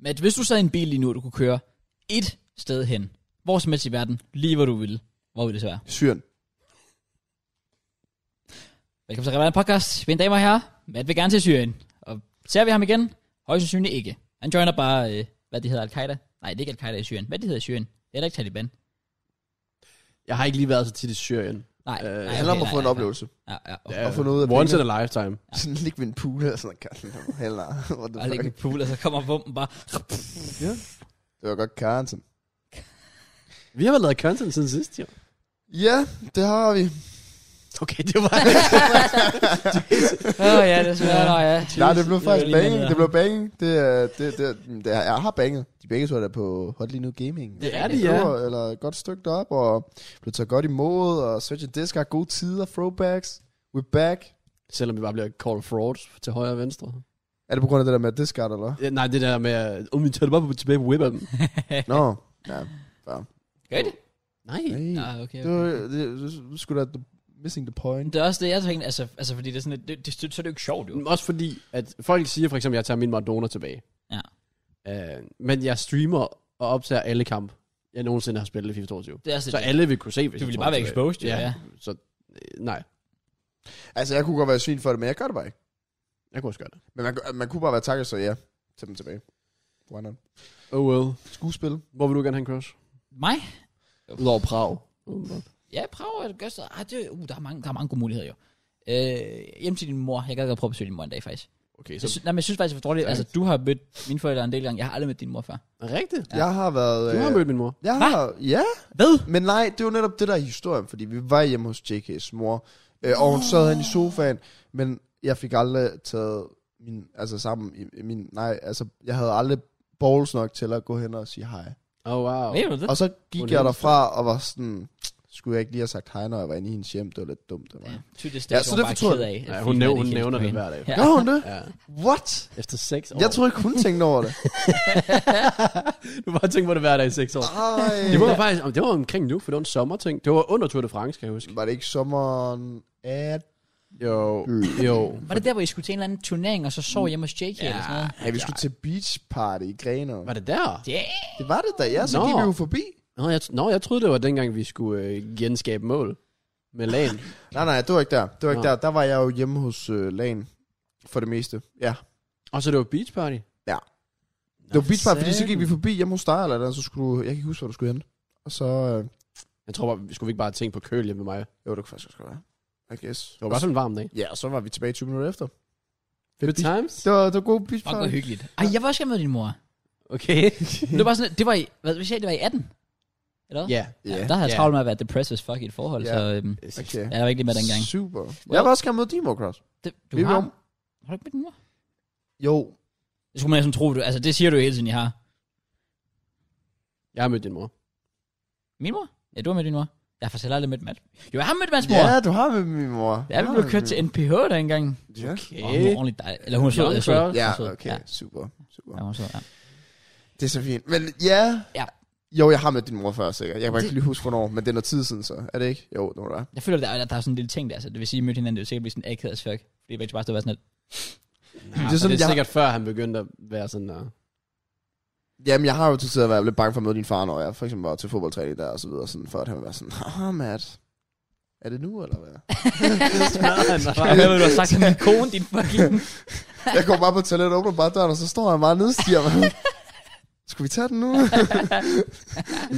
Matt, hvis du sad i en bil lige nu, og du kunne køre et sted hen, hvor som helst i verden, lige hvor du ville, hvor ville det så være? Syrien. Velkommen til Revalder Podcast. Mine damer og herrer, Matt vil gerne til Syrien. Og ser vi ham igen? Højst sandsynligt ikke. Han joiner bare, øh, hvad det hedder, Al-Qaida. Nej, det er ikke Al-Qaida i Syrien. Hvad det hedder i Syrien? Det er da ikke Taliban. Jeg har ikke lige været så tit i Syrien. Nej, Øh, nej, det Det handler om at få en oplevelse. Ja, ja. Det Okay. er Og få noget ud af Once pengene. in a lifetime. Sådan ligge ved en pool eller sådan noget. Heller. What the Og ligge i fuck? pool, og så kommer bomben bare. Ja. Det var godt Karensen. Vi har vel lavet content siden sidst, jo. Ja, det har vi. Okay, det var... Åh oh, ja, det smager, nå ja. Nej, det blev faktisk lige banging. mindre. Det blev banging. Det, er- det, det, det, er- jeg har banget. De begge så er der på Hot Lige Nu Gaming. det er det, rigtigt. ja. Stor, eller et godt stykke op og blev taget godt imod, og Switch and Disc har gode tider, throwbacks, we're back. Selvom vi bare bliver called fraud til højre og venstre. Er det på grund af det der med discard, eller? Ja, Nej, det der med, at om vi tager det bare på- tilbage på web dem. Nå, ja, bare. Gør I det? Nej. Nej, øh, Nej, okay, det var, okay. det, det, skulle da the- missing the point. Det er også det, jeg tænkte, altså, altså fordi det er sådan, lidt- det, det, så er det jo ikke sjovt, jo. Men Også fordi, at folk siger for eksempel, at jeg tager min Maradona tilbage. Ja. Øh, men jeg streamer og optager alle kamp, jeg nogensinde har spillet i FIFA 22. Det er også Så det. alle vil kunne se, hvis Du jeg ville tog bare være tilbage. exposed, jo, ja. Så øh, nej, Altså, jeg kunne godt være svin for det, men jeg gør det bare ikke. jeg kunne også gøre det. Men man, man kunne bare være takket, så ja, tag dem tilbage. Why not? Oh well. Skuespil. Hvor vil du gerne have en crush? Mig? Udover Prag. Ja, prøv at gøre så. Ej, det, uh, der, er mange, der er mange gode muligheder jo. Øh, hjem til din mor. Jeg kan godt prøve at besøge din mor en dag, faktisk. Okay, Jeg så... synes, nej, men jeg synes faktisk, det er for dårligt. Altså, du har mødt mine forældre en del gange. Jeg har aldrig mødt din mor før. Rigtigt? Ja. Jeg har været... Du har øh, mødt min mor. Jeg har, ja, Hvad? men nej, det var netop det der er historien, fordi vi var hjemme hos JK's mor, øh, og hun sad han i sofaen, men jeg fik aldrig taget min, altså sammen, i- i min, nej, altså, jeg havde aldrig balls nok til at gå hen og sige hej. Oh wow. Ved du det? Og så Hun gik jeg er derfra og var sådan, skulle jeg ikke lige have sagt hej, når jeg var inde i hendes hjem, det var lidt dumt af mig. Ja, Ja. tydeligt, Ja, det så så det det bare fortryder- ked af. Ja, at hun, Fifa næv- ikke hun hilste nævner på det hende. hver dag. Ja. Gør hun det? Ja. What? Efter seks år. Jeg tror ikke, hun tænkte over det. du bare tænkt på det hver dag i seks år. Det Ej. var faktisk, om det var omkring nu, for det var en sommerting. Det var under Tour de France, kan jeg huske. Var det ikke sommeren at... Øh, Jo, jo. Var det der, hvor I skulle til en eller anden turnering, og så sov hjemme hos JK ja. eller sådan noget? Ja, vi skulle til beach party i Grenaa. Var det der? Ja. Det var det da, ja, så Nå. gik vi jo forbi. Nå, jeg, nå, jeg troede, det var dengang, vi skulle øh, genskabe mål med lagen. Nej, nej, det var ikke der. Det var ikke Nå. der. Der var jeg jo hjemme hos øh, Lan for det meste. Ja. Og så det var beach party. Ja. Det var beach party, fordi så satan. gik vi forbi hjemme hos dig, eller der, så skulle du, jeg kan ikke huske, hvor du skulle hen. Og så, øh, Jeg tror bare, vi skulle ikke bare tænke på køl hjemme med mig. Det jo, det kunne faktisk også godt være. I guess. var bare sådan en varm dag. Ja, og så var vi tilbage 20 minutter efter. Good times. Det var, det var god beach Fuck, hvor party. hyggeligt. Ej, jeg var også gerne med din mor. Okay. Men Det var sådan, det var i, hvad hvis jeg, det var i 18? Eller hvad? ja. Ja, Ja, der har jeg Ja. travlt med at være depressed as fuck i et forhold, Ja. så øhm, okay. jeg var ikke lige med dengang. Super. Jeg var også gerne med Democross. Det, du Vi har, var- har du ikke med din mor? Jo, Det skulle man næsten tro, du, altså det siger du hele tiden, jeg har. Jeg har mødt din mor. Min mor? Ja, du har mødt din mor. Jeg har faktisk heller aldrig mødt Mads. Jo, jeg har mødt Mads mor. ja, du har med min mor. Ja, vi blev kørt til NPH dengang. Ja, Åh, hun var ordentligt dejlig. Eller hun var sød. Young jeg så- girl. jeg så sød. ja okay, Ja, super, super. Ja, hun var sød, ja. Det er så fint. Men ja... Ja. Jo, jeg har mødt din mor før, sikkert. Jeg kan bare Det- ikke lige huske, hvornår, men det er noget tid siden, så. Er det ikke? Jo, det var der. Jeg føler, der er, der er sådan en lille ting der, så det vil sige, at I mødte hinanden, det vil sikkert blive sådan akavet as fuck. Fordi jeg bare stod og var sådan lidt, Ja, det er det er, sådan, det er jeg- sikkert før, han begyndte at være sådan... Uh, Jamen, jeg har jo til tider været lidt bange for at møde din far, når jeg for eksempel var til fodboldtræning der, og så videre, sådan, for at han ville være sådan, ah, Matt, er det nu, eller hvad? "Hm, altså." jeg hører, hvad du har sagt til min kone, din fucking... jeg går bare på toilettet, åbner bare døren, og så står han bare nede og stiger mig. Skal vi tage den nu?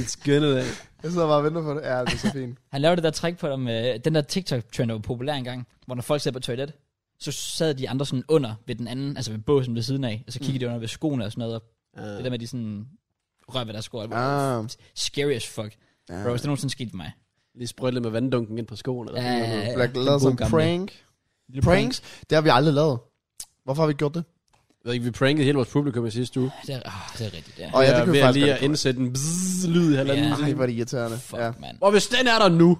skønnet af. jeg sidder bare og venter på det. Ja, det er så fint. Han lavede det der trick på dem, øh, den der TikTok-trend, der var populær engang, hvor når folk sad på toilet, så sad de andre sådan under ved den anden, altså ved båsen ved siden af, og så kiggede de under ved skoene og sådan noget, og Uh, det der med, at de sådan rører ved deres sko. Ah. Ah, Scary as fuck. ja. Bro, hvis det nogensinde skete for mig. lige sprøjte lidt med vanddunken ind på skoene. Eller Ja, sådan ja, noget. ja. Black den Leather, gode som gamle. prank. Lille Pranks, det har vi aldrig lavet. Hvorfor har vi ikke gjort det? Jeg ved ikke, vi prankede hele vores publikum i sidste uge. Det er, ah, det er rigtigt, ja. Åh, ja, det kan vi ved at faktisk lige godt at indsætte en bzzz lyd i halvanden. Ja. Ej, Ja. hvor er det irriterende. Fuck, Ja. ja. mand. Og hvis den er der nu...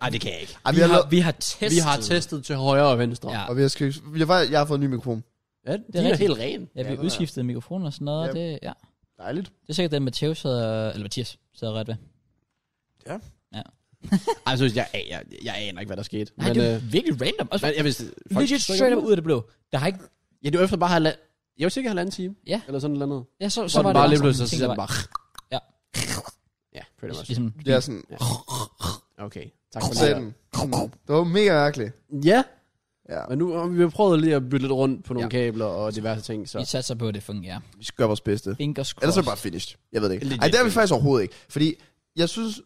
Nej, det kan jeg ikke. Ej, Vi har, lavet- vi har testet. Vi har testet til højre og venstre. Ja. Og vi har skrevet, vi har, faktisk- jeg har fået en ny mikrofon. Ja, det er er, rigtigt. helt ren. Ja, vi Ja, det er. udskiftede mikrofoner og sådan noget, og Ja. det, ja. Dejligt. Det er sikkert den, Mathias sad, eller Mathias sad ret ved. Ej, jeg, synes, jeg, jeg, jeg, jeg aner ikke, hvad der skete. Nej, men, det er øh, virkelig random. Altså, Også men jeg vidste... legit straight up ud af det blå. Der har ikke... Ja, det var efter bare at have la- Jeg var cirka halvanden time. Ja. Eller sådan noget andet. Ja, så, Så så var var den bare det lige pludselig, så ting, siger der den bare... Ja. Ja, pretty much. Ligesom, Det er sådan, Okay, tak for sagde det. den. Det var mega mærkeligt. Ja, Ja. men nu har vi jo prøvet lige at bytte lidt rundt på nogle Ja. kabler og diverse ting, så... vi satser på, at det fungerer. Vi skal gøre vores bedste. Fingers crossed. Ellers er det bare finished. Jeg ved det ikke. Legit Ej, det er vi finished. faktisk overhovedet ikke. Fordi jeg synes,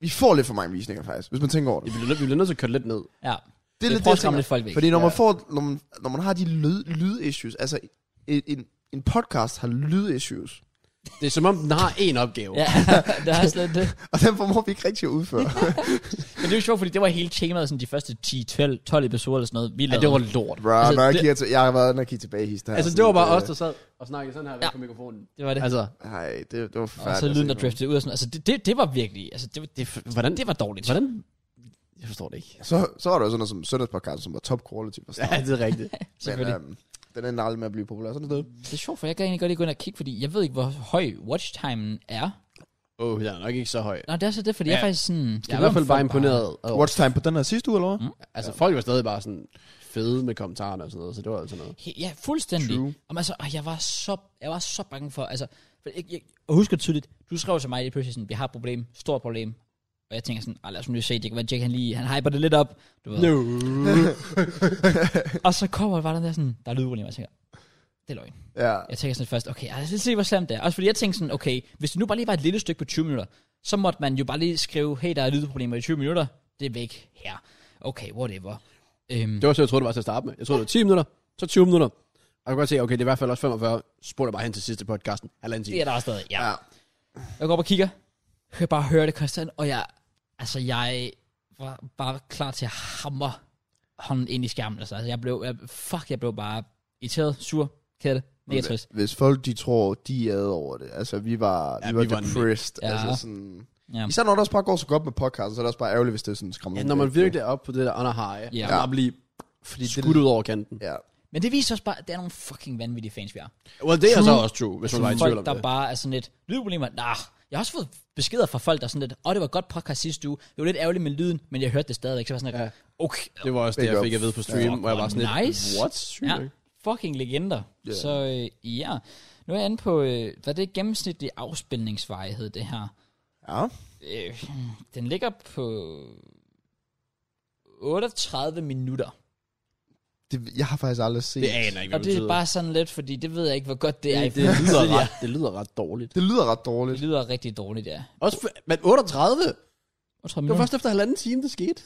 vi får lidt for mange visninger faktisk, hvis man tænker over Vi det. bliver, nødt- vi bliver nødt til at køre lidt ned. Ja, Det vi lidt prøver jeg at skræmme tænker. lidt folk væk. Fordi når man, Ja. får, når man, når man har de lyd, lyd-issues, altså en, en, en podcast har lyd-issues, Det er som om, den har én opgave. Ja, det er slet det. og den formår vi ikke rigtig at udføre. Men det er jo sjovt, fordi det var hele temaet, sådan de første 10-12 episoder eller sådan noget, vi ja lavede. det var lort. Bro, Altså, altså, når jeg, det- kigger til, jeg har været inde og kigge tilbage i hister. Altså, det var bare os, der sad og snakkede sådan her væk Ja. ja. på mikrofonen. det, var det. Altså, Nej, det, det var og forfærdeligt. så at lyden, se der på. driftede ud og sådan Altså, det, det, det var virkelig, altså det, var- det, hvordan, det var dårligt. hvordan? Jeg forstår det ikke. Så, så var der jo sådan noget som søndagspodcast, som var top quality for Ja, starten. det er rigtigt. Selvfølgelig. Men øhm, den ender aldrig med at blive populær. Sådan noget. Det er sjovt, for jeg kan egentlig godt lige gå ind og kigge, fordi jeg ved ikke, hvor høj watchtimen er. Åh, oh, den er nok ikke så høj. Nå, det er så det, fordi Ja. jeg er faktisk sådan... Jeg er i hvert fald bare imponeret. over- Watch time på den her sidste uge, eller hvad? Altså, folk var stadig bare sådan fede med kommentarerne og sådan noget, så det var altså noget. He- Ja, fuldstændig. True. True. Og altså, og jeg var så, jeg var så bange for, altså, for jeg, jeg, og husker tydeligt, du skrev til mig lige pludselig sådan, vi har et problem, stort problem. Og jeg tænker sådan, "Ej, lad os nu lige se, det kan være, Jack han lige, han hyper det lidt op. Du ved. Og så kommer bare den der sådan, der er lydrulling, og jeg tænker, det er løgn. Ja. Jeg tænker sådan først, okay, ej, lad os se, hvor slemt det er. Også fordi jeg tænkte sådan, okay, hvis det nu bare lige var et lille stykke på 20 minutter, så måtte man jo bare lige skrive, hey, der er lydproblemer i 20 minutter, det er væk her. Okay, whatever. Øhm, Det var så, jeg troede, det var til at starte med. Jeg troede, det var 10 minutter, så 20 minutter. Og jeg kan godt se, okay, det er i hvert fald også 45. Spurgte bare hen til sidste podcasten. Halvanden time. det er der også stadig, ja. ja. Jeg går op og kigger. Jeg kan bare høre det konstant, og jeg, altså jeg var bare klar til at hamre hånden ind i skærmen. Altså, altså jeg blev, jeg, fuck, jeg blev bare irriteret, sur, ked af det, mega trist. Hvis folk de tror, de er ad over det. Altså, vi var, Ja, ja, vi var vi var depressed. lidt. Ja. Ja. Altså, sådan... Ja. Især når det også bare går så godt med podcasten, så er det også bare ærgerligt, hvis det er sådan skræmmende. Ja, når man virkelig er oppe på det der under high, Ja. ja. bare blive Fordi det- skudt ud over kanten. Ja. Men det viser også bare, at det er nogle fucking vanvittige fans, vi har. Well, det er True. så også true, hvis man var i tvivl om Folk, der det. bare er sådan lidt, lydproblemer, nah. Jeg har også fået beskeder fra folk, der er sådan lidt, åh, oh, det var et godt podcast sidste uge, det var lidt ærgerligt med lyden, men jeg hørte det stadigvæk, så jeg var sådan lidt, Ja. okay, Det var også det, Big jeg up. fik at vide på stream, Fuck, hvor jeg var hvor sådan lidt, nice. what? Sygt Ja, nok. fucking legender. Ja. Yeah. Så øh, ja, nu er jeg inde på, øh, hvad det er gennemsnitlig afspændingsvarighed, det her. ja. Øh, den ligger på 38 minutter. Det, jeg har faktisk aldrig set. Det aner jeg ikke, Og hvad det er bare sådan lidt, fordi det ved jeg ikke, hvor godt det er. det, i det, forhold til lyder tidligere. ret, det lyder ret dårligt. det lyder ret dårligt. det lyder rigtig dårligt, ja. Også for, men 38? Det 38 var minutter. først efter halvanden time, det skete.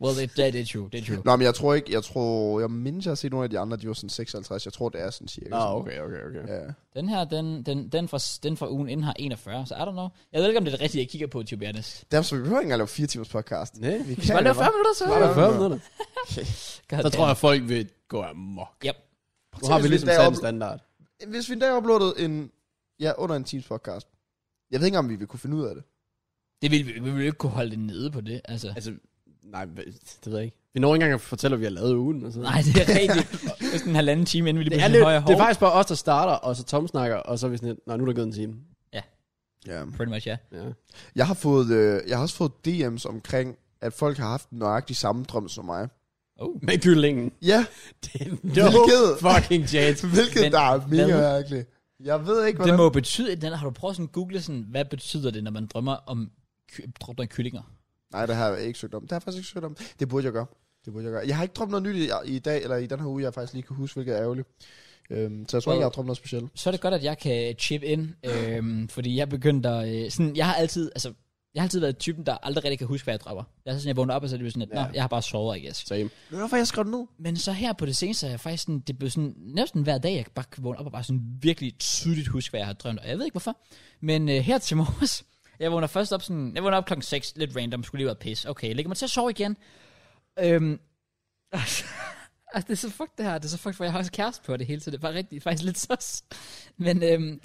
Well, det, det, det er true, det er true. Nå, men jeg tror ikke, jeg tror, jeg mindes, jeg har set nogle af de andre, de var sådan 56, jeg tror, det er sådan cirka. sådan. Ah, okay, okay. Ja. Den her, den, den, den, fra, den fra ugen inden har 41, så I don't know. Jeg ved ikke, om det er det rigtige, jeg kigger på, to be honest. Derfor, så vi behøver ikke engang lave fire timers podcast. Nej, Vi Var det 40 minutter, så? var der 40 minutter? God Så damn. tror jeg, folk vil gå amok. Yep. Nu har vi Hvis ligesom vi sat en derop- standard. Hvis vi en dag uploadede en, ja, under en times podcast, jeg ved ikke, om vi vil kunne finde ud af det. Det ville vi, vi ville jo ikke kunne holde det nede på det, altså. Altså, nej, det ved jeg ikke. Vi når ikke engang at fortælle, at vi har lavet ugen. Og sådan. Nej, det er rigtigt. Hvis den halvanden time, inden vi lige det er, pludselig lidt, højere det hår. er faktisk bare os, der starter, og så Tom snakker, og så er vi sådan lidt, "Nå, nu er der gået en time. Ja. Pretty much, ja. Ja. Jeg har, fået, øh, jeg har også fået DM's omkring, at folk har haft nøjagtig samme drøm som mig. Oh. Med kyllingen. Ja, Det er no Hvilket- fucking chance. hvilket Men der er mega hvad? mærkeligt. Jeg ved ikke, Det hvordan... må jo betyde, at den, har du prøvet sådan at google sådan, hvad betyder det, når man drømmer om ky- drømmer om kyllinger? Nej, det har jeg ikke søgt om. Det har jeg faktisk ikke søgt om. Det burde jeg gøre. Det burde jeg gøre. Jeg har ikke drømt noget nyt i, i dag, eller i den her uge, jeg faktisk lige kan huske, hvilket er ærgerligt. Øhm, så jeg tror Well- ikke, jeg har drømt noget specielt. Så er det godt, at jeg kan chip ind, øhm, fordi jeg begyndte at, øh, sådan, jeg har altid, altså, jeg har altid været typen, der aldrig rigtig kan huske, hvad jeg drømmer. Jeg er sådan, jeg vågner op, og så er det sådan, at, nå, Ja. jeg har bare sovet, I guess. Same. Ved du, hvorfor jeg skrev det ned? Men så her på det seneste, er jeg faktisk sådan, det blev sådan, næsten hver dag, jeg kan bare kan vågne op og bare sådan virkelig tydeligt huske, hvad jeg har drømt, og jeg ved ikke hvorfor. Men øh, her til morges, jeg vågner først op sådan, jeg vågner op klokken 6, lidt random, skulle lige være pis. Okay, lægger mig til at sove igen. Øhm, altså, det er så fucked det her, det er så fucked, for jeg har også kæreste på det hele, så det var rigtig, faktisk lidt sus. Men øhm,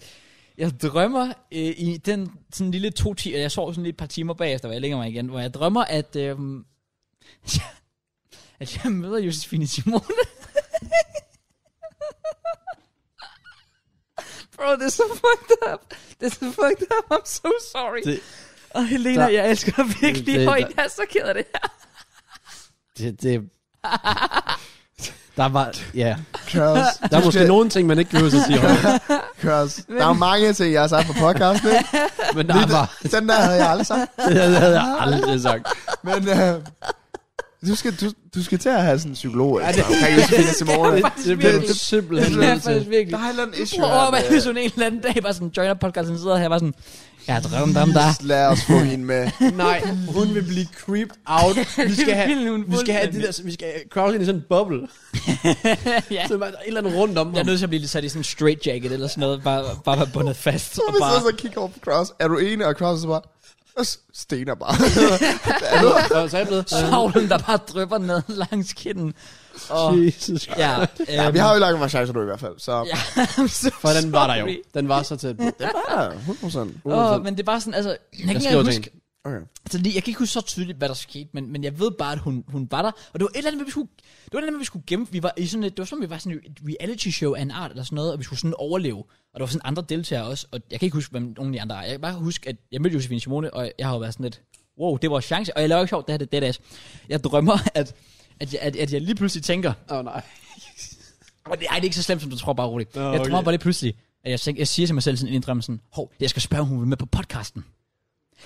jeg drømmer øh, i den sådan lille to timer, jeg sov sådan lige et par timer bagefter, hvor jeg lægger mig igen, hvor jeg drømmer, at, øhm, at jeg møder Josefine Simone. Bro, det er så fucked up. Det er så fucked up. I'm so sorry. Det, Det- og Helena, der- jeg elsker dig virkelig, Det- og der- jeg er så ked af det her. Det, det, der Der var, ja. Kørs. Der er måske nogle ting, man ikke behøver at sige højt, Kørs. Der er mange ting, jeg har sagt på podcasten. ikke? men der var, Den der havde jeg aldrig sagt. det havde jeg aldrig sagt. Men øh, du, skal, du, du skal til at have sådan en psykolog. Ja, det, omkring, hvis du finder til morgen. Det, det blev du virkelig. simpelthen Det er nødt til. faktisk virkelig. Der er et eller andet Du issue. prøver at overveje, her hvis hun en eller anden dag bare sådan joiner podcasten, sidder her bare sådan, jeg drømte om dig. med- Lad os få hende med. Nej, hun vil blive creeped out. Vi skal have, Vil hun vi skal have det der, vi skal crawl ind i sådan en boble. Ja. ja. Så der er et eller andet rundt om Jeg ham. er nødt til at blive lidt sat i sådan en straight jacket eller sådan noget, bare, bare være bundet fast. Så Og vi bare, sidder så og kigger over på Kraus. Er du enig? Og Kraus er så bare... "Jeg Stener bare. Og så er jeg blevet. sovlen, der bare drypper ned langs kinden. Og, Jesus Christ. ja, ja, øhm, vi har jo lagt en chance nu i hvert fald. Så Ja, I'm so For den var der jo. sorry. Den var så tæt på. ja, 100%. Åh, oh, men det er bare sådan, altså, jeg, kan Jeg ikke skriver engang til huske, hende. Okay. altså, lige, jeg kan ikke huske så tydeligt, hvad der skete, men, men jeg ved bare, at hun, hun var der, og det var et eller andet, med, vi skulle, det var et eller andet, med, vi skulle gemme, vi var i sådan et, det var som, vi var sådan et reality show af en art, eller sådan noget, og vi skulle sådan overleve, og der var sådan andre deltagere også, og jeg kan ikke huske, hvem nogen af de andre er, jeg kan bare huske, at jeg mødte Josefine Simone, og jeg har jo været sådan lidt, wow, det var en chance, og jeg laver ikke sjovt, det her det er dead ass. Jeg drømmer, at, at, jeg, at, at jeg lige pludselig tænker, Åh oh, nej. Og det, ej, det er ikke så slemt, som du tror, bare roligt. Nå, Oh, jeg okay. drømmer bare lige pludselig, at jeg, tænker, jeg siger til mig selv sådan ind i drømmen sådan, hov, jeg skal spørge, om hun vil med på podcasten.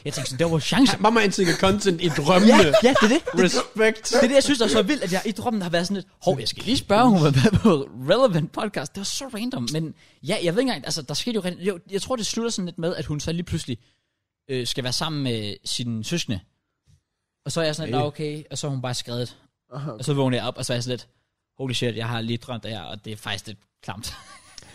Jeg tænkte sådan, det var vores chance. Bare mig en ting af content i ja, drømmene. ja, det er det. Det, Respekt. det er det, jeg synes, der er så vildt, at jeg i drømmen har været sådan lidt, hov, jeg skal lige spørge, om hun vil med på relevant podcast. Det var så random, men ja, jeg ved ikke engang, altså der skete jo, rent- jo jeg tror, det slutter sådan lidt med, at hun så lige pludselig øh, skal være sammen med sine søskende. Og så er jeg sådan, lidt, Okay. "Nå, okay, og så er hun bare skrevet. Og så vågner jeg op, og så er jeg sådan lidt, holy shit, jeg har lige drømt det her, og det er faktisk lidt klamt.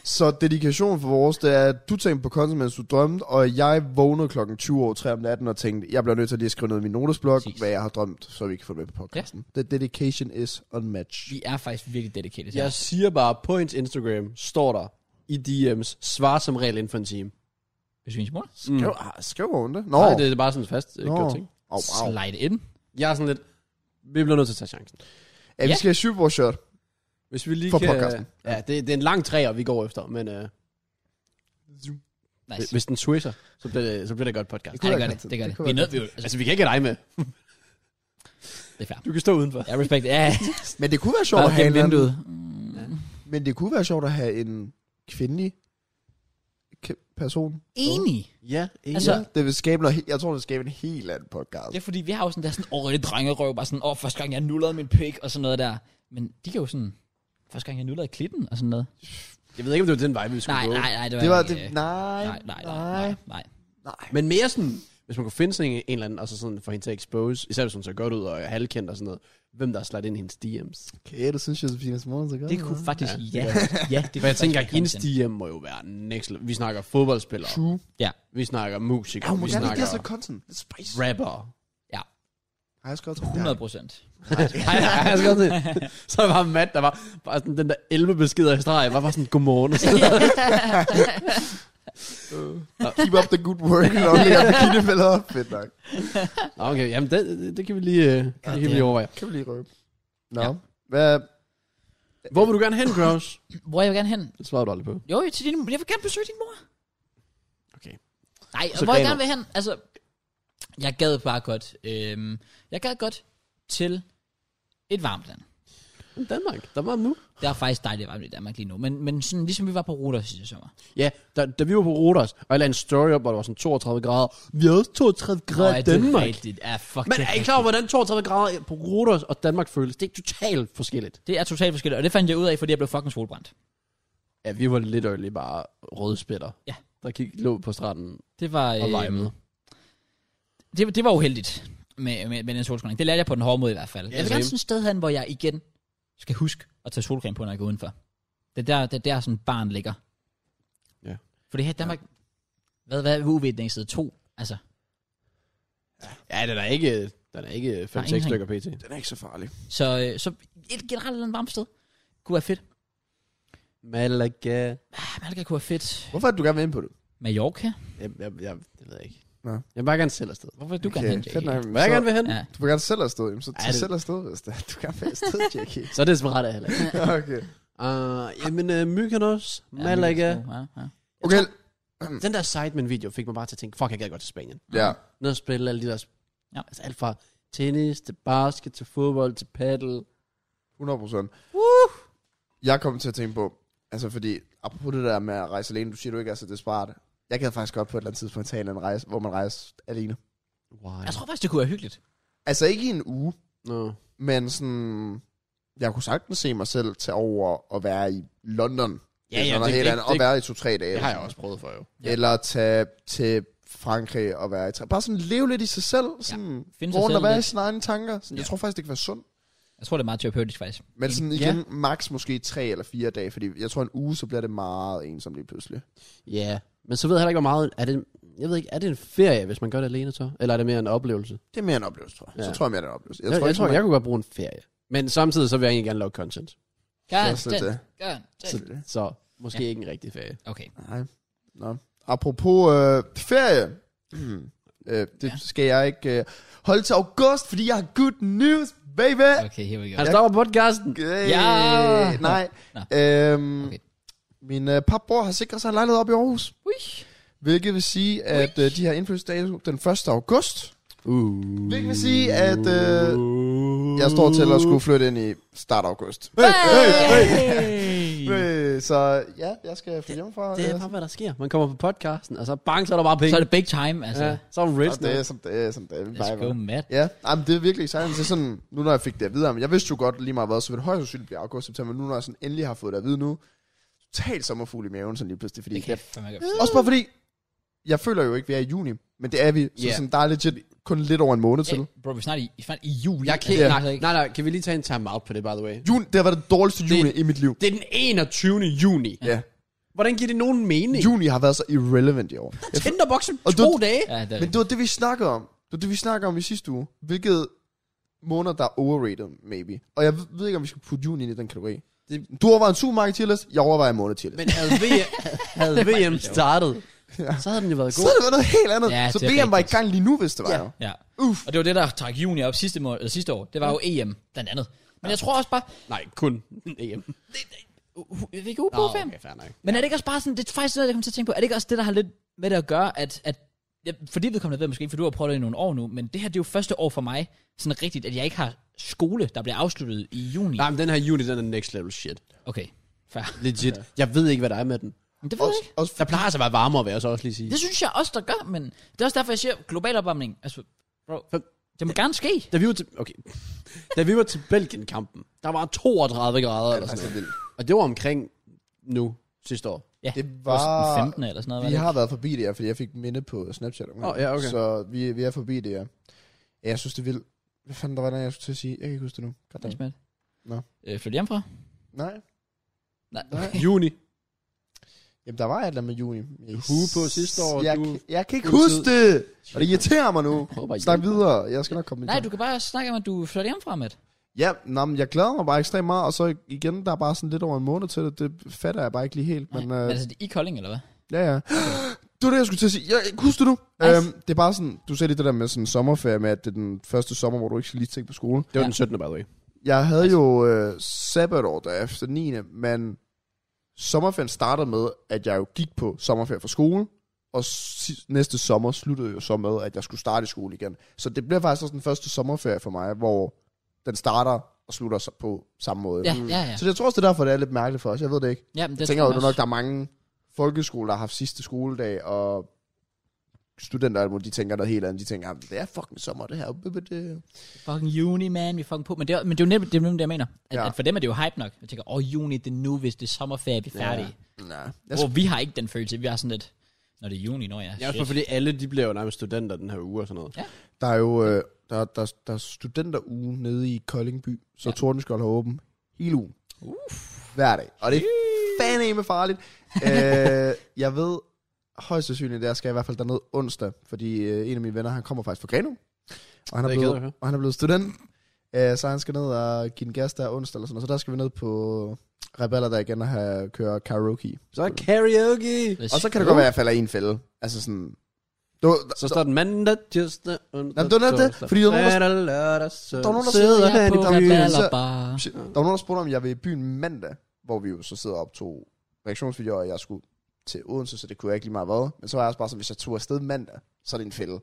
Så dedikation for vores, det er, at du tænkte på konten, mens du drømte, og jeg vågnede klokken 20 over 3 om natten og tænkte, jeg bliver nødt til lige at skrive ned i min notesblok, Præcis. hvad jeg har drømt, så vi kan få det med på podcasten. The dedication is unmatched. Vi er faktisk virkelig dedicated. Jeg siger bare, på hendes Instagram står der i DM's, svar som regel inden for en time. Hvis vi er små, Skriv, ah, skriver hun det? Nå. Nej, det er bare sådan en fast øh, Nå. gjort ting. Au, au. slide ind. Jeg er sådan lidt, vi bliver nødt til at tage chancen. Ja, vi Ja. skal have Superbowl-shirt. Hvis vi lige For kan... podcasten. Ja, det, det er en lang træer, vi går efter, men øh, Nice. hvis den swisher, så bliver det, så bliver det godt podcast. Ja, det gør det, det gør det. Vi er nødt, vi er, altså, Altså, vi kan ikke have dig med. det er fair. Du kan stå udenfor. Jeg respekt, ja. Men det kunne være sjovt Bare at have en gennem eller anden, vinduet. Men det kunne være sjovt at have en kvindelig k- person. Enig. Ja, ikke? Altså, Altså, Ja, det vil skabe noget, he- jeg tror, det vil skabe en helt anden podcast. Det er fordi, vi har jo sådan der sådan, åh, det drengerøv, bare sådan, åh, første gang jeg nullerede min pik, og sådan noget der. Men de kan jo sådan, første gang jeg nullerede klitten, og sådan noget. jeg ved ikke, om det var den vej, vi skulle Nej, gå. nej, nej, det var, Det var, ikke, det, øh, nej, nej, nej, nej, nej, nej. nej. Men mere sådan, hvis man kunne finde sådan en, en eller anden, og så sådan få hende til at expose, især hvis hun ser godt ud og er halvkendt og sådan noget, hvem der har slået ind i hendes DM's. Okay, det synes jeg, Sofie Smålen så godt. Det kunne faktisk, Ja, det ja. ja det For jeg tænker, at faktisk være hendes content. DM må jo være next level. Vi snakker fodboldspillere, True. Ja, vi snakker Ja, musikere, hun må vi gerne snakker give os noget content. Lidt spice. rapper. ja. Har jeg skrevet 100 procent. Ej, ej, jeg skal også se. Så var Matt, der var bare sådan den der 11 beskeder i streg, var bare sådan, godmorgen. Så, Keep up the good work, når hun lægger bikinifælder op. Fedt nok. Nå, okay, jamen det, det, det kan vi lige, øh, det kan vi lige overveje. Kan vi lige røbe? Nå. Ja. Hvad? Hvor vil du gerne hen, Kraus? Hvor jeg vil gerne hen? Det svarer du aldrig på. Jo, til din, jeg vil gerne besøge din mor. Okay. Nej, og Så hvor jeg Grenaa. gerne vil hen, altså, jeg gad bare godt, øhm, jeg gad godt til et varmt land. Danmark, der var nu. Der er faktisk dejligt varmt i Danmark lige nu, men, men sådan, ligesom vi var på ruter sidste sommer. Ja, da, da vi var på Rodos, og jeg lagde en story op, hvor der var sådan 32 grader. Vi havde også 32 grader i er Danmark. rigtigt? Ja, fuck Men det er I rigtigt. klar over, hvordan 32 grader på Rodos og Danmark føles? Det er totalt forskelligt. Det er totalt forskelligt, og det fandt jeg ud af, fordi jeg blev fucking solbrændt. Ja, vi var lidt øjelig bare røde spætter. Ja. Der gik, lå på stranden Det var, og øhm, limede. det, det var uheldigt med, med, med den solskræning. Det lærte jeg på den hårde måde i hvert fald. Ja, jeg vil same. gerne sådan et sted hen, hvor jeg igen skal huske at tage solcreme på, når jeg går udenfor. Det er der, det er der sådan barn ligger. Ja. Fordi her i Danmark, hvad, hvad er UV-dængside 2? Altså, Ja, den er ikke, den er ikke Der er 5-6 stykker pt. Den er ikke så farlig. Så, øh, så et generelt et varmt sted kunne være fedt. Malaga. Ah, Malaga kunne være fedt. Hvorfor er det, du gerne vil ind på det? Mallorca? Jeg, jeg, jeg, det ved jeg ikke. Nå. Jeg vil bare gerne selv afsted. Hvorfor vil du gerne hen, fedt Jake? nok. Hvad jeg Så- gerne vil hen? Ja. Ja. Du vil gerne selv afsted, jamen så Ej, tag det- selv afsted, hvis det er. Du gerne vil afsted, Jackie. Så er det desperat af heller ikke. okay. Uh, jamen, uh, Mykonos, Ja, Malaga. Mallorca. Ja, ja. Okay, den der Sidemen-video fik mig bare til at tænke, fuck, jeg gad godt til Spanien. ja. Ned og spille alle de der... Ja. Ja. Altså alt fra tennis, til basket, til fodbold, til paddle. 100 procent. Jeg kom til at tænke på, altså fordi, apropos det der med at rejse alene, du siger, du ikke er så desperat. Jeg gad faktisk godt på et eller andet tidspunkt tage en eller anden rejse, hvor man rejser alene. Why? Jeg tror faktisk, det kunne være hyggeligt. Altså ikke i en uge, No. men sådan... Jeg kunne sagtens se mig selv tage over og være i London. Ja, eller ja, noget det- helt det- andet, det- og være i to-tre dage. Det har jeg også prøvet før, jo. Ja. Eller tage til Frankrig og være i træ. Bare sådan leve lidt i sig selv. Sådan, ja. Finde sig Vågne og selv være i lidt. sine egne tanker. Sådan, ja. Ja. Jeg tror faktisk, det kan være sundt. Jeg tror, det er meget terapeutisk, faktisk. Men sådan Ja. igen, ja. max måske tre eller fire dage. Fordi jeg tror, en uge, så bliver det meget ensomt lige pludselig. Ja, yeah. men så ved jeg heller ikke, hvor meget... Er det, jeg ved ikke, er det en ferie, hvis man gør det alene så? Eller er det mere en oplevelse? Jeg, Det er mere en oplevelse, tror jeg. Ja. Ja. Så tror jeg mere, det er en oplevelse. jeg tror, jeg, ikke, tror man- jeg kunne godt bruge en ferie. Men samtidig så vil jeg egentlig gerne lave content. Det er Garn, også lidt det. garn, Selvfølgelig. Så måske Ja. ja. ikke en rigtig ferie. Okay. Nej. Nå. Apropos øh, ferie. Hmm. øh, det Ja. ja. skal jeg ikke øh, holde til august, fordi jeg har good news, baby! Okay, here we go. Han stopper podcasten. Okay. Ja! Nej. Nå. Øhm, Okay. okay. Min øh, papbror har sikret sig en lejlighed op i Aarhus. Ui. Hvilket vil sige, at øh, de har indfødsdato den 1. august. Uh. Hvilket vil sige, at øh, jeg står til at skulle flytte ind i start august. Hey, hey, hey. Øh, så ja, jeg skal flytte hjemmefra. Det er øh, bare, hvad der sker. Man kommer på podcasten, og så bang, så er der bare penge. Så er det big time, altså. ja, så er man og rich det er nu. som det er, som det er. Vi Let's plejer at go, være. Matt. Ja, Ej, men det er virkelig exciting. Det er sådan, nu når jeg fik det at vide, men jeg vidste jo godt lige meget hvad, så ville det højst sandsynligt blive august, september. Nu når jeg sådan endelig har fået det at vide nu, totalt sommerfugl i maven sådan lige pludselig, fordi Det kan jeg fandme godt forstå. Også bare fordi, jeg føler jo ikke, vi er i juni, men det er vi. Så Ja. yeah. sådan, der er legit kun lidt over en måned til. Hey, bro, vi er snart i, vi er snart i juli. Jeg kan, Altså, nej, det er ikke- nej, nej, kan vi lige tage en time-out på det, by the way? Juni, det har været det dårligste Det- juni i mit liv. Det er den 21. juni. Ja. Hvordan giver det nogen mening? Juni har været så irrelevant i år. Tinderboksen Og to du- dage. Ja, det er Men det var det, vi snakkede om. Det var det, vi snakkede om i sidste uge. Hvilket måneder, der er overrated, maybe. Og jeg ved- ved ikke, om vi skal putte juni ind i den kategori. Det- Du overvejer en supermarked tier list, jeg overvejer en måned tier list. Men havde, v- havde VM startet, så havde den jo været Så god. er det været noget helt andet. Ja, Ja, så det er VM var i rigtigt. gang lige nu, hvis det var. Ja. jo. Ja. Uff. Og det var det, der trak juni op sidste, må- eller sidste år. Det var jo EM, blandt andet. Men jeg tror også bare, Nej, kun E EM. vi kan på fem. fair nok. Men er det ikke også bare sådan, det er faktisk noget, jeg kommer til at tænke på, er det ikke også det, der har lidt med det at gøre, at, at ja, fordi vedkommende ved måske ikke, for du har prøvet det i nogle år nu, men det her, det er jo første år for mig, sådan rigtigt, at jeg ikke har skole, der bliver afsluttet i juni. Nej, men den her juni, den er next level shit. Okay, fair. Legit. Jeg ved ikke, hvad der er med den. Men det ved jeg Også, ikke. også Der plejer altså at være varmere, vil jeg så også lige sige. Det synes jeg også, der gør, men det er også derfor, jeg siger, global opvarmning, altså, bro, det må gerne ske. Da vi var til, okay. da vi var til Belgien-kampen, der var 32 grader eller sådan altså, noget. vildt. Og det var omkring nu, sidste år. Ja, Det var var- sådan 15 eller sådan noget. var Vi det har været forbi det, ja, fordi jeg fik minde på Snapchat. om det. Åh, ja, okay. Så vi, vi er forbi det, ja. ja. Jeg synes, det er vildt. Hvad fanden der var der, jeg skulle til at sige? Jeg kan ikke huske det nu. ikke? Det Goddag. er smidt. Nå. Øh, flyt hjemmefra? Nej. Nej. Nej. Juni. Jamen, der var et eller andet med juni. Jeg Hue på sidste år, Jeg, du- kan- jeg kan ikke fuldtid. huske det! Og det irriterer mig nu. Prøv bare at Snak hjælpe videre. Jeg skal nok komme Nej, ind. du kan bare snakke om, at du flytter hjemmefra, Matt. Ja, nå, men jeg glæder mig bare ekstremt meget. Og så igen, der er bare sådan lidt over en måned til det. Det fatter jeg bare ikke lige helt. Men, Øh... øh, Altså, det er i Kolding, eller hvad? Ja, ja. Det var det, jeg skulle til at sige. Jeg jeg kan huske det nu. Nice. Øhm, det er bare sådan, du sagde lige det der med sådan sommerferie, med at det er den første sommer, hvor du ikke skal lige tænke på skolen. Det var Ja. den 17. by the way. Jeg havde jo øh, sabbatår der efter 9. Men sommerferien startede med, at jeg jo gik på sommerferie fra skole. Og si- næste sommer sluttede jo så med, at jeg skulle starte i skole igen. Så det bliver faktisk også den første sommerferie for mig, hvor den starter og slutter sig på samme måde. Ja, ja, ja. Så jeg tror også, det er derfor, det er lidt mærkeligt for os. Jeg ved det ikke. ja men det Jeg tænker jo tror nu nok, også. der er mange folkeskoler, der har haft sidste skoledag, og studenter, og alt muligt, de tænker noget helt andet. De tænker, "Jamen, det er fucking sommer, det her. Bup, bup, det." Fucking juni, man, vi er fucking på. Men det er, men det er jo netop det, er nemlig det, jeg mener. At, ja. Ja. at, for dem er det jo hype nok. Jeg tænker, åh, oh, juni, det er nu, hvis det er sommerferie, vi er færdige. Ja. Nej. Jeg Hvor vi har ikke den følelse. Vi har sådan lidt, når det er juni, når jeg Ja, også bare fordi alle, de bliver jo nærmest studenter den her uge og sådan noget. Ja. Der er jo øh, der, der, der er studenteruge nede i Koldingby, så Ja. ja. Tordenskjold har åben hele ugen. Uff. Hver dag. Og det er fandeme farligt. øh, jeg ved højst sandsynligt, at jeg skal i hvert fald derned onsdag, fordi øh, en af mine venner, han kommer faktisk fra Grenaa, og han er, Det er jeg ked af at høre. blevet, og han er blevet student, øh, så han skal ned og give en gas der onsdag eller sådan noget, så der skal vi ned på Rebeller der igen og have, køre karaoke. Så er karaoke. Og så kan det godt være, at jeg falder i en fælde. Altså sådan... Du, Så står den mandag, tirsdag, onsdag, Jamen, det var netop det, fordi der var nogen, der- fredag, lørdag, søndag. der var nogen, der sidder sagde, Jeg her er i på byen. Rabalder så- bare. Shit. Der var nogen, der spurgte, om jeg ville i byen mandag, hvor vi jo så sidder og optog reaktionsvideoer, og jeg skulle til Odense, så det kunne jeg ikke lige meget hvad. Men så var jeg også bare sådan, hvis jeg tog afsted mandag, så er det en fælde.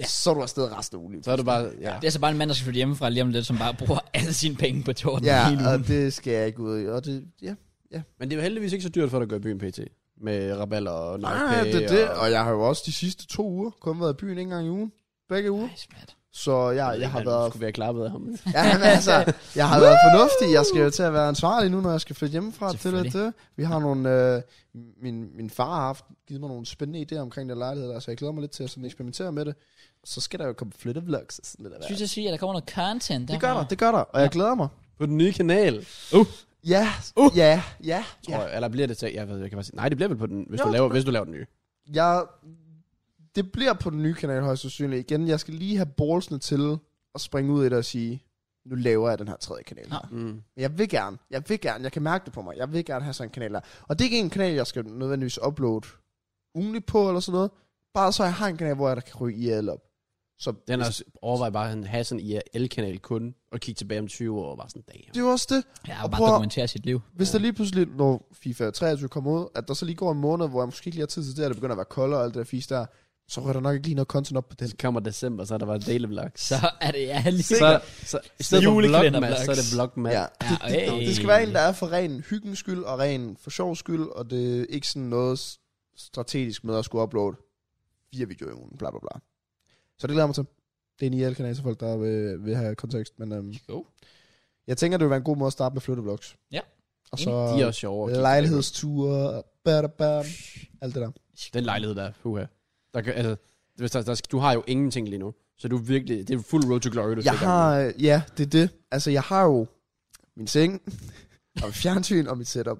ja. så er du afsted resten af ugen. Så er det bare, ja. Det er altså bare en mand, der skal flytte hjemmefra lige om lidt, som bare bruger alle sine penge på Jordan ja, hele Ja, ugen. og det skal jeg ikke ud i. Og det, ja. Men det er jo heldigvis ikke så dyrt for dig at gå i byen pt. Med raballer og Nike Nej, det er og- det. Og jeg har jo også de sidste to uger kun været i byen en gang i ugen. Begge uger. Nice, man. Så jeg, jeg har været... Skulle være klappet af ham. Ja, men altså, jeg har været fornuftig. Jeg skal jo til at være ansvarlig nu, når jeg skal flytte hjemmefra til det. Selvfølgelig. det. Vi har nogle... Øh, min, min far har haft, givet mig nogle spændende idéer omkring den lejlighed der, så jeg glæder mig lidt til at sådan eksperimentere med det. Så skal der jo komme flyttevlogs og sådan lidt af Synes hvert. jeg sige, at der kommer noget content Det gør derfra? der, det gør der, og jeg glæder mig. På den nye kanal. Ja, Uh. ja, ja, Tror ja. jeg, eller bliver det til, jeg, ved, jeg kan faktisk, nej, det bliver vel på den, hvis, Jo, du, laver, hvis du laver den nye. Jeg, det bliver på den nye kanal højst sandsynligt igen. Jeg skal lige have ballsene til at springe ud i det og sige, nu laver jeg den her tredje kanal. Nå. Mm. Men Jeg vil gerne, jeg vil gerne, jeg kan mærke det på mig. Jeg vil gerne have sådan en kanal der. Og det er ikke en kanal, jeg skal nødvendigvis uploade ugenligt på eller sådan noget. Bare så jeg har en kanal, hvor jeg der kan ryge IRL op. Så Den er også overvej bare at have sådan en IRL-kanal kun, og kigge tilbage om 20 år og bare sådan, damn. det er jo også det. Ja, Og og bare prøv at- dokumentere sit liv. Hvis der lige pludselig, når FIFA 23 kommer ud, at der så lige går en måned, hvor jeg måske ikke lige har tid til det, og det begynder at være koldere og alt det der fisk der, så rører der nok ikke lige noget content op på den. Så kommer december, så er der bare daily vlogs. Så er det ja, lige så, så i stedet for Julekalenderblogs. vlogmas, så er det vlogmas. Ja. Ja, Det, det, hey. det skal være en, der er for ren hyggens skyld og ren for sjov skyld, og det er ikke sådan noget s- strategisk med at skulle uploade fire videoer i ugen, bla bla bla. Så det glæder jeg mig til. Det er en IRL-kanal til folk, der vil, vil have kontekst, men øhm, Jo. jeg tænker, det vil være en god måde at starte med flyttevlogs. Ja. Og Enig. De er så øh, også sjove. at kigge lejlighedsture, bada bam, alt det der. tilbage på. Den lejlighed der, huha. Der, kan- altså, hvis der, der, skal- du har jo ingenting lige nu. Så du er virkelig, det er fuld road to glory, du Jeg skal i gang med. har, ja, det er det. Altså, jeg har jo min seng, og mit fjernsyn og mit setup.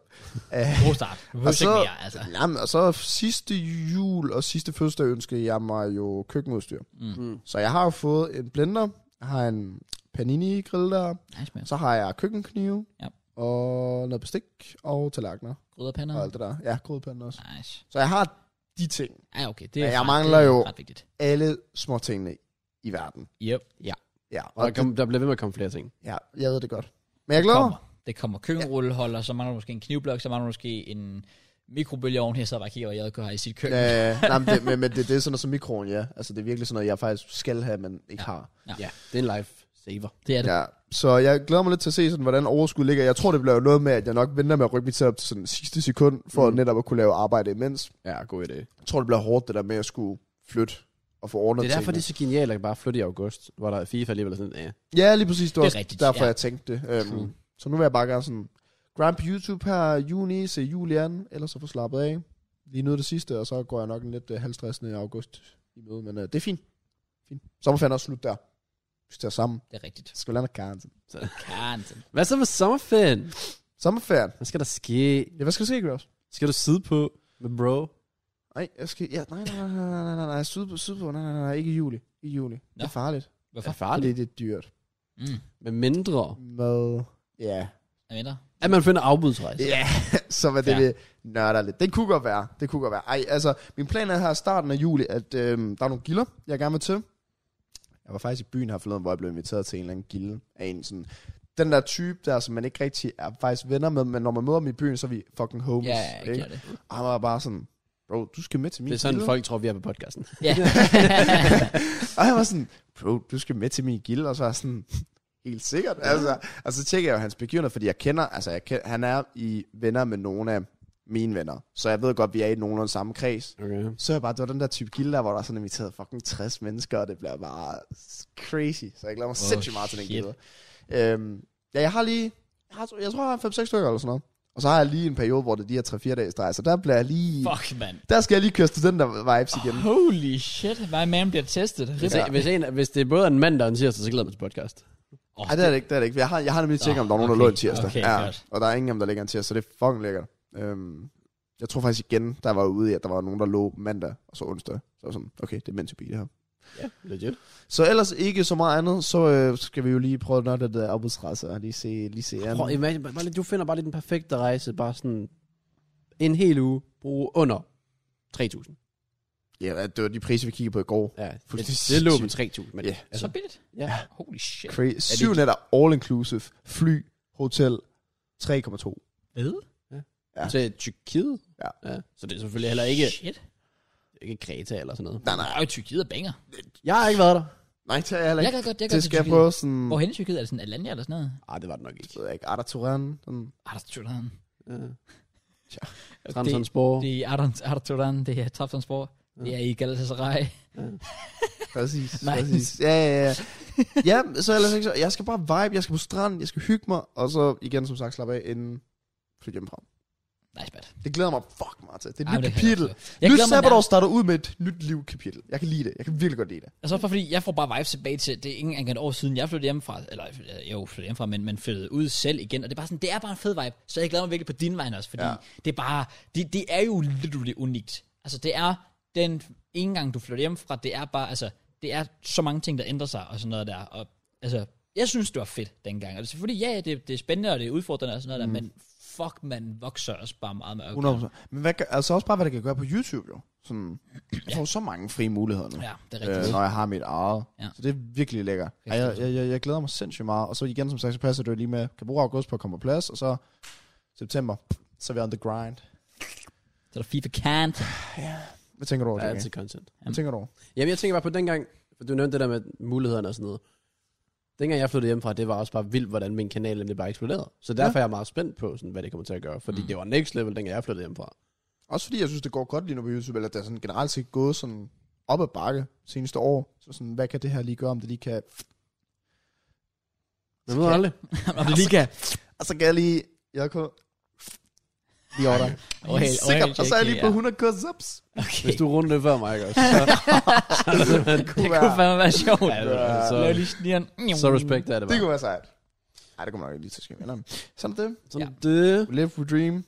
Øh, God start. Du behøver Og ikke så- mere, altså. Jamen, og så sidste jul og sidste fødselsdag ønskede jeg mig jo køkkenudstyr. Mm. Mm. Så jeg har jo fået en blender, jeg har en panini-grill der, Nice, man. så har jeg køkkenknive, Ja. og noget bestik, og tallerkener, Gryderpander. og alt det der. Ja, kodepander også. Nice. Så jeg har de ting, Ja, okay. Det er Ja, jeg ret- mangler det er jo- ret vigtigt. alle små tingene i verden. Yep. Ja, Og der, kom, der bliver ved med at komme flere ting. ja jeg ved det godt. Men jeg glæder mig. Kommer. Det kommer køkkenrulleholder, så mangler du måske en knivblok, så mangler du måske en mikrobølgeovn her, så bare kigger, hvad jeg har i sit køkken. Øh, nej, men det, men, men det, det er sådan noget som mikroen, ja. Altså, det er virkelig sådan noget, jeg faktisk skal have, men ikke Ja. har. Ja, det er en life saver. Det er det. Ja, så jeg glæder mig lidt til at se, sådan, hvordan overskud ligger. Jeg tror, det bliver jo noget med, at jeg nok venter med at rykke mit setup til sådan sidste sekund, for Mm. mm. netop at kunne lave arbejde imens. Ja, god idé. Jeg tror, det bliver hårdt, det der med at skulle flytte og få ordnet Det er derfor, det tingene. er så genialt at bare flytte i august, hvor der er FIFA alligevel er sådan, ja. Ja, lige præcis. Det var Det er også rigtigt, derfor, ja. jeg tænkte det. True. Øhm, så nu vil jeg bare gerne sådan, grind på YouTube her i juni, se Julian, ellers så få slappet af. Lige nu det sidste, og så går jeg nok en lidt uh, halvstressende august i møde, men uh, det er fint. fint. Sommerferien er også slut der. Vi skal sammen. Det er rigtigt. Skal vi lade med karantæn. Kanten. Hvad så med sommerferien? Sommerferien. Hvad skal der ske? Ja, hvad skal der ske, Gros? Skal du sidde på med bro? Nej, jeg skal... Ja, nej, nej, nej, nej, nej, nej, nej, sydpå, sydpå, nej, nej, nej, ikke i juli. Ikke i juli. Det er farligt. Hvorfor? Er Fordi farligt. det er dyrt. Mm. Med mindre, Med... Ja. Jeg venter. at man finder afbudsrejse. Ja, så var det Fair. vil nørder lidt. Det kunne godt være. Det kunne godt være. Ej, altså, min plan er her i starten af juli, at øhm, der er nogle gilder, jeg gerne vil til. Jeg var faktisk i byen her forleden, hvor jeg blev inviteret til en eller anden gilde af en sådan... Den der type der, som man ikke rigtig er faktisk venner med, men når man møder dem i byen, så er vi fucking homies. Ja, jeg ikke? gør det. Og han var bare sådan, bro, du skal med til min Det er sådan, gilde." folk tror, vi er på podcasten. Ja. og jeg var sådan, bro, du skal med til min gilde, og så var jeg sådan, helt sikkert. Altså, og så tjekker jeg jo hans begivenheder, fordi jeg kender, altså jeg kender, han er i venner med nogle af mine venner, så jeg ved godt, vi er i nogenlunde samme kreds. Okay. Så er jeg bare, det var den der type gilde der, hvor der er sådan inviteret fucking 60 mennesker, og det bliver bare crazy. Så jeg glæder mig oh, sindssygt meget til den shit. gilde. Øhm, ja, jeg har lige, jeg, har, jeg tror, jeg har 5-6 stykker eller sådan noget. Og så har jeg lige en periode, hvor det er de her 3-4 dages drejer, så der bliver jeg lige... Fuck, mand. Der skal jeg lige køre studenter-vibes igen. Holy shit. My man bliver testet. Hvis, Ja. ja. hvis, en, hvis det er både en mandag og en tirsdag, så glæder man til podcast. Oh, Nej, det er det ikke, det er det ikke. for Jeg har, jeg har nemlig tjekket, om der var nogen, okay, der lå en tirsdag. okay, ja, godt. og der er ingen af dem, der ligger en tirsdag, så det er fucking lækkert. Øhm, jeg tror faktisk igen, der var ude i, at der var nogen, der lå mandag og så onsdag. Så jeg var sådan, okay, det er meant to be det her. Ja, legit. Så ellers ikke så meget andet, så øh, skal vi jo lige prøve at nørde det der arbejdsrejse og lige se, lige se Prøv, andet. imagine, bare, bare lige- du finder bare lige den perfekte rejse, bare sådan en hel uge, bruge under 3.000. Ja, det var de priser, vi kiggede på i går. Ja, Fuldstændig det, det lå med 3.000, men Ja. Så altså, billigt. ja. Holy shit. Crazy. Syv nætter, all inclusive, fly, hotel, 3,2. Hvad? til Tyrkiet. Ja. ja. Så det er selvfølgelig heller ikke, Shit. ikke Kreta eller sådan noget. Nej, nej. Nej, Tyrkiet er banger. Jeg har ikke været der. Nej, det er jeg heller Jeg ikke. kan godt, jeg kan Det godt skal jeg lide prøve Tyrkiet. sådan... Hvorhen i Tyrkiet? Er det sådan Alanya eller sådan noget? Ah, det var det nok ikke. Jeg ved ikke, Arda Turan. Sådan. Ah, der er Turan. Uh, Det, Transanspor. det er Arden, Arden Turan, det er Trabzonspor. Det er i Galatasaray. Præcis, Nice. præcis. Ja, ja, ja. ja, så ellers ikke så. Jeg skal bare vibe, jeg skal på stranden, jeg skal hygge mig, og så igen, som sagt, slappe af, inden flytte hjemmefra. Nice, bad. Det glæder mig fuck meget til. Det er et Ej, men nyt det kan Jeg, kapitel. godt forstå. jeg Nyt glæder mig sabbatår nærmest- starter ud med et nyt liv kapitel. Jeg kan lide det. Jeg kan virkelig godt lide det. Altså også bare fordi, jeg får bare vibes tilbage til, det er ikke engang et år siden, jeg flyttede hjemmefra, eller øh, jo, flyttede hjemmefra, men man flyttede ud selv igen, og det er bare sådan, det er bare en fed vibe, så jeg glæder mig virkelig på din vej også, fordi Ja. ja. det er bare, det, det er jo literally unikt. Altså det er den ene gang, du flytter hjemmefra, det er bare, altså, det er så mange ting, der ændrer sig og sådan noget der, og altså, jeg synes, det var fedt dengang, og det er selvfølgelig, ja, det, det er spændende, og det er udfordrende og sådan noget Mm. der, men fuck, man vokser også bare meget med at 100%. Men hvad gør, altså også bare, hvad det kan gøre på YouTube, jo. Sådan, jeg får så mange frie muligheder nu. Ja, det er rigtigt. øh, når jeg har mit eget. Ja. Ja. Så det er virkelig lækkert. Ej, Rigtig jeg, jeg, jeg, jeg glæder mig sindssygt meget. Og så igen, som sagt, så passer det jo lige med, kan bruge august på at komme på plads, og så september, så er vi on the grind. Så er der FIFA Can't. Hvad tænker du over Der er det? Jake? altid content. Hvad tænker du over? Jamen, jeg tænker bare på dengang, for du nævnte det der med mulighederne og sådan noget. Dengang jeg flyttede hjemmefra, det var også bare vildt, hvordan min kanal nemlig bare eksploderede. Så derfor ja. er jeg meget spændt på, sådan, hvad det kommer til at gøre. Fordi mm. det var next level, dengang jeg flyttede hjemmefra. Også fordi jeg synes, det går godt lige nu på YouTube, eller det er sådan generelt set gået sådan op ad bakke seneste år. Så sådan, hvad kan det her lige gøre, om det lige kan... Man ved aldrig. Om Altså, det lige kan. Og så kan jeg lige... Jeg kan... Lige over dig. Oh, hey, Sikker. Og så er jeg lige på 100k subs. Okay. Hvis du runder det før mig, ikke også? Så, så, er det simpelthen- Det kunne fandme være sjovt. Ja, det var- Ja. Lav lige snigeren. så, så respekt er det Det bare. kunne være sejt. Nej, det kunne man nok ikke lige til at skrive. Nå, men Sådan er det. Sådan det, We live, we dream.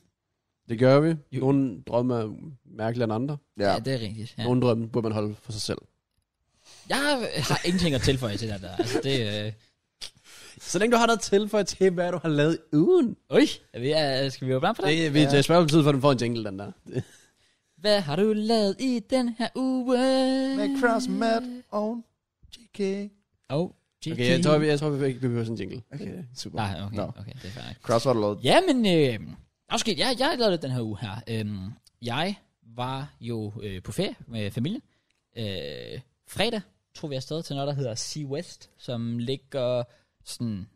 det gør vi. Nogle drømme er mærkeligere end andre. Ja, det er rigtigt. Ja. Nogle drømme burde man holde for sig selv. Jeg har ingenting at tilføje til det der. Altså, det, øh... Så længe du har noget til for at til, hvad du har lavet i ugen. Øj, er vi, er, skal vi åbne op for det? Det, vi, Ja. ja. det er spørgsmål tid for, at den får en jingle, den der. Hvad har du lavet i den her uge? Med Cross, Matt og JK. Oh, GG. Okay, jeg tror, vi, jeg tror, vi ikke behøver sådan en jingle. Okay, super. Nej, okay, Nå. okay, det er færdigt. Cross var der lavet. Ja, men øh, også sket, jeg, jeg lavede det den her uge her. Øhm, jeg var jo øh, på ferie med familien. Øh, fredag tog vi afsted til noget, der hedder Sea West, som ligger sådan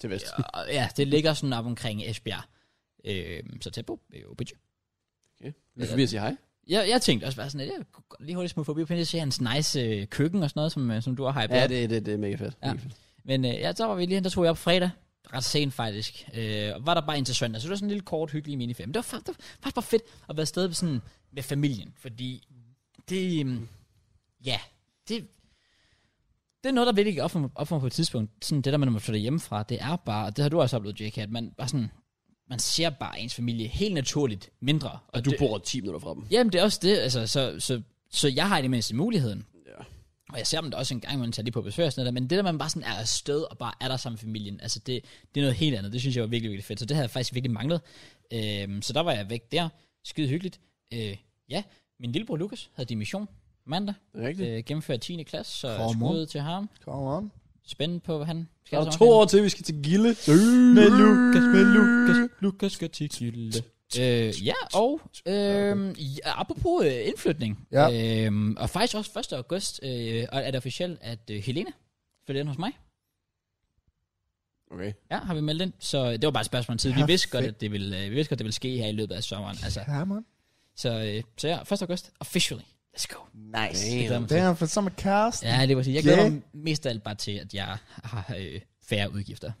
Til vest. Ja. Ja, ja, det ligger sådan op omkring Esbjerg. Øh, så tæt på, jo, bitch. Okay. Vi skal lige sige hej. Jeg, jeg tænkte også bare sådan, at jeg kunne godt lige hurtigt smutte forbi, og finde se hans nice øh, køkken og sådan noget, som, øh, som du har hypet Ja, op. det, det, det er mega fedt. Ja. Mega fedt. Men øh, ja, så var vi lige hen, der tog jeg op fredag. Ret sent faktisk. Øh, og var der bare indtil søndag. Så det var sådan en lille kort, hyggelig minifem. Det var, fa- det var faktisk bare fedt at være afsted med, sådan, med familien. Fordi det... øhm, Ja, det... Det er noget, der virkelig gik op for, mig, op for mig på et tidspunkt. Sådan det der, med, når man flytter hjemmefra, det er bare... Og det har du også oplevet, Jake, at man bare sådan... Man ser bare ens familie helt naturligt mindre. Og, Du det, bor 10 minutter fra dem. Jamen, det er også det. Altså, så, så, så jeg har i det mindste muligheden. Ja. Og jeg ser dem da også en gang, hvor man tager lige på besøg og sådan noget der, men det der, man bare sådan er afsted og bare er der sammen med familien, altså det, det er noget helt andet. Det synes jeg var virkelig, virkelig fedt. Så det havde jeg faktisk virkelig manglet. Øhm, så der var jeg væk der. Skide hyggeligt. Øh, ja, min lillebror Lukas havde dimission mandag. Rigtigt. Øh, gennemførte 10. klasse, så Kom skud til ham. Come on. Spændende på, hvad han Der skal. er to år til, vi skal til Øh. Gille. Med Lukas, med Lukas, Lukas skal til Gilde. Øh, ja, og øh, ja, apropos øh, indflytning, Ja. øh, og faktisk også 1. august, øh, og er det officielt, at øh, Helena flytter ind hos mig. Okay. Ja, har vi meldt ind, så øh, det var bare et spørgsmål om tid. Vi vidste godt, at det ville, øh, vi vidste godt, det ville ske her i løbet af sommeren. Altså, Come on. så, øh, så ja, 1. august, officially. Let's go. Nice. Det glæder jeg mig til. Damn, for summer cast. Ja, det var sige. Jeg glæder Yeah. mig mest af alt bare til, at jeg har øh, færre udgifter.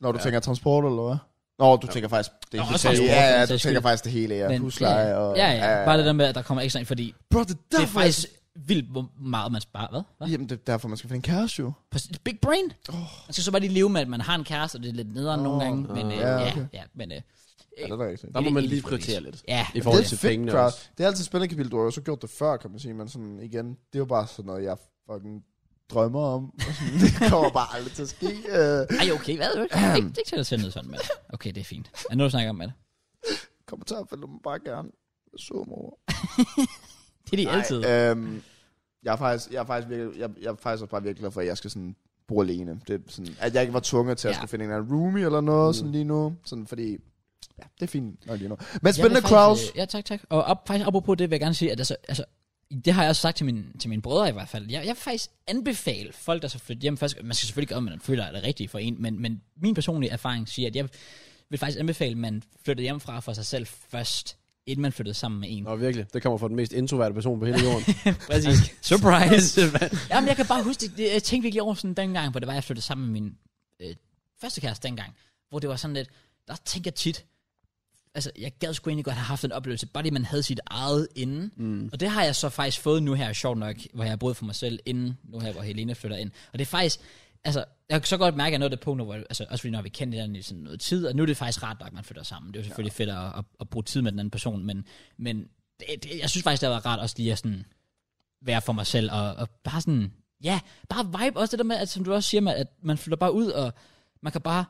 Når du tænker transport, eller hvad? Nå, du tænker faktisk... Det Nå, hele. også transport, ja, ja, for den du sags tænker skyld. faktisk det hele, ja. Men- Husleje og... Ja, ja, bare det der med, at der kommer ekstra ind, fordi Bro, det er det derfor... er faktisk vildt, hvor meget man sparer. Hvad? Hvad? Jamen, det er derfor, man skal finde en kæreste, jo. Præcis. Big brain. Oh. Man skal så bare lige leve med, at man har en kæreste, og det er lidt nederen oh. nogle gange. Men øh, Ja, ja, ja, okay. ja, men øh, Ja, det er da rigtigt. Der må Det er man helt lige præcis. prioritere lidt. ja. I Det forhold er til et fedt pengene crowd. også. Det er altid et spændende kapitel. Du har jo så gjort det før, kan man sige. Men sådan igen, det er jo bare sådan noget, jeg fucking drømmer om. Og sådan, det kommer bare aldrig til at ske. Øh, Ej, okay, hvad? Øh, ikke, ikke til at sende noget sådan med det. Okay, det er fint. Er nu, du snakker om med det? kommentarfeltet må bare gerne. Jeg så mig over. Det er de altid. Øh. øhm, jeg er faktisk, jeg er faktisk, virkelig, jeg, jeg er faktisk også bare virkelig glad for, at jeg skal sådan bo alene. Det er sådan, at jeg ikke var tvunget til at Ja. ja. skulle finde en eller anden roomie eller noget Mm. mm. sådan lige nu. Sådan fordi, Ja, det er fint nok lige nu. Men Jeg vil spændende faktisk, Kraus. øh, Ja, tak, tak. Og op, faktisk apropos det, vil jeg gerne sige, at altså, altså, det har jeg også sagt til, min, til mine brødre i hvert fald. Jeg, jeg vil faktisk anbefale folk, der så flytter hjem. Først, man skal selvfølgelig gøre, om man føler, at det er rigtigt for en, men, men min personlige erfaring siger, at jeg vil faktisk anbefale, at man flytter hjemmefra for sig selv først, inden man flyttede sammen med en. Nå, virkelig. Det kommer fra den mest introverte person på hele jorden. Præcis. Altså, Surprise. Jamen, jeg kan bare huske, det, det- jeg tænkte virkelig over sådan dengang, hvor det var, jeg flyttede sammen med min øh, første kæreste dengang, hvor det var sådan lidt, der tænker jeg tit, altså, jeg gad sgu egentlig godt have haft en oplevelse, bare det, man havde sit eget inden. Mm. Og det har jeg så faktisk fået nu her, sjovt nok, hvor jeg har boet for mig selv inden, nu her, hvor Helena flytter ind. Og det er faktisk, altså, jeg kan så godt mærke, at noget af det punkt, hvor, altså, også fordi når vi kendte hinanden i sådan noget tid, og nu er det faktisk rart nok, at man flytter sammen. Det er jo selvfølgelig ja. fedt at, at, at, bruge tid med den anden person, men, men det, det, jeg synes faktisk, det har været rart også lige at sådan, være for mig selv, og, og bare sådan, ja, bare vibe også det der med, at som du også siger, man, at man flytter bare ud, og man kan bare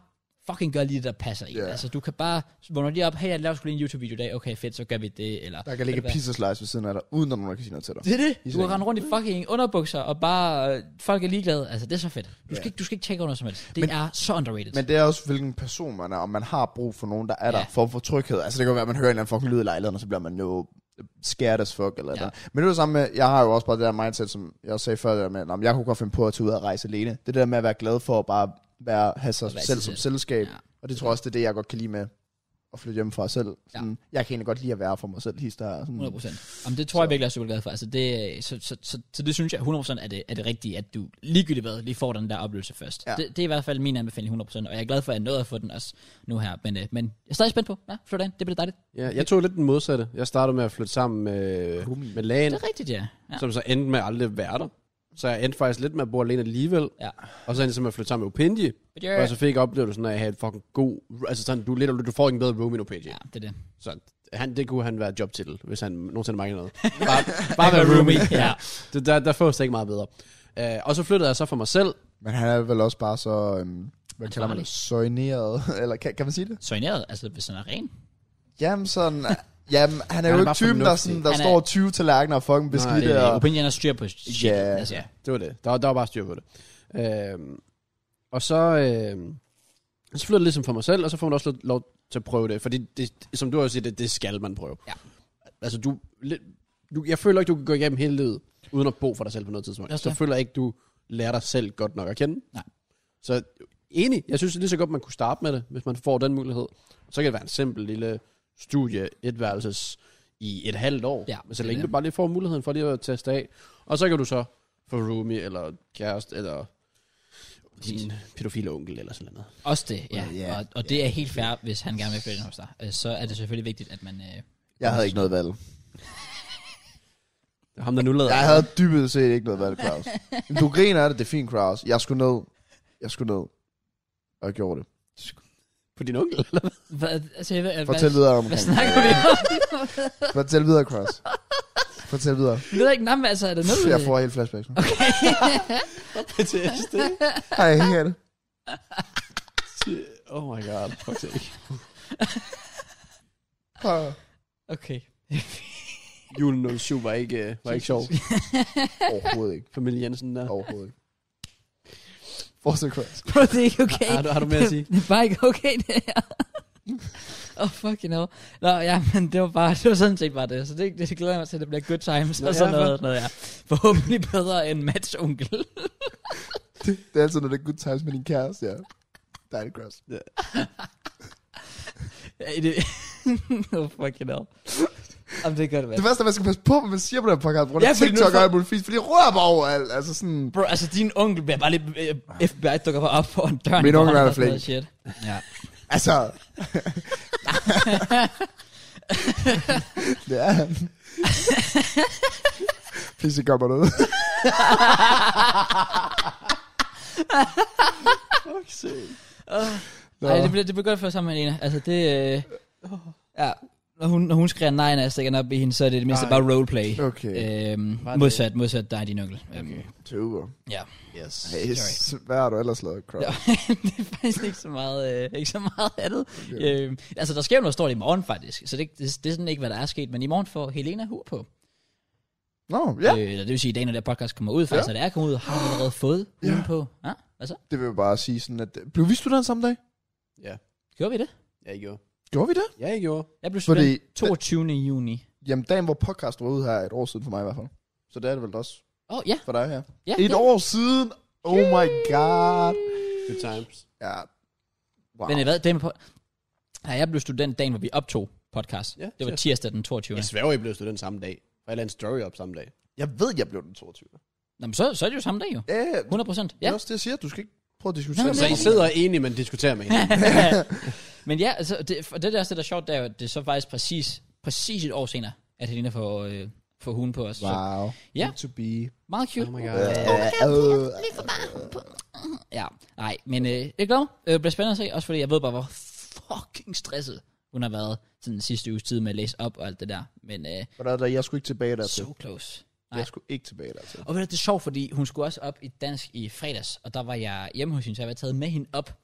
fucking gøre lige det, der passer en. Ja. Yeah. Altså, du kan bare vågne lige op, hey, jeg laver sgu lige en YouTube-video i dag, okay, fedt, så gør vi det, eller... Der kan ligge Eller hvad? pizza slice ved siden af dig, uden at nogen kan sige noget til dig. Det er det. Du sengen. kan rende rundt i fucking underbukser, og bare øh, folk er ligeglade. Altså, det er så fedt. Du skal, Ja. ikke, du skal ikke tjekke under som helst. Det Men- men, er så underrated. Men det er også, hvilken person man er, og man har brug for nogen, der er der Ja. for, for tryghed. Altså det kan jo være, at man hører en eller anden fucking lyd i lejligheden, og så bliver man jo scared as fuck, eller, Ja. ja. eller Men det er det samme med, jeg har jo også bare det der mindset, som jeg også sagde før, det der med, at jeg kunne godt finde på at tage ud og rejse alene. Det er det der med at være glad for at bare være, have sig At være selv sig som selv. selskab. Ja. Ja. Og det tror jeg også, det er det, jeg godt kan lide med at flytte hjem fra selv. Ja. Sådan, Jeg kan egentlig godt lide at være for mig selv, hister her. Sådan, 100 procent. Mm. Jamen, det tror så. jeg virkelig, jeg er super glad for. Altså, det, øh, så, så, så, så, det synes jeg 100 procent er det, er det rigtige, at du ligegyldigt hvad, lige får den der oplevelse først. Ja. Ja. Det, det, er i hvert fald min anbefaling 100 procent, og jeg er glad for, at jeg nåede at få den også nu her. Men, øh, men jeg er stadig spændt på. Ja, flyt ind. Det bliver dejligt. ja, jeg tog lidt den modsatte. Jeg startede med at flytte sammen med, Rumi. med lægen, Det er rigtigt, ja. ja. som så endte med aldrig at være der. Så jeg endte faktisk lidt med at bo alene alligevel. Ja. Og så endte jeg så med at flytte sammen med Opinji. But Og you're... jeg så fik oplevelsen af at have et fucking god... Altså sådan, du, er lidt, du får ikke en bedre room end Opinji. Ja, det er det. Så han, det kunne han være jobtitel, hvis han nogensinde mangler noget. Bare, bare være roomie. roomie, ja. Det, der, der fås det ikke meget bedre. Uh, og så flyttede jeg så for mig selv. Men han er vel også bare så... Øhm, hvad kalder Ansvarlig. man det? Søjneret? Eller kan, kan man sige det? Soigneret, altså hvis han er ren. Jamen sådan... Jamen, han er er jo ikke bare typen, der, fornuftig. sådan, der Han er- står 20 tallerkener og fucking Nej, beskidte. Det er og- opinion og styr på shit. Ja. Altså, ja. Det var det. Der, var- der var bare styr på det. Uh, og så, uh, så flyttede jeg ligesom for mig selv, og så får man også lidt lov til at prøve det. Fordi, det, som du også siger, det, det skal man prøve. Ja. Altså, du, lidt- du, jeg føler ikke, du kan gå igennem hele livet, uden at bo for dig selv på noget tidspunkt. Også Så det. føler jeg ikke, du lærer dig selv godt nok at kende. Nej. Så enig. Jeg synes lige så godt, man kunne starte med det, hvis man får den mulighed. Så kan det være en simpel lille studie, etværelses i et halvt år. Ja, men så det længe er du bare lige får muligheden for lige at teste af. Og så kan du så få roomie, eller kæreste, eller din pædofile onkel, eller sådan noget. Også det, ja. Ja, ja, og, og det er helt fair, hvis han gerne vil flytte ind hos dig. Øh, Så er det selvfølgelig vigtigt, at man... Øh, Jeg havde ikke noget valg. Det er ham, der nu lader. Jeg havde dybest set ikke noget valg, Kraus. Men du griner af det, det er fint, Kraus. Jeg skulle ned. Jeg skulle ned. Og jeg gjorde det. På din onkel, eller hvad? hvad, altså, jeg ved- hvad, Fortæl videre hvad omkring snakker vi om? det. Fortæl videre, Kraus. Fortæl videre. Det er ikke navn, altså, er det noget? Jeg får helt flashbacks nu. PTSD. Ej, her er det. oh my god. Fuck det ikke. Ah. Okay. Julen 07 var ikke, øh, var ikke sjov. Overhovedet ikke. Familie Jensen der. Overhovedet ikke. Fortsæt, Kraus. Bro, det er ikke okay. Har, du, har du mere at sige? Det er bare ikke okay, det her. Åh, oh, fucking hell. Nå, ja, men det var bare, det var sådan set bare det. Så det, det glæder jeg mig til, at det bliver good times Nå, og sådan ja, noget. noget ja. Forhåbentlig bedre end Mats onkel. Det er altid, når det er good times med din kæreste, ja. Dejligt, Kraus. Ja, i det... oh, fucking hell. Jamen, det er godt, Det være. værste er, at man skal passe på, hvad man siger på den her podcast, på grund Ja, af fordi nu TikTok får- og alt muligt fisk, fordi det rører bare overalt. Altså sådan, Bro, altså din onkel bliver bare lidt... øh, FBI dukker bare op foran døren. Min hvor onkel han er har sådan flink. noget Shit. Ja. altså... det er han. Please, det gør mig noget. Nå. Nej, det bliver, det bliver godt for sammen med Lena. Altså det... Øh, ja, når hun, når hun skriver nej, når jeg stikker den op i hende, så er det det mindste Ej. bare roleplay. Okay. Øhm, Var det- modsat, modsat dig, din onkel. Øhm, Tuber. Ja. Yes. Hey, Sorry. hvad har du ellers lavet, Crow? Ja, det er faktisk ikke så meget, øh, ikke så meget andet. Okay. Øhm, altså, der sker jo noget stort i morgen, faktisk. Så det, det, det er sådan ikke, hvad der er sket. Men i morgen får Helena hur på. Nå, ja. Øh, eller det vil sige, i dag, når det her podcast kommer ud, faktisk, ja. Ja. når det er kommet ud, har hun allerede fået huden Ja. på. Ja, hvad så? øh, Det vil jeg bare sige sådan, at... Blev vi studenter samme dag? Ja, Gjorde vi det? jeg gjorde. Gjorde vi det? Ja, jeg gjorde. Jeg blev spændt Fordi, 22. juni. jamen dagen hvor podcast var ude her er et år siden for mig i hvert fald. Så det er det vel også Åh, oh, ja. for dig her. ja Et ja. år siden! Oh my god! Good times. Ja. Wow. Men hvad, det med på... Nej, jeg blev student dagen, hvor vi optog podcast. Ja, det var yes. tirsdag den 22. Jeg Yes. sværger, I blev student samme dag. Og jeg lavede en story op samme dag. Jeg ved, jeg blev den 22. Nå, men så, så er det jo samme dag jo. Ja, ja. 100 procent. Det Ja. er også det, jeg siger. Du skal ikke prøve at Nej, diskutere men det. Så I sidder enige, men diskuterer med hinanden. Men ja, altså, det, og det der også, det der er sjovt, det er jo, at det er så faktisk præcis, præcis et år senere, at Helena får, øh, får hugen på os. Så Wow. Ja. Good To be. meget cute. Oh my Uh, god. uh, Ja, nej, men øh, jeg glæder mig. Øh, Det bliver spændende at se, også fordi jeg ved bare, hvor fucking stresset hun har været sådan den sidste uges tid med at læse op og alt det der. Men øh, uh, jeg skulle ikke tilbage dertil. so close. Jeg skulle ikke tilbage dertil. Og ved du, det er sjovt, fordi hun skulle også op i dansk i fredags, og der var jeg hjemme hos hende, så jeg var taget med hende op,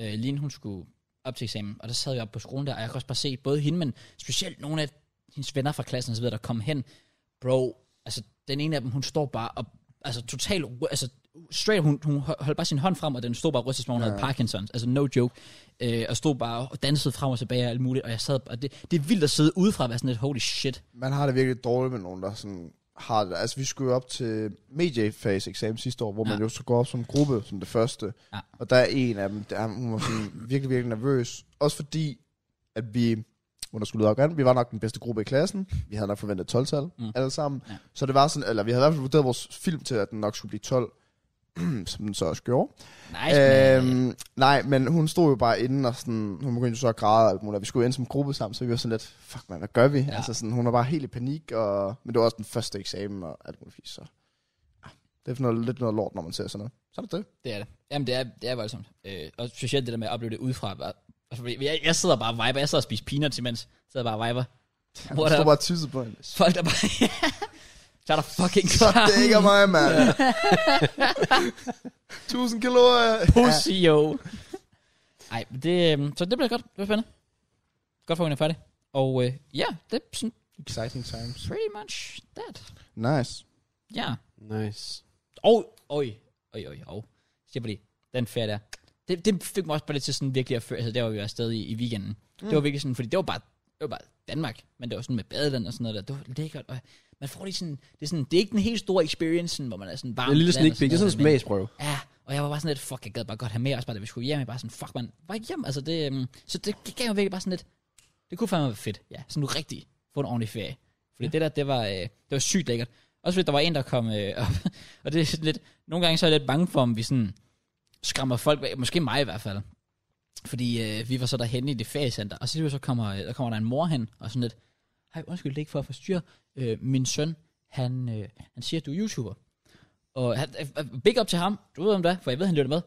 øh, lige inden hun skulle op til eksamen. Og der sad jeg op på skolen der, og jeg kunne også bare se både hende, men specielt nogle af hendes venner fra klassen og så videre, der kom hen. Bro, altså den ene af dem, hun står bare og, altså totalt, altså straight, hun, hun ho- holdt bare sin hånd frem, og den stod bare og rystede, som om hun ja. havde Parkinsons, altså no joke, øh, og stod bare og dansede frem og tilbage og alt muligt, og jeg sad, og det, det er vildt at sidde udefra og være sådan lidt, holy shit. Man har det virkelig dårligt med nogen, der sådan har det. Altså, vi skulle jo op til mediefase eksamen sidste år, hvor man Ja. jo skulle gå op som gruppe, som det første. Ja. Og der er en af dem, der hun var sådan virkelig, virkelig nervøs. Også fordi, at vi, under skulle op vi var nok den bedste gruppe i klassen. Vi havde nok forventet 12-tal Mm. mm. alle sammen. Ja. Ja. Så det var sådan, eller vi havde i hvert fald vurderet vores film til, at den nok skulle blive 12, som den så også gjorde. Nice, man. Øhm, nej, men hun stod jo bare inde, og sådan, hun begyndte jo så at græde og alt muligt. og Vi skulle jo ind som gruppe sammen, så vi var sådan lidt, fuck man, hvad gør vi? Ja. Ja. Altså sådan, hun var bare helt i panik, og, men det var også den første eksamen og alt muligt. fisk, Så. ah, Det er for noget, lidt noget lort, når man ser sådan noget. Så er det det. Det er det. Jamen, det er, det er voldsomt. Øh, og specielt det der med at opleve det udefra. Bare, altså, fordi jeg, jeg sidder bare og viber. Jeg sidder og spiser peanuts imens. Jeg sidder bare og viber. Hun stod up? bare og tissede på hende. Så Folk der bare... så er der fucking det ikke er mig, mand. 1000 kalorier. Pussy, jo. Ej, men det, øhm, så det bliver godt. Det bliver spændende. Godt for, at hun er færdig. Og øh, ja, det er sådan Exciting times. pretty much that. Nice. Ja. Yeah. Nice. Og, oj, oj, oj, oj. Se på det. Den ferie der. Det, det fik mig også bare lidt til sådan virkelig at føre, altså der var vi afsted i, i weekenden. Mm. Det var virkelig sådan, fordi det var bare, det var bare Danmark, men det var sådan med badeland og sådan noget der. Det var lækkert, og man får lige sådan, det er sådan, det er ikke den helt store experience, sådan, hvor man er sådan varm. Det er en lille på land sneak og peek. Det er sådan en noget, men- smagsprøve. Ja, og jeg var bare sådan lidt, fuck, jeg gad bare godt have mere, også bare da vi skulle hjem, jeg bare sådan, fuck man, var hjem, altså det, øhm, så det gav jo virkelig bare sådan lidt, det kunne fandme være fedt, ja, sådan nu rigtig, få en ordentlig ferie. Fordi ja. det der, det var, øh, det var sygt lækkert. Også fordi der var en, der kom øh, op, og det er sådan lidt, nogle gange så er jeg lidt bange for, om vi sådan skræmmer folk, væk. måske mig i hvert fald, fordi øh, vi var så derhenne i det feriecenter, og så, lige så kommer, øh, der kommer der en mor hen, og sådan lidt, hej, undskyld, det er ikke for at forstyrre, øh, min søn, han, øh, han siger, at du er YouTuber. Og han, øh, big up til ham, du ved om det er, for jeg ved, han lytter med.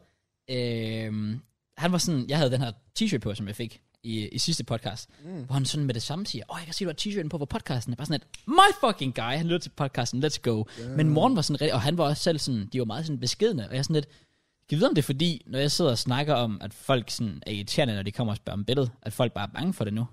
Øh, han var sådan, jeg havde den her t-shirt på, som jeg fik i, i sidste podcast, mm. hvor han sådan med det samme siger, åh, jeg kan se, du har t-shirten på på podcasten. Jeg var sådan et, my fucking guy, han lytter til podcasten, let's go. Yeah. Men morgen var sådan rigtig, og han var også selv sådan, de var meget sådan beskedende, og jeg sådan lidt, kan jeg vide, om det er fordi, når jeg sidder og snakker om, at folk sådan er irriterende, når de kommer og spørger om billedet, at folk bare er bange for det nu?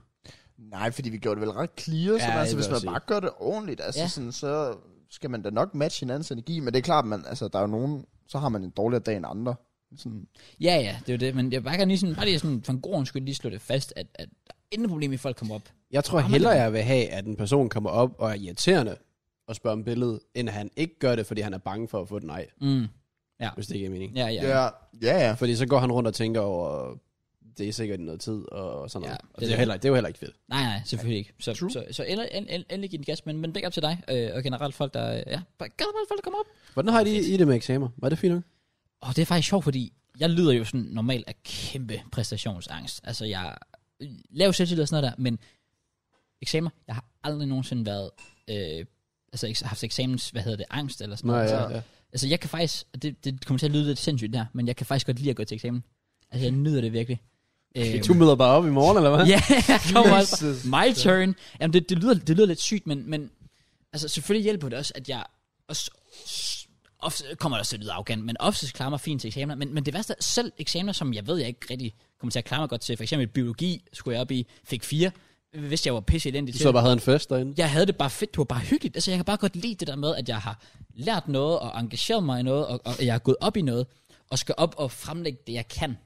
Nej, fordi vi gjorde det vel ret clear, ja, Ja, sådan, altså, det vil hvis man jeg sige. bare gør det ordentligt, altså, Ja. ja. sådan, så skal man da nok matche hinandens energi, men det er klart, man, altså, der er jo nogen, så har man en dårligere dag end andre. Sådan, Ja, ja, det er jo det, men jeg vil bare gerne lige sådan, bare lige sådan, for en god ordens skyld lige slå det fast, at, at der er intet problem i, at folk kommer op. Jeg tror Rammer hellere, det? jeg vil have, at en person kommer op og er irriterende og spørger om billedet, end at han ikke gør det, fordi han er bange for at få et nej, Mm. hvis det ikke er mening. Ja, ja. ja, ja, ja. ja. Fordi så går han rundt og tænker over, det er sikkert noget tid og sådan Ja, noget. Ja, det og er det, er det. jo heller, det er jo heller ikke fedt. Nej, nej, selvfølgelig ikke. Så, True. så, så endelig, endelig, endelig give den gas, men, men big up til dig, øh, og generelt folk, der, øh, ja, bare generelt folk, der kommer op. Hvordan har I det i det med eksamer? Var det fint nok? Og det er faktisk sjovt, fordi jeg lider jo sådan normalt af kæmpe præstationsangst. Altså, jeg laver selvtillid og sådan noget der, men eksamer, jeg har aldrig nogensinde været, øh, altså eks- haft eksamens, hvad hedder det, angst eller sådan Nå, noget. ja, Så- ja. Altså, jeg kan faktisk, og det, det kommer til at lyde lidt sindssygt der, men jeg kan faktisk godt lide at gå til eksamen. Altså, jeg nyder det virkelig. Øhm, Du møder bare op i morgen, eller hvad? Ja, jeg kommer også. Jesus. My turn. Jamen, det, det, lyder, det lyder lidt sygt, men, men altså, selvfølgelig hjælper det også, at jeg også, ofte kommer der også til at lyde arrogant, men oftest klarer mig fint til eksamener. Men, men det værste er, selv eksamener, som jeg ved, jeg ikke rigtig kommer til at klare mig godt til, for eksempel biologi skulle jeg op i, fik fire, hvis jeg var pisse elendig Du til så det bare havde en fest derinde. Øhm, jeg havde det bare fedt, det var bare hyggeligt. Altså, jeg kan bare godt lide det der med, at jeg har lært noget, og engageret mig i noget, og, og jeg er gået op i noget, og skal op og fremlægge det, jeg kan.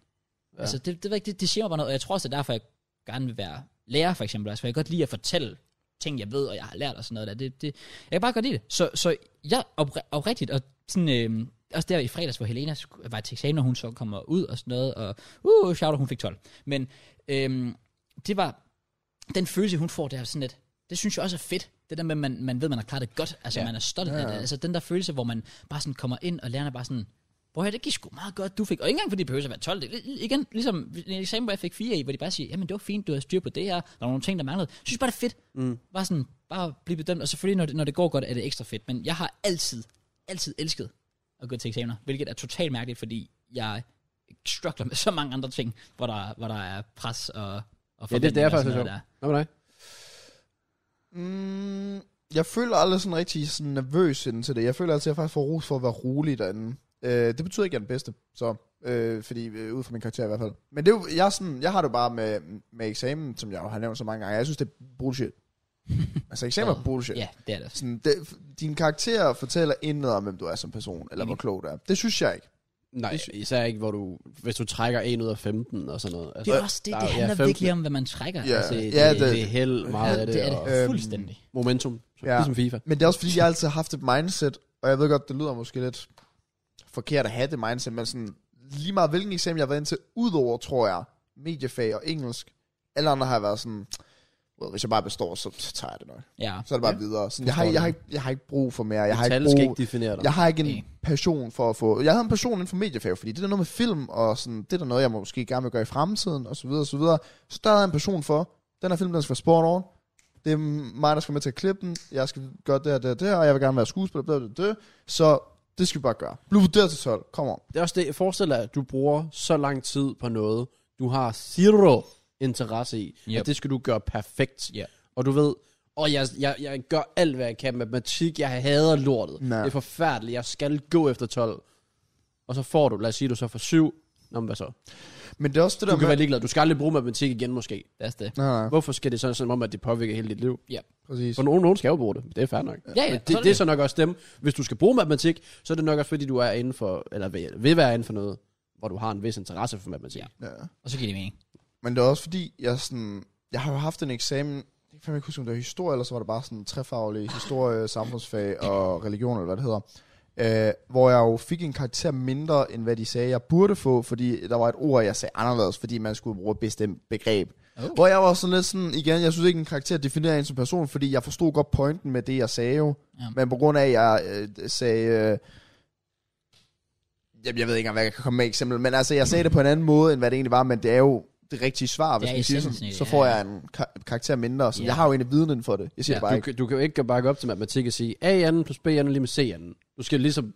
Ja. Altså, det, det, ved jeg ikke, det, det siger mig bare noget, og jeg tror også, det er derfor, jeg gerne vil være lærer, for eksempel. Altså, for jeg kan godt lide at fortælle ting, jeg ved, og jeg har lært og sådan noget der. Det, det, jeg kan bare godt lide det. Så, så jeg opri- oprigtigt, og sådan, øh, også der i fredags, hvor Helena skulle- var til eksamen, og hun så kommer ud og sådan noget, og uh, shout out, hun fik 12. Men øh, det var den følelse, hun får der sådan lidt, det synes jeg også er fedt. Det der med, at man, man ved, man har klaret det godt. Altså, ja. man er stolt af det. Altså, den der følelse, hvor man bare sådan kommer ind, og lærerne er bare sådan, hvor her, det gik sgu meget godt, du fik. Og ikke engang, fordi det behøver at være 12. Det, er li- igen, ligesom en eksamen, hvor jeg fik 4 i, hvor de bare siger, jamen det var fint, du havde styr på det her. Der var nogle ting, der manglede. Jeg synes bare, det er fedt. Mm. Bare sådan, bare blive bedømt. Og selvfølgelig, når det, når det går godt, er det ekstra fedt. Men jeg har altid, altid elsket at gå til eksamener, hvilket er totalt mærkeligt, fordi jeg struggler med så mange andre ting, hvor der, hvor der er pres og, og Ja, det, det forventninger er og sådan faktisk noget sjovt. Nå, nej. Mm, jeg føler aldrig sådan rigtig sådan nervøs inden til det. Jeg føler altid, at jeg faktisk får ros for at være rolig derinde. Øh, det betyder ikke, at jeg er den bedste, så, øh, fordi øh, ud fra min karakter i hvert fald. Men det er jo, jeg, er sådan, jeg har det jo bare med, med eksamen, som jeg jo har nævnt så mange gange. Jeg synes, det er bullshit. altså eksamen er bullshit. Ja, det er det. Sådan, det, din karakter fortæller intet om, hvem du er som person, eller hvor klog du er. Det synes jeg ikke. Nej, især ikke, hvor du, hvis du trækker 1 ud af 15 og sådan noget. Altså, Det er også det, der det jo- ja, handler 15. virkelig om, hvad man trækker. Ja. altså, det, det, ja, det, det- det, er held meget ja, af det, det er og det Øhm, fuldstændig. momentum, så, Ja. ja. ligesom FIFA. Men det er også fordi, jeg altid har haft et mindset, og jeg ved godt, det lyder måske lidt forkert at have det mindset, men sådan, lige meget hvilken eksamen jeg har været ind til, udover, tror jeg, mediefag og engelsk, alle andre har været sådan, well, hvis jeg bare består, så tager jeg det nok. Ja. Så er det bare ja. videre. Sådan, jeg, har, jeg, har ikke, jeg har ikke brug for mere. Jeg har Tal ikke skal brug, ikke definere dig. jeg har ikke en Nej. passion for at få... Jeg havde en passion inden for mediefag, fordi det er noget med film, og sådan, det er der noget, jeg måske gerne vil gøre i fremtiden, og så videre, og så videre. Så der havde jeg en passion for, den her film, den skal være sport over. Det er mig, der skal være med til at klippe den. Jeg skal gøre det og det og det, og jeg vil gerne være skuespiller, bla, bla, bla, bla. Så det skal vi bare gøre. Bliv vurderet til 12. Kom on. Det er også det, forestil dig, at du bruger så lang tid på noget, du har zero interesse i, yep. Yep. at det skal du gøre perfekt. Ja. Og du ved, og jeg, jeg, jeg gør alt, hvad jeg kan. Matematik, jeg hader lortet. Nej. Det er forfærdeligt. Jeg skal gå efter 12. Og så får du, lad os sige, du så får 7. Nå, men hvad så? Du Men det er også det kan der være med... ligeglad. Du skal aldrig bruge matematik igen, måske. Det er det. Nej, nej, Hvorfor skal det sådan, som om, at det påvirker hele dit liv? præcis. For nogen, nogen skal jo bruge det. Det er fair nok. Ja, ja, så Men er det, det det, er det. så nok også dem. Hvis du skal bruge matematik, så er det nok også fordi, du er inden for, eller vil, vil være inden for noget, hvor du har en vis interesse for matematik. Ja. Ja. Og så giver det mening. Men det er også fordi, jeg sådan... Jeg har jo haft en eksamen, jeg kan fandme ikke huske, om det var historie, eller så var det bare sådan trefaglig historie, samfundsfag og religion, eller hvad det hedder. Øh, hvor jeg jo fik en karakter mindre, end hvad de sagde, jeg burde få, fordi der var et ord, jeg sagde anderledes, fordi man skulle bruge et bestemt begreb. Oh. Hvor jeg var sådan lidt sådan, igen, jeg synes ikke, en karakter definerer en som person, fordi jeg forstod godt pointen med det, jeg sagde jo. Ja. Men på grund af, at jeg øh, sagde... Øh, jamen, jeg ved ikke engang, hvad jeg kan komme med eksempel, men altså, jeg sagde det på en anden måde, end hvad det egentlig var, men det er jo det rigtige svar, hvis Ja, man siger essensen i sådan, det, så ja, får ja. jeg en ka- karakter mindre, så Ja. jeg har jo egentlig viden for det. Jeg siger ja, det bare du, ikke. kan- du kan jo ikke bare gå op til matematik og sige, A anden plus B anden lige med C anden. Du skal ligesom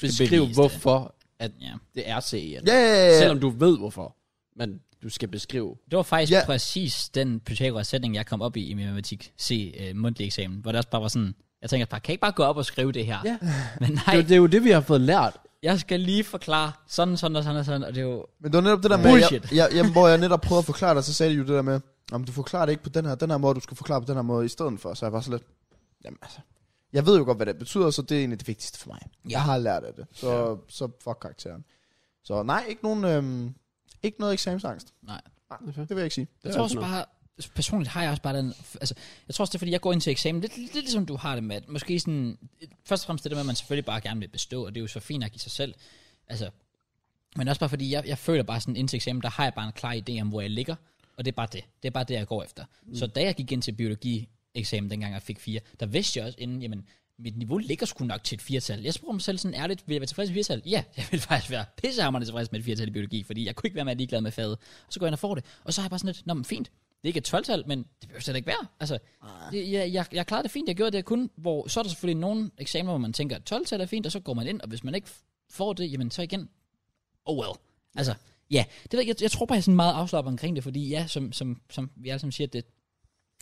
beskrive, bevise hvorfor at Ja. det er C anden. Ja, ja, ja, ja. Selvom du ved, hvorfor. Men du skal beskrive. Det var faktisk Ja. ja. præcis den Pythagoras sætning, jeg kom op i i min matematik C øh, mundtlig eksamen, hvor det også bare var sådan, jeg tænker bare, kan jeg ikke bare gå op og skrive det her? Ja. Men Det, er nej, jo- det er jo det, vi har fået lært. jeg skal lige forklare sådan, sådan og sådan og sådan, og det er jo, Men det var netop det der med, jeg, Bullshit. jeg, jamen, hvor jeg netop prøvede at forklare dig, så sagde de jo det der med, om du forklarer det ikke på den her, den her måde, du skal forklare på den her måde i stedet for, så jeg var så lidt, jamen altså, jeg ved jo godt, hvad det betyder, så det er egentlig det vigtigste for mig. Ja. Jeg har lært af det, så, ja. så fuck karakteren. Så nej, ikke nogen, øhm, ikke noget eksamensangst. nej. Nej, det vil jeg ikke sige. Jeg er tror sådan også bare, personligt har jeg også bare den, altså, jeg tror også, det er fordi, jeg går ind til eksamen, lidt, lidt ligesom du har det med, at måske sådan, først og fremmest det der med, at man selvfølgelig bare gerne vil bestå, og det er jo så fint at give sig selv, altså, men også bare fordi, jeg, jeg føler bare sådan, ind til eksamen, der har jeg bare en klar idé om, hvor jeg ligger, og det er bare det, det er bare det, jeg går efter. Mm. Så da jeg gik ind til biologi eksamen, dengang jeg fik fire, der vidste jeg også inden, jamen, mit niveau ligger sgu nok til et firtal. Jeg spurgte mig selv sådan ærligt, vil jeg være tilfreds med et firtal? Ja, jeg vil faktisk være pissehammerende tilfreds med et firtal i biologi, fordi jeg kunne ikke være mere ligeglad med faget. Og så går jeg ind og får det, og så har jeg bare sådan lidt, nå, men fint, det er ikke et 12-tal, men det behøver slet ikke være. Altså, jeg, jeg, jeg, jeg klarede det fint, jeg gjorde det jeg kunne, hvor så er der selvfølgelig nogle eksamener, hvor man tænker, 12-tal er fint, og så går man ind, og hvis man ikke får det, jamen så igen, oh well. Altså, ja, det ved jeg, jeg, jeg tror bare, jeg er sådan meget afslappet omkring det, fordi ja, som, som, som vi alle sammen siger, det,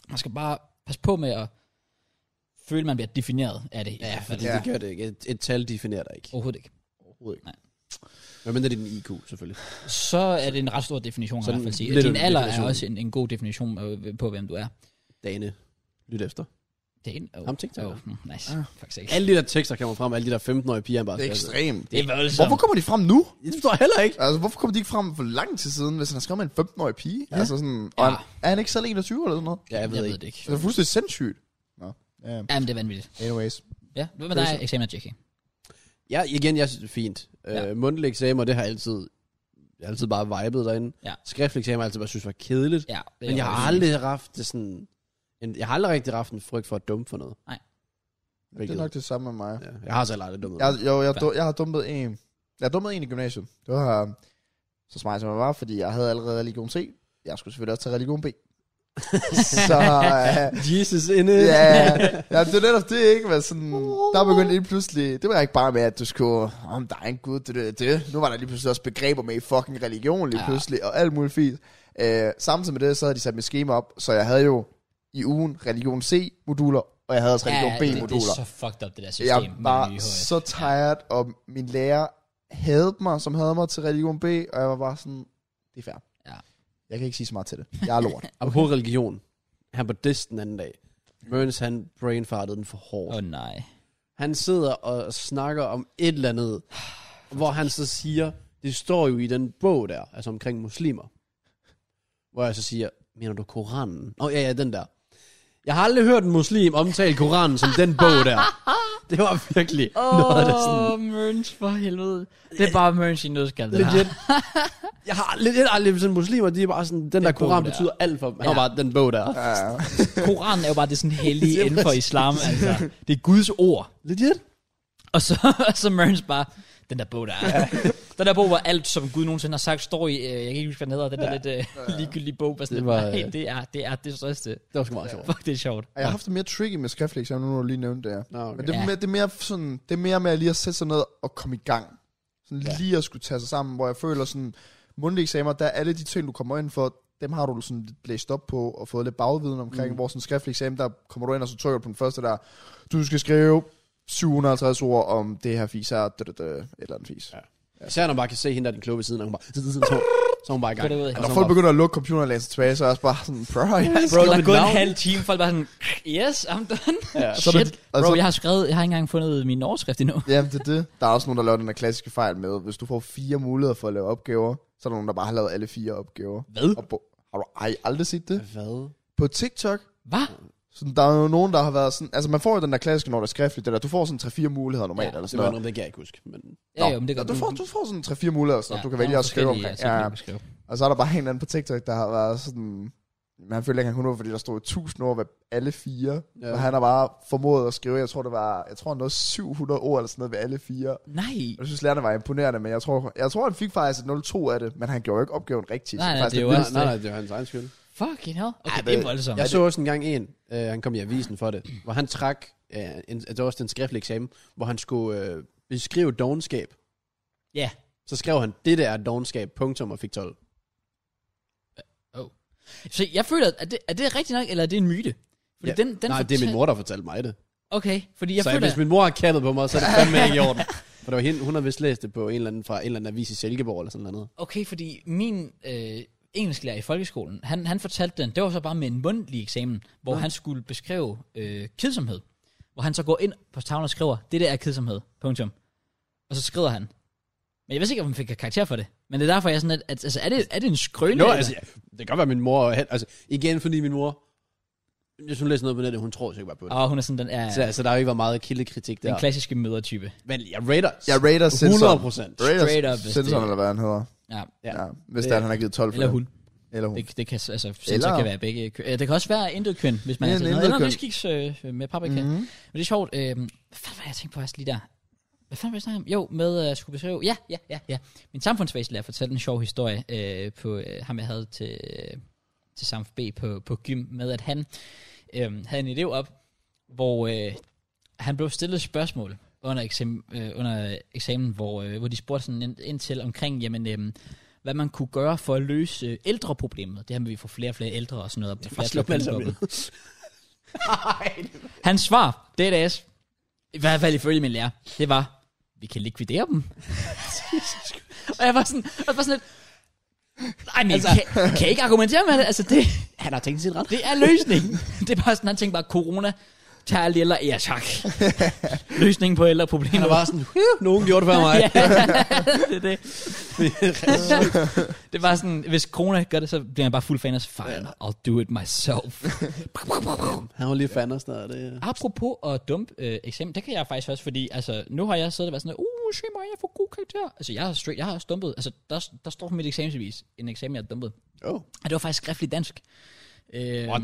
man skal bare passe på med at føle, man bliver defineret af det. Ja, Fordi Ja. det gør det ikke. Et, et tal definerer dig ikke. Overhovedet ikke. Overhovedet ikke. Men mindre det er din IQ, selvfølgelig. Så er det en ret stor definition, kan jeg Sådan i hvert fald sige. lidt Din en alder er definition. også en, en god definition øh, på, hvem du er. Dane, lyt efter. Det er en... Oh, Ham TikTok, Oh, mm, nice. Ah. Fuck sake. Alle de der tekster kommer frem, alle de der 15-årige piger han bare Det er skal- ekstremt. Det er voldsomt. Hvorfor kommer de frem nu? Det forstår jeg heller ikke. Altså, hvorfor kommer de ikke frem for lang tid siden, hvis han har skrevet med en 15-årig pige? Ja. Altså sådan, og Ja. han, er han ikke selv 21 eller sådan noget? Ja, jeg ved, Jeg ikke. ved det ikke. Det er fuldstændig sindssygt. Nå. Ja. Jamen, det er vanvittigt. Anyways. Ja, hvad med dig, eksamen JK? Ja, igen, jeg synes, det er fint. Ja. Ja. Øh, mundtlige eksamener, det har altid, jeg har altid bare vibet derinde. Ja. Skriftlige eksamener har jeg altid bare synes var kedeligt. Ja, det er men jeg jo- har aldrig haft det sådan... En, jeg har aldrig rigtig haft en frygt for at dumme for noget. Nej. Det er nok det samme med mig. Ja, jeg har selv aldrig dummet. Jeg, jo, jeg, du, jeg har dumpet en. Jeg har dumpet en i gymnasiet. Det var øh, så smart som jeg var, fordi jeg havde allerede religion C. Jeg skulle selvfølgelig også tage religion B. så øh, Jesus inde. ja, ja, det er netop det, ikke? Men sådan, der begyndte lige pludselig... Det var ikke bare med, at du skulle... Om der er en gud, det, det, det. Nu var der lige pludselig også begreber med i fucking religion lige Ja. pludselig, og alt muligt fint. Øh, samtidig med det, så havde de sat mit schema op, så jeg havde jo i ugen religion C-moduler, og jeg havde også religion det, det B-moduler. er så fucked up, det der system. Jeg var med YHF. så tired, og min lærer havde mig, som havde mig til religion B, og jeg var bare sådan, det er fair. Ja. Jeg kan ikke sige så meget til det. Jeg er lort. Apropos religion. Han var på diss den anden dag. Mørens, han brainfartede den for hårdt. Åh oh, nej. Han sidder og snakker om et eller andet, hvor han så siger, det står jo i den bog der, altså omkring muslimer. Hvor jeg så siger, mener du Koranen? Åh, oh, ja, ja, den der. Jeg har aldrig hørt en muslim omtale Koranen som den bog der. Det var virkelig oh. noget, der sådan... Mørns for helvede. Det er bare Mørns i nødskal, det her. Legit. Jeg har legit aldrig sådan muslimer, de er bare sådan, den der bog Koran der. betyder alt for dem. Han Ja. var bare, den bog der. Ja. Koranen er jo bare det sådan hellige inden for islam, altså. Det er Guds ord. Legit. Og så, og så Mørns bare, den der bog der er. den der bog, hvor alt, som Gud nogensinde har sagt, står i, øh, jeg kan ikke huske, hvad den hedder, den der lidt øh, ligegyldige bog. Bare sådan, Det det, var, var, nej, øh, det er det, er det største. Det var sgu meget sjovt. Fuck, det er sjovt. Og jeg har haft det mere tricky med skriftlig eksamen, nu når du lige nævnte det her. Nå, okay. Men det er, Ja. mere, det, er mere sådan, det er mere med at lige at sætte sig ned og komme i gang. Sådan Ja. lige at skulle tage sig sammen, hvor jeg føler sådan, mundtlige eksamener, der er alle de ting, du kommer ind for, dem har du sådan lidt blæst op på og fået lidt bagviden omkring, mm. hvor sådan en skriftlig eksamen, der kommer du ind og så trykker du på den første der, du skal skrive 750 ord om det her fis her, død, død, død, et eller andet fis. Ja. Især når man bare kan se hende der er den kloge ved siden, og hun bare... Så, så er hun bare i gang. Gå derud. Og så er Når hun folk bare- begynder at lukke computeren og læse tilbage, så er jeg også bare sådan, bro, jeg Bro, der Skriv er mit gået en navn. halv time, folk bare sådan, yes, I'm done. Ja. Så er det- Shit, altså- bro, jeg har skrevet, jeg har ikke engang fundet min overskrift endnu. Jamen, det er det. Der er også nogen, der laver den der klassiske fejl med, hvis du får fire muligheder for at lave opgaver, så er der nogen, der bare har lavet alle fire opgaver. Hvad? Og bo- har du ej, aldrig set det? Hvad? På TikTok, Hvad? sådan, der er jo nogen, der har været sådan... Altså, man får jo den der klassiske, når der er skriftligt, det der, du får sådan 3-4 muligheder normalt, Ja, ja, eller Det sådan var noget. noget, det kan jeg ikke huske. Men Ja, jo, men det Nå, gør du, får, du får sådan 3-4 muligheder, sådan, ja, du kan vælge at skrive omkring. Ja, Ja, ja. Skrive. og så er der bare en eller anden på TikTok, der har været sådan... Men han følte ikke, han kunne nå, fordi der stod 1000 ord ved alle fire. Ja. Ja. Og han har bare formået at skrive, jeg tror, det var, jeg tror, noget 700 ord eller sådan noget ved alle fire. Nej. Jeg synes, lærerne var imponerende, men jeg tror, jeg tror han fik faktisk et 0-2 af det, men han gjorde jo ikke opgaven rigtigt. Nej, Så nej, faktisk det er lidt jo vildt. også- nej, nej, det var hans egen skyld. Fucking hell. Okay, Ej, det er det- voldsomt. Jeg så også engang en, øh, han kom i avisen for det, hvor han trak, øh, en, det var også en skriftlig eksamen, hvor han skulle øh, beskrive dogenskab. Ja. Så skrev han, det der er dogenskab, punktum, og fik 12. Så jeg føler, at det, er det rigtigt nok, eller er det en myte? Fordi Ja. den, den nej, det er min mor, der fortalte mig det. fortæl- Okay, fordi jeg så så føler... hvis min mor har kaldet på mig, så er det fandme ikke i orden. For det var hende, hun har vist læst det på en eller anden, fra en eller anden avis i Silkeborg eller sådan noget. Okay, fordi min øh, engelsklærer i folkeskolen, han, han fortalte den, det var så bare med en mundtlig eksamen, hvor han skulle beskrive øh, kedsomhed. Hvor han så går ind på tavlen og skriver, det der er kedsomhed, punktum. Og så skriver han. Men jeg ved ikke, om han fik karakter for det. Men det er derfor, jeg er sådan, at, at altså, er, det, er det en skrøne? Jo, eller- altså, ja, det kan godt være, min mor... Altså, igen, fordi min mor... Hvis hun læser noget på nettet, hun tror sikkert bare på det. Og hun er sådan den, er, Så, så der har jo ikke været meget kildekritik der. den klassiske mødertype. Men jeg rater Jeg rater sensoren. 100 procent. Straight up, Raiders hvis sensoren, det- eller hvad han hedder. Ja. Ja. Ja, hvis Det- det er, at han har givet 12 for Eller det. hun. Eller hun. Det, det kan, altså, eller, Eller- kan være begge køn. Øh, Det kan også være intet køn, hvis man Ja, er sådan en noget. intet Eller køn. Mhm. løskiks øh, med paprika. Mm-hmm. Men det er sjovt. Øh, hvad fanden var det, jeg tænkte på også lige der? Hvad fanden var det, jeg snakkede om? Jo, med øh, at skulle beskrive... Ja, ja, ja, ja. Min samfundsvæsenlærer fortalte en sjov historie øh, på øh, ham, jeg havde til, øh, til Samf B på, på gym, med at han øh, havde en elev op, hvor øh, han blev stillet et spørgsmål under, eksam, øh, under eksamen, hvor, øh, hvor de spurgte sådan ind, ind til omkring, jamen, øh, hvad man kunne gøre for at løse øh, ældreproblemet. Det her med, at vi får flere og flere ældre og sådan noget. Og flere og flere pindepopper. Hans svar, det er det i hvert fald ifølge min lærer, det var, vi kan likvidere dem. og jeg var sådan, jeg var bare sådan lidt, nej, men altså, kan, kan I ikke argumentere med det? Altså, det, Han har tænkt sin ret. det er løsningen. det er bare sådan, han tænkte bare, corona, Tag alle de ældre. Ja, tak. Løsningen på ældreproblemer. Han er bare sådan, "Huh, nogen gjorde det før mig. ja, det er det. det er bare sådan, hvis corona gør det, så bliver han bare fuld fan af, fine, I'll do it myself. Han var lige fan og sådan noget. Det, Apropos at dumpe øh, eksamen, det kan jeg faktisk også, fordi altså, nu har jeg siddet og været sådan, uh, se mig, jeg får god karakter. Altså, jeg har, straight, jeg har også dumpet. Altså, der, der står på mit eksamensbevis en eksamen, jeg har dumpet. oh. Og det var faktisk skriftligt dansk. Øh, What?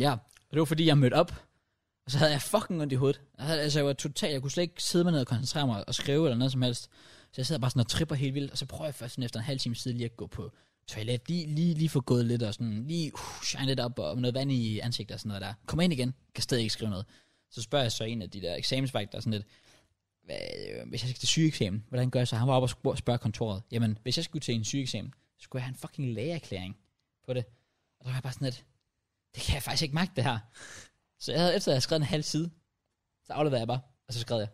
Ja, og det var fordi, jeg mødte op, og så havde jeg fucking ondt i hovedet. Jeg havde, altså, jeg var totalt, jeg kunne slet ikke sidde med ned og koncentrere mig og skrive eller noget som helst. Så jeg sidder bare sådan og tripper helt vildt, og så prøver jeg først sådan efter en halv time siden lige at gå på toilet, lige, lige, lige få gået lidt og sådan, lige uh, shine lidt op og noget vand i ansigtet og sådan noget der. Kommer ind igen, kan stadig ikke skrive noget. Så spørger jeg så en af de der eksamensvagter sådan lidt, hvad, øh, hvis jeg skal til sygeeksamen, hvordan gør jeg så? Han var oppe og spurgte- spørge kontoret, jamen, hvis jeg skulle til en sygeeksamen, så skulle jeg have en fucking lægeerklæring på det. Og der var jeg bare sådan lidt, det kan jeg faktisk ikke magte det her. Så jeg havde, efter jeg havde skrevet en halv side, så afleverede jeg bare, og så skrev jeg.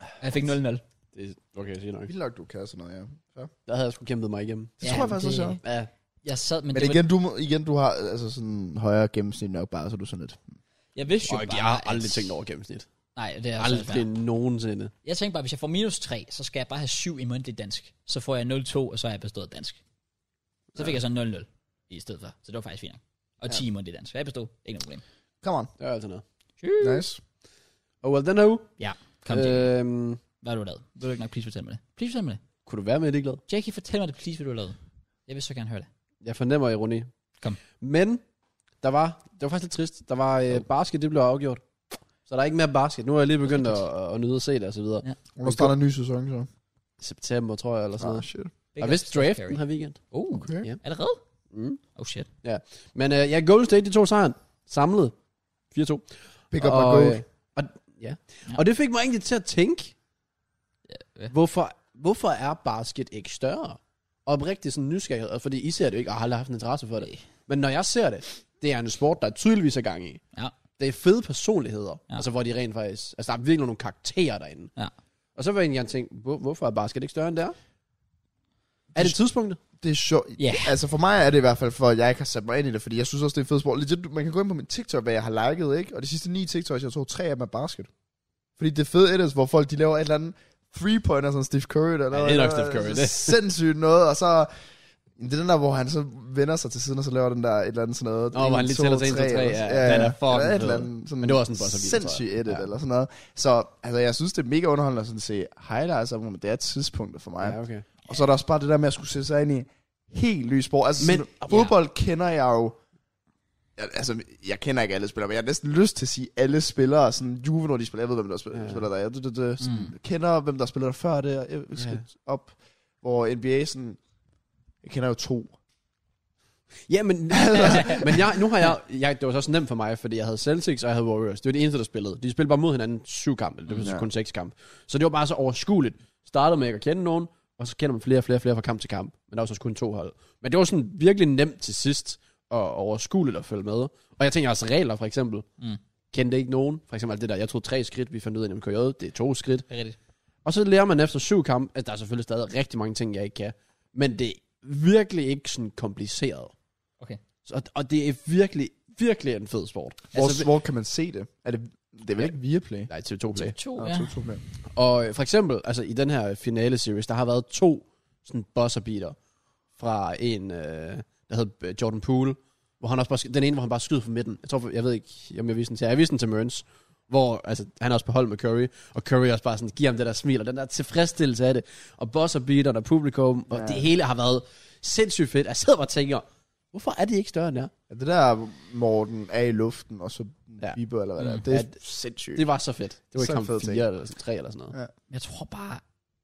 Og jeg fik 0-0. Det det okay, jeg siger nok. Vildt nok, du kan sådan noget, ja. ja. Der havde jeg sgu kæmpet mig igennem. Det tror jeg faktisk også, ja. Ja, Jeg sad, men, Men men det igen, du, må- igen, du har altså sådan højere gennemsnit nok bare, så er du sådan lidt. var, jeg vidste jo og bare, jeg har aldrig at- tænkt over gennemsnit. Nej, det er også altså. Aldrig altså nogensinde. Jeg tænkte bare, hvis jeg får minus 3, så skal jeg bare have 7 i mundtlig dansk. Så får jeg 0-2, og så har jeg bestået dansk. Så fik jeg så 0-0 i stedet for. Så det var faktisk fint nok. Og 10 i mundtlig dansk. Så jeg bestod. Ikke noget problem. Come on. Det er altid noget. Nice. Og Oh, well, den her uge. Ja, kom øh. Øhm, Hvad har du lavet? Vil du ikke nok please fortælle mig det? Please fortæl mig det. kunne du være med i det, glad? Jackie, fortæl mig det, please, hvad du har lavet. Jeg vil så gerne høre det. Jeg fornemmer ironi. Kom. Men, der var, det var faktisk lidt trist. Der var øh, basket, det blev afgjort. Så der er ikke mere basket. Nu er jeg lige begyndt at, at nyde at se det og så videre. Ja. Hvornår starter en ny sæson, så? I september, tror jeg, eller sådan Ah, noget. shit. Big Og up, vist Steph draft Curry. den her weekend. Oh, Okay. Ja. allerede? Mm. Oh shit. Men øh, ja, Golden State, de to sejren. Samlet. 4-2. Pick up my goal. øh, og, ja. Ja. ja. og det fik mig egentlig til at tænke, hvad? hvorfor, hvorfor er basket ikke større? Oprigtig sådan nysgerrighed, og fordi I ser det jo ikke, og har aldrig haft en interesse for det. Nej. Men når jeg ser det, det er en sport, der tydeligvis er gang i. Ja. Det er fede personligheder, Ja. ja. altså hvor de rent faktisk, altså der er virkelig nogle karakterer derinde. Ja. Og så vil jeg egentlig gerne tænke, hvor, hvorfor er basket ikke større end det er? Er det tidspunktet? Det er sjovt. Ja. Altså for mig er det i hvert fald, for at jeg ikke har sat mig ind i det, fordi jeg synes også, det er en fed sport. Legit, du- man kan gå ind på min TikTok, hvad jeg har liket, ikke? Og de sidste ni TikToks, jeg tror tre af dem er basket. Fordi det fede ellers, hvor folk de laver et eller andet three-pointer, sådan Steve Curry. Der, det er nok Steph Curry, det. Sindssygt noget, og så... Det er den der, hvor han så vender sig til siden, og så laver den der et eller andet sådan noget. Nå, hvor han lige tæller til en, to, tre, eller sådan- ja. Den er fucking Eller et fed. eller andet, sådan Men det var også en buzzer beater, tror jeg. sindssyg edit, Ja. eller sådan noget. Så altså, jeg synes, det er mega underholdende at sådan se highlights af, dem, men det er tidspunktet for mig. okay. Og så er der også bare det der med at skulle sætte sig ind i helt ny sport. Altså, Men- men, sådan, fodbold kender jeg jo... Jeg, altså, jeg kender ikke alle spillere, men jeg har næsten lyst til at sige alle spillere. Sådan, Juve, når de spiller, jeg ved, hvem der spiller, Ja. spiller der. Jeg du, du, du, sådan, Mm. mm. kender, hvem der spiller der før det, og jeg, jeg skal Ja. op. Hvor NBA sådan... Jeg kender jo to. Ja, men, altså, men jeg, nu har jeg, jeg, det var så også nemt for mig, fordi jeg havde Celtics, og jeg havde Warriors. Det var det eneste, der spillede. De spillede bare mod hinanden syv kampe, det var så Ja. kun seks kampe. Så det var bare så overskueligt. Startede med ikke at kende nogen, og så kender man flere og flere og flere fra kamp til kamp. Men der var så også kun to hold. Men det var sådan virkelig nemt til sidst, og overskueligt at følge med. Og jeg tænker også regler, for eksempel. Mm. Kendte ikke nogen. For eksempel alt det der, jeg tog tre skridt, vi fandt ud af en MKJ, det er to skridt. Det er rigtigt. Og så lærer man efter syv kampe, at der er selvfølgelig stadig rigtig mange ting, jeg ikke kan. Men det er virkelig ikke sådan kompliceret. Okay. Så- Og, og det er virkelig, virkelig en fed sport. Hvor, altså, hvor kan man se det? Er det, det er vel ikke via play? Nej, TV2 Play. To, Ja, ja. to, to play. Og øh, for eksempel, altså i den her finale series, der har været to sådan buzzer beater fra en, øh, der hed øh, Jordan Poole, hvor han også bare, sk- den ene, hvor han bare skyder fra midten. Jeg tror, jeg ved ikke, om jeg viste den til, jeg viste den til Mørns, hvor altså, han er også på hold med Curry, og Curry også bare sådan, giver ham det der smil, og den der tilfredsstillelse af det, og buzzer beater, og publikum, og Ja. det hele har været sindssygt fedt. Jeg sidder bare og tænker, hvorfor er det ikke større end det er? Ja, det der, Morten er i luften, og så Ja. ja. Bieber, eller hvad det er. Mm. Det er Ja, sindssygt. Det var så fedt. Det var i Så kamp fed 4 ting. eller 3 eller sådan noget. Ja. Jeg tror bare,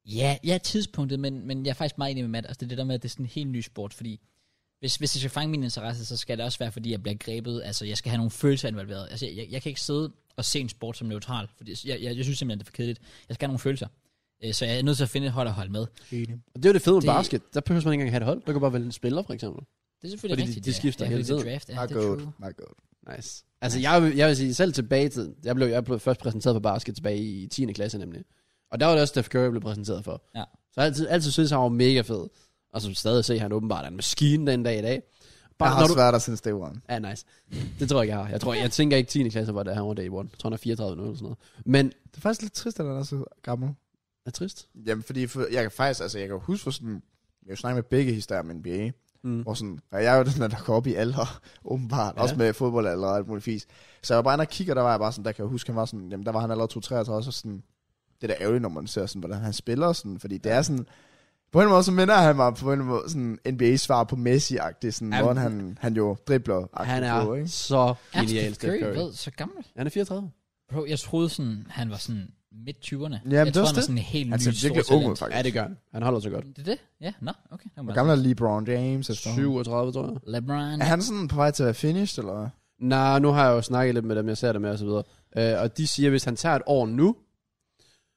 ja, ja, tidspunktet, men, men jeg er faktisk meget enig med Matt. Altså, det er det der med, at det er sådan en helt ny sport, fordi hvis, hvis jeg skal fange min interesse, så skal det også være, fordi jeg bliver grebet. Altså, jeg skal have nogle følelser involveret. Altså, jeg, jeg kan ikke sidde og se en sport som neutral, fordi jeg, jeg, jeg synes simpelthen, det er for kedeligt. Jeg skal have nogle følelser. Øh, Så jeg er nødt til at finde et hold at holde med. Enig. Og det er jo det fede med Det- basket. Der behøver man ikke engang have et hold. Du kan bare vælge en spiller, for eksempel. Det er selvfølgelig Fordi de- rigtigt. de skifter ja. hele Ja, fordi det er tiden. Draft, ja, Not det er good. true. Not good. Nice. Altså, jeg, vil- jeg vil sige, selv tilbage i tiden. Jeg blev, jeg blev først præsenteret for basket tilbage i 10. klasse, nemlig. Og der var det også Steph Curry, jeg blev præsenteret for. Ja. Så jeg har altid, altid synes, han var mega fed. Og som stadig se, han åbenbart er en maskine den dag i dag. Bare, jeg når har du... du... svært der siden day one. Ja, nice. Det tror jeg ikke, jeg har. Jeg, tror, jeg tænker ikke 10. klasse var det her over day one. Jeg tror, han er 34 nu eller sådan noget. Men Det er faktisk lidt trist, at han er så gammel. er trist. Jamen, fordi for, jeg kan faktisk, altså, jeg kan jo huske, hvor sådan, jeg har jo snakket med begge historier om NBA, Mm. hvor sådan, og jeg er jo den der, der går op i alder, åbenbart, Ja. ja. også med fodboldalder og alt muligt fisk. Så jeg var bare inde og kigge, og der var jeg bare sådan, der kan jeg huske, han var sådan, jamen, der var han allerede 233, og sådan, det er da ærgerligt, når man ser sådan, hvordan han spiller, sådan, fordi det er sådan, på en måde, så minder han mig på en måde, sådan NBA-svar på Messi-agtigt, sådan, Jamen. hvordan han, han jo dribler Han er på, ikke? så Er genial, Steph Curry, Steph Curry. Hvad, så gammel? Han er 34. Bro, jeg troede sådan, han var sådan midt 20'erne. Jamen, jeg det er troede, også han var det. sådan en helt Han ny ser virkelig stor ung ud, talent. faktisk. Ja, det gør han. Han holder sig godt. Det er det? Ja, nå, okay. Det var Hvor bare- gammel altså. er LeBron James? efterhånden? 37, tror jeg. LeBron. Er han sådan på vej til at være finished, eller hvad? Nej, nu har jeg jo snakket lidt med dem, jeg ser det med og så videre. Øh, og de siger, at hvis han tager et år nu,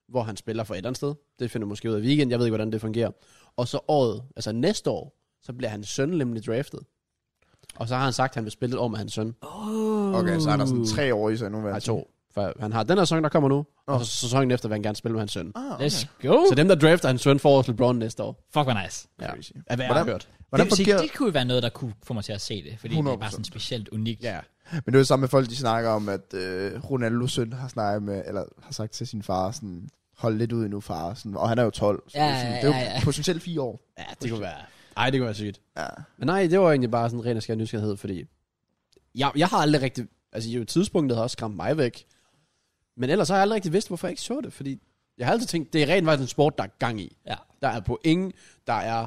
hvor han spiller for et eller andet sted, det finder jeg måske ud af i weekend, jeg ved ikke, hvordan det fungerer. Og så året, altså næste år, så bliver han søn nemlig draftet. Og så har han sagt, at han vil spille et år med hans søn. Oh. Okay, så er der sådan tre år i sig nu, hvad? Nej, to. For han har den her sæson, der kommer nu, og Åh. så sæsonen efter vil han gerne spille med hans søn. Ah, okay. Let's go. Så dem, der drafter hans søn, får også LeBron næste år. Fuck, hvor nice. Ja. Crazy. Er hvad jeg har Hvordan- hørt. Hvordan det, vil sige, fungerer... det kunne jo være noget, der kunne få mig til at se det, fordi det er bare 100%. sådan specielt unikt. Ja. Men det er jo samme med folk, de snakker om, at øh, Ronaldo søn har snakket med, eller har sagt til sin far, sådan, hold lidt ud endnu, far. Sådan, og han er jo 12, så Ja, det, er sådan, ja, det er jo ja, ja. potentielt fire år. ja, det kunne være. Ej, det kunne være sygt. Ja. Men nej, det var egentlig bare sådan ren og skær nysgerrighed, fordi jeg, jeg har aldrig rigtig... Altså, jo, tidspunktet har også skræmt mig væk. Men ellers har jeg aldrig rigtig vidst, hvorfor jeg ikke så det, fordi jeg har altid tænkt, det er rent faktisk en sport, der er gang i. Ja. Der er point, der er...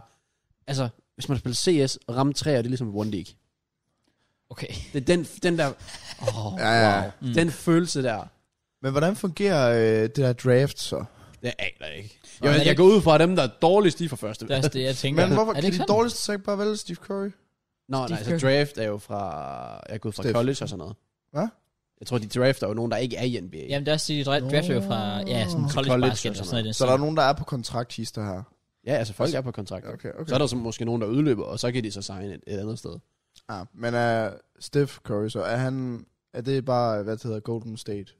Altså, hvis man spiller CS og rammer træer, det er ligesom One League. Okay. Det er den, den der... Oh, Ja, ja. Wow, mm. Den følelse der, Men hvordan fungerer øh, det der draft så? det aner jeg ikke. er Jeg, det jeg går ud fra at dem, der er dårligst, de for første. Det er også det, jeg tænker. Men hvorfor er kan det ikke de sådan? dårligste så ikke bare vælge Steve Curry? Nå, nej, Steve så draft er jo fra... Jeg er gået fra Steph. college og sådan noget. Hvad? Jeg tror, de drafter jo nogen, der ikke er i NBA. Jamen, det er også, de dra- drafter jo fra ja, sådan Nå. college, College basket og og sådan sådan noget. i den Så der er stil. nogen, der er på kontrakthister her. Ja, altså folk er på kontrakt. Okay. Okay, Så okay. er der så måske nogen, der udløber, og så kan de så signe et, et andet sted. Altså, Ah, men er Steve Curry så, er han... Er det bare, hvad det hedder, Golden State?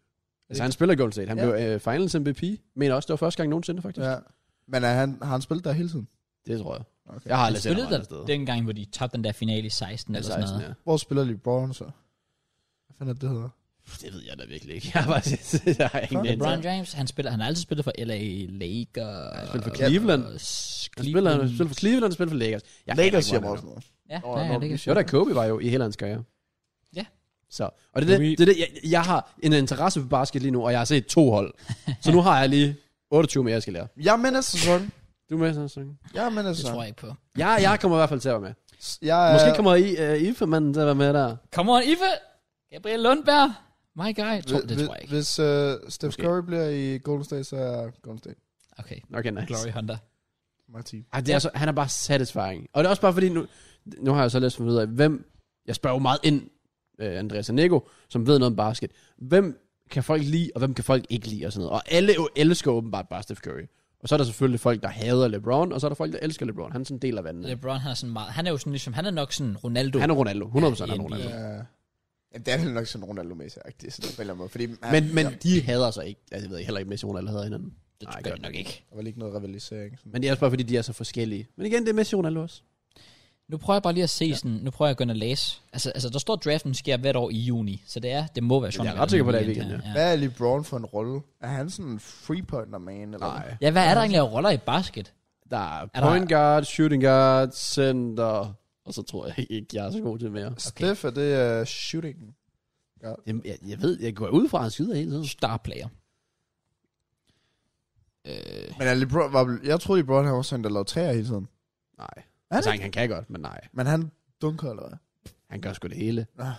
Altså han spiller Golden State. Han Ja. blev øh, Finals MVP. Mener også, det var første gang nogensinde, faktisk. Ja. Men er han, har han spillet der hele tiden? Det tror jeg. Okay. Jeg har Han aldrig set ham spillede andre der steder. dengang, hvor de tabte den der finale i 16 eller Altså, sådan noget. ja. Hvor spiller LeBron så? Hvad fanden er det, det hedder? Det ved jeg da virkelig ikke. Jeg har bare jeg har ingen Fuck, anelse. LeBron James, han, spiller, han har altid spillet for LA Lakers. Han spiller for Cleveland. og s- Han spiller, han spiller for Cleveland, han spiller for Lakers. Jeg aner Lakers ikke, siger hvor mig også han er nu. noget. Ja, Nå, ja, ja, det nå, kan vi jeg Det var da Kobe var jo i hele hans karriere. Ja. Så, og det er Kobe- det, det, er det jeg, jeg, har en interesse for basket lige nu, og jeg har set to hold. Så nu har jeg lige 28 mere, jeg skal lære. Jeg er med næste sæson. Du er med, sådan sådan. Jeg er med næste Det sæson. tror jeg ikke på. Jeg, jeg kommer i hvert fald til at være med. Jeg er, Måske kommer I, uh, Ife-manden til at være med der. Come on, Ife! Gabriel Lundberg! My guy! Tror, det hvis, tror jeg ikke. Hvis uh, Steph Måske. Curry bliver i Golden State, så er Golden State Okay, Okay, nice. Glory Hunter. my team. Ej, det er så, han er bare satisfying. Og det er også bare fordi, nu, nu har jeg så læst for videre, hvem, jeg spørger jo meget ind, øh, Andreas Nego, som ved noget om basket. Hvem kan folk lide, og hvem kan folk ikke lide, og sådan noget. Og alle jo elsker åbenbart bare Steph Curry. Og så er der selvfølgelig folk, der hader LeBron, og så er der folk, der elsker LeBron. Han er sådan en del af vandene. LeBron han er sådan meget... Han er jo sådan ligesom... Han er nok sådan Ronaldo. Han er Ronaldo. 100% ja, Ja, i han er Ronaldo. NBA. Uh, jamen, det er vel nok sådan Ronaldo Messi, det er sådan på en eller anden måde. Fordi han, Men, men de hader sig ikke. Altså, jeg ved ikke, heller ikke Messi og Ronaldo hader hinanden. Det Nej, gør godt jeg nok ikke. der var ikke noget rivalisering. Sådan. Men det er også bare, fordi de er så forskellige. Men igen, det er Messi og Ronaldo også. Nu prøver jeg bare lige at se ja. sådan, nu prøver jeg at gå ind og læse. Altså, altså der står, at draften sker hvert år i juni, så det er, det må være sådan. Jeg er ret sikker på, det er i weekenden, ja. Hvad er LeBron for en rolle? Er han sådan en three-pointer man? Eller hvad? Ja, hvad er der egentlig af roller i basket? Der er der- point guard, shooting guard, center, og så tror jeg ikke, jeg er så god til mere. Steph, er det uh, shooting? Jamen, jeg, jeg ved, jeg går ud fra, at han skyder hele tiden. Star player. Øh, Men er LeBron, var, jeg troede LeBron han var sådan, der lavede træer hele tiden. Nej. Er Altså, det? han, han kan godt, men nej. Men han dunker, eller hvad? Han gør sgu det hele. Ah.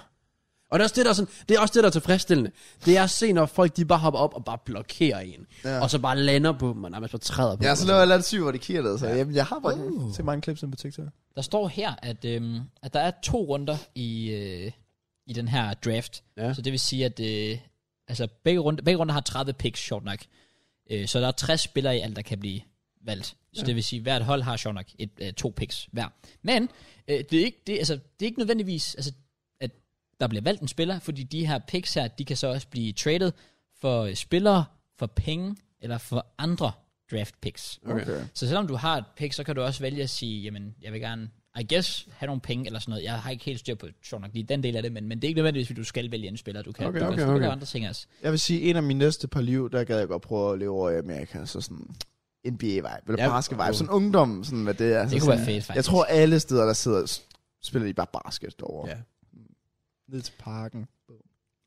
Og det er, også det, der er sådan, det er også det, der er tilfredsstillende. Det er at se, når folk de bare hopper op og bare blokerer en. Ja. Ja. Og så bare lander på dem, og nærmest bare træder på Ja, dem. så og laver jeg lidt syv, hvor det kigger der, så jamen, jeg har bare Uh. uh. set mange clips ind på TikTok. der står her, at, øhm, at der er to runder i, øh, i den her draft. Ja. Så det vil sige, at øh, altså, begge, runder, begge runder har 30 picks, sjovt nok. Øh, så der er 60 spillere i alt, der kan blive valgt. Så ja. det vil sige, at hvert hold har sjovt nok et, øh, to picks hver. Men øh, det, er ikke, det, altså, det er ikke nødvendigvis, altså, at der bliver valgt en spiller, fordi de her picks her, de kan så også blive traded for øh, spillere, for penge eller for andre draft picks. Okay. Så selvom du har et pick, så kan du også vælge at sige, jamen, jeg vil gerne I guess, have nogle penge eller sådan noget. Jeg har ikke helt styr på, sjovt nok lige den del af det, men, men det er ikke nødvendigvis, fordi du skal vælge en spiller, du kan. Okay, du okay, kan spille okay. andre ting også. Jeg vil sige, en af mine næste par liv, der gad jeg godt prøve at leve over i Amerika, så sådan NBA-vibe, eller Ja, ja, basket-vibe, okay. sådan ungdom, sådan hvad det er. Det så kunne sådan, være fedt, faktisk. Jeg tror, alle steder, der sidder, s- spiller de bare basket over. Ja. Ned til parken.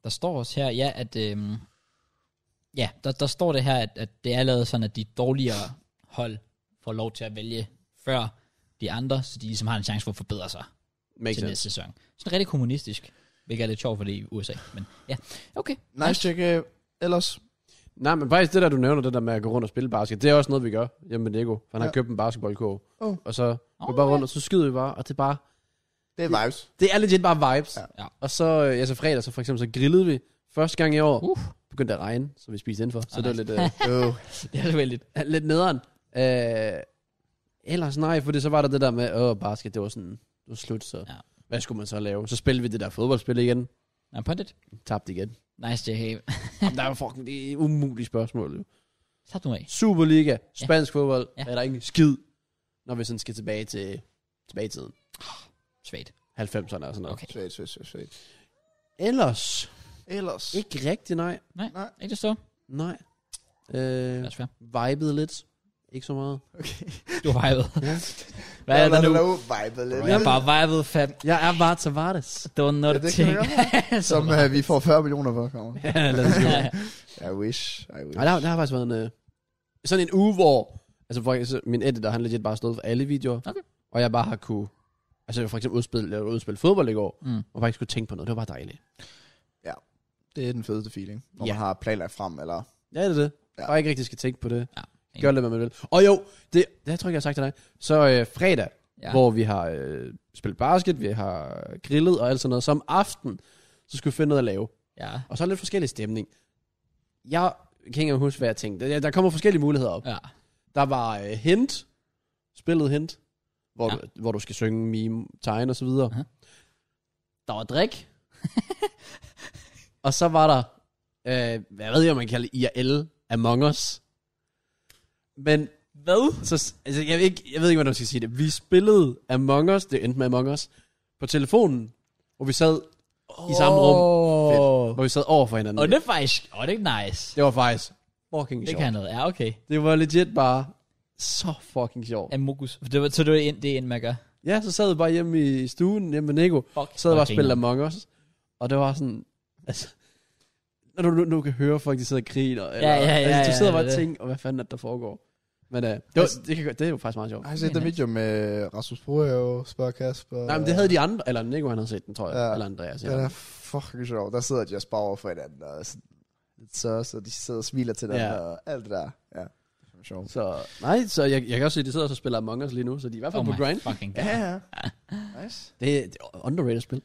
Der står også her, ja, at... Øhm, ja, der, der står det her, at, at det er lavet sådan, at de dårligere hold får lov til at vælge før de andre, så de ligesom har en chance for at forbedre sig Makes til sense. næste sæson. Sådan rigtig kommunistisk, hvilket er lidt sjovt for det i USA, men ja, okay. Nice check. øh, Ellers, Nej, men faktisk det der, du nævner, det der med at gå rundt og spille basket, det er også noget, vi gør hjemme med Nico. For han har Ja. købt en basketballkog. Oh. Og så går vi Oh, bare ja. rundt, og så skyder vi bare, og det er bare, det er vibes. det er legit bare vibes. Ja. Ja. Og så, øh, ja, så fredag, så for eksempel, så grillede vi første gang i år. Uh. Begyndte at regne, så vi spiste indenfor. Så Ah, det var nice. lidt, øh, Oh. Det er vel lidt. lidt nederen. Øh, ellers nej, fordi så var der det der med, åh, basket, det var sådan, det var slut, så Ja. ja. hvad skulle man så lave? Så spillede vi det der fodboldspil igen, Nå, på det. tabte igen. Nice, det er Jamen, der er jo fucking det er umulige spørgsmål. Jo. Slap nu af. Superliga, spansk ja. fodbold, Ja. ja. er der ingen skid, når vi sådan skal tilbage til tilbage i tiden. Svagt. 90'erne og sådan noget. Okay. Sweet, sweet, sweet, sweet. Ellers, Ellers. ikke rigtig nej. Nej, Nej. ikke det så. Nej. Det Øh, er svært. vibede lidt. Ikke så meget. Okay. Du har vibet. Ja. Hvad er det nu? Vibe lidt. Jeg har bare vibet, fam. Jeg er bare Tavares. Don't know Ja, the det kan thing. jeg godt Som øh, uh, vi får 40 millioner for, kommer. ja, lad os I wish, I wish. Nej, der, har- der har faktisk været en, øh, sådan en uge, hvor altså for, så min editor, han legit bare har stået for alle videoer. Okay. Og jeg bare har kunne, altså jeg for eksempel udspille, jeg udspille fodbold i går, Mm. og bare ikke skulle tænke på noget. Det var bare dejligt. Det er den fedeste feeling, når Ja. man har planlagt frem, eller... Ja, det er det. Ja. Ja. Bare ikke rigtig skal tænke på det. Ja. Gør lidt, hvad man vil. Og jo, det, det tror jeg ikke, jeg har sagt til dig. Så øh, fredag, Ja. ja. hvor vi har øh, spillet basket, vi har grillet og alt sådan noget. Som aften, så skulle vi finde noget at lave. ja. Og så er lidt forskellig stemning. Jeg kan ikke engang huske, hvad jeg tænkte. Der- Der kommer forskellige muligheder op. Ja. Der var øh, Hint, spillet Hint, hvor, Ja. ja. du, hvor du skal synge, mime, tegne og så videre. Aha. Der var drik. og så var der, øh, hvad ved jeg, om man kalder det, IRL, Among Us. Men Hvad? så, s- altså, jeg, ved ikke, jeg ved ikke, hvordan man skal sige det. Vi spillede Among Us, det endte med Among Us, på telefonen, hvor vi sad i samme rum, rum. hvor vi sad over for hinanden. Og det er faktisk... Åh, oh, det er nice. det var faktisk fucking Det sjovt. kan noget. Ja, okay. Det var legit bare så fucking sjovt. Amogus. Det var, så det var ind, det er ind, man gør. Ja, så sad vi bare hjemme i stuen, hjemme med Nico, Fuck. sad og bare og Fucking spillede Among Us, og det var sådan, altså, når du nu, nu kan høre folk, de sidder og griner, eller, Ja, ja, ja, altså, ja, du sidder det bare er og det. tænker, "Åh, hvad fanden er det, der foregår? Men uh, det, var, Altså- det, kan, gøre- det er jo faktisk meget sjovt. Har I set Det er den video med Rasmus Brohave, spørger Kasper? altså- Nej, men det havde de andre, eller Nico han havde set den, tror jeg, Ja. eller Andreas. Ja. Den er fucking sjov. Der sidder de og sparer over for hinanden, og sådan lidt så, så de sidder og smiler til den, Ja. ja. og alt det der. Ja, det er fandme sjovt. Så nej, så jeg, jeg kan også se, at de sidder og spiller Among Us lige nu, så de er i hvert fald Oh oh på my grind. fucking god. Ja, ja. Nice. Det, er- det er underrated spil.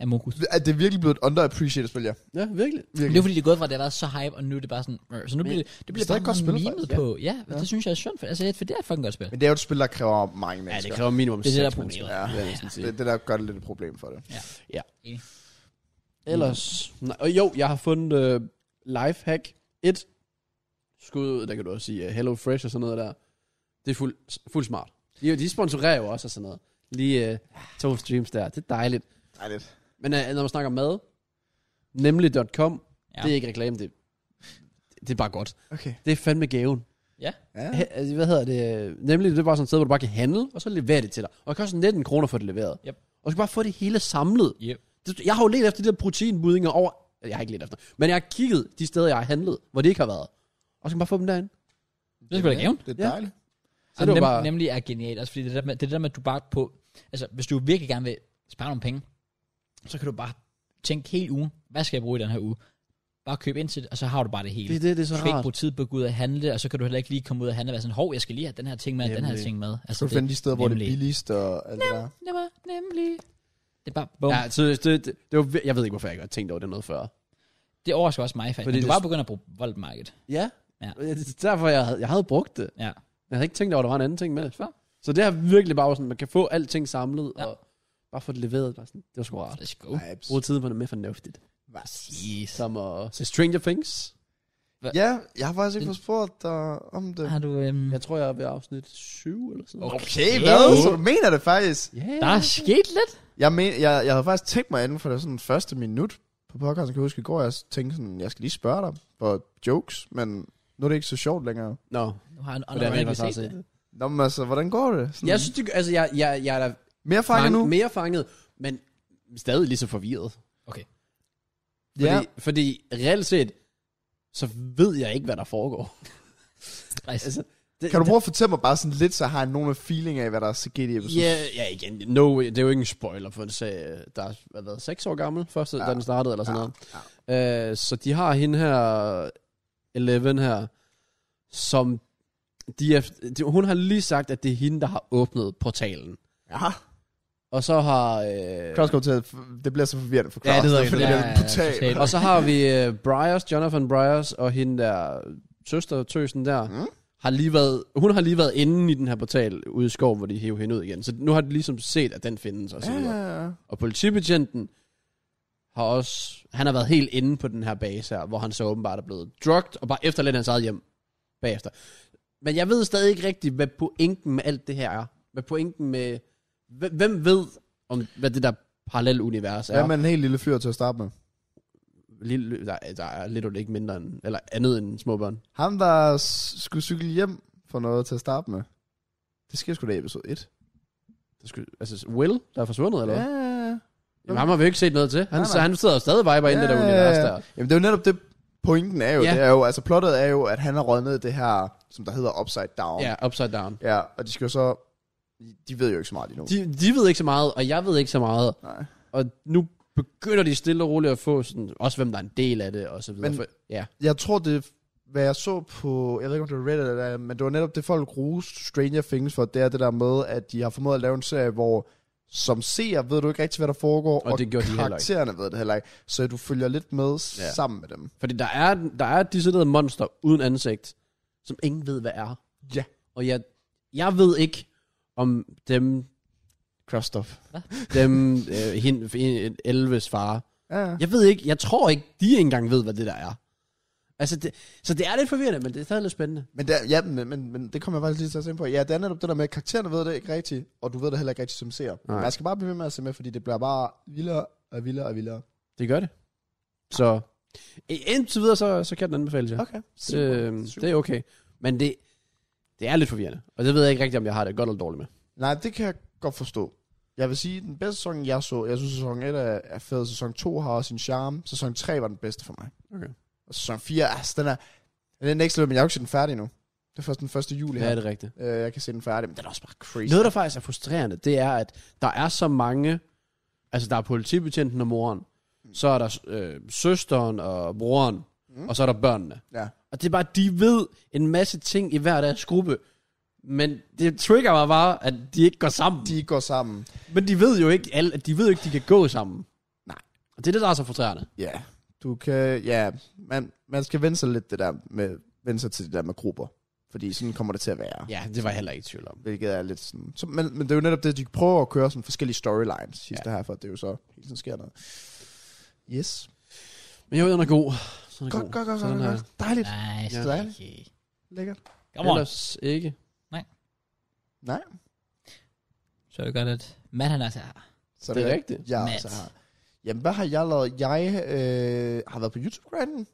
Amogus. Er det virkelig blevet et underappreciated spil, ja? Ja, virkelig. Men det er Virkelig. fordi, det er gået fra, at det var så hype, og nu er det bare sådan... øh, Så nu Men bliver det, det bliver stadig bare et godt meget spil, mimet faktisk. på. Ja, ja, det synes jeg er synd. For, altså, for det er et fucking godt spil. Men det er jo et spil, der kræver mange Ja, mennesker. det kræver minimum Det er det, der er seks mennesker. problemet. Ja, vil jeg sådan sige. det, det, der gør det lidt et problem for det. Ellers, Mm. nej, og jo, jeg har fundet uh, Lifehack 1. Skud ud, der kan du også sige uh, Hello Fresh og sådan noget der. Det er fuld, fuld smart. De, de sponsorerer jo også og sådan noget. Lige uh, to streams der, det er dejligt. Dejligt. Men uh, når man snakker mad, nemlig.com, Ja. ja. det er ikke reklame, det, det er bare godt. Okay. Det er fandme gaven. Ja. He, altså, hvad hedder det? Nemlig, det er bare sådan et sted, hvor du bare kan handle, og så leverer det til dig. Og det koster 19 kroner for det leveret. Yep. Og du kan bare få det hele samlet. Yep. Det- Jeg har jo let efter de der proteinbuddinger over... Jeg har ikke let efter. Men jeg har kigget de steder, jeg har handlet, hvor det ikke har været. Og så kan man bare få dem derinde. Det er sgu da gaven. Det Ja. er dejligt. Så det nem, var bare... bare- Nemlig er genialt, også fordi det der, med, det der med, at du bare på... Altså, hvis du virkelig gerne vil spare nogle penge, så kan du bare tænke hele ugen, hvad skal jeg bruge i den her uge? Bare købe ind til det, og så har du bare det hele. Det, er det, det er så du skal ikke rart. bruge tid på at gå ud og handle, og så kan du heller ikke lige komme ud og handle og være sådan, hov, jeg skal lige have den her ting med, og den her Nemlig. ting med. Så Altså, du finde de steder, hvor det er nemlig. billigst og alt det der. nemmer, nemlig. Det er bare, bum. Ja. Ja, så det, det, det, det var, vir- jeg ved ikke, hvorfor jeg ikke har tænkt over det noget før. Det overrasker også mig, faktisk. Fordi Men du det- bare begynder at bruge voldmarked. Ja. Ja. Det er derfor, jeg havde, jeg havde brugt det. Ja. Jeg havde ikke tænkt over, at der var en anden ting med det. Fair. Så det har virkelig bare været sådan, man kan få alting samlet, Ja. ja. og bare få det leveret. Bare sådan, det var sgu rart. Let's go. Vibes. Bruge tiden på noget mere fornuftigt. Vibes. Yes. Som at se Stranger Things. Ja, jeg har faktisk ikke Det- fået spurgt dig om Ah, det. Har du... Øhm, Jeg tror, jeg er ved afsnit 7 eller sådan noget. Okay, hvad? Så du mener det faktisk? Yeah. der er sket lidt. Jeg, men, jeg, jeg havde faktisk tænkt mig inden for det sådan første minut på podcasten, kan jeg huske i går, jeg tænkte sådan, jeg skal lige spørge dig for jokes, men nu er det ikke så sjovt længere. Nå, Nu har han og der er rent faktisk set det. Nå, men altså, hvordan går det? Sådan, Jeg synes, det, altså, jeg, jeg, jeg er da mere fanget nu? fang, mere fanget, men stadig lige så forvirret. Fordi, ja, ja. fordi reelt set, så ved jeg ikke, hvad der foregår. Altså, Det, kan du prøve at fortælle mig bare sådan lidt, så har jeg nogle feeling af, hvad der er sket i episoden? Ja, ja igen. No, way. det er jo ikke en spoiler for en serie, der har været seks år gammel, første, ja. da den startede, eller sådan Ja, ja. noget. Øh, så de har hende her, Eleven her, som... De er, de, hun har lige sagt, at det er hende, der har åbnet portalen. Ja. Og så har... Øh, Klaus kommer til at, det bliver så forvirrende for Ja, Klaus. det ved jeg fordi godt. det Ja, er ja, totalt. totalt. og så har vi øh, Briars, Jonathan Briars, og hende der søstertøsen der, Mm. mm. har lige været, hun har lige været inde i den her portal ude i skoven, hvor de hæver hende ud igen. Så nu har de ligesom set, at den findes og så videre. Ja, ja, ja. Og politibetjenten har også, han har været helt inde på den her base her, hvor han så åbenbart er blevet drugt, og bare efterladt hans eget hjem bagefter. Men jeg ved stadig ikke rigtigt, hvad pointen med alt det her er. Hvad pointen med, hvem- hvem ved, om hvad det der parallel univers er? Ja, men en helt lille fyr til at starte med. Lille, der, der er lidt eller ikke mindre end, eller andet end små børn. Ham, der s- skulle cykle hjem for noget til at starte med. Det sker sgu da i episode 1. Der skulle, altså Will, der er forsvundet, eller hvad? ja. Jamen, ham har vi jo ikke set noget til. Han, Nej, nej, nej. nej. han sidder jo stadig og viber ind i det der univers der. Jamen, det er jo netop det, pointen er jo. Ja. Det er jo, altså plottet er jo, at han har rødnet det her, som der hedder Upside Down. Ja, upside down. ja og de skal jo så... De ved jo ikke så meget endnu. De, de ved ikke så meget, og jeg ved ikke så meget. Nej. Og nu begynder de stille og roligt at få sådan, også hvem der er en del af det, og så videre. Men- Men, ja. Jeg tror, det hvad jeg så på, jeg ved ikke om det var Reddit eller hvad, men det var netop det, folk roste Stranger Things for, det er det der med, at de har formået at lave en serie, hvor som seer ved du ikke rigtig, hvad der foregår, Og det gjorde de heller ikke. karaktererne ved det heller ikke, så du følger lidt med ja. sammen med dem. Fordi der er, der er decideret monster uden ansigt, som ingen ved, hvad er. Ja. Og jeg, jeg ved ikke, om dem, Crossed up. dem øh, hende, hende- Elves far, Ja, ja. jeg ved ikke, jeg tror ikke, de ikke engang ved, hvad det der er. Altså, det, så det er lidt forvirrende, men det er stadig lidt spændende. Men, der, ja, men, men, men det kommer jeg faktisk lige til at tænke på. Ja, det er netop det der med, at karaktererne ved det ikke rigtigt, og du ved det heller ikke rigtigt som ser. Nej. Man skal bare blive ved med at se med, fordi det bliver bare vildere og vildere og vildere. Det gør det. Så indtil videre, så, så kan den anbefales, ja. Okay. Det, Øhm, det er okay. Men det, det er lidt forvirrende. Og det ved jeg ikke rigtigt, om jeg har det godt eller dårligt med. Nej, det kan jeg godt forstå. Jeg vil sige, den bedste sæson, jeg så, jeg synes, sæson 1 er, er fed. Sæson 2 har også sin charme. Sæson 3 var den bedste for mig. Okay. Og sæson 4, altså, den er, den er next level, men jeg har jo ikke set den færdig nu. Det er først den 1. juli Ja, her. det er rigtigt. Øh, jeg kan se den færdig, men den er også bare crazy. Noget, der faktisk er frustrerende, det er, at der er så mange... Altså, der er politibetjenten og moren. Så er der øh, søsteren og broren. Mm. Mm. Og så er der børnene. Ja. Og det er bare, de ved en masse ting i hver deres gruppe. Men det trigger mig bare, at de ikke går sammen. De, De går sammen. men de ved jo ikke, alle, de ved jo ikke, de kan gå sammen. Nej. Og det er det, der er så frustrerende. Ja, yeah. du kan, ja, man, man skal vende sig lidt det der med, vende sig til det der med grupper, fordi sådan kommer det til at være, Ja, det var jeg heller ikke i tvivl om. hvilket er lidt sådan, så, men, men det er jo netop det, de prøver at køre sådan forskellige storylines sidste her, for det er jo så, hele tiden sker noget. Yes. Men jo, den er god. Den er Godt, god. godt, godt, Så den godt, er- godt. Dejligt. Nice. Ja. Okay. Lækkert. Come on. Ellers ikke. Så er det godt, at Matt han også er her. Så Det er rigtigt. Ja, Mads. så har. Jamen, hvad har jeg lavet? Jeg øh, har været på YouTube-grinden.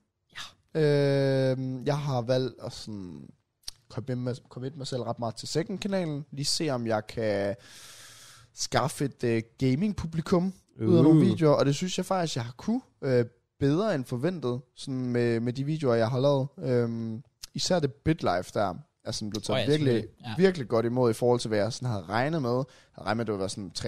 Ja. Øh, jeg har valgt at sådan, commit mig, commit mig selv ret meget til second-kanalen. Lige se, om jeg kan skaffe et øh, gaming-publikum uh. ud af nogle Øhm. videoer. Og det synes jeg faktisk, jeg har kunne øh, bedre end forventet sådan med, med de videoer, jeg har lavet. Øh, især det BitLife der er sådan blevet Åh, ja, taget oh, virkelig, selvfølgelig. Ja. virkelig godt imod i forhold til, hvad jeg sådan havde regnet med. Jeg havde regnet med, at det var sådan 3.000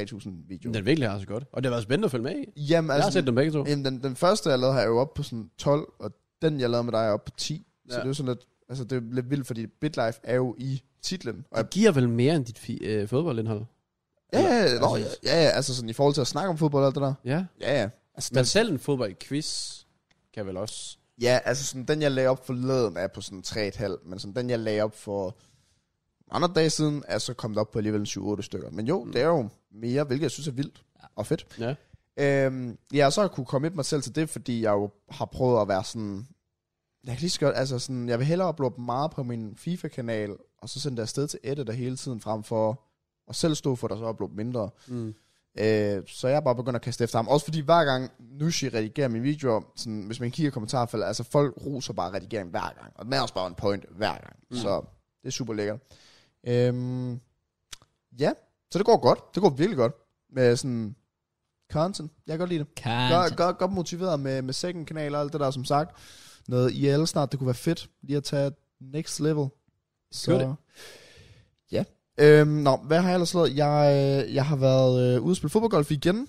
videoer. Den er virkelig også godt. Og det har været spændende at følge med i. Jamen, Jeg har altså, set dem begge to. Jamen, den, den første, jeg lavede, har jeg jo op på sådan 12, og den, jeg lavede med dig, er op på 10. Ja. Så Ja. det er jo sådan lidt, altså det er lidt vildt, fordi BitLife er jo i titlen. Og jeg, Det giver vel mere end dit fi- øh, fodboldindhold? ja, ja, ja, Altså- nå, ja, ja, ja, altså sådan i forhold til at snakke om fodbold og alt det der. Ja. Ja, ja. Altså, Men den, selv en fodboldquiz kan vel også... ja, altså sådan, den, jeg lagde op for leden, er på sådan 3,5, men sådan den, jeg lagde op for andre dage siden, er så kommet op på alligevel en 7-8 stykker. Men jo, det er jo mere, hvilket jeg synes er vildt og fedt. Ja. Øhm, ja, og så har jeg kunne komme ind mig selv til det, fordi jeg jo har prøvet at være sådan Jeg kan lige så godt, altså sådan, jeg vil hellere uploade meget på min FIFA-kanal, og så sende det afsted til editor hele tiden, frem for at selv stå for det, og så uploade mindre. Mm. Øh, så jeg er bare begyndt at kaste efter ham. Også fordi hver gang Nushi redigerer mine videoer, sådan, hvis man kigger i kommentarfeltet, altså folk roser bare redigering hver gang. Og den er også bare en point hver gang. Mm. Så det er super lækkert. Øhm, ja, så det går godt. Det går virkelig godt. Med sådan content. Jeg kan godt lide det. Godt, Kan godt, godt motiveret med, med second kanal og alt det der, som sagt. Noget IL snart, det kunne være fedt lige at tage next level. Gør det. Ja. Øhm, nå, hvad har jeg ellers lavet? Jeg, øh, jeg har været øh, ude at spille fodboldgolf igen.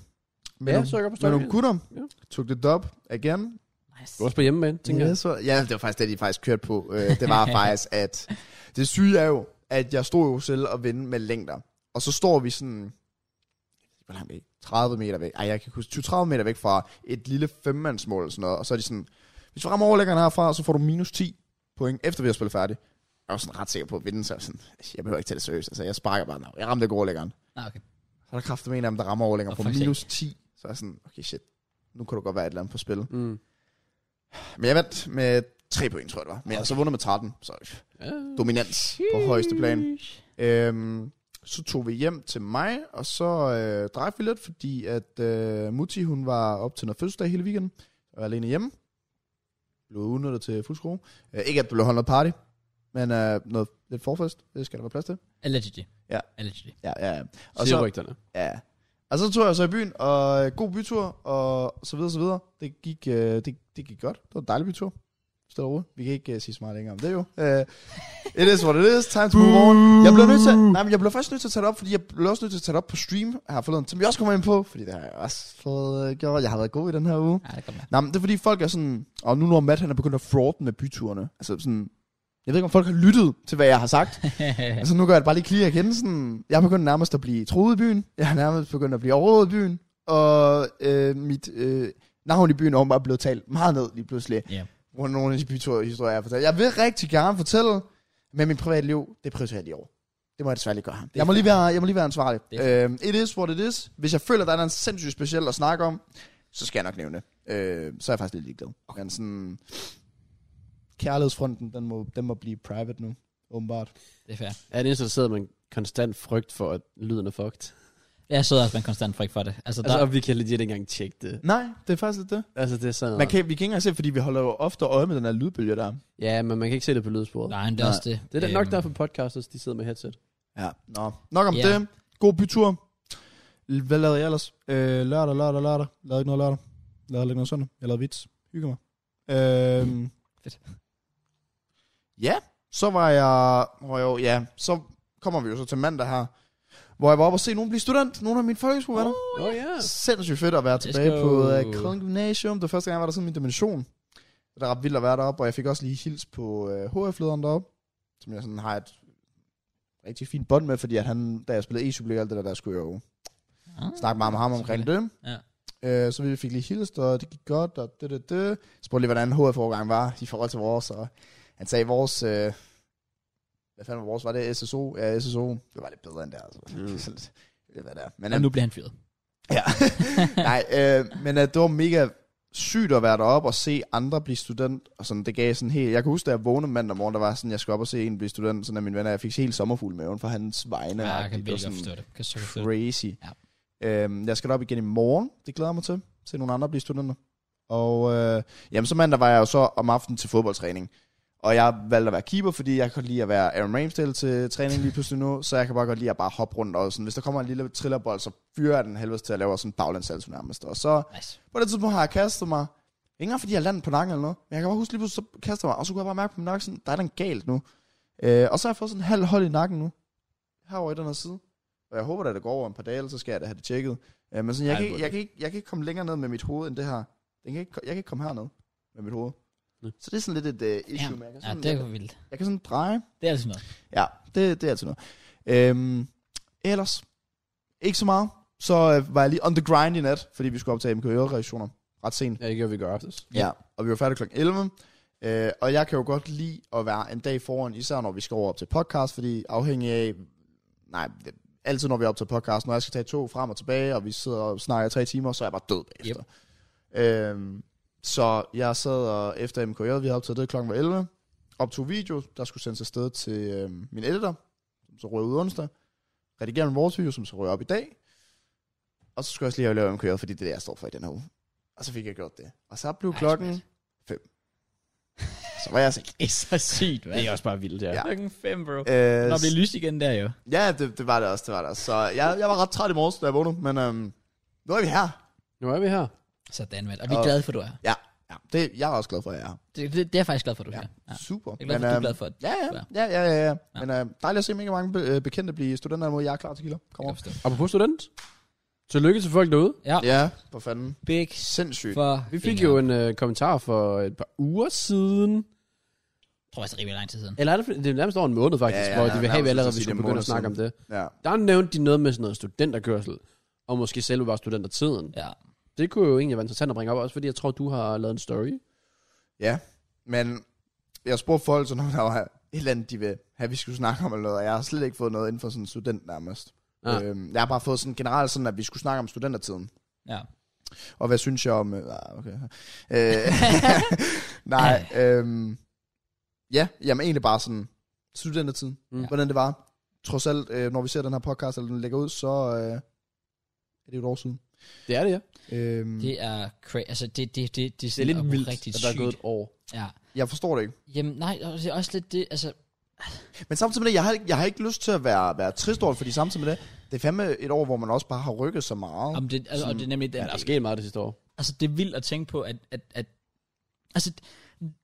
Med Ja, nogle, så jeg godt forstå med nogle det. gutter. Ja. Ja. Tog det dub igen. nice. Du er også på hjemmebane, tænker jeg. så, ja, det var faktisk det, de faktisk kørte på. Øh, det var faktisk, at det syge er jo, at jeg stod jo selv og vinde med længder. Og så står vi sådan, hvor langt væk? 30 meter væk. Ej, jeg kan ikke huske, 20-30 meter væk fra et lille femmandsmål eller sådan noget. Og så er de sådan, hvis du rammer overlæggeren herfra, så får du minus 10 point, efter vi har spillet færdigt. Jeg var sådan ret sikker på at vinde, så jeg, var sådan, jeg behøver ikke tage det seriøst. Altså, jeg sparker bare, "Nå, jeg ramte ikke overlæggeren. Ah, okay. Så er der kraftet med en af dem, der rammer Og overlæggeren på faktisk minus 10. Så er jeg sådan, okay shit, nu kan du godt være et eller andet på spil. Mm. Men jeg vandt med 3 point, tror jeg det var. Men jeg har så vundet med 13, så Ja. dominans på højeste plan. Øhm, så tog vi hjem til mig, og så øh, drak vi lidt, fordi at øh, Mutti, hun var op til noget fødselsdag hele weekenden, og var alene hjemme. Blev udnyttet til fuld skrue. Øh, ikke at der blev holdt noget party, men øh, noget lidt forfest, det skal der være plads til. Allegedly. Ja. Allegedly. Ja, ja, ja. Og Og så så, rygterne. ja. Og så tog jeg så i byen, og øh, god bytur, og så videre, så videre. Det gik, øh, det, det gik godt. Det var en dejlig bytur. Stille og roligt. Vi kan ikke øh, sige så meget længere om det jo. Øh, it is what it is. Time to move on. Jeg blev, nødt til, nej, men jeg blev først nødt til at tage det op, fordi jeg blev også nødt til at tage det op på stream her forleden, som vi også kommer ind på, fordi det har jeg også fået øh, gjort. Jeg har været god i den her uge. Ja, det kommer. Nej, men det er fordi folk er sådan, og nu når Matt han er begyndt at fraude med byturene. Altså sådan, jeg ved ikke om folk har lyttet til hvad jeg har sagt. Altså nu gør jeg det bare lige clear igen. Sådan, jeg er begyndt nærmest at blive troet i byen. Jeg er nærmest begyndt at blive overrådet i byen. Og øh, mit øh, navn i byen er åbenbart blevet talt meget ned lige pludselig. Ja. Rundt nogle af de byturhistorier, jeg har fortalt. Jeg vil rigtig gerne fortælle, men min privatliv, det prioriterer jeg lige over. Det må jeg desværre lige gøre. Jeg må lige være, jeg må lige være ansvarlig. Det Øhm, it is what it is. Hvis jeg føler, der er en sindssygt speciel at snakke om, så skal jeg nok nævne det. Øh, så er jeg faktisk lidt ligeglad. Okay. Men sådan, kærlighedsfronten, den må, den må blive private nu, åbenbart. Det er fair. Er det eneste, der sidder med en konstant frygt for, at lyden er fucked? Jeg sidder også med en konstant frygt for det. Altså, der, Altså, og vi kan legit ikke engang tjekke det. Nej, det er faktisk lidt det. Altså, det er sådan... Man kan, vi kan ikke engang se, fordi vi holder jo ofte øje med den her lydbølge der. Ja, men man kan ikke se det på lydsporet. nej, men det er også det. Det er da nok Øhm, derfor podcasters, de sidder med headset. Ja. Nå. Nok om Ja. yeah. det. God bytur. L- Hvad lavede jeg ellers? Øh, lørdag, lørdag, lørdag. Lavede ikke noget lørdag. Lavede ikke noget søndag. Jeg lavede vits. Hygge mig. Øh, Fedt. Ja, så var jeg... Hvor jeg jo, ja, så kommer vi jo så til mandag her. Hvor jeg var oppe og se nogen blive student. Nogle af mine folkeskolevenner. Åh, oh, ja. sindssygt fedt at være Let's tilbage go. på uh, Kolding Gymnasium. Det var første gang, jeg var der sådan i min dimension. Det er ret vildt at være deroppe, og jeg fik også lige hils på uh, HF-lederen deroppe, som jeg sådan har et rigtig fint bånd med, fordi at han, da jeg spillede e-supplik og alt det der, der skulle jeg jo ah, snakke meget med ham omkring det. Ja. Uh, så vi fik lige hilst, og det gik godt, og det, det, det. Spurgte lige, hvordan HF-overgangen var i forhold til vores, og han sagde, vores... Uh, hvad fanden var vores? Var det SSO? Ja, SSO. Det var lidt bedre end der, altså. Mm. Mm. det er, hvad det er. Men Og øhm, nu bliver han fyret. Ja. Nej, øh, men at det var mega sygt at være deroppe og se andre blive student, og sådan, det gav sådan helt... Jeg kan huske, da jeg vågnede mandag morgen, der var sådan, jeg skulle op og se en blive student, sådan af mine venner, jeg fik helt sommerfugl i maven for hans vegne. Ja, Ah, jeg og kan det var virkelig godt sådan forstå det. Kan så godt forstå det. crazy. Ja. Øhm, jeg skal op igen i morgen, det glæder jeg mig til, se nogle andre blive studenter. Og øh, jamen, så mandag var jeg jo så om aftenen til fodboldtræning. Og jeg valgte at være keeper, fordi jeg kan godt lide at være Aaron Ramsdale til træning lige pludselig nu, så jeg kan bare godt lide at bare hoppe rundt og sådan. Hvis der kommer en lille trillerbold, så fyrer jeg den helvedes til at lave sådan en baglandssalto nærmest. Og så Nice. på det tidspunkt har jeg kastet mig. Ikke engang fordi jeg landede på nakken eller noget, men jeg kan bare huske lige pludselig, så kaster jeg mig, og så kunne jeg bare mærke på min nakke, sådan, der er den galt nu. Øh, og så har jeg fået sådan en halv hold i nakken nu, herovre i den her side. Og jeg håber, at det går over en par dage, ellers så skal jeg da have det tjekket. Øh, men sådan, jeg, Ej, kan, hvor ikke- jeg, kan ikke, jeg kan ikke komme længere ned med mit hoved end det her. Den kan ikke, jeg kan ikke komme herned med mit hoved. Nå. Så det er sådan lidt et uh, Ja, issue, men jeg kan, ja, sådan, det er jeg, jo vildt. jeg kan sådan dreje, Det er altså noget. Ja, det, det er altid noget. Øhm, ellers, ikke så meget. Så øh, var jeg lige on the grind i nat, fordi vi skulle optage MKØ-reaktioner ret sent. Ja, det gør vi gør aftes. Ja. Og vi var færdige kl. 11. Øh, og jeg kan jo godt lide at være en dag foran, især når vi skal over op til podcast, fordi afhængig af... Nej, det, altid når vi er op til podcast, når jeg skal tage to frem og tilbage, og vi sidder og snakker i tre timer, så er jeg bare død bagefter. Yep. Øhm, Så jeg sad og efter MKJ, vi havde optaget det klokken var 11, optog video, der skulle sendes afsted til øh, min editor, som så røg ud onsdag, redigerer min vores video, som så røg op i dag, og så skulle jeg også lige have lavet MKJ, fordi det er det, jeg står for i den her uge. Og så fik jeg gjort det. Og så blev Ej, klokken smadret. 5. så var jeg sikker. Det er så sygt, hvad? Det er også bare vildt, ja. Ja. Klokken fem, bro. Øh, Når det er lyst igen der, jo. Ja, det, det var det også, det var det også. Så jeg, jeg var ret træt i morges, da jeg vågnede, men øhm, nu er vi her. Nu er vi her. Sådan, mand. Og vi er Og- glade for, at du er her. Ja, ja det, jeg er også glad for, at jeg er her. Det, det, det er jeg faktisk glad for, at du er her. Ja. Super. Jeg er glad for, at du er glad øhm, for, at Ja, du er. ja, ja, ja, ja, ja. Men øh, dejligt at se mega mange be- øh, bekendte blive studenter, hvor jeg er klar til kilder. Kom op. her. Apropos student. Tillykke til folk derude. Ja, Ja, for fanden. big Sindssygt. for... Vi fik jo en øh, kommentar for et par uger siden. Tror jeg, det er rimelig lang tid siden. Eller er det, det er nærmest over en måned faktisk, Ja, ja, hvor ja, de vil have, at vi nærmest allerede at sige, vi skulle det er en begynde at måned snakke om det. Ja. Der nævnte de noget med sådan noget studenterkørsel, og måske selv bare studentertiden. Ja. Det kunne jo egentlig være interessant at bringe op, også fordi jeg tror, du har lavet en story. ja, men jeg spurgte folk, så når der var et eller andet, de vil have, vi skulle snakke om eller noget, og jeg har slet ikke fået noget inden for sådan en student nærmest. Ah. Ah. Øhm, jeg har bare fået sådan generelt sådan, at vi skulle snakke om studentertiden. Ja. Og hvad synes jeg om... Øh, ah, okay. Øh, nej, øhm, ja, jamen egentlig bare sådan studentertiden, Mm. mm. hvordan det var. Trods alt, øh, når vi ser den her podcast, eller den ligger ud, så øh, er det jo et år siden. Det er det, ja. Øhm, Det er cra- Altså, det, det, det, det, Det er lidt vildt, rigtig at der er sygt. gået et år. Ja. Jeg forstår det ikke. Jamen, nej, og det er også lidt det, altså... Men samtidig med det, jeg har, ikke- jeg har ikke lyst til at være, være trist over det, fordi samtidig med det, det er fandme et år, hvor man også bare har rykket så meget. Om det, altså, og det er nemlig den, Ja, der er sket meget det sidste år. altså det er vildt at tænke på, at, at, at altså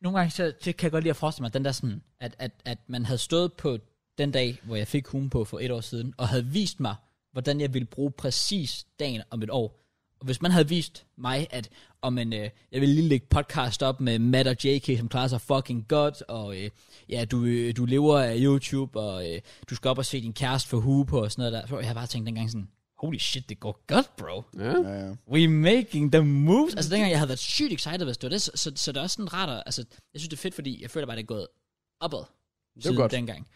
nogle gange så, så kan jeg godt lide at forestille mig den der sådan, at, at, at man havde stået på den dag, hvor jeg fik hun på for et år siden, og havde vist mig, hvordan jeg ville bruge præcis dagen om et år. Og hvis man havde vist mig, at om en, øh, jeg ville lige lægge podcast op med Matt og JK, som klarer sig fucking godt, og øh, ja, du, øh, du lever af YouTube, og øh, du skal op og se din kæreste for hue på, og sådan noget der. Så jeg har bare tænkt dengang sådan, holy shit, det går godt, bro. Ja. Ja, ja. We making the moves. Altså dengang jeg havde været sygt excited, hvis det var det, så, så, så det er også sådan rart at, altså jeg synes det er fedt, fordi jeg føler bare, det er gået opad er siden godt. dengang.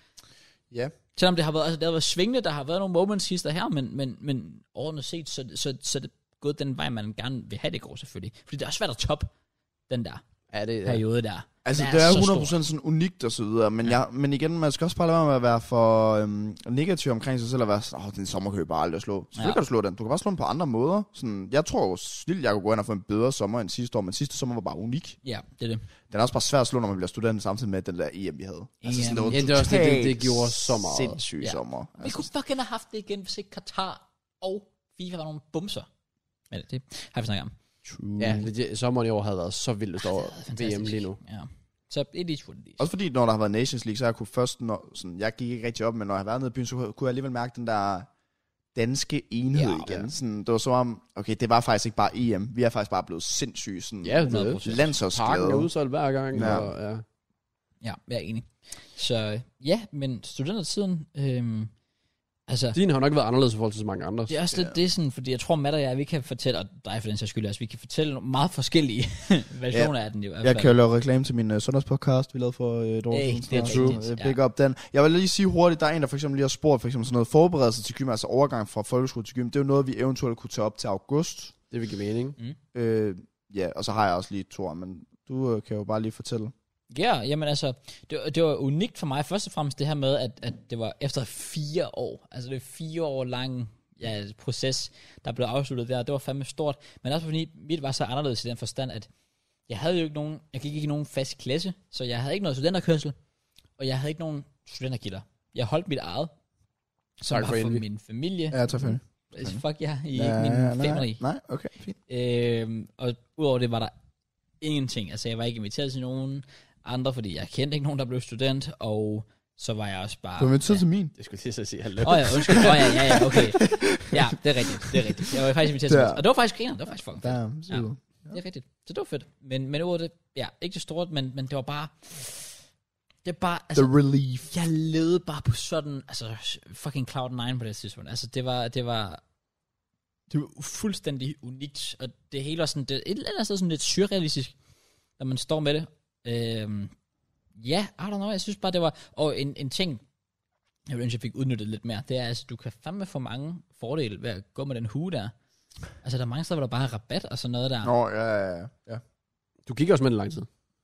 ja. Selvom det har været, altså, det har været svingende, der har været nogle moments sidst og her, men, men, men overordnet set, så, så, så er det gået den vej, man gerne vil have det går selvfølgelig. Fordi det er også svært at top den der Ja, det er periode der. Altså, Den det er så stor. 100% sådan unikt og så videre, men, ja. jeg, men igen, man skal også bare lade være med at være for øhm, negativ omkring sig selv, og være sådan, åh, den sommer kan vi bare aldrig slå. Så Ja. ja. kan du slå den, du kan bare slå den på andre måder. Sådan, jeg tror jo snildt, jeg kunne gå ind og få en bedre sommer end sidste år, men sidste sommer var bare unik. Ja, det er det. Den er også bare svær at slå, når man bliver student, samtidig med den der EM, vi havde. Altså, EM. var Ja, det er også det, det- totalt det gjorde så meget. Sindssyg Ja. ja. sommer. Altså, Vi kunne fucking have haft det igen, hvis ikke Katar og FIFA var nogle bumser. Men det har vi snakket om. true. Ja, legit, sommeren i år havde været så vildt, hvis der var Det er fantastisk. VM lige nu. Ja. Så it is what it is. Også fordi, når der har været Nations League, så har jeg kunne først, når, sådan, jeg gik ikke rigtig op, men når jeg har været nede i byen, så kunne kunne jeg alligevel mærke den der danske enhed Ja, ja, igen. Sådan, det var som om, okay, det var faktisk ikke bare EM, vi er faktisk bare blevet sindssyge, sådan Ja, det er det. 100%. Parken er landsholdsglæde. udsolgt hver gang. Ja. Ja. Og, ja. Ja, jeg er enig. Så øh, ja, men studentertiden, øhm, altså, Din har nok været anderledes i forhold til så mange andre. det er også lidt det sådan, fordi jeg tror, Matt og jeg, vi kan fortælle, og dig for den sags skyld også, vi kan fortælle nogle meget forskellige versioner af den i hvert fald. Jeg kan jo lave reklame til min uh, søndagspodcast, vi lavede for uh, et år Hey, det er snart. rigtigt, Øh, ja. Pick up den. Jeg vil lige sige hurtigt, der er en, der for eksempel lige har spurgt, for eksempel sådan noget forberedelse til gym, altså overgang fra folkeskole til gym, det er jo noget, vi eventuelt kunne tage op til august. Det vil give mening. Øh, ja, og så har jeg også lige to, men du øh, kan jo bare lige fortælle. Ja, jamen altså, det, var- det var unikt for mig, først og fremmest det her med, at, at det var efter fire år, altså det er fire år lang ja, proces, der blev afsluttet der, det var fandme stort, men også fordi mit var så anderledes i den forstand, at jeg havde jo ikke nogen, jeg gik ikke i nogen fast klasse, så jeg havde ikke noget studenterkørsel, og jeg havde ikke nogen studentergilder. Jeg holdt mit eget, som Tak var for for envy. min familie. Ja, selvfølgelig. Ja. Fuck jer, I er ikke min family. Nej, okay, fint. Øhm, og udover det var der ingenting. Altså, jeg var ikke inviteret til nogen andre, fordi jeg kendte ikke nogen, der blev student, og så var jeg også bare... Du har tid til min. Det skulle lige så sige hallo. Åh oh, ja, undskyld. Åh oh, ja, ja, ja, okay. Ja, det er rigtigt, det er rigtigt. Jeg var faktisk inviteret til Der. nogen. Og det var faktisk griner, det var faktisk fucking fedt. Der, Ja. ja. Det er rigtigt. Så det var fedt. Men, men udover det, ja, ikke det stort, men, men det var bare... Det er bare... Altså, The relief. jeg levede bare på sådan, altså fucking Cloud9 på det tidspunkt. Altså det var, det var, det var fuldstændig unikt, og det hele var sådan, det, et eller andet sted sådan lidt surrealistisk, når man står med det. Øhm, ja, I don't know, jeg synes bare, det var, og en, en ting, jeg ville ønske, jeg fik udnyttet lidt mere, det er, altså, du kan fandme få mange fordele ved at gå med den hue der. Altså, der er mange steder, hvor der bare er rabat og sådan noget der. Nå, ja, ja, ja. ja. Du gik også med den lang tid.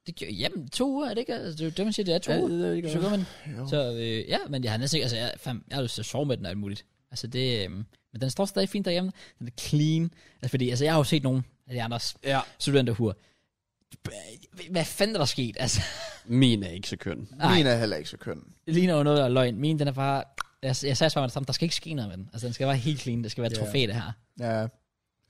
Det, gjorde- jamen, to uger, er det ikke? Altså, det er jo det, man siger, det er to uger. det, det, Så, går man, Jo. så øh, ja, men jeg har næsten ikke, altså jeg, fam, jeg har lyst til at sove med den og alt muligt. Altså det, øh, men den står stadig fint derhjemme. Den er clean. Altså fordi, altså jeg har jo set nogle af de andre Ja. studenter hur. Hvad fanden er der sket? Altså, Min er ikke så køn. nej, Min er heller ikke så køn. det ligner jo noget der er løgn. Min, den er bare, jeg, jeg sagde bare med det samme, der skal ikke ske noget med den. Altså den skal være helt clean, det skal være et Ja. trofæ det her. Ja,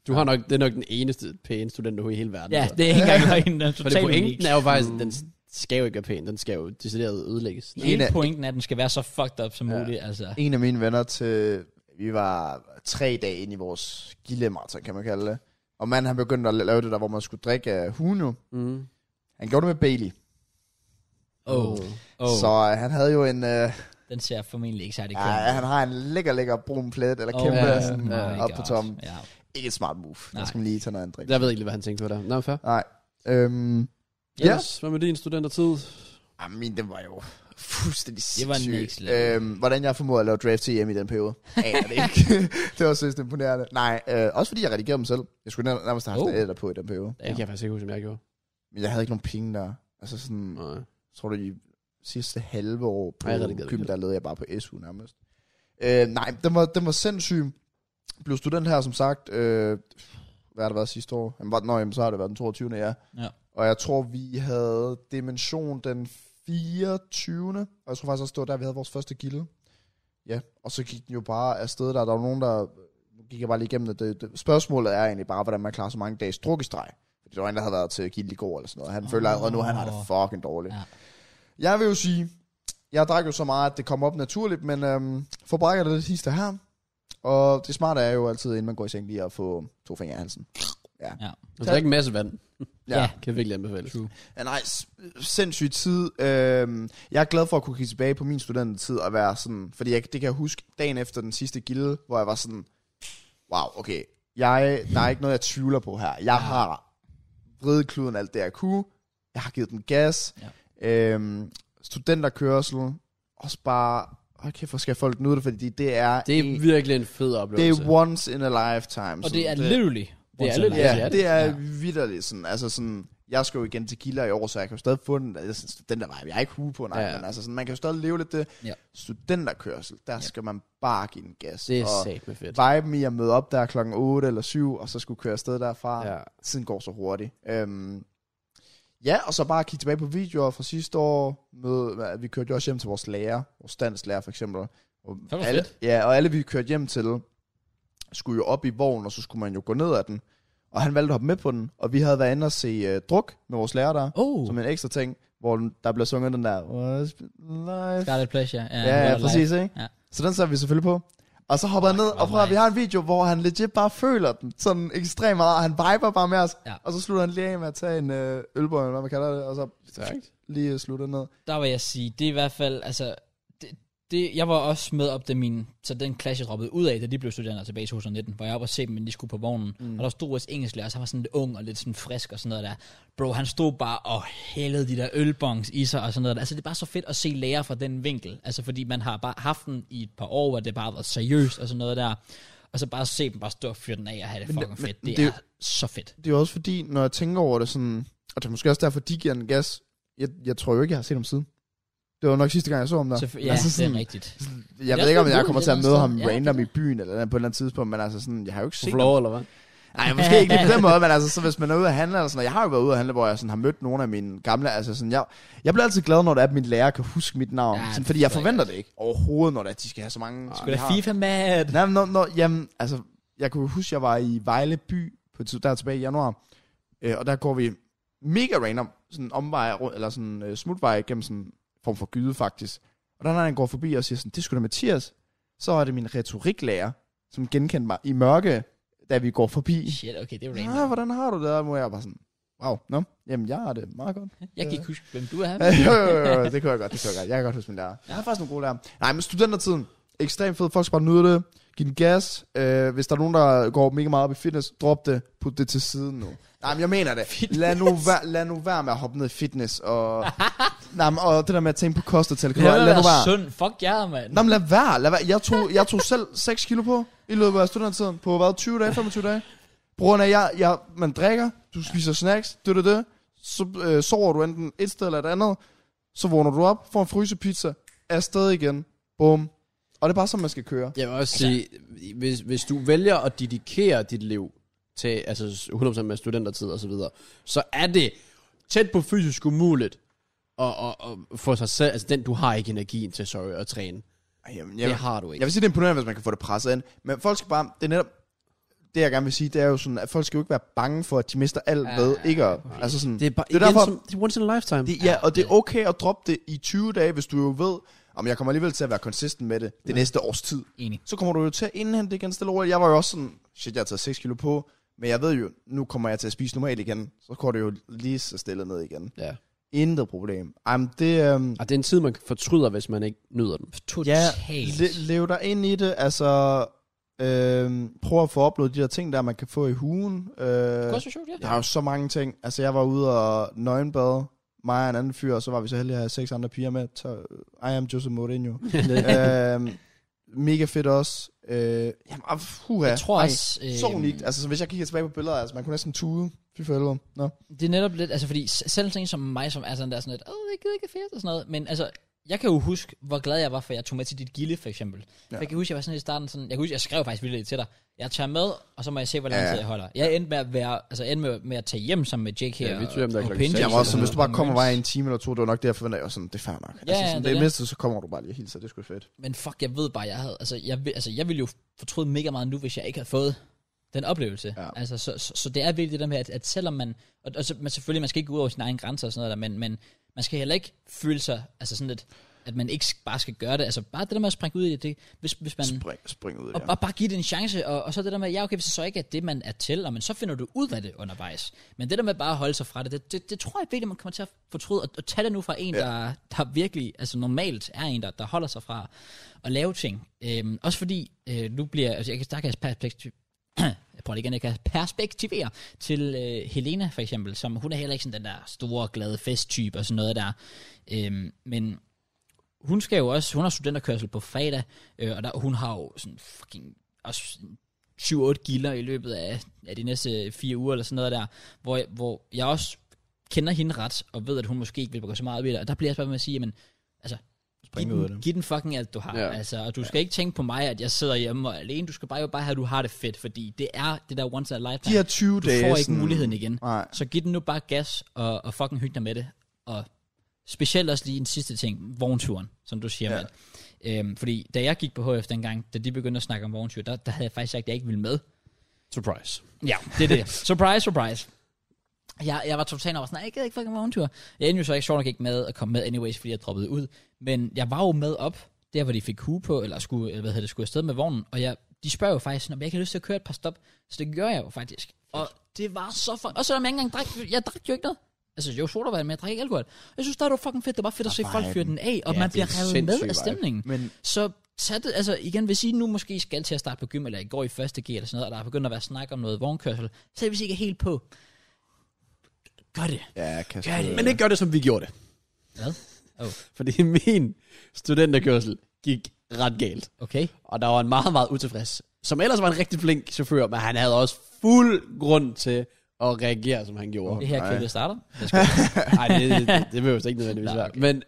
Du har nok, det er nok den eneste pæne student i hele verden. Ja, altså. det er ikke engang løgn, den er Fordi totalt unik. pointen er jo faktisk, at den skal jo ikke være pæn. Den skal jo decideret ødelægges. Hele En af- pointen er, at den skal være så fucked up som Ja. muligt. Altså. en af mine venner til, vi var tre dage inde i vores gildemarathon, kan man kalde det. Og manden, han begyndte at lave det der, hvor man skulle drikke af Huno. Mm. Han gjorde det med Bailey. Oh, oh. Så øh, han havde jo en, øh, Den ser formentlig ikke særlig køn. ja, han har en lækker, lækker brun plet, eller kæmpe, ja, oh, ja. sådan, my op på God. tommen. Ja. Ikke et smart move. Nej. Der skal man lige tage noget andet drink. Jeg ved ikke lige, hvad han tænkte på der. Nå, fair. Nej. Øhm, Ja. Yes, hvad med din studentertid? ah, min, den var jo fuldstændig Det var sindssyg. next level. Øhm, hvordan jeg formåede at lave draft til hjemme i den periode, aner det ikke. det var søst imponerende. Nej, øh, også fordi jeg redigerede dem selv. Jeg skulle nær- nærmest have haft Oh. oh. editer på i den periode. Det kan jeg faktisk ikke huske, om jeg gjorde. Men jeg havde ikke nogen penge der. Altså sådan, Nej. tror du, de sidste halve år på Ej, jeg redigerede Kym, ikke. der levede jeg bare på SU nærmest. Øh, nej, den var, den var sindssyg. Blev student her, som sagt, øh, hvad har det været sidste år? Jamen, var, nå, jamen, så har det været den 22. ja. Ja. Og jeg tror, vi havde dimension den 24. Og jeg tror faktisk også, det var der, vi havde vores første gilde. Ja, og så gik den jo bare afsted der. Der var nogen, der nu gik jeg bare lige igennem det. det, det spørgsmålet er egentlig bare, hvordan man klarer så mange dages druk i streg. Fordi der var en, der havde været til gilde i går eller sådan noget. Han oh. føler allerede nu, at han har det fucking dårligt. Ja. Jeg vil jo sige, jeg drak jo så meget, at det kom op naturligt, men øhm, forbrækker det lidt hister her. Og det smarte er jo altid, inden man går i seng, lige at få to fingre i halsen. Du drikker en masse vand. Ja. Kan virkelig anbefale. True. Ja, nej, s- sindssyg tid. Øhm, jeg er glad for at kunne kigge tilbage på min studentertid og være sådan, fordi jeg, det kan jeg huske dagen efter den sidste gilde, hvor jeg var sådan, wow, okay, jeg, der er ikke noget, jeg tvivler på her. Jeg har vridet kluden alt det, jeg kunne. Jeg har givet den gas. Ja. Øhm, studenterkørsel, også bare, hold kæft, hvor skal folk nyde det, fordi det er, Det er en- virkelig en fed det oplevelse. er once in a lifetime. Og sådan. det er literally. Det er once in a literally, lifetime. det Ja, er det er Ja. ja. vidderligt sådan, altså sådan, jeg skal jo igen til kilder i år, så jeg kan jo stadig få den, altså, sådan, den der vej, jeg er ikke hue på, nej, Ja. ja. men altså sådan, man kan jo stadig leve lidt det Ja. studenterkørsel, der ja. skal man bare give den gas. Det er og sat med fedt. viben i at møde op der klokken 8 eller 7, og så skulle køre afsted derfra, ja. Ja. tiden går så hurtigt. Øhm, ja, og så bare kigge tilbage på videoer fra sidste år, med, vi kørte jo også hjem til vores lærer, vores danslærer for eksempel, og Det var alle, fedt. ja, og alle vi kørte hjem til, skulle jo op i vognen, og så skulle man jo gå ned ad den. Og han valgte at hoppe med på den, og vi havde været inde og se uh, druk med vores lærer der, Oh, uh. som en ekstra ting, hvor den- der blev sunget den der, What's life? Scarlet Pleasure. Ja, ja, Wonderlife. præcis, ikke? Ja. Så den satte vi selvfølgelig på. Og så hopper han ned, hvor og prøver, nice. vi har en video, hvor han legit bare føler den sådan ekstremt meget, og han viber bare med os. Ja. Og så slutter han lige af med at tage en øh, ølbøj, eller hvad man kalder det, og så Stærkt. lige øh, slutter ned. Der vil jeg sige, det er i hvert fald, altså, det, det, jeg var også med op, da min, så den klasse jeg droppede ud af, da de blev studenter tilbage i 2019, hvor jeg var oppe og se dem, men de skulle på vognen. Mm. Og der stod vores engelsklærer, så han var sådan lidt ung og lidt sådan frisk og sådan noget der. Bro, han stod bare og hældede de der ølbongs i sig og sådan noget der. Altså, det er bare så fedt at se lærer fra den vinkel. Altså, fordi man har bare haft den i et par år, hvor det bare har været seriøst og sådan noget der. Og så bare se dem bare stå og fyre den af og have det fucking men fedt. Det, det er det jo- er så fedt. det er jo også fordi, når jeg tænker over det sådan, og det er måske også derfor, de giver den gas, jeg, jeg tror jo ikke, jeg har set ham siden. Det var nok sidste gang, jeg så ham der. Så, ja, altså det sådan, er rigtigt. jeg Det er ved ikke, om også jeg muligt kommer til at et møde eller ham andet sted. Ja, random det i byen eller på et eller andet tidspunkt, men altså sådan, jeg har jo ikke På set floor, ham. eller hvad? Nej, måske ikke lige på den måde, men altså, så hvis man er ude at handle eller sådan noget. Jeg har jo været ude at handle, hvor jeg sådan har mødt nogle af mine gamle, altså sådan, jeg, jeg bliver altid glad, når det er, at min lærer kan huske mit navn, Ja, ja, sådan, det fordi jeg forstår jeg forventer det ikke overhovedet, når det er, at de skal have så mange. som Skulle de da har. FIFA mad? Nej, men, når, når, jamen, altså, jeg kunne huske, jeg var i Vejle by på et tid, der er tilbage i januar, øh, og der går vi mega random, sådan en omvej, rundt- eller sådan en øh, smutvej gennem sådan en form for gyde, faktisk. Og der, når han går forbi og siger sådan, det skulle da Mathias, så er det min retoriklærer, som genkendte mig i mørke, da vi går forbi. Shit, okay, det er random. Ja, hvordan har du det der, mor? Jeg var sådan, wow, nå, jamen, jeg har det meget godt. Jeg kan ikke huske, hvem du er. jo, jo, jo, jo, det kunne jeg godt, det kunne jeg godt. Jeg kan godt huske min lærer. Jeg har faktisk nogle gode lærere. Nej, men studentertiden, ekstremt fed. Folk skal bare nyde det. Giv den gas. Øh, hvis der er nogen, der går mega meget op i fitness, drop det. Put det til siden nu. Nej, men jeg mener det. Lad nu, være, lad nu være med at hoppe ned i fitness. Og, nej, men, og det der med at tænke på kosthotel. Kan du, lad nu være. sund. Fuck jer, mand. Nå, men lad være. Lad være. Jeg, tog, jeg tog selv 6 kilo på i løbet af studentertiden. På hvad? 20 dage, 25 dage? På grund af, jeg, jeg, man drikker, du spiser snacks, det, det, det. så øh, sover du enten et sted eller et andet, så vågner du op, får en frysepizza, er afsted igen, bum. Og det er bare sådan, man skal køre. Jeg vil også Altså- sige, hvis, hvis du vælger at dedikere dit liv til altså 100% med studentertid og så videre, så er det tæt på fysisk umuligt at, at, at få sig selv, altså den, du har ikke energien til, sorry, at træne. Ej, jamen, det har du ikke. Jeg vil sige, det er imponerende, hvis man kan få det presset ind. Men folk skal bare... Det er netop... Det, jeg gerne vil sige, det er jo sådan, at folk skal jo ikke være bange for, at de mister alt Ja, ved ja, ikke at... Altså sådan, det er bare, det er igen, derfor- som, det er once in a lifetime. det, ja, og det er okay at droppe det i 20 dage, hvis du jo ved, om jeg kommer alligevel til at være konsistent med det det næste års tid. Enig. Så kommer du jo til at indhente det igen stille og roligt. Jeg var jo også sådan, shit, jeg har taget 6 kilo på, men jeg ved jo, nu kommer jeg til at spise normalt igen. Så går det jo lige så stille ned igen. ja. Intet problem. Jamen, det... Øhm, Og det er en tid, man fortryder, hvis man ikke nyder den. Totalt. le- lev dig ind i det, altså øhm, prøv at få uploadet de der ting der, man kan få i hugen. Øh, Det kunne også være sjovt, ja. der er jo så mange ting. Altså jeg var ude og nøgenbade, mig og en anden fyr, og så var vi så heldige at have seks andre piger med. Så, I am Jose Mourinho. øhm, mega fedt også. Øh, jamen, ah, puha. Jeg tror Ej, også... Øh, Så unikt. Altså så hvis jeg kigger tilbage på billeder, altså man kunne næsten tude. Fy for helvede. Nå. Det er netop lidt, altså fordi s- selv sådan en som mig, som er sådan der sådan lidt, åh, jeg gider ikke fest og sådan noget, men altså, jeg kan jo huske, hvor glad jeg var for, at jeg tog med til dit gilde, for eksempel. Ja. For jeg kan huske, jeg var sådan i starten sådan, jeg kan huske, jeg skrev faktisk vildt til dig, jeg tager med, og så må jeg se, hvor lang Ja, ja. tid jeg holder. Jeg endte med at være, altså endte med, med at tage hjem sammen med Jake her. Ja, vi tog hjem der og- og klokken Pinji seks. Jeg var også, og sådan, hvis du bare og kommer Mørns. vej en time eller to, det var nok det, jeg forventede. Jeg var sådan, det er fair nok. ja, altså, sådan, det er det, det. mindste, så kommer du bare lige og hilser. Det er sgu fedt. Men fuck, jeg ved bare, jeg havde, altså jeg, vil- altså, jeg ville jo fortryde mega meget nu, hvis jeg ikke havde fået den oplevelse. Ja. Altså, så, så, så, det er virkelig det der med, at, at selvom man, og, og så, man selvfølgelig, man skal ikke gå ud over sine egne grænser og sådan noget der, men, men man skal heller ikke føle sig, altså sådan lidt, at man ikke sk- bare skal gøre det. Altså bare det der med at springe ud i det, det hvis, hvis man, Spring, spring ud af og bare, bare give det en chance, og, og så det der med, ja okay, hvis det så ikke er det, man er til, og men så finder du ud af det undervejs. Men det der med bare at holde sig fra det, det, det, det tror jeg virkelig, man kommer til at fortryde, og, og tage det nu fra en, ja. der, der virkelig, altså normalt er en, der, der holder sig fra at lave ting. Øhm, også fordi, øh, nu bliver, altså jeg kan, der kan jeg perspektiv, jeg prøver det igen, jeg kan perspektivere til øh, Helena for eksempel, som hun er heller ikke sådan den der store, glade festtype og sådan noget der. Øhm, men hun skal jo også, hun har studenterkørsel på fredag, øh, og der, hun har jo sådan fucking også sådan 7-8 gilder i løbet af, af de næste fire uger eller sådan noget der, hvor, jeg- hvor jeg også kender hende ret, og ved, at hun måske ikke vil gå så meget op i det, og der bliver jeg også bare ved med at sige, men altså, giv ud af den, giv den fucking alt, du har. Ja. Ja. Altså, og du skal ikke tænke på mig, at jeg sidder hjemme og er alene, du skal bare jo bare have, at du har det fedt, fordi det er det der once in a De lifetime. her 20 du dage... får ikke sådan- muligheden igen. Nej. Så giv den nu bare gas, og, og fucking hyg dig med det. Og specielt også lige en sidste ting, vognturen, som du siger, Ja. ja. Øhm, fordi da jeg gik på HF dengang, da de begyndte at snakke om vogntur, der, der havde jeg faktisk sagt, at jeg ikke ville med. Surprise. Ja, det er det. surprise, surprise. Jeg, jeg var totalt over sådan, "Nej, jeg gider ikke fucking vogntur. Jeg endte jo så ikke sjovt nok ikke med at komme med anyways, fordi jeg droppede ud. Men jeg var jo med op, der hvor de fik hue på, eller skulle, øh, hvad hedder det, skulle afsted med vognen. Og jeg, de spørger jo faktisk, sådan, om jeg ikke har lyst til at køre et par stop. Så det gør jeg jo faktisk. Og det var så fucking... Og selvom jeg ikke engang drak, jeg drak jo ikke noget. Altså, jo sodavand, men jeg drak ikke alkohol. Jeg synes, der er det jo fucking fedt. Det er bare fedt at se folk fyre den af, og ja, Ja, man det bliver er en revet med sindssyg af vibe. stemningen. Men Så tag det, altså igen, hvis I nu måske skal til at starte på gym, eller I går i første gear eller sådan noget, og der er begyndt at være snak om noget vognkørsel, selv hvis I ikke er helt på, gør det. ja, kan Gør det. Men ikke gør det, som vi gjorde det. Hvad? Oh, Fordi min studenterkørsel gik ret galt. Okay. Og der var en meget, meget utilfreds, som ellers var en rigtig flink chauffør, men han havde også fuld grund til at reagere, som han gjorde. Det her nej. klippet starter. Nej, det, det, det, det behøver ikke nødvendigvis Nej, være. okay. Men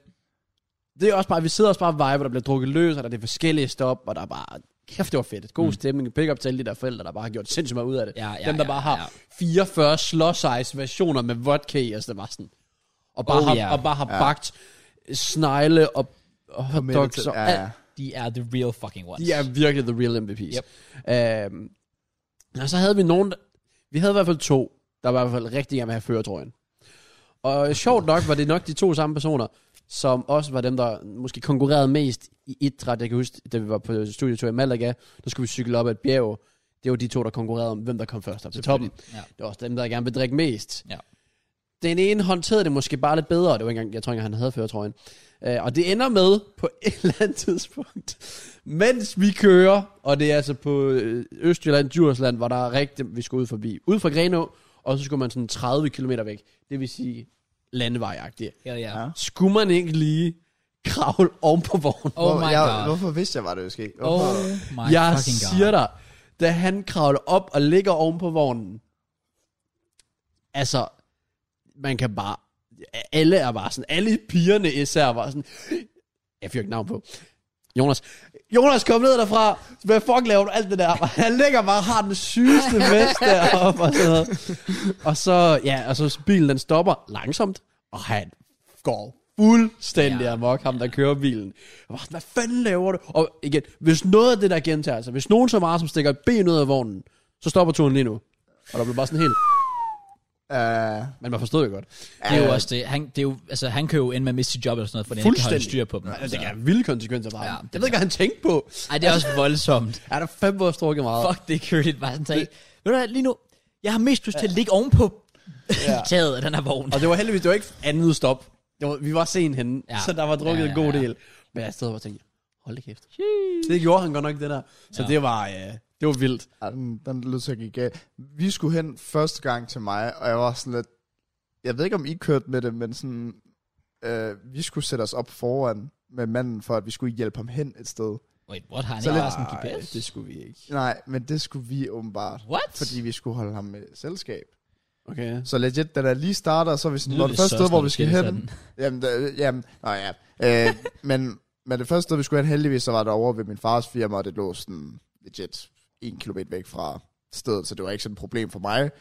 det er også bare, vi sidder også bare og viber, der bliver drukket løs, og der er det forskellige stop, og der er bare, kæft, det var fedt. God stemning, pick up til alle de der forældre, der bare har gjort sindssygt meget ud af det. Mm. Ja, ja, Dem, der ja, bare har ja. 44 slåsejs versioner med vodka i, og sådan bare sådan. Og bare, Oh, oh, har, ja. og bare har bagt snegle og, og hotdogs. Committed, og ja, alt. ja. De er the real fucking ones. De er virkelig the real MVP's. Yep. Øhm, og så havde vi nogen, der, vi havde i hvert fald to, der var i hvert fald rigtig gerne vil have føretrøjen. Og øh, sjovt nok var det nok de to samme personer, som også var dem, der måske konkurrerede mest i idræt. Jeg kan huske, da vi var på studietur i Malaga, der skulle vi cykle op ad et bjerg. Det var de to, der konkurrerede om, hvem der kom først op til toppen. Ja. Det var også dem, der gerne vil drikke mest. Ja. Den ene håndterede det måske bare lidt bedre. Det var ikke engang, jeg tror ikke, engang, han havde førertrøjen. Øh, og det ender med på et eller andet tidspunkt, mens vi kører, og det er altså på øh, Østjylland, Djursland, hvor der er rigtig, vi skulle ud forbi, ud fra Grenå, og så skulle man sådan 30 km væk. Det vil sige landevejagtigt. Hell yeah. ja. Oh Skulle man ikke lige kravle oven på vognen? Oh Hvor- my jeg, god. Hvorfor vidste jeg, var det jo sket? Oh Hvorfor- my jeg fucking god. siger dig, da han kravler op og ligger oven på vognen, altså, man kan bare, alle er bare sådan, alle pigerne især var sådan, jeg fik ikke navn på. Jonas, Jonas, kom ned derfra. Hvad fuck laver du alt det der? Og han ligger bare og har den sygeste vest deroppe og sådan noget. Og så, ja, og så bilen den stopper langsomt, og han går fuldstændig Ja. ja. amok, ham der kører bilen. Jeg var sådan, hvad fanden laver du? Og igen, hvis noget af det der gentager sig, hvis nogen så meget som stikker et ben ud af vognen, så stopper turen lige nu. Og der blev bare sådan helt, Uh, men man forstod jo godt. Det er jo også det. Han, det er jo, altså, han kan jo ende med at miste sit job eller sådan noget, for den ikke har Fuldstændig. styr på dem. Ja, Så- det kan have vilde konsekvenser bare. Ja, Ja, det jeg ved ikke, hvad han tænkte på. Ej, det er også voldsomt. Er der fem år strukket meget? Fuck, det er køligt. Bare sådan tage. Ved du hvad, lige nu, jeg har mest lyst til at ligge ovenpå Ja. taget af den her vogn. Og det var heldigvis, det var ikke andet stop. Det var, vi var sen henne, Ja. ja. så der var drukket Ja, ja, ja, en god ja. del. Men jeg stod og tænkte, hold da kæft. Det gjorde han godt nok, det der. Så Ja. ja. det var, øh, det var vildt. ej, den, den lød til at gik af. Vi skulle hen første gang til mig, og jeg var sådan lidt... Jeg ved ikke, om I kørte med det, men sådan... Øh, vi skulle sætte os op foran med manden, for at vi skulle hjælpe ham hen et sted. Wait, what? Har han Så ikke lidt- bare sådan en Ej, GPS? det skulle vi ikke. Nej, men det skulle vi åbenbart. What? Fordi vi skulle holde ham med selskab. Okay. Så legit, da der lige starter, så er vi sådan, Lyder når det det så første sted, hvor vi også, skal når du siger hen, det sådan. Jamen, der, jamen, nå ja. Øh, men, men det første sted, vi skulle hen, heldigvis, så var det over ved min fars firma, og det lå sådan legit en kilometer væk fra stedet, så det var ikke sådan et problem for mig.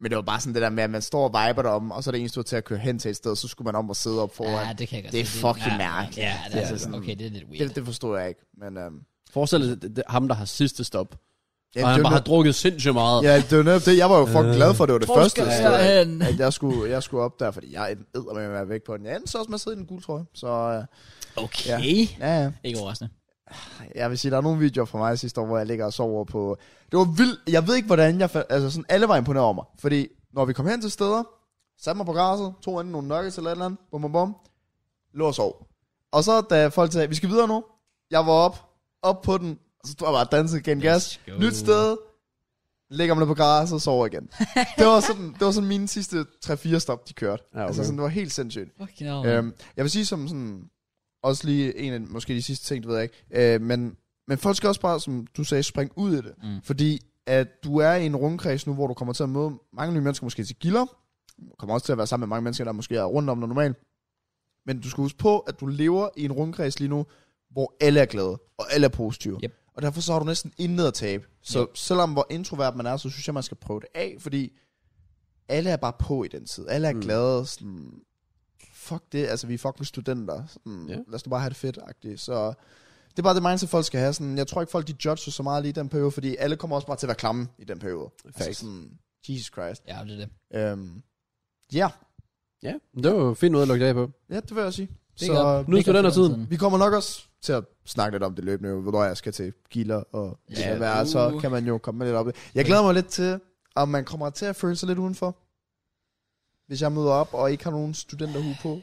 Men det var bare sådan det der med, at man står og viber derom, og så er det eneste du er til at køre hen til et sted, så skulle man om og sidde op foran. Ja, det kan jeg godt Det er se. fucking ja, mærkeligt. Ja, det Det er er altså sådan, sådan- okay, det er lidt weird. det, det forstod jeg ikke, men... Øhm, Forestil dig det, det, ham, der har sidste stop. ja, og han det bare var, har drukket sindssygt meget. ja, det var netop det. Jeg var jo fucking glad for, at det var det Hvor første skal sted, jeg hen? at jeg skulle, jeg skulle op der, fordi jeg er med at være væk på den. Jeg endte så også med at sidde i den gule trøje, så øh, Okay. ja, ja. Ikke overraskende. Jeg vil sige, der er nogle videoer fra mig sidste år, hvor jeg ligger og sover på... Det var vildt. Jeg ved ikke, hvordan jeg... fa- Altså, sådan alle var imponeret over mig. Fordi når vi kom hen til steder, satte mig på græsset, tog enten nogle nuggets eller et eller andet, bum, bum, bum, lå og sov. Og så da folk sagde, vi skal videre nu, jeg var op, op på den, og så stod jeg bare og dansede igen gas. go. Nyt sted, ligger mig ned på græsset og sover igen. det, var sådan, det var sådan mine sidste 3-4 stop, de kørte. Ja, okay. Altså sådan, det var helt sindssygt. Fucking hell. Øhm, jeg vil sige som sådan, også lige en af måske de sidste ting, det ved jeg ikke, øh, men, men folk skal også bare, som du sagde, springe ud i det. Mm. Mm. Fordi at du er i en rundkreds nu, hvor du kommer til at møde mange nye mennesker, måske til gilder, du kommer også til at være sammen med mange mennesker, der måske er rundt om dig normalt, men du skal huske på, at du lever i en rundkreds lige nu, hvor alle er glade, og alle er positive. Yep. Og derfor så har du næsten intet at tabe. Så Yep. yep. selvom hvor introvert man er, så synes jeg, man skal prøve det af, fordi alle er bare på i den tid. Alle er Mm. mm. glade, sådan, fuck det, altså vi er fucking studenter, sådan, Ja. ja. lad os nu bare have det fedt -agtigt. Så det er bare det mindset, folk skal have. Sådan, jeg tror ikke, folk de judger så meget lige i den periode, fordi alle kommer også bare til at være klamme i den periode. Altså Facts. sådan, Jesus Christ. Ja, det er det. Ja, um, yeah. Ja, det var jo fint noget at lukke det af på. ja det vil jeg sige. Det Så er Nu er Det kan studentertiden. godt være vi kommer nok også til at snakke lidt om det løbende, jo, hvornår jeg skal til Gilder og Ja, ja, være, så uh. kan man jo komme lidt op. i det. Jeg glæder mig lidt til, om man kommer til at føle sig lidt udenfor. Hvis jeg møder op og ikke har nogen studenterhue på.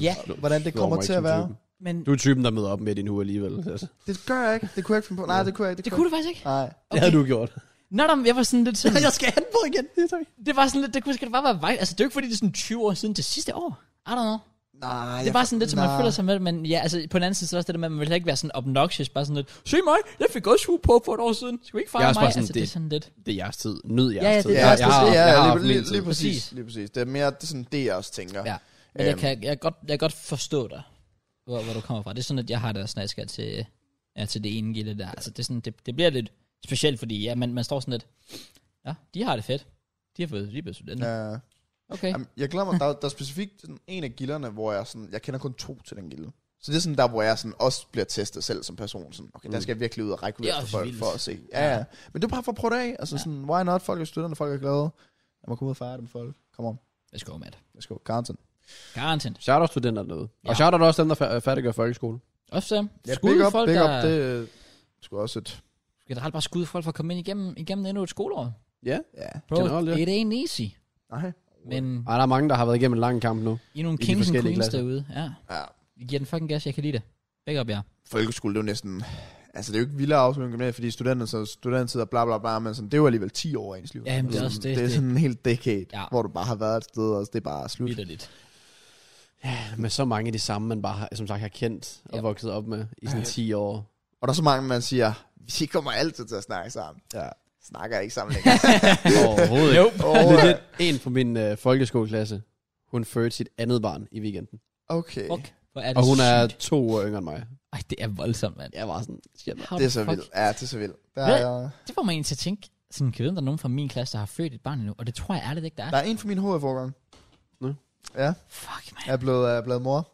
Ja, Hvordan det Slår kommer mig til ikke at som være. typen. men Du er typen, der møder op med din uge alligevel. Altså. Det gør jeg ikke. Det kunne jeg ikke finde på. Nej, det kunne jeg ikke. det kunne du faktisk ikke. Nej. Det havde du gjort. Nå, da, jeg var sådan lidt sådan, jeg skal hen på igen. Det er det var sådan lidt, det kunne sgu da bare være vej. Altså, det er jo ikke fordi, det er sådan 20 år siden til sidste år. I don't know. Nej, Det er bare sådan lidt, som man føler sig med det, men ja, altså på den anden side, så er det også det der med, at man vil heller ikke være sådan obnoxious, bare sådan lidt, se mig, jeg fik også hue på for et år siden, skal vi ikke fejre Jeg er mig? også bare sådan, altså, det, er det- sådan lidt. Det er jeres tid. Nyd jeres Ja, ja, tid. det Ja, er ja, jeres ja, tid. ja, jeg ja har haft lige, lige, min tid. lige, præcis, Præcis. lige præcis. Det er mere det er sådan, det jeg også tænker. Ja. Men jeg Øhm. kan, jeg kan godt, jeg kan godt forstå dig, hvor, hvor du kommer fra. Det er sådan, at jeg har det også, når jeg skal til, ja, til det ene gilde der. Altså, det, er sådan, det, det bliver lidt specielt, fordi ja, man, man står sådan lidt, ja, de har det fedt. De har fået lige blevet studenter. Ja. Ja. Okay. Øh, Jamen, jeg glemmer, der, der er specifikt sådan en af gilderne, hvor jeg sådan, jeg kender kun to til den gilde. Så det er sådan der, hvor jeg sådan også bliver testet selv som person. Sådan, okay, mm. der skal jeg virkelig ud og række ud Det er efter også folk vildt. for at se. Ja, ja. Men det er bare for at prøve det af. Altså Ja. ja. sådan, why not? Folk er studerende, folk er glade. Lad mig komme ud og fejre dem, folk. Kom on. Let's go, Matt. Let's go. Garanten. Garanteret. Shout out studenter derude. Og Ja. shout out også dem, der fa- færdiggør folkeskole. Ofte, Ja, skud big up, folk, big der... up. Det er sgu også et... Generelt bare skud folk for at komme ind igennem, igennem endnu et skoleår. Ja. Ja. Bro, Generelt, ja. it ain't easy. Nej. Men Ej, der er mange, der har været igennem en lang kamp nu. I er nogle I de kings and forskellige queens klasser. derude. Ja. Ja. Vi giver den fucking gas, jeg kan lide det. Back up, ja. folkeskole, det er jo næsten... Altså, det er jo ikke vildere afslutning gymnasiet, fordi studenter, så studentertid og bla bla bla, men sådan, det er jo alligevel 10 år af ens liv. Jamen, det er Sådan, også det, Det er det- sådan en hel decade, Ja. ja. hvor du bare har været et sted, og det er bare slut. Vitterligt. Med så mange af de samme, man bare har, som sagt har kendt og Ja. vokset op med i sådan 10 år. Og der er så mange, man siger, vi kommer altid til at snakke sammen. Ja. Snakker ikke sammen længere. Overhovedet ikke. Nope. Åh, Legit, en fra min øh, folkeskoleklasse, hun fødte sit andet barn i weekenden. okay. Fuck. Hvor er det Og hun er sygt. to år yngre end mig. Ej, det er voldsomt, mand. Jeg var sådan, shit, man. How Det er the så fuck? vildt. Ja, det er øh, så vildt. Der Hvad? er, Det får mig egentlig til at tænke, sådan, kan jeg vide, om der er nogen fra min klasse, der har født et barn endnu? Og det tror jeg ærligt ikke, der er. der er en fra min HF-årgang. Nå. Ja, Fuck, man. jeg er blevet, er blevet mor.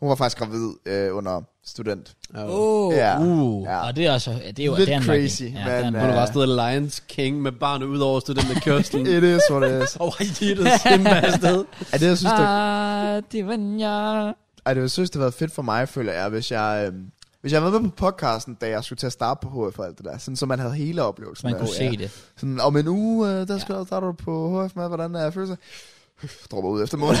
Hun var faktisk gravid øh, under student. Ja. Åh, Ja. uh. Ja. Og det er også, det er jo, Lidt det er en mærkelig. crazy, ja, men, øh, det er en Hun mærkelig. har bare stået Lions King med barnet ud over Mm. studenterkørslen. It is what it is. Og oh, det Simba afsted. Ej, det, jeg synes, det, Ah, det var ja. ej, det, jeg synes, det har været fedt for mig, føler jeg, hvis jeg... Øh, hvis jeg havde været med på podcasten, da jeg skulle til at starte på HF og alt det der, sådan, så man havde hele oplevelsen. Man med. kunne se det. Sådan, om en uge, øh, der skal ja. starter du på HF med, hvordan er følelser? Dropper ud efter måned.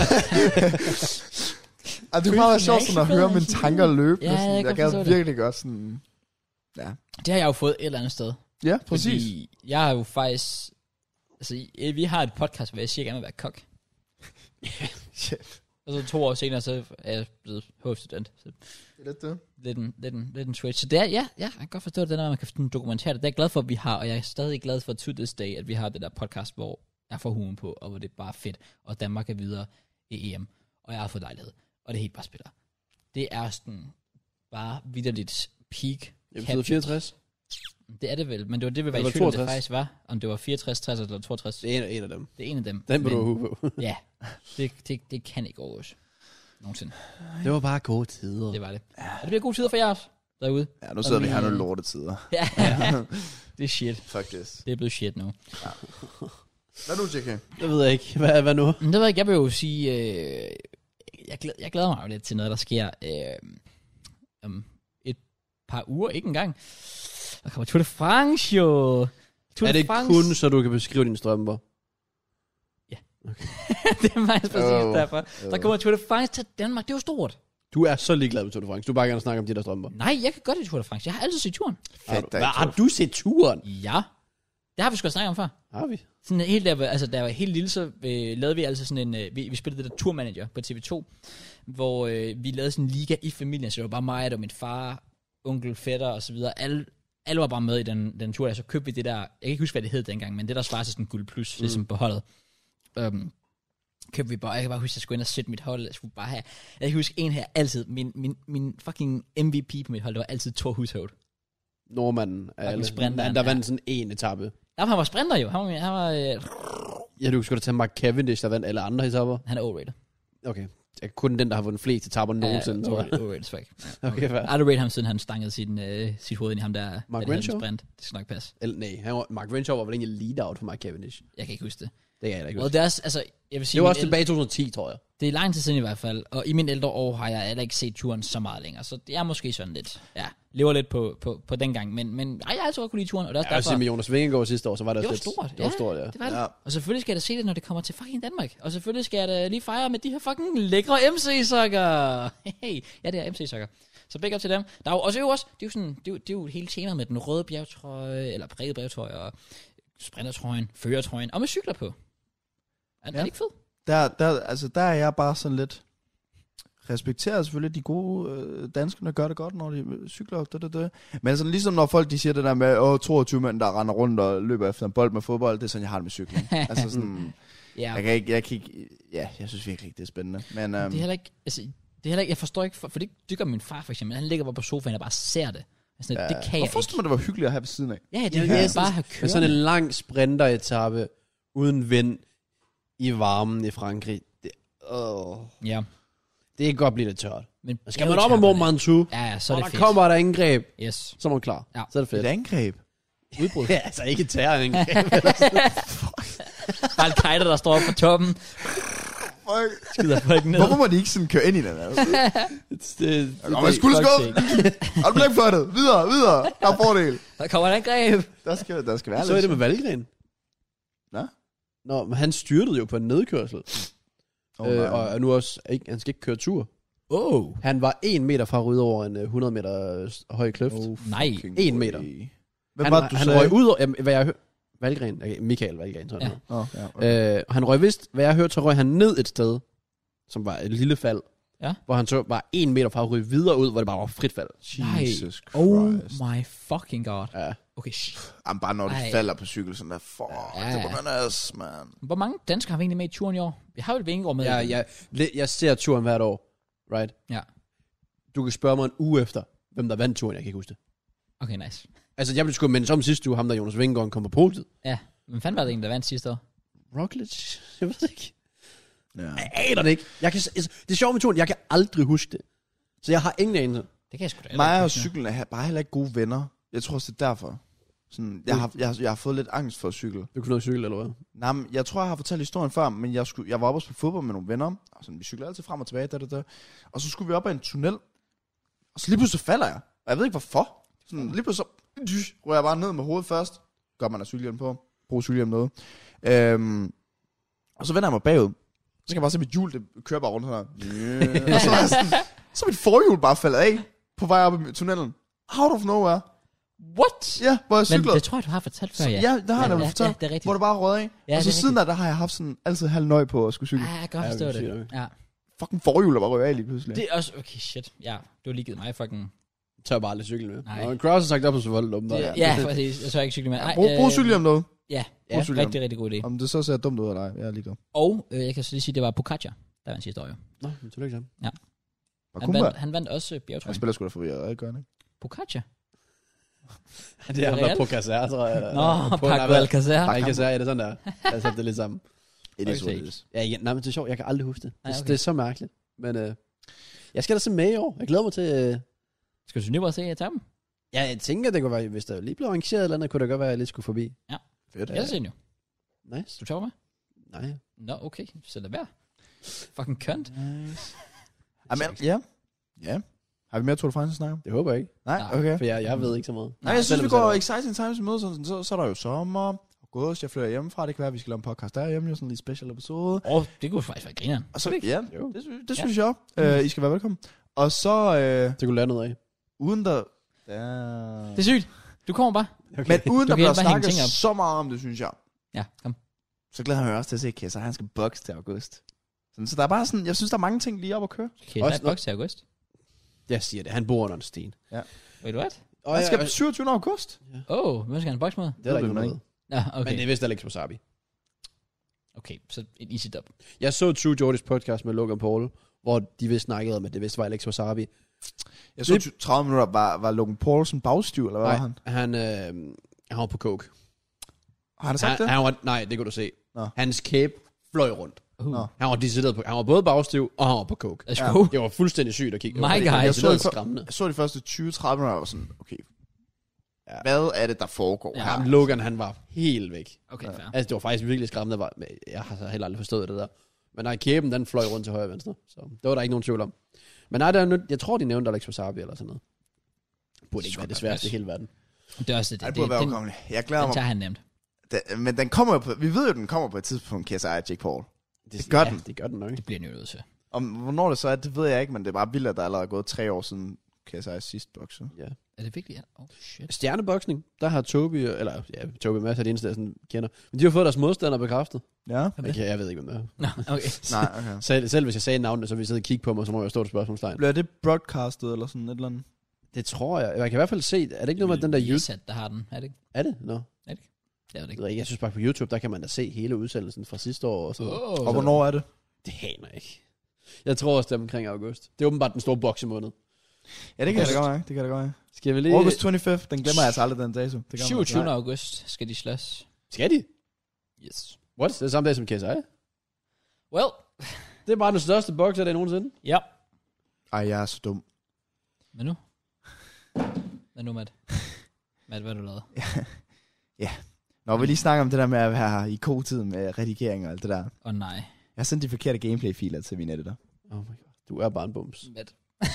Ej, det kunne bare være sjovt sådan at høre mine tanker løbe. Ja, Ja, sådan, jeg kan jeg forstå gad det. virkelig godt sådan... Det har jeg jo fået et eller andet sted. Ja, præcis. Fordi jeg har jo faktisk... Altså, i- vi har et podcast, hvor jeg siger, at jeg gerne vil være kok. Shit. Og så to år senere, så er jeg blevet HF-student. Så Det er lidt det. lidt en, lidt en, lidt en switch. Så det er, ja, ja, jeg kan godt forstå det, der, med, at man kan sådan dokumentere det. Det er jeg glad for, at vi har, og jeg er stadig glad for to this day, at vi har det der podcast, hvor jeg får humor på, og hvor det er bare fedt, og Danmark er videre i EM, og jeg har fået lejlighed, og det er helt bare spiller. Det er sådan bare vidderligt peak. Episode capture. 64. Det er det vel, men det var det, vi var Eller i tvivl om, det 62. faktisk var. Om det var 64, 60 eller 62. Det er en, en af dem. Det er en af dem. Den vil du Men have på. Ja, det, det, det kan ikke overgås. Nogensinde. Det var bare gode tider. Det var det. Og det bliver gode tider for jer også derude. Ja, nu sidder vi her min- nogle lortetider. Ja. det er shit. Fuck this. Det er blevet shit nu. Hvad nu, JK? Det ved jeg ikke. Hvad, hvad nu? Men det ved jeg ikke, jeg vil jo sige, øh, jeg, glæder, jeg glæder mig jo lidt til noget, der sker øh, om et par uger, ikke engang. Der kommer Tour de France jo. Tour Er de det France. kun, så du kan beskrive dine strømper? det er faktisk præcis Åh, derfor. Der kommer Tour de France til Danmark, det er jo stort. Du er så ligeglad med Tour de France. Du vil bare gerne snakke om de der strømper. Nej, jeg kan godt lide Tour de France, jeg har altid set turen. Har Fedt, du, der hvad, er har du set turen? Ja, det har vi sgu snakket om før. Har vi? Sådan helt der, altså da jeg var helt lille, så øh, lavede vi altså sådan en, øh, vi, vi spillede det der turmanager på TV2, hvor øh, vi lavede sådan en liga i familien, så det var bare mig, der min far, onkel, fætter og så videre, alle, alle var bare med i den, den tur der, så købte vi det der, jeg kan ikke huske, hvad det hed dengang, men det der svarer til sådan en guld plus, mm. ligesom på holdet. Øhm, købte vi bare, jeg kan bare huske, at jeg skulle ind og sætte mit hold, jeg skulle bare have, jeg kan huske en her altid, min, min, min fucking MVP på mit hold, det var altid Thor Hushovd. Nordmanden. er Fucking alle- sprinteren, Der ja. vandt sådan en etape. Jamen, han var sprinter jo, han var, han var øh, Ja, du skulle da tage Mark Cavendish, der vandt alle andre etapper. han er overrated. Okay. Det er kun den, der har vundet flest etapper nogensinde, Ja, tror jeg. overrated, overrated, swag. Okay, hvad? Jeg har aldrig rated ham, siden han stangede sin, øh, sit hoved ind i ham, der der lavede Renshaw? en sprint. Det skal nok passe. Eller, nej, han var, Mark Renshaw var vel egentlig lead-out for Mark Cavendish. Jeg kan ikke huske det. Det kan jeg da ikke Og huske. det er også, altså, jeg vil sige, Det var min også ældre- tilbage i 2010, tror jeg. det er lang tid siden i hvert fald, og i mine ældre år har jeg heller ikke set turen så meget længere, så det er måske sådan lidt, ja, lever lidt på, på, på den gang, men, men ej, jeg har altid godt kunne lide turen, og det er også Jeg vil derfor, sige, med Jonas Vingegaard sidste år, så var det, det var også lidt- stort. Altså, Det var stort, ja. Det var det. Ja. Ja. Og selvfølgelig skal jeg da se det, når det kommer til fucking Danmark, og selvfølgelig skal jeg da lige fejre med de her fucking lækre MC-sokker. Hey, ja, det er MC-sokker. Så big up til dem. Der er jo også øverst, det er jo, sådan, det er jo, det er jo hele temaet med den røde bjergtrøje, eller præget bjergtrøje, og sprintertrøjen, førertrøjen, og med cykler på. Er, ja. er Ja. det ikke fedt? Der, der, altså, der er jeg bare sådan lidt... Respekterer selvfølgelig de gode øh, danskere, der gør det godt, når de øh, cykler op. Det, det, det. Men sådan, ligesom når folk de siger det der med, åh, 22 mænd, der render rundt og løber efter en bold med fodbold, det er sådan, jeg har det med cykling. altså sådan, Ja, jeg kan ikke, jeg kan ikke, ja, jeg synes virkelig ikke, det er spændende. Men øhm, Det er heller ikke, altså, det er heller ikke, jeg forstår ikke, for, for det, det gør min far for eksempel, han ligger bare på sofaen og bare ser det. Altså, ja. det kan jeg og forstår ikke. man, det var hyggeligt at have ved siden af. Ja, det Ja, vil ja, jeg sådan- bare have Men kørt. sådan en lang sprinteretappe uden vind i varmen i Frankrig, det, åh, Ja, det kan godt blive lidt tørt. men Og skal man op og Mont Ventoux, Ja, ja, så og er der det fedt. kommer der angreb, Yes. så er man klar. Ja. Så er det fedt. Et angreb. Udbrud. Ja, altså ikke et terrorangreb. bare en kejter, der står oppe på toppen, skider folk ned. Hvorfor må de ikke sådan køre ind i den? Altså? det, det, Der kommer en skulderskub. Er du blik for det? Videre, videre. Der er fordel. Der kommer et angreb. Der skal, der skal være Så er det lidt. med Valgren. Nå? Nå, men han styrtede jo på en nedkørsel. Åh, Oh, øh, nej. og er nu også, ikke, han skal ikke køre tur. Oh. Han var en meter fra at rydde over en øh, 100 meter øh, høj kløft. Oh, Nej. fucking En boy. meter. Hvem han, var det, du han sagde? røg ud over, jamen, hvad jeg hørte, Valgren, okay, Michael Valgren, sådan Ja. ja. Nå, ja. øh, og han røg vist, hvad jeg hørte, så røg han ned et sted, som var et lille fald. Ja. Hvor han så bare en meter fra at ryge videre ud, hvor det bare var frit fald. Nej. Jesus Christ. Oh Oh. my fucking god. Ja. Okay, shit. Jamen, bare når de Ej. falder på cykel, sådan der, fuck, Ja, ja, ja. det er bananas, man. Hvor mange danskere har vi egentlig med i turen i år? Vi har jo et Vingegaard med. Jeg, igen. jeg, le- jeg ser turen hvert år, right? ja. Du kan spørge mig en uge efter, hvem der vandt turen, jeg kan ikke huske det. Okay, nice. Altså, jeg blev sgu minde om sidste uge, ham der Jonas Vingegaard kom på podiet. Ja. Hvem fanden var det egentlig, der vandt sidste år? Roglic? Jeg ved det ikke. Ja. Jeg aner det ikke. Jeg kan, altså, det er sjovt med turen, jeg kan aldrig huske det. Så jeg har ingen anelse. Det kan jeg sgu da. heller Mig ikke og huske. cyklen er he- bare heller ikke gode venner. Jeg tror også, det er derfor. Sådan, jeg, har, jeg, har- jeg har fået lidt angst for at cykle. Du kunne noget cykel, eller hvad? Nej, men jeg tror, jeg har fortalt historien før, men jeg, skulle, jeg var oppe og spille fodbold med nogle venner. Og sådan, vi cyklede altid frem og tilbage, da, da, da. Og så skulle vi op ad en tunnel. Og så lige pludselig så falder jeg. Og jeg ved ikke hvorfor. Sådan, lige pludselig så dysh, rører jeg bare ned med hovedet først. Gør man af cykelhjelm på. Brug cykelhjelm noget. Øhm, og så vender jeg mig bagud. Så kan jeg bare se mit hjul, det kører bare rundt her. Yeah. og så, er jeg sådan, så er mit forhjul bare faldet af på vej op i tunnelen. Out of nowhere. What? Ja, hvor jeg Men cyklede. det tror jeg, du har fortalt før, Så, ja. ja. der har jeg nemlig ja, fortalt. det er rigtigt. Hvor det bare rød af. Ja, Ja, det og så er siden af, der har jeg haft sådan altid halv nøj på at skulle cykle. Ah, jeg kan godt Ja, forstå det det. siger jeg Ja. Fucking forhjul, der bare røg af lige pludselig. Det er også... Okay, shit. Ja, du har lige givet mig fucking... Så tør jeg bare aldrig cykle med. Nej. Nej. Og Kraus har sagt op på Svolde, åbenbart. Det- Ja. Ja, præcis. Jeg tør ikke cykle med. Ej, brug, brug øh, cykel om noget. Ja, Brug cykel om. rigtig, rigtig god idé. Om det så ser dumt ud af dig, jeg er ligeglad. Og øh, jeg kan så lige sige, det var Pocaccia, der vandt sidste år jo. Nå, men tillykke til ham. Og Han Kumba, vandt, han vandt også øh, han bjergetrøjen. spiller sgu da forvirret, ikke? Gør han ikke? Pocaccia? Det er ham, der Real? på Kassar, tror jeg. Nå, På- Paco nej, Alcacer. Nej, Kassar, ja, det er sådan der. Jeg satte det lidt sammen. It is what it is. Ja, igen. Nej, men det er sjovt, jeg kan aldrig huske det. Nej, Det, okay. det er så mærkeligt. Men øh, jeg skal da se med i år. Jeg glæder mig til... Øh, Skal du til Nyborg og se etappen? ja, jeg tænker, det kunne være, hvis der lige blev arrangeret et eller andet, kunne det godt være, at jeg lige skulle forbi. Fedt. Ja. Jeg ser den jo. Nice. Du tager mig? Nej. Nå, okay. Så lad være. Fucking kønt. Amen. Ja. Ja. Har vi mere Tour de France at snakke om? Det håber jeg ikke. Nej, Nej. okay. For jeg, jeg ved ikke så meget. Nej, jeg synes, Selvom vi så er går der- exciting times i møde, så, så, så er der jo sommer, august, jeg flytter hjemmefra, det kan være, at vi skal lave en podcast derhjemme, jo sådan en lille special episode. Åh, oh, det kunne faktisk være grineren. Og så, ja, Jo. det, sy- det synes jeg. Øh, I skal være velkommen. Og så, øh, Det kunne lære noget af. uden der... Ja. Det er sygt. Du kommer bare. Men uden Du kan der bliver bare hænge snakket ting op. så meget om det, synes jeg. Ja, kom. Så glæder jeg mig også til at se Kessa, han skal boxe til august. Sådan, så der er bare sådan, jeg synes, der er mange ting lige op at køre. Okay, Også der er noget- boks i august. Jeg siger det. Han bor under en sten. Wait, what? Og Han jeg- skal på 27. august. Åh, oh, hvem skal han boks mod? Det er der Ved ikke du noget. ikke? Nå, Okay. Men okay. det er vist Alex Wasabi. Okay, så en easy dub. Jeg så True Jordis podcast med Logan Paul, hvor de vist snakkede om, at det vist var Alex Wasabi. Jeg så 30 minutter, var, var Logan Paulsen bagstiv, eller hvad var han? han, øh, han var på coke. Har han sagt Han, det? han var, nej, det kunne du se. Nå. Hans kæbe fløj rundt. Uh. Nå. Han var decideret på, han var både bagstiv, og han var på coke. Let's go. Det var fuldstændig sygt at kigge. My det, var- guy. det, Jeg var så decideret det for- skræmmende. Jeg så de første 20-30 minutter, og var sådan, okay, Ja. hvad er det, der foregår Ja. ja. Ja. her? Ham Logan, han var helt væk. Okay, fair. Altså, det var faktisk virkelig skræmmende. Var- men Jeg har så heller aldrig forstået det der. Men nej, kæben, den fløj rundt til højre og venstre. Så det var der ikke nogen tvivl om. Men nej, der er nu, jeg tror, de nævnte Alex Wasabi eller sådan noget. Burde ikke Sure, være det sværeste i yes. hele verden. Det er også det. Ej, det, det burde være den, ukommeligt. Jeg glæder den mig. tager han nemt. Den, men den kommer jo på, vi ved jo, den kommer på et tidspunkt, Kessa og Jake Paul. Det gør den. Det gør den nok. Det bliver han jo nødt til. Om hvornår det så er, det ved jeg ikke, men det er bare vildt, at der allerede er gået tre år siden Kessa er sidst bokser. Er det virkelig? Oh, shit. Stjerneboksning, der har Tobi, eller ja, Tobi Mads er det eneste, jeg sådan kender. Men de har fået deres modstandere bekræftet. Ja? Hvem er det? Okay, jeg ved ikke, hvem det er. Nå, okay. Nej, okay. Selv, selv hvis jeg sagde navnene, så ville jeg sidde og kigge på mig, så må jeg stå et spørgsmålstegn. Bliver det broadcastet eller sådan et eller andet? Det tror jeg. Jeg kan i hvert fald se, er det ikke noget med at den der YouTube? Yesat, der har den, er det ikke? Er det? Nå, no. Er det ikke? Det er det ikke. jeg, jeg synes bare på YouTube, der kan man da se hele udsendelsen fra sidste år og sådan noget. Oh. Og hvornår er det? Det haner jeg ikke. Jeg tror også, det er omkring august. Det er åbenbart den store boksemåned. Ja, det kan jeg da godt mærke. Det kan jeg da godt mærke. Skal vi lige... August 25th, den glemmer jeg altså aldrig den dato. Det gør man. 27. august skal de slås. Skal de? Yes. What? Det er samme dag som KSI? Well, Det er bare den største bokser, der nogensinde. ja. Ej, jeg er så dum. Hvad nu? Hvad nu, Matt? Matt, hvad har du lavet? Når vi lige snakker om det der med at være i god tid med redigering og alt det der. Åh oh, nej, Jeg har sendt de forkerte gameplay-filer til min editor. Oh my god. Du er bare en bums. Matt.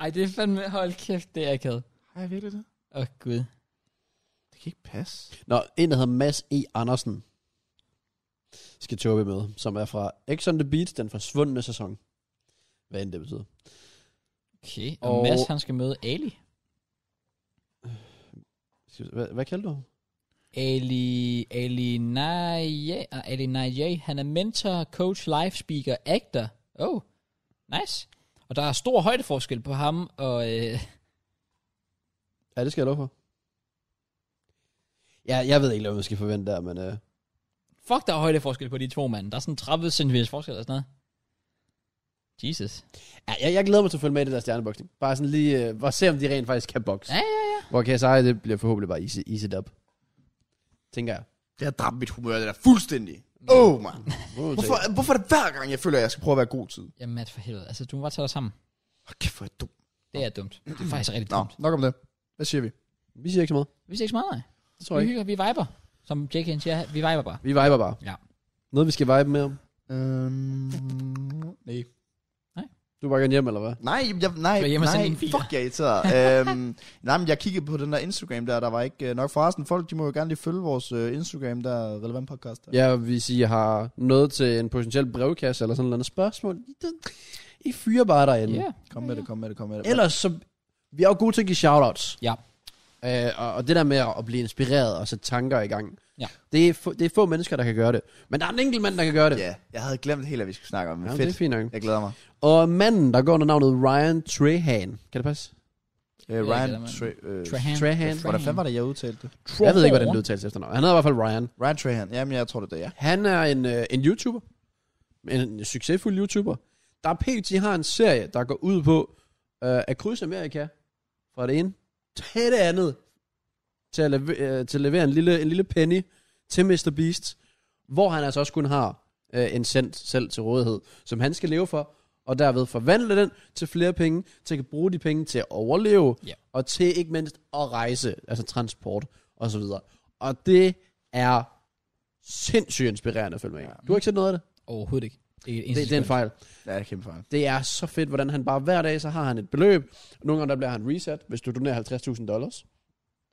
Ej, det er fandme, hold kæft, det er akavet. Har jeg virkelig det? Åh, oh, gud. Det kan ikke passe. Nå, en, der hedder Mads E. Andersen, skal Tobi med, som er fra X on the Beach, den forsvundne sæson. Hvad end det betyder. Okay, og, og Og- Mads, han skal møde Ali. Skal vi- Hvad, hvad kalder du? ham? Ali, Ali Naye, ah, Ali Naye, han er mentor, coach, live speaker, actor. Oh, Nice. Og der er stor højdeforskel på ham og... Øh, Ja, det skal jeg love for. Ja, jeg ved ikke, hvad man skal forvente der, men øh, fuck, der er højdeforskel på de to, mand. Der er sådan 30 cm forskel eller sådan noget. Jesus. ja, jeg, jeg, glæder mig til at følge med i det der stjerneboksning. Bare sådan lige, øh, bare se om de rent faktisk kan bokse. Ja, ja, ja. Hvor kan jeg sige, det bliver forhåbentlig bare easy, easy up. Tænker jeg. Det har dræbt mit humør, det der fuldstændig. Åh, oh, man. Må du tænke. Hvorfor, hvorfor er det hver gang, jeg føler, at jeg skal prøve at være god tid? Jamen, Matt, for helvede. Altså, du må bare tage dig sammen. Hvor kæft, hvor er jeg dum. Det er dumt. Det er faktisk rigtig Nå, dumt. nok om det. Hvad siger vi? Vi siger ikke så meget. Vi ser ikke så meget, nej. Det tror Vi jeg ikke. hygger, vi viber. Som Jake han siger, vi viber bare. Vi viber bare. Mhm. Ja. Noget, vi skal vibe med om. Øhm, nej. Du var gerne hjem, eller hvad? Nej, jeg, nej, Du er hjemme og sende nej, dine filer. fuck, jeg er irriteret. øhm, nej, men jeg kiggede på den der Instagram der, der var ikke øh, nok forresten. Folk, de må jo gerne lige følge vores øh, Instagram der, relevant podcast. Der. Ja, hvis I har noget til en potentiel brevkasse eller sådan noget andet spørgsmål, I, det- I fyrer bare derinde. Ja. Kom med det, kom med det, kom med det. Ellers så, vi er jo gode til at give shoutouts. Ja. Øh, og, og det der med at at blive inspireret og sætte tanker i gang, Ja. det, er få, det er få mennesker, der kan gøre det. Men der er en enkelt mand, der kan gøre det. Ja, jeg havde glemt helt, at vi skulle snakke om det. Jamen, Fedt. det er fint nok. Jeg glæder mig. Og manden, der går under navnet Ryan Trahan, kan det passe? Øh, jeg Ryan glæder mig. Tra- øh, Trahan. Trahan. Hvordan fanden var det, jeg udtalte det? Jeg ved ikke, hvordan det udtales efter navn. Han hedder i hvert fald Ryan. Ryan Trahan. Jamen, jeg tror, det er det, ja. Han er en, øh, en YouTuber. En succesfuld YouTuber. Der er pt. har en serie, der går ud på øh, at krydse Amerika fra det ene til det andet til at, leve, øh, til at levere en lille, en lille penny til Mr. Beast, hvor han altså også kun har øh, en cent selv til rådighed, som han skal leve for, og derved forvandle den til flere penge, til at kan bruge de penge til at overleve, Ja. og til ikke mindst at rejse, altså transport og så videre. Og det er sindssygt inspirerende at følge med. Ja. Du har ikke set noget af det? Overhovedet ikke. Det er, Det, det er en fejl. Ja, det er kæmpe fejl. Det er så fedt, hvordan han bare hver dag, så har han et beløb. Nogle gange der bliver han reset. Hvis du donerer 50.000 dollars,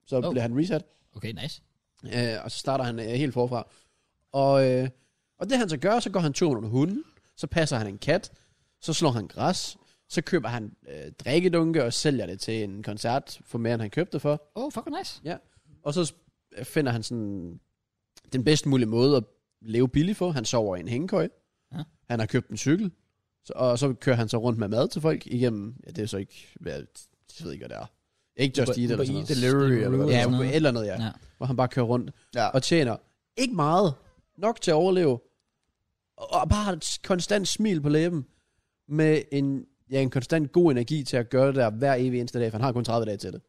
så Oh. oh. bliver han reset. Okay, nice. Øh, og så starter han øh, helt forfra. Og, øh, og det han så gør, så går han tur under hunden, så passer han en kat, så slår han græs, så køber han øh, drikkedunke og sælger det til en koncert for mere, end han købte det for. Oh, fuck, hvor nice. Og så sp- finder han sådan den bedst mulige måde at leve billigt for. Han sover i en hængekøj. Ja. Ja. Han har købt en cykel. Så, og så kører han så rundt med mad til folk igennem. Ja, det er jo så ikke, hvad, jeg ved ikke, hvad det er. Ikke Just Uber, Eat eller sådan noget. Delivery, eller hvad det Ja, Uber- et eller andet, ja. Ja. ja. Hvor han bare kører rundt Ja. og tjener ikke meget, nok til at overleve, og og bare har et s- konstant smil på læben, med en, ja, en konstant god energi til at gøre det der hver evig eneste dag, for han har kun 30 dage til det.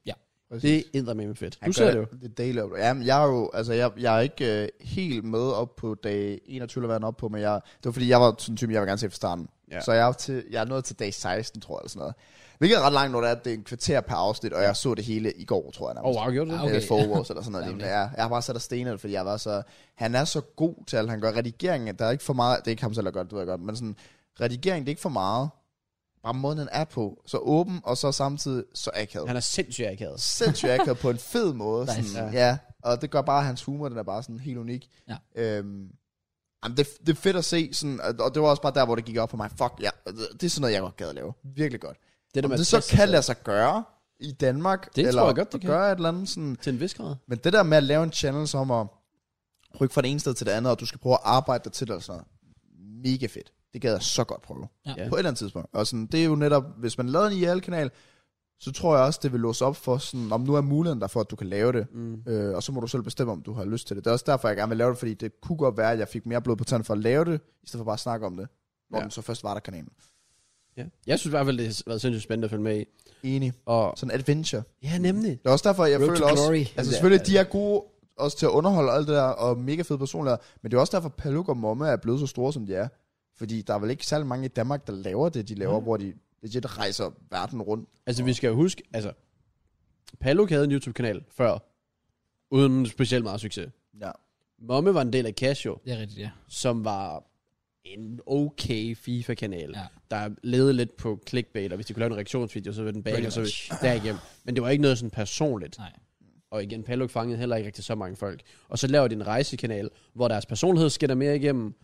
Det ændrer med fedt. Han Du gør ser det jo. Det daily upload. Jamen, jeg er jo, altså, jeg, jeg er ikke øh, helt med op på dag 21, eller hvad han er op på, men jeg, det var fordi, jeg var sådan en type, jeg var gerne se fra starten. Ja. Så jeg er, til, jeg er nået til dag 16, tror jeg, eller sådan noget. Hvilket er ret langt, når det er, at det er en kvarter per afsnit, og jeg så det hele i går, tror jeg nærmest. Åh, wow, gjorde du det? Au. okay. Okay. Øh, Four Wars eller sådan noget. lignende. jeg, jeg har bare sat og stenet, fordi jeg var så... Han er så god til alt, han gør. Redigeringen, at der er ikke for meget... Det er ikke ham selv, der gør det, det ved jeg godt. Men sådan, redigering, det er ikke for meget. Bare måden, han er på. Så åben, og så samtidig så akavet. Han Han er sindssygt akavet. er sindssygt akavet på en fed måde. Sådan, Nice. ja. ja. Og det gør bare, at hans humor, den er bare sådan helt unik. Ja. Øhm, Jamen, det, det er fedt at se, sådan, og- og det var også bare der, hvor det gik op for mig. Fuck, ja, det er sådan noget, jeg godt gad at lave. Virkelig godt. Det der Om med det at så teste kan sig lade sig gøre i Danmark, Det tror eller jeg godt, det at kan. gøre et eller andet sådan, Til en vis grad. men det der med at lave en channel, som at rykke fra det ene sted til det andet, og du skal prøve at arbejde dig til det og sådan noget, mega fedt. Det gad jeg så godt prøve. Ja. Ja. Ja. På et eller andet tidspunkt. Og sådan, det er jo netop, hvis man lavede en IRL-kanal, så tror jeg også, det vil låse op for sådan, om nu er muligheden der for, at du kan lave det. Mm. Øh, og så må du selv bestemme, om du har lyst til det. Det er også derfor, jeg gerne vil lave det, fordi det kunne godt være, at jeg fik mere blod på tanden for at lave det, i stedet for bare at snakke om det, når Ja. ja. den så først var der kanalen. Ja. Jeg synes i hvert fald, det har været sindssygt spændende at følge med i. Enig. Og, Sådan adventure. ja, nemlig. Det er også derfor, jeg Road føler to også... glory. Altså selvfølgelig, de er gode også til at underholde og alt det der, og mega fede personligheder, men det er også derfor, Paluk og Momme er blevet så store, som de er. Fordi der er vel ikke særlig mange i Danmark, der laver det, de laver, hvor de legit rejser verden rundt. Altså, vi skal jo huske, altså, Paluk havde en YouTube-kanal før, uden specielt meget succes. Ja. Momme var en del af Casio, Det er rigtigt, ja. som var en okay FIFA-kanal, Ja. ja. der levede lidt på clickbait, og hvis de kunne lave en reaktionsvideo, så ville den bage, Pretty og så much. ville derigennem. Men det var ikke noget sådan personligt. Nej. Og igen, Paluk fangede heller ikke rigtig så mange folk. Og så laver de en rejsekanal, hvor deres personlighed skinner mere igennem,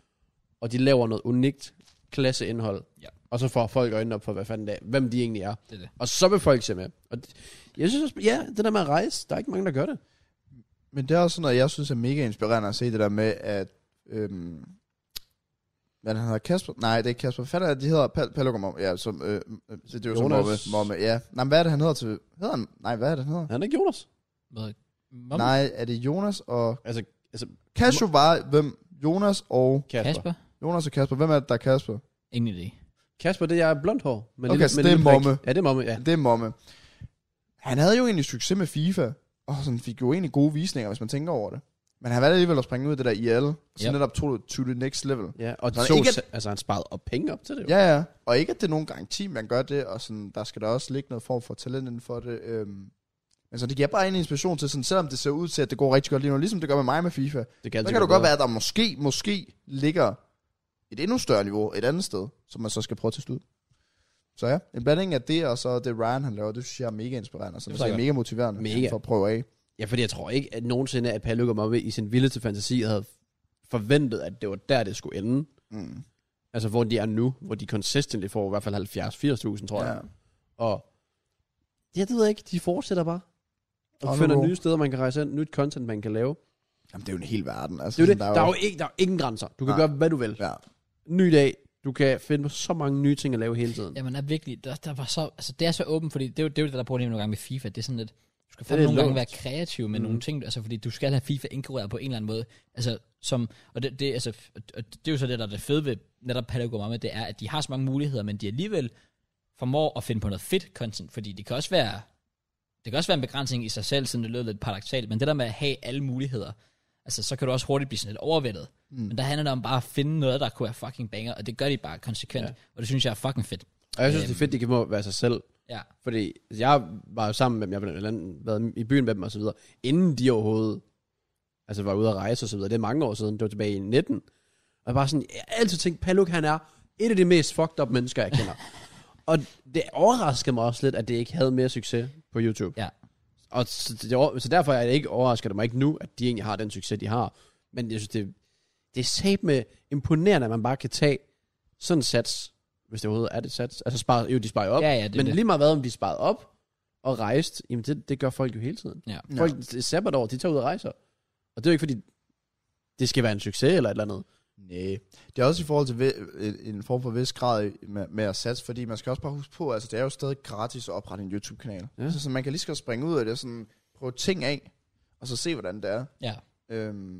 og de laver noget unikt klasseindhold. Ja. Og så får folk øjnene op for, hvad fanden det er, hvem de egentlig er. Det er det. Og så vil folk se med. Og d- jeg synes også, ja, det der med at rejse, der er ikke mange, der gør det. Men det er også sådan noget, jeg synes er mega inspirerende at se det der med, at øhm, Hvad han hedder? Kasper? Nej, det er ikke Kasper. Hvad fanden er det, de hedder? Pal Palugum, ja, som, øh, øh, det er jo som Momme, Jonas. Momme, ja. Nej, men hvad er det, han hedder til? Hedder han? Nej, hvad er det, han hedder? Han er ikke Jonas. Med Mom? Momme. Nej, er det Jonas og... Altså, altså Casio var, hvem? Jonas og... Kasper. Kasper. Kasper? Jonas og Kasper. Hvem er det, der er Kasper? Ingen idé. Kasper, det er blondt hår. Men Okay, så men det er lille prik. Momme. Ja, det er Momme, ja. Det er Momme. Han havde jo egentlig succes med FIFA, og sådan fik jo egentlig gode visninger, hvis man tænker over det. Men han valgte alligevel at springe ud af det der IL, og så Yep. yep. netop tog det to the next level. Ja, og Nå, så, ikke ikke... altså han sparede op penge op til det jo. Ja, ja. Og ikke, at det er nogen garanti, man gør det, og sådan, der skal der også ligge noget form for talent inden for det. Øhm. Men så det giver bare en inspiration til, sådan, selvom det ser ud til, at det går rigtig godt lige nu, ligesom det gør med mig med FIFA, det så kan, altid kan det gå godt bedre. være, at der måske, måske ligger et endnu større niveau et andet sted, som man så skal prøve at teste ud. Så ja, en blanding af det, og så det Ryan, han laver, det synes jeg er mega inspirerende, og sådan, Det det forstår er mega motiverende Mega. for at prøve af. Ja, fordi jeg tror ikke at nogensinde, at Palle Moppe i sin vildeste fantasi havde forventet, at det var der, det skulle ende. Mm. Altså, hvor de er nu, hvor de consistently får i hvert fald 70-80.000, tror jeg. Ja. Og ja, det ved jeg ikke, de fortsætter bare. Og Honorable. finder nye steder, man kan rejse ind, nyt content, man kan lave. Jamen, det er jo en hel verden. Det Altså, er jo det. sådan, Der er jo, ikke, der er jo ingen grænser. Du kan Nej. gøre, hvad du vil. Ja. Ny dag. Du kan finde på så mange nye ting at lave hele tiden. Jamen, er virkelig, der, der var så, altså, det er så åbent, fordi det er jo det, er jo det der er problemet nogle gange med FIFA. Det er sådan lidt, du skal fandme lidt nogle gange være låst. kreativ med Mhm. nogle ting, altså, fordi du skal have FIFA inkorporeret på en eller anden måde. Altså, som, og det, det, altså, og det er jo så det, der er det fede ved netop Patagonia med, det er, at de har så mange muligheder, men de alligevel formår at finde på noget fedt content, fordi det kan også være, det kan også være en begrænsning i sig selv, siden det lød lidt paradoxalt, men det der med at have alle muligheder, altså, så kan du også hurtigt blive sådan lidt overvældet. Mm. Men der handler det om bare at finde noget, der kunne være fucking banger, og det gør de bare konsekvent, Ja. ja. og det synes jeg er fucking fedt. Og jeg synes, Øhm. det er fedt, de kan må være sig selv. Ja. Fordi jeg var jo sammen med dem, jeg var blandt andet været i byen med dem og så videre, inden de overhovedet altså var ude at rejse og så videre. Det er mange år siden, det var tilbage i 19. Og jeg bare sådan, jeg har altid tænkt, Paluk han er et af de mest fucked up mennesker, jeg kender. og det overraskede mig også lidt, at det ikke havde mere succes på YouTube. Ja. Og så, det, over- så derfor er det ikke overrasket mig ikke nu, at de egentlig har den succes, de har. Men jeg synes, det, det er sat med imponerende, at man bare kan tage sådan en sats, hvis det overhovedet er det sats. Altså spare, jo, de sparer jo op, Ja, ja, det er men det. lige meget hvad, om de sparede op og rejste, jamen det, det gør folk jo hele tiden. Ja. Folk ja. sabbatår, de tager ud og rejser. Og det er jo ikke fordi, det skal være en succes eller et eller andet. Nej. Det er også i forhold til ve- en- en form for vis grad med, med at satse, fordi man skal også bare huske på, altså det er jo stadig gratis at oprette en YouTube-kanal. Ja. Ja. Så, så man kan lige så godt springe ud af det, sådan prøve ting af, og så se, hvordan det er. Ja. Øhm,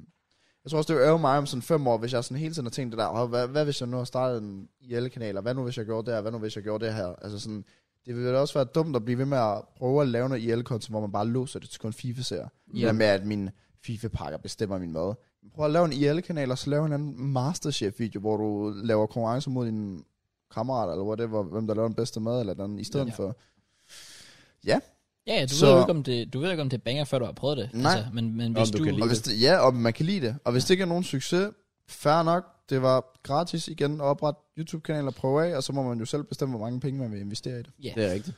jeg tror også, det vil ærge mig om sådan fem år, hvis jeg sådan hele tiden har tænkt det der, "Åh, hvad, hvad hvis jeg nu har startet en IL-kanal, og hvad nu hvis jeg gjorde det her, hvad nu hvis jeg gjorde det her? Altså sådan, det ville også være dumt at blive ved med at prøve at lave noget IL-konto, hvor man bare låser det til kun FIFA-serier. Ja. Yeah. med, at min FIFA-pakker bestemmer min mad. Prøv at lave en IL-kanal, og så lave en anden Masterchef-video, hvor du laver konkurrence mod dine kammerater, eller whatever, hvem der laver den bedste mad, eller den i stedet Ja. ja. for. Ja, ja, du, så... Så- ved jo ikke, om det, du ved jo ikke, om det banger, før du har prøvet det. Nej. Altså, men, men Om hvis du du... kan lide Og hvis det, ja, og man kan lide det. Og hvis ja. det ikke er nogen succes, fair nok, det var gratis igen at oprette YouTube-kanaler og prøve af, og så må man jo selv bestemme, hvor mange penge man vil investere i det. Ja. Det er rigtigt.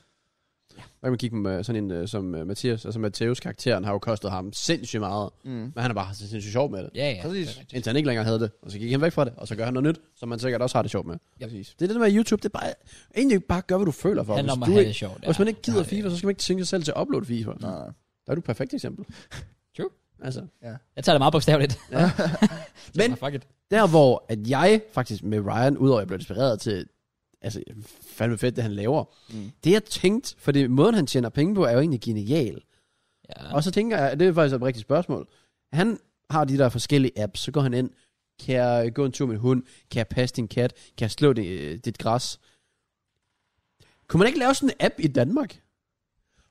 Ja. Der kan man kigge på øh, sådan en øh, som øh, Mathias, altså Mathias karakteren har jo kostet ham sindssygt meget, Mm. men han har bare haft det sindssygt sjov med det. Ja, ja. Præcis. det er rigtigt. Indtil han ikke længere havde det, og så gik han væk fra det, og så gør han noget nyt, som man sikkert også har det sjovt med. Ja. Præcis. Det er det der med YouTube, det er bare, egentlig bare gør, hvad du føler for. Det handler Hvis om at du have ikke, det sjovt. hvis man ikke gider Nej, FIFA, så skal man ikke tvinge sig selv til at uploade FIFA. Nej, nej. Der er du et perfekt eksempel. True. Altså, Jeg tager det meget bogstaveligt. Ja. Men- men... Fuck it. Der hvor at jeg faktisk med Ryan, udover at jeg blev inspireret til, altså fandme fedt det han laver, mm. Mm. det jeg tænkte, for det måden han tjener penge på, er jo egentlig genial. Ja. Ja. Og så tænker jeg, det er faktisk et rigtigt spørgsmål, han har de der forskellige apps, så går han ind, kan jeg gå en tur med en hund, kan jeg passe din kat, kan jeg slå dit, dit græs. Kunne man ikke lave sådan en app i Danmark,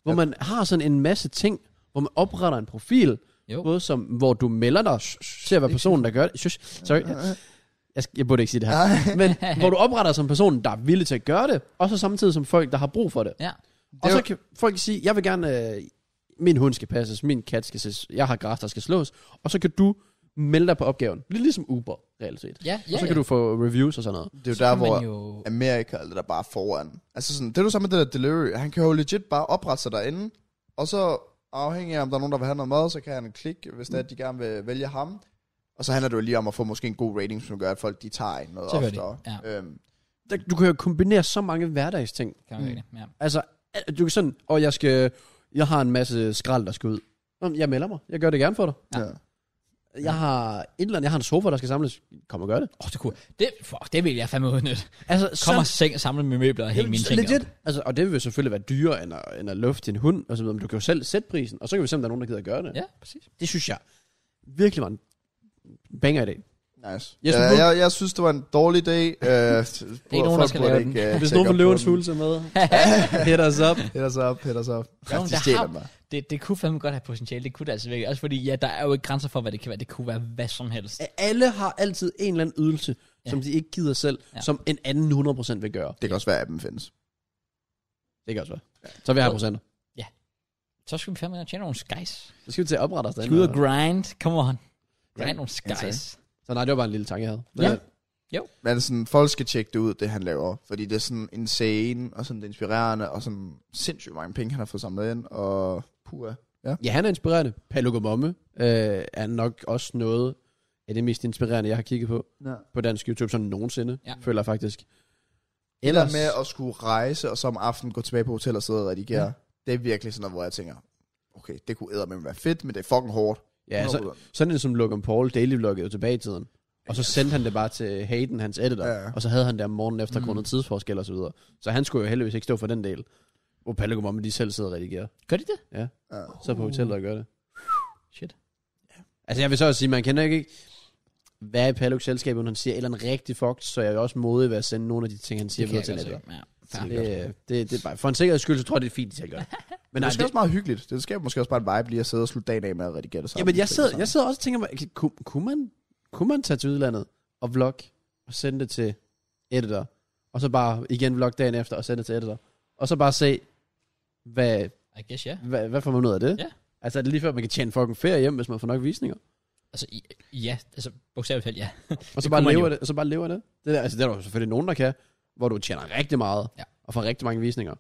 hvor Ja. man har sådan en masse ting, hvor man opretter en profil, Jo. både som, hvor du melder dig, ser hvad personen der gør det, Shush, sorry, jeg, sk- jeg burde ikke sige det her. Nej, Men hvor du opretter som person, der er villig til at gøre det, og så samtidig som folk, der har brug for det. Ja. Og Det er så jo- kan folk sige, jeg vil gerne, øh, min hund skal passes, min kat skal ses, jeg har græs, der skal slås. Og så kan du melde dig på opgaven. Lidt ligesom Uber, reelt set. Ja, ja, og så ja. kan du få reviews og sådan noget. det er jo Så der, kan man hvor Jo... Amerika er det der bare foran. Altså sådan, det er jo sammen med det der delivery. Han kan jo legit bare oprette sig derinde, og så afhængig af, om der er nogen, der vil have noget mad, så kan han klikke, hvis det er, at de gerne vil vælge ham. Og så handler det jo lige om at få måske en god rating, som gør, at folk de tager en noget Selvfølgelig, oftere. ja. Øhm, Der, du kan jo kombinere så mange hverdagsting. Kan man Mm. virkelig. Ja. Altså, al- du kan sådan, og jeg skal, jeg har en masse skrald, der skal ud. Nå, men Jeg melder mig. Jeg gør det gerne for dig. ja. Jeg har et eller andet, jeg har en sofa, der skal samles. Kom og gør det. Åh, oh, det kunne... Det, fuck, det vil jeg fandme udnytte. Altså, Kom og seng samle med møbler og hænge mine ting legit. op. Altså, og det vil selvfølgelig være dyrere, end at, end at lufte en hund og så videre. Men du kan jo selv sætte prisen, og så kan vi se, om der er nogen, der gider at gøre det. Ja, præcis. Det synes jeg virkelig var en banger i dag. Nice. Jesper, Ja, du- jeg, jeg synes, det var en dårlig dag. Uh, det nogen, der skal lave den. øh, Hvis nogen får løvens hulse med, hit os up. Hit os op, hit os op. Ja, men de der stjæler har- mig. Det, det kunne fandme godt have potentiale. Det kunne det altså virkelig. Også fordi, ja, der er jo ikke grænser for, hvad det kan være. Det kunne være hvad som helst. Alle har altid en eller anden ydelse, Ja. ja. som de ikke gider selv, Ja. ja. som en anden 100% vil gøre. Det kan også være, at appen findes. Det kan også være. Så er vi her procenter. Så skal vi fandme ind og tjene nogle skies. Så skal vi til at oprette os Skal ud derinde. og grind. Come on. Grind Ja, nogle skies. Så nej, det var bare en lille tanke, jeg havde. Ja. Men, Men sådan, folk skal tjekke det ud, det han laver. Fordi det er sådan insane, og sådan det er inspirerende, og sådan sindssygt mange penge, han har fået samlet ind. Og puha. Ja, han er inspirerende. Palugo Momme øh, er nok også noget af det mest inspirerende, jeg har kigget på Ja. på dansk YouTube, sådan nogensinde, Ja. ja. føler jeg faktisk. Eller med at skulle rejse, og så om aftenen gå tilbage på hotellet og sidde og redigere. Ja. Det er virkelig sådan noget, hvor jeg tænker, okay, det kunne eddermame være fedt, men det er fucking hårdt. Ja, så, 100%. sådan en som Logan Paul daily vloggede tilbage i tiden. Og så sendte han det bare til Hayden, hans editor. Ja, ja. Ja. Og så havde han det om morgenen efter Mm. mm. grundet tidsforskel og så videre. Så han skulle jo heldigvis ikke stå for den del. Hvor Palugo Momme, de selv sidder og redigerer. Gør de det? Ja. Så på hotellet og gør det. Shit. Altså jeg vil så også sige, man kender ikke hvad er Paluk selskabet, når han siger, eller en rigtig fucked, så jeg er også modig ved at sende nogle af de ting, han siger Det kan videre jeg til en godt editor. se. Ja, fair. Det, det, det er bare, for en sikkerheds skyld, så tror jeg, det er fint, de selv gør det. Men Men nej, det er det, også meget hyggeligt. Det skaber måske også bare en vibe lige at sidde og slutte dagen af med at redigere det sammen. jamen, jeg Det er sidder, sådan. jeg sidder også og tænker mig, kan- kunne, kunne, man, kunne man tage til udlandet og vlog og sende det til editor, og så bare igen vlog dagen efter og sende det til editor, og så bare se, hvad, I guess, ja. hvad, hvad får man ud af det? Ja. Altså er det lige før, man kan tjene fucking ferie hjem, hvis man får nok visninger? Altså, i, ja. Altså, bogstaveligt talt, ja. Og så, Det bare kunne man lever jo. det, og så bare lever af det. det der, altså, det er der jo selvfølgelig nogen, der kan, hvor du tjener rigtig meget, Ja. og får rigtig mange visninger.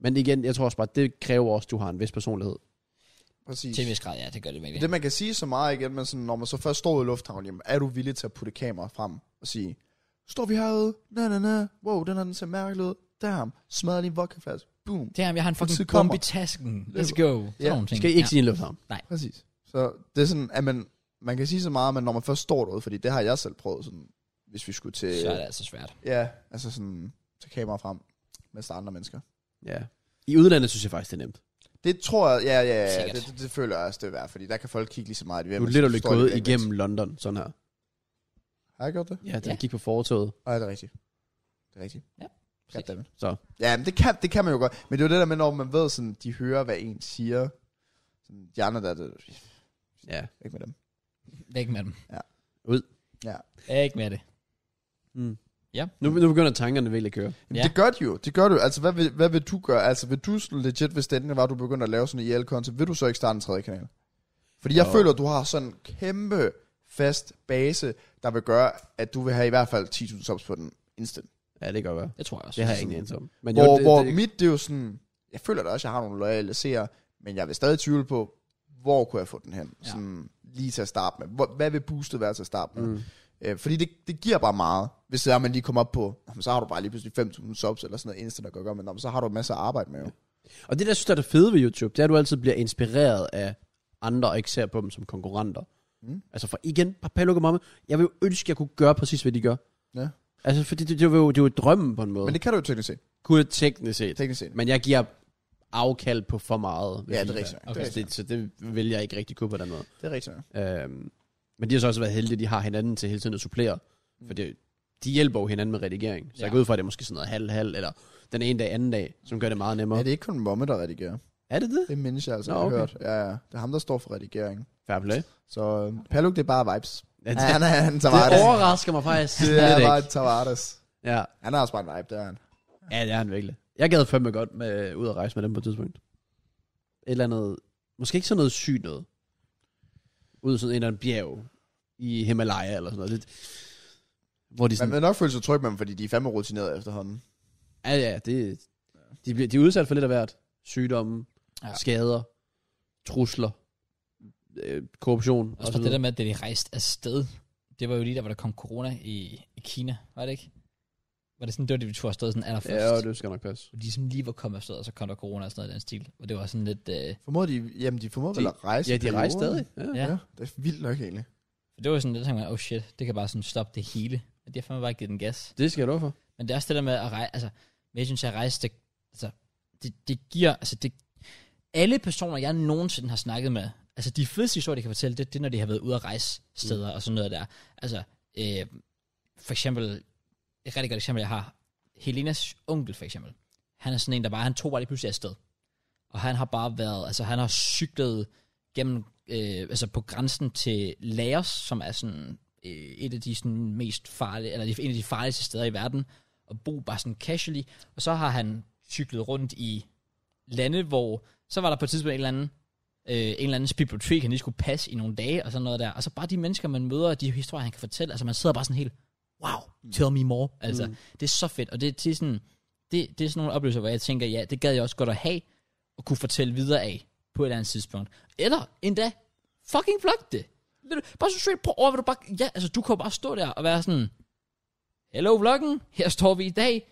Men igen, jeg tror også bare, det kræver også, at du har en vis personlighed. Præcis. Til en vis grad, ja. Det gør det virkelig. Det man kan sige så meget igen, men sådan, når man så først står i lufthavnen, jamen, er du villig til at putte kameraet frem og sige, står vi herude, na na na, wow, den her den ser mærkelig ud, damn, smadrer lige en vodkaflaske, boom. Damn, jeg har en fucking Politiet bombe kommer. i tasken. Let's go. Sådan Ja. nogle ting. Skal I ikke sige en lufthavn? Præcis. Så det er sådan, at man, man kan sige så meget, men når man først står derude, fordi det har jeg selv prøvet, sådan, hvis vi skulle øh, til, Så er det altså svært. ja, altså sådan, tage kameraet frem, mens der er andre mennesker. Ja. I udlandet synes jeg faktisk, det er nemt. Det tror jeg, ja, ja, ja Sikkert. det, det, det, føler jeg også, det er værd, fordi der kan folk kigge lige så meget. Du er lidt og lidt gået igennem London, sådan her. Har jeg gjort det? Ja, den Ja. ja. gik på fortoget. Nej, det er rigtigt. Det er rigtigt. Ja, præcis. Goddammit. Så. Ja, men det kan, det kan man jo godt. Men det er jo det der med, når man ved, sådan, de hører, hvad en siger. Sådan, de andre der, det, Ja. ikke med dem. Væk med dem. Ja. Ud. Ja. Ikke med det. Mm. Ja. Nu, nu begynder tankerne virkelig at køre. Jamen, Ja. ja. Det gør de jo. Det gør du. Altså, hvad vil, hvad vil du gøre? Altså, vil du sådan legit, hvis det endelig var, at du begyndte at lave sådan en IL-content, vil du så ikke starte en tredje kanal? Fordi jeg Jo. føler, at du har sådan en kæmpe fast base, der vil gøre, at du vil have i hvert fald 10.000 subs på den instant. Ja, det kan godt være. Det tror jeg også. Det har jeg ikke en anelse om. Men Hvor, jo, jo, det, hvor det, mit, det er jo sådan... Jeg føler da også, at jeg har nogle lojale seere, men jeg vil stadig tvivle på, hvor kunne jeg få den hen? Ja. Ja. Sådan, lige til at starte med. Hvor, hvad vil boostet være til at starte med? Mm. Øh, fordi det, det giver bare meget, hvis det er, at man lige kommer op på, jamen, så har du bare lige pludselig 5.000 subs eller sådan noget instant at gøre, men jamen, så har du masser af arbejde med jo. Og det, der jeg synes, der er det fede ved YouTube, det er, at du altid bliver inspireret af andre, og ikke ser på dem som konkurrenter. Mm. Mm. Altså for igen, bare Paluck og Mamme, jeg vil jo ønske, at jeg kunne gøre præcis, hvad de gør. Ja. Altså, fordi det, det, var jo, det var jo drømmen på en måde. Men Men det det kan du jo teknisk set. kunne jeg teknisk set. Teknisk set. Men jeg giver afkald på for meget. ved Ja, det er FIFA. rigtigt. nok. Okay. Det, er Altså, rigtigt det, så det vil jeg ikke rigtig kunne på den måde. nok. det er rigtigt. nok. Øhm, men de har så også været heldige, at de har hinanden til hele tiden at supplere. For det, de hjælper jo hinanden med redigering. Så Ja. jeg går ud fra, at det er måske sådan noget halv-halv, eller den ene dag, anden dag, som gør det meget nemmere. Ja, Er det det er ikke kun Momme, der redigerer. er det, det? Det mindes jeg altså, Nå, Nå, okay. okay. har hørt. Ja, ja. Det er ham, der står for redigering. Fair play. Så øh, Paluk, det er bare vibes. Ja, det, Ja, han er en det Tavares. overrasker mig faktisk Det slet er bare ikke. en Tavares. Ja. Han er også bare en vibe, der er han. ja, det er han virkelig. Jeg gad fandme godt med, ud at rejse med dem på et tidspunkt. Et eller andet, måske ikke sådan noget sygt noget. Ud i sådan en eller anden bjerg i Himalaya eller sådan noget. Lidt, hvor de Man sådan, vil nok føle sig tryg med dem, fordi de er fandme rutineret efterhånden. ja, ja, det, de, bliver, de er udsat for lidt af hvert. Sygdomme, Ja. ja. skader, trusler, øh, korruption og Også så bare det der videre. med, at det er rejst afsted. Det var jo lige der, hvor der kom corona i, i Kina, var det ikke? Var det sådan, det var det, vi tog afsted sådan allerførst? Ja, det skal nok passe. Hvor de ligesom lige var kommet afsted, og så kom der corona og sådan noget i den stil. Og det var sådan lidt... Øh, Formoder de, jamen de formoder De- vel at rejse. Ja, i de rejser perioder. stadig. Ja. ja. Ja, det er vildt nok egentlig. Så det var sådan, der tænkte man, oh shit, det kan bare sådan stoppe det hele. Og det har fandme bare givet den gas. Det skal jeg love for. Men det er også det der med at rejse, altså, men jeg synes, at rejse, det, altså, det, det giver, altså, det, alle personer, jeg nogensinde har snakket med, altså, de fedeste historier, de kan fortælle, det, det er, når de har været ude at rejse steder mm. og sådan noget der. Altså, øh, for eksempel, et rigtig godt eksempel, jeg har, Helenas onkel, for eksempel, han er sådan en, der bare, han tog bare lige pludselig afsted. Og han har bare været, altså, han har cyklet gennem, øh, altså, på grænsen til Laos, som er sådan, øh, et af de sådan mest farlige, eller en af de farligste steder i verden og bo bare sådan casually. Og så har han cyklet rundt i lande, hvor så var der på et tidspunkt en eller anden, øh, en eller anden bibliotek, han lige skulle passe i nogle dage og sådan noget der. Og så bare de mennesker, man møder, og de historier, han kan fortælle. Altså man sidder bare sådan helt, wow, tell me more. Altså mm. det er så fedt. Og det, det, er sådan, det, det er sådan nogle oplevelser, hvor jeg tænker, ja, det gad jeg også godt at have, og kunne fortælle videre af på et eller andet tidspunkt. Eller endda fucking vlog det. Ved du, Bare så straight på over, hvor du bare, ja, altså du kan jo bare stå der og være sådan, Hello vloggen, her står vi i dag.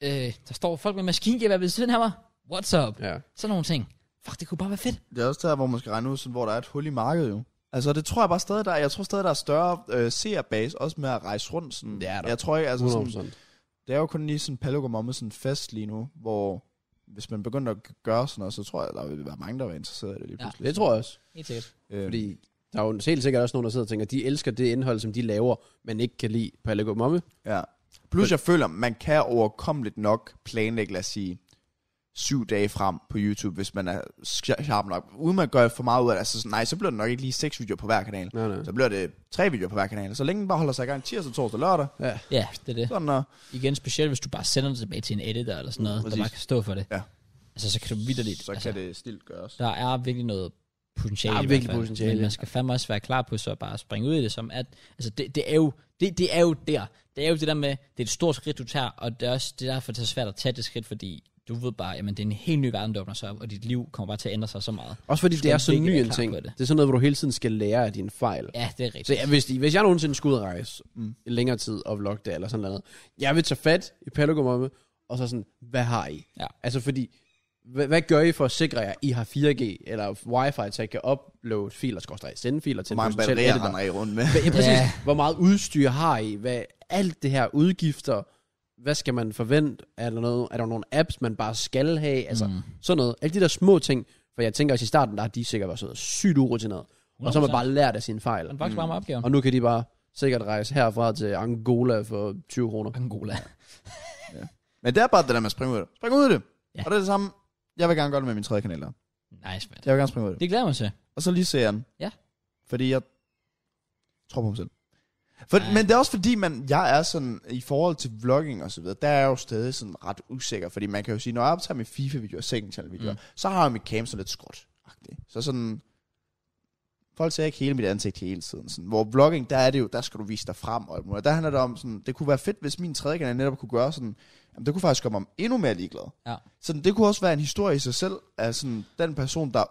Øh, der står folk med maskingevær ved siden af mig. What's up? Ja. Ja. Sådan nogle ting. Fuck, det kunne bare være fedt. Det er også der, hvor man skal regne ud, sådan, hvor der er et hul i markedet jo. Altså, det tror jeg bare stadig, der er. Jeg tror stadig, der er større øh, seerbase, også med at rejse rundt. Sådan. Det er der. Jeg tror ikke, altså, sådan, 100%. det er jo kun lige sådan Palugum om sådan en fest lige nu, hvor hvis man begynder at g- gøre sådan noget, så tror jeg, der vil være mange, der vil interesseret i det lige Ja. pludselig. Øh, Det tror jeg også. Helt sikkert. Ja. Fordi der er jo helt sikkert også nogen, der sidder og tænker, de elsker det indhold, som de laver, men ikke kan lide på Allegro Momme. Ja. Plus jeg føler, man kan overkommeligt nok planlægge, lad os sige, syv dage frem på YouTube, hvis man er sha- sharp nok. Uden man gør for meget ud af det, altså sådan, nej, så bliver det nok ikke lige seks videoer på hver kanal. Nej, nej. Så bliver det tre videoer på hver kanal. Så længe den bare holder sig i gang tirsdag, torsdag, lørdag. Ja. Ja, det er det. Sådan, og, Igen, specielt hvis du bare sender det tilbage til en editor eller sådan noget, Præcis. Præcis. der bare kan stå for det. Ja. Altså, så kan du vidderligt. så altså, kan det stilt gøres. Der er virkelig noget potentiale. Der er i virkelig hvert fald. potentiale. Men man skal fandme også være klar på så bare at springe ud i det, som at, altså det, det er jo, det, det er jo der. Det er jo det der med, det er et stort skridt, du tager, og det er også det er derfor, det er så svært at tage det skridt, fordi du ved bare, jamen det er en helt ny verden, der åbner sig op, og dit liv kommer bare til at ændre sig så meget. Også fordi det er så virkelig ny være en klar ting. på Det. det. det er sådan noget, hvor du hele tiden skal lære af dine fejl. Ja, det er rigtigt. Så jeg, hvis, hvis jeg nogensinde skulle ud at rejse mm. længere tid og vlogge det eller sådan noget, jeg vil tage fat i Pelagum og så sådan, hvad har I? Ja. Altså fordi, hvad, hvad gør I for at sikre jer, I har 4G eller wifi, så I kan uploade filer, skorstræk, sende filer til Hvor mange en potentiel batterier editor? render I rundt med. Ja, præcis. Ja. Ja. Hvor meget udstyr har I? Hvad, alt det her udgifter, hvad skal man forvente? Er der, noget, er der nogle apps, man bare skal have? Altså mm. sådan noget. Alle de der små ting. For jeg tænker også i starten, der har de sikkert været sådan noget sygt urutineret. Og så har man 100%. bare lært af sine fejl. Han faktisk bare med opgaven. Og nu kan de bare sikkert rejse herfra til Angola for 20 kroner. Angola. Men det er bare det der med at springe ud af det. Spring ud af det. Ja. Ja. Og det er det samme. Jeg vil gerne gøre det med min tredje kanal. der. Nice, man. Jeg vil gerne springe ud af det. Det glæder jeg mig til. Og så lige serien. Ja. Fordi jeg tror på mig selv. For, Ja. men det er også fordi, man, jeg er sådan, i forhold til vlogging og så videre, der er jeg jo stadig sådan ret usikker, fordi man kan jo sige, når jeg optager mine FIFA-videoer, second channel videoer, Mm. mm. så har jeg mit cam så lidt skråt. Så sådan, folk ser ikke hele mit ansigt hele tiden. Sådan. Hvor vlogging, der er det jo, der skal du vise dig frem. Og alt muligt. der handler det om, sådan, det kunne være fedt, hvis min tredje kanal netop kunne gøre sådan, jamen, det kunne faktisk gøre mig endnu mere ligeglad. Ja. Så det kunne også være en historie i sig selv, af sådan, den person, der er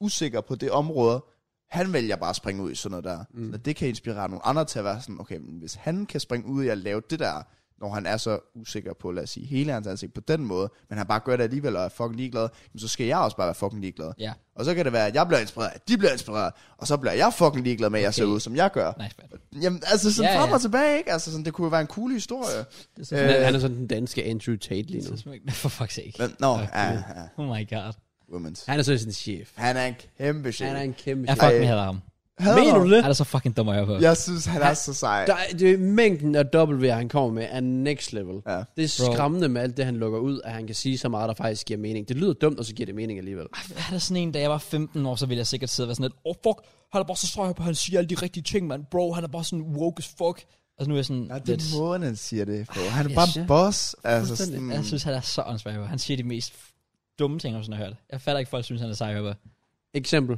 usikker på det område, han vælger bare at springe ud i sådan noget der. Mm. Så det kan inspirere nogle andre til at være sådan, okay, men hvis han kan springe ud i at lave det der, når han er så usikker på, lad os sige, hele hans ansigt på den måde, men han bare gør det alligevel og er fucking ligeglad, jamen, så skal jeg også bare være fucking ligeglad. Ja, Og så kan det være, at jeg bliver inspireret, at de bliver inspireret, og så bliver jeg fucking ligeglad med, at jeg Okay. ser ud, som jeg gør. nice, man. Jamen, altså sådan Ja, ja, frem ja. og tilbage, ikke? Altså sådan, det kunne jo være en cool historie. Det er så Han, smukt. Øh, han er sådan den danske Andrew Tate Det lige nu. er så smukt. For fuck's sake. Men, nå, ja, ja, Oh my god. women's. Han er sådan sin chef. Han er en kæmpe chef. Han er en kæmpe Jeg chef. fucking hader ham. Hader Mener ham. du det? Han er så fucking dum at høre på. Jeg synes, han er så sej. Der, er- det, er mængden af W, han kommer med, er next level. Ja. Det er Bro. skræmmende med alt det, han lukker ud, at han kan sige så meget, der faktisk giver mening. Det lyder dumt, og så giver det mening alligevel. Hvad er der sådan en, da jeg var 15 år, så ville jeg sikkert sidde og være sådan lidt, oh fuck, han er bare så strøg på, han siger alle de rigtige ting, man, bro, han er bare sådan woke as fuck. Og så nu er jeg sådan, Ja, ja, det er måden, han siger det på. Han er jeg bare siger- en boss. Altså Fuldstændig. sådan, jeg synes, han er så åndssvagt, han siger de mest dumme ting, jeg nogensinde har hørt. Jeg fatter ikke, folk synes, han er sej, hører Eksempel.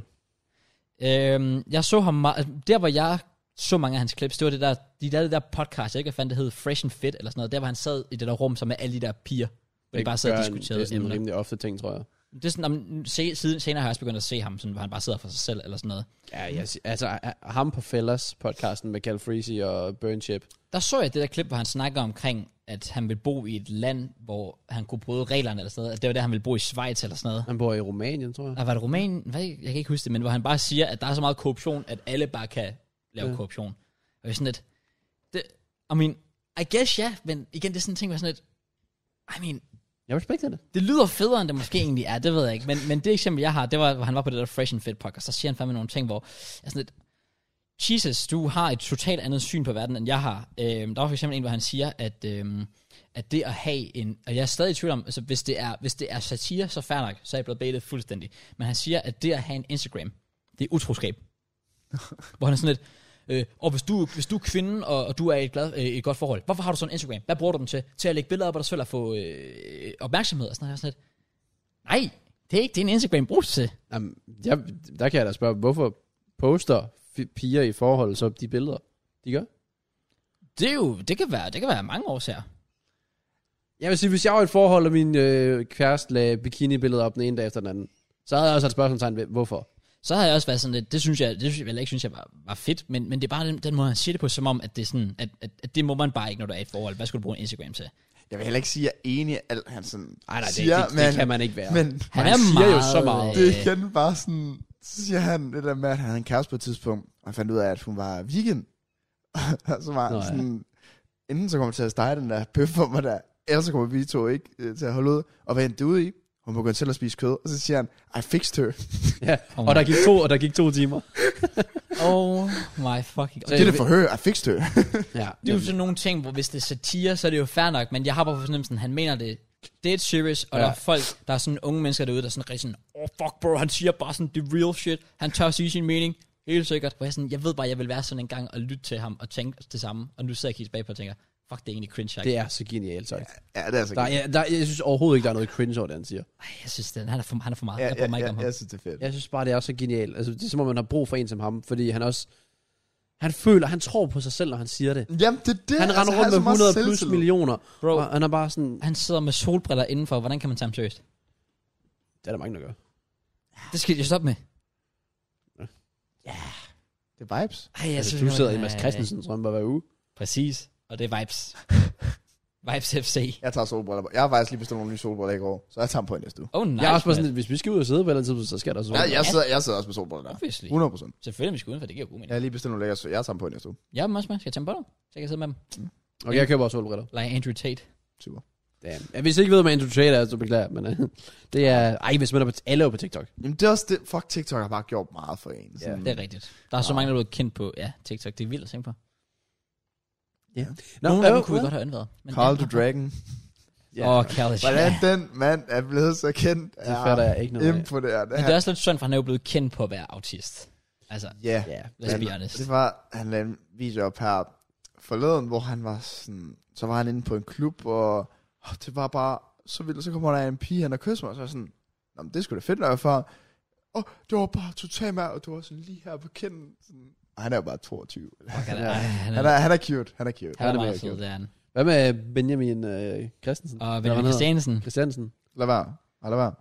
Øhm, jeg så ham meget, altså, der hvor jeg så mange af hans clips, det var det der, de der, det der podcast, jeg ikke fandt, det hed Fresh and Fit eller sådan noget, der hvor han sad i det der rum, som med alle de der piger, hvor de bare sad og Gør en- diskuterede Det er sådan en emner. rimelig ofte ting, tror jeg. Det er sådan, om, se, siden, senere har jeg også begyndt at se ham, sådan, hvor han bare sidder for sig selv eller sådan noget. Ja, jeg, si- altså a- a- ham på Fellas podcasten med Cal Freezy og Burn Chip. Der så jeg det der klip, hvor han snakker omkring, at han vil bo i et land, hvor han kunne bryde reglerne eller sådan noget. Altså, det var der, han ville bo i Schweiz eller sådan noget. Han bor i Rumænien, tror jeg. Og var det Rumænien? Hvad? Jeg kan ikke huske det, men hvor han bare siger, at der er så meget korruption, at alle bare kan lave Ja. ja. korruption. Og jeg er sådan lidt, det, I mean, I guess ja, yeah, men igen, det er sådan en ting, hvor jeg er sådan lidt, I mean, Jeg respekterer det. det lyder federe, end det måske egentlig er, det ved jeg ikke. Men, men det eksempel, jeg har, det var, hvor han var på det der Fresh and Fit podcast, så siger han fandme nogle ting, hvor jeg er sådan lidt, Jesus, du har et totalt andet syn på verden, end jeg har. Øhm, der var for eksempel en, hvor han siger, at, øhm, at det at have en... Og jeg er stadig i tvivl om, altså, hvis, det er, hvis det er satire, så fair nok, så er jeg blevet baitet fuldstændig. Men han siger, at det at have en Instagram, det er utroskab. hvor han er sådan lidt... Øh, og hvis du, hvis du er kvinde, og, og du er i et, glad, øh, et godt forhold, hvorfor har du så en Instagram? Hvad bruger du den til? Til at lægge billeder op af dig selv og få øh, opmærksomhed og sådan noget. Jeg er Sådan lidt. Nej, det er ikke det, en Instagram bruges til. Jamen, jeg, der kan jeg da spørge, hvorfor poster fi- piger i forhold så de billeder, de gør? Det, er jo, det, kan være, det kan være mange årsager. Jeg vil sige, hvis jeg var i et forhold, og min øh, kæreste lagde bikini-billeder op den ene dag efter den anden, så havde jeg også et spørgsmålstegn ved, hvorfor? så har jeg også været sådan lidt, det synes jeg, det synes jeg, eller ikke synes jeg var, var fedt, men, men det er bare den, den måde, han siger det på, som om, at det, er sådan, at, at, at det må man bare ikke, når du er i et forhold. Hvad skulle du bruge en Instagram til? Jeg vil heller ikke sige, at jeg er enig i alt, han sådan Nej, nej, det, siger, det, det, det kan man ikke være. Men Han Han er siger meget, jo så meget. det øh, er igen bare sådan, så siger han det der med, at han havde en kæreste på et tidspunkt, og han fandt ud af, at hun var vegan. Og så var Nå, han ja. sådan, inden så kommer til at stege den der bøf for mig der, ellers så kommer vi to ikke øh, til at holde ud. Og hvad endte det ud i? Hun begyndte selv at spise kød, og så siger han, I fixed her. ja. Og der gik to, og der gik to timer. oh my fucking god. Det er det for her, I fixed her. Ja, Det er jo sådan nogle ting, hvor hvis det er satire, så er det jo fair nok, men jeg har bare på fornemmelsen, han mener det. Det er et serious, og Ja. ja. der er folk, der er sådan unge mennesker derude, der er sådan rigtig sådan, oh fuck bro, han siger bare sådan, det real shit, han tør sige sin mening, helt sikkert. Hvor jeg sådan, jeg ved bare, jeg vil være sådan en gang og lytte til ham og tænke det samme, og nu sidder jeg og kigger tilbage på og tænker, fuck, det er egentlig cringe, jeg det er så genialt sagt. ja, det er altså Der, er- jeg, der, jeg synes overhovedet ikke, der er noget cringe over det, han siger. Ej, jeg synes, den, han, er for, han er for meget. Ja, jeg bryder ja, mig ikke ja, om ham. jeg synes, det er fedt. Jeg synes bare, det er så genialt. Altså, det er som om, man har brug for en som ham, fordi han også... Han føler, han tror på sig selv, når han siger det. altså, Jamen, det er det. altså, Han render har rundt så med meget 100 plus selvtillid. millioner, Bro. og han er bare sådan... Han sidder med solbriller indenfor. Hvordan kan man tage ham seriøst? Det er der mange, der gør. Det skal jeg stoppe med. Det er vibes. Ej, jeg Altså, du sidder i øh, Mads Christensen, tror jeg, bare hver uge. Præcis. Og det er Vibes. vibes FC. Jeg tager solbriller på. Jeg har faktisk lige bestilt nogle nye solbriller i går, så jeg tager dem på i næste uge. Oh, nice. Jeg er også bare Mads. sådan, lidt, hvis vi skal ud og sidde på et eller andet tidspunkt, så skal der så. Ja, jeg, sidder, jeg sidder også med solbriller der. Obviously. 100 procent. Selvfølgelig, vi skal udenfor. Det giver god Jeg mening. har lige bestilt nogle lækker, så jeg tager dem på i næste uge. Jeg er dem også med. Skal jeg tage dem på dig? Så kan jeg sidde med dem. Okay, jeg køber også solbriller. Like Andrew Tate. Mm. Super. Damn. Ja, hvis I ikke ved, hvad Andrew Tate er, så beklager jeg, men øh, det er... Ej, hvis man er på... Alle er jo på TikTok. Jamen det er også det, fuck TikTok har bare gjort meget for en. Sådan. Det er rigtigt. Der er så mange, der er blevet kendt på ja, TikTok. Det er vildt at tænke på. Nå, Nogle af dem øh, kunne vi øh. godt have undværet. Men Carl ja. the Dragon. Ja. Åh, Khaled. Hvordan Ja. den mand er blevet så kendt. Det fatter jeg ikke noget af. Imponerende. Men det er også lidt synd, for han er jo blevet kendt på at være autist. Altså, Ja. Ja. let's Men be honest. Det var, han lavede en video op her forleden, hvor han var sådan, så var han inde på en klub, og åh, det var bare så vildt, så kommer der en pige, han og kysser mig, og så er jeg sådan, Nå, men det skulle da fedt nok for. Og det var bare totalt mær, og det var sådan lige her på kinden. Sådan. Og han er jo bare 22. Fuck, han er, Ja. ej, han er, Han er, han er cute, han er cute. han er det meget virkelig. sød, det er han. Hvad med Benjamin øh, Christensen? Og Eller hvad Benjamin han hedder? Christiansen. Christiansen. Lad være, Ej, lad være.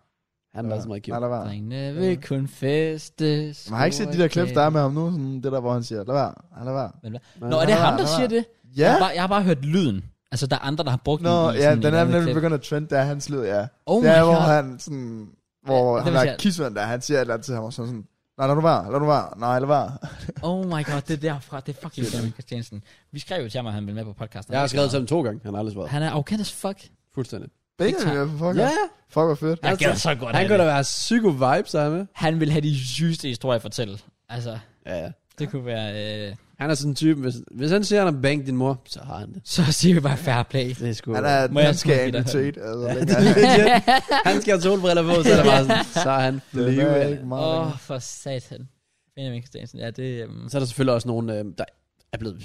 Han er Lad være. også meget Nej, cute. lad være. Drengene vil kun feste. Man har ikke set de der clips, der er med ham nu, sådan det der, hvor han siger, lad være, Ej, lad være. Nå, er det ham, der Lad siger det? Jeg, Ja, har bare, jeg har bare hørt lyden. Altså, der er andre, der har brugt Nå, den. i ja, sådan den et er andet nemlig klip. begyndt at trend, der er hans lyd, ja. Oh det my er, hvor god. han sådan, hvor Ja, ja, det han vil er jeg- kismand der, han siger et eller andet til ham, og så er han sådan, nej, lad nu være, lad nu være, nej, lad være. Oh my god, det er derfra. Det er fucking Benjamin Christiansen. Vi skrev jo til ham, at han ville med på podcasten. Jeg har skrevet til ham to gange. Han har aldrig svaret. Han er arrogant as fuck. Fuldstændig. Benjamin er på fucker. Ja, Yeah. Fuck, hvor fedt. Jeg Altså, gad så godt han af kunne da det. være psyko-vibes, er han med? Han vil have de sygeste historier at fortælle. Altså, Ja, ja. det kunne være... Øh, Han er sådan en type, hvis, hvis han siger, at han har banket din mor, så har han det. så siger vi bare fair play. Det er sgu... Han Han, er Må jeg den skal sgu give Andrew dig Tate, altså. Ja, Ja, det er han skal have solbriller på, så er det bare sådan, så er han det er flyvende. ikke meget. Åh, oh, længere. for satan. Benjamin Christiansen, ja, det... Um, Så er der selvfølgelig også nogen, øh, der er blevet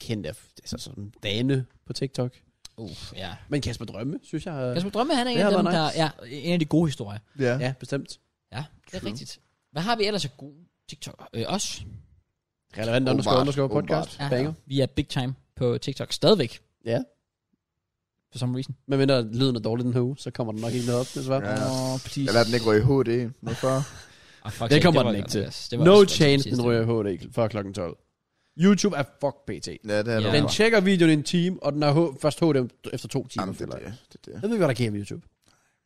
kendt af altså sådan dane på TikTok. uh, ja. Men Kasper Drømme, synes jeg... Øh, Kasper Drømme, han er en Det af har dem, været der... nice. Ja, en af de gode historier. Ja. ja, bestemt. Ja, det er True. rigtigt. Hvad har vi ellers af gode TikTok? Øh, os. Relevant underscore Åbenbart, underscore podcast. åbenbart. Banger. Vi er big time på TikTok stadigvæk. Ja. For some reason. Men mindre lyden er dårlig den her uge, så kommer den nok ikke noget op, desværre. Ja. Oh, please. Jeg lader den ikke ryge i HD. Hvorfor? Oh, fuck, Det sake, kommer var den ikke godt, til. Andreas. Det var No også godt, chance, sidste. den ryger i HD før klokken 12. YouTube er fuck PT. Ja, det er Ja. det. Den bare. tjekker videoen i en time, og den er H- først HD efter to timer. Jamen, det er føler jeg. det. Det er det. Jeg ved, hvad der sker med YouTube.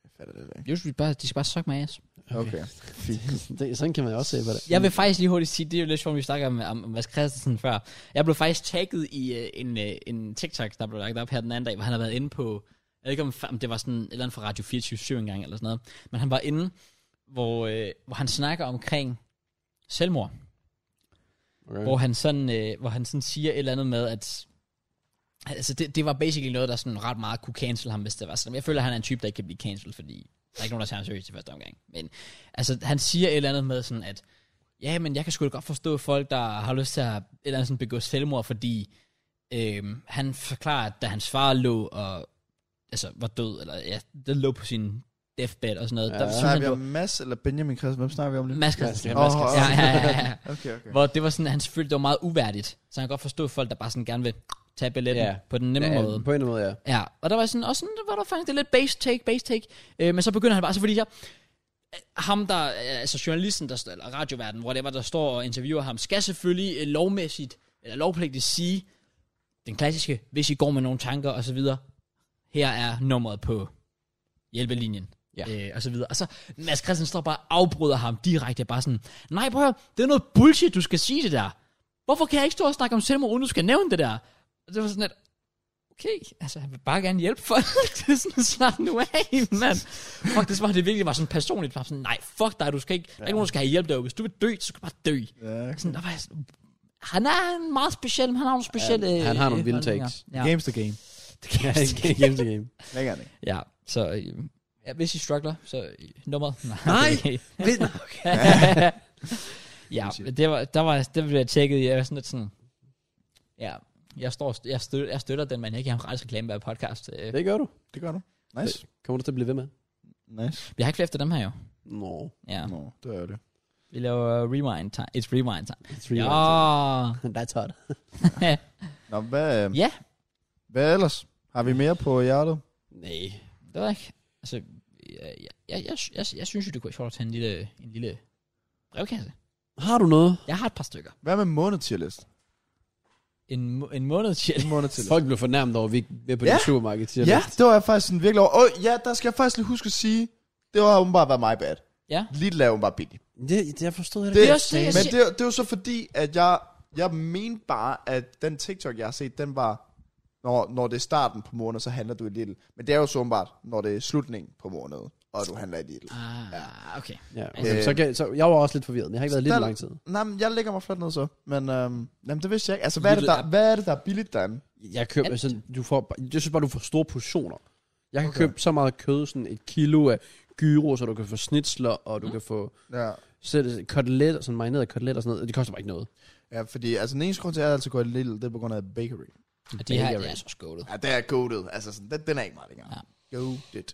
Jeg fatter det ikke. YouTube, bare, de skal bare suck my ass. Okay, fint. det, sådan kan man jo også se på det. Jeg vil faktisk lige hurtigt sige, det er jo lidt sjovt, vi snakker om, om om Mads Christensen før. Jeg blev faktisk tagget i øh, en, øh, en TikTok, der blev lagt op her den anden dag, hvor han har været inde på, jeg ved ikke om, om det var sådan et eller andet fra Radio 24 engang eller sådan noget, men han var inde, hvor, øh, hvor han snakker omkring selvmord. Okay. hvor han sådan, øh, hvor han sådan siger et eller andet med, at altså det, det var basically noget, der sådan ret meget kunne cancel ham, hvis det var sådan. Jeg føler, at han er en type, der ikke kan blive cancelled, fordi der er ikke nogen, der tager ham seriøst i første omgang. Men altså, han siger et eller andet med sådan, at ja, men jeg kan sgu da godt forstå folk, der har lyst til at et eller andet sådan begå selvmord, fordi øhm, han forklarer, at da hans far lå og altså, var død, eller ja, det lå på sin deathbed og sådan noget, ja, der synes Snakker han, vi det om var Mads eller Benjamin Christensen? Hvem snakker vi om lige? Mads Christensen. Mads Ja, Christensen. ja, ja, ja, ja. Okay, okay. Hvor det var sådan, at han selvfølgelig, det var meget uværdigt. Så han kan godt forstå folk, der bare sådan gerne vil tage billetten Ja. yeah. på den nemme ja, yeah. måde. måde. På en måde, ja. Ja, og der var sådan, også sådan, der var der faktisk det lidt base take, base take. Øh, men så begynder han bare, så fordi jeg, ham der, øh, altså journalisten, der, står- eller radioverden, hvor det var, der står og interviewer ham, skal selvfølgelig øh, lovmæssigt, eller lovpligtigt sige, den klassiske, hvis I går med nogle tanker og så videre, her er nummeret på hjælpelinjen. Ja. Øh, og så videre. Og så Mads Christian står bare og afbryder ham direkte, bare sådan, nej prøv at høre, det er noget bullshit, du skal sige det der. Hvorfor kan jeg ikke stå og snakke om selvmord, uden du skal nævne det der? Og det var sådan lidt, okay, altså han vil bare gerne hjælpe folk, det er sådan snart nu af, mand. Fuck, det var det virkelig var sådan personligt, bare sådan, nej, fuck dig, du skal ikke, ja. der er ikke nogen, der skal have hjælp derude, hvis du vil dø, så skal du bare dø. Ja. Sådan, der var jeg sådan, han er en meget speciel, han har nogle specielle... Ja, han har nogle øh, vilde holdninger. takes. Ja. Games the game. Ja, game to game. Lækker det. Ja, så øh, ja, hvis I struggler, så øh, nummeret. Nej! ja, men det var, der var, det blev jeg tjekket i, jeg var sådan lidt sådan, ja, jeg, står, jeg, støtter, jeg støtter den, men jeg giver ham gratis reklame hver podcast. Øh, Det gør du. Det gør du. Nice. Kommer du til at blive ved med? Nice. Vi har ikke flere efter dem her jo. Nå. Ja, Nå, det er det. vi laver rewind time. It's rewind time. Three ja. rounds. That's hot. Nå, hvad, øhm, Ja, hvad ellers? Har vi mere på hjertet? Nej. det ved jeg ikke. Altså, jeg, jeg, jeg, jeg, jeg, jeg synes jo, det kunne være sjovt at tage en lille, en lille brevkasse. Har du noget? Jeg har et par stykker. Hvad med månedtierlist? En, må- en måned til. En månedtierlist. Folk blev fornærmet over, at vi ikke er med på ja. Ja. det supermarked. siger Ja, du. det var jeg faktisk sådan virkelig over. Åh, ja, der skal jeg faktisk lige huske at sige, det var åbenbart været mig bad. Ja. Lidt lav åbenbart billigt. Det, det, jeg forstod det. Det, er også det, jeg men siger. det, det var så fordi, at jeg, jeg mente bare, at den TikTok, jeg har set, den var, når, når det er starten på måneden, så handler du i Lidl. Men det er jo så åbenbart, når det er slutningen på måneden, og du handler i Lidl. Ah, okay. Ja, okay. Øh. så, kan, så, jeg var også lidt forvirret. men Jeg har ikke været lidt Der- lang tid. Nej, men jeg lægger mig fladt ned så. Men øhm, jamen, det vidste jeg ikke. Altså, hvad er, det, Lidl der, hvad er det, der er billigt derinde? Jeg køber, Alt. sådan, du får, jeg synes bare, du får store portioner. Jeg kan okay. købe så meget kød, sådan et kilo af gyro, så du kan få snitsler, og du mm. kan få Ja. selv, koteletter, sådan marinerede koteletter og sådan noget. Det koster bare ikke noget. ja, fordi altså, den eneste grund til, at jeg altid går i Lidl, det er på grund af bakery. Og de her, Mega det er race. så skålet. Ja, det er goated. Altså, sådan, den, den er ikke meget længere. Ja. Goated.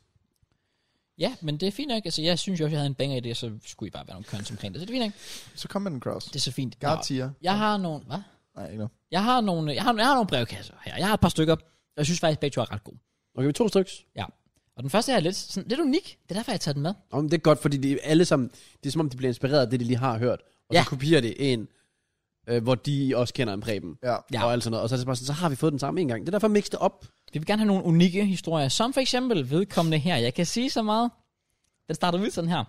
Ja, men det er fint nok. Altså, jeg synes jo også, jeg havde en banger i det, så skulle I bare være nogle køns omkring det. Så det er fint nok. Så kom med den cross. Det er så fint. Nå, Gartier. jeg har nogle... Hvad? Nej, ikke noget. Jeg har nogle, jeg har, jeg har nogle brevkasser her. Jeg har et par stykker. og Jeg synes faktisk, begge to er ret gode. Okay, vi to stykker. Ja. Og den første her er lidt, sådan, lidt unik. Det er derfor, jeg tager den med. Om det er godt, fordi de alle sammen, det er som om, de bliver inspireret af det, de lige har hørt. Og ja. Ja. så kopierer det en, øh, hvor de også kender en Preben. Ja. Ja. Ja. Og alt sådan noget. Og så er det bare sådan, så har vi fået den samme en gang. Det er derfor, mix det op. Vi vil gerne have nogle unikke historier, som for eksempel vedkommende her. Jeg kan sige så meget. Den starter ud sådan her.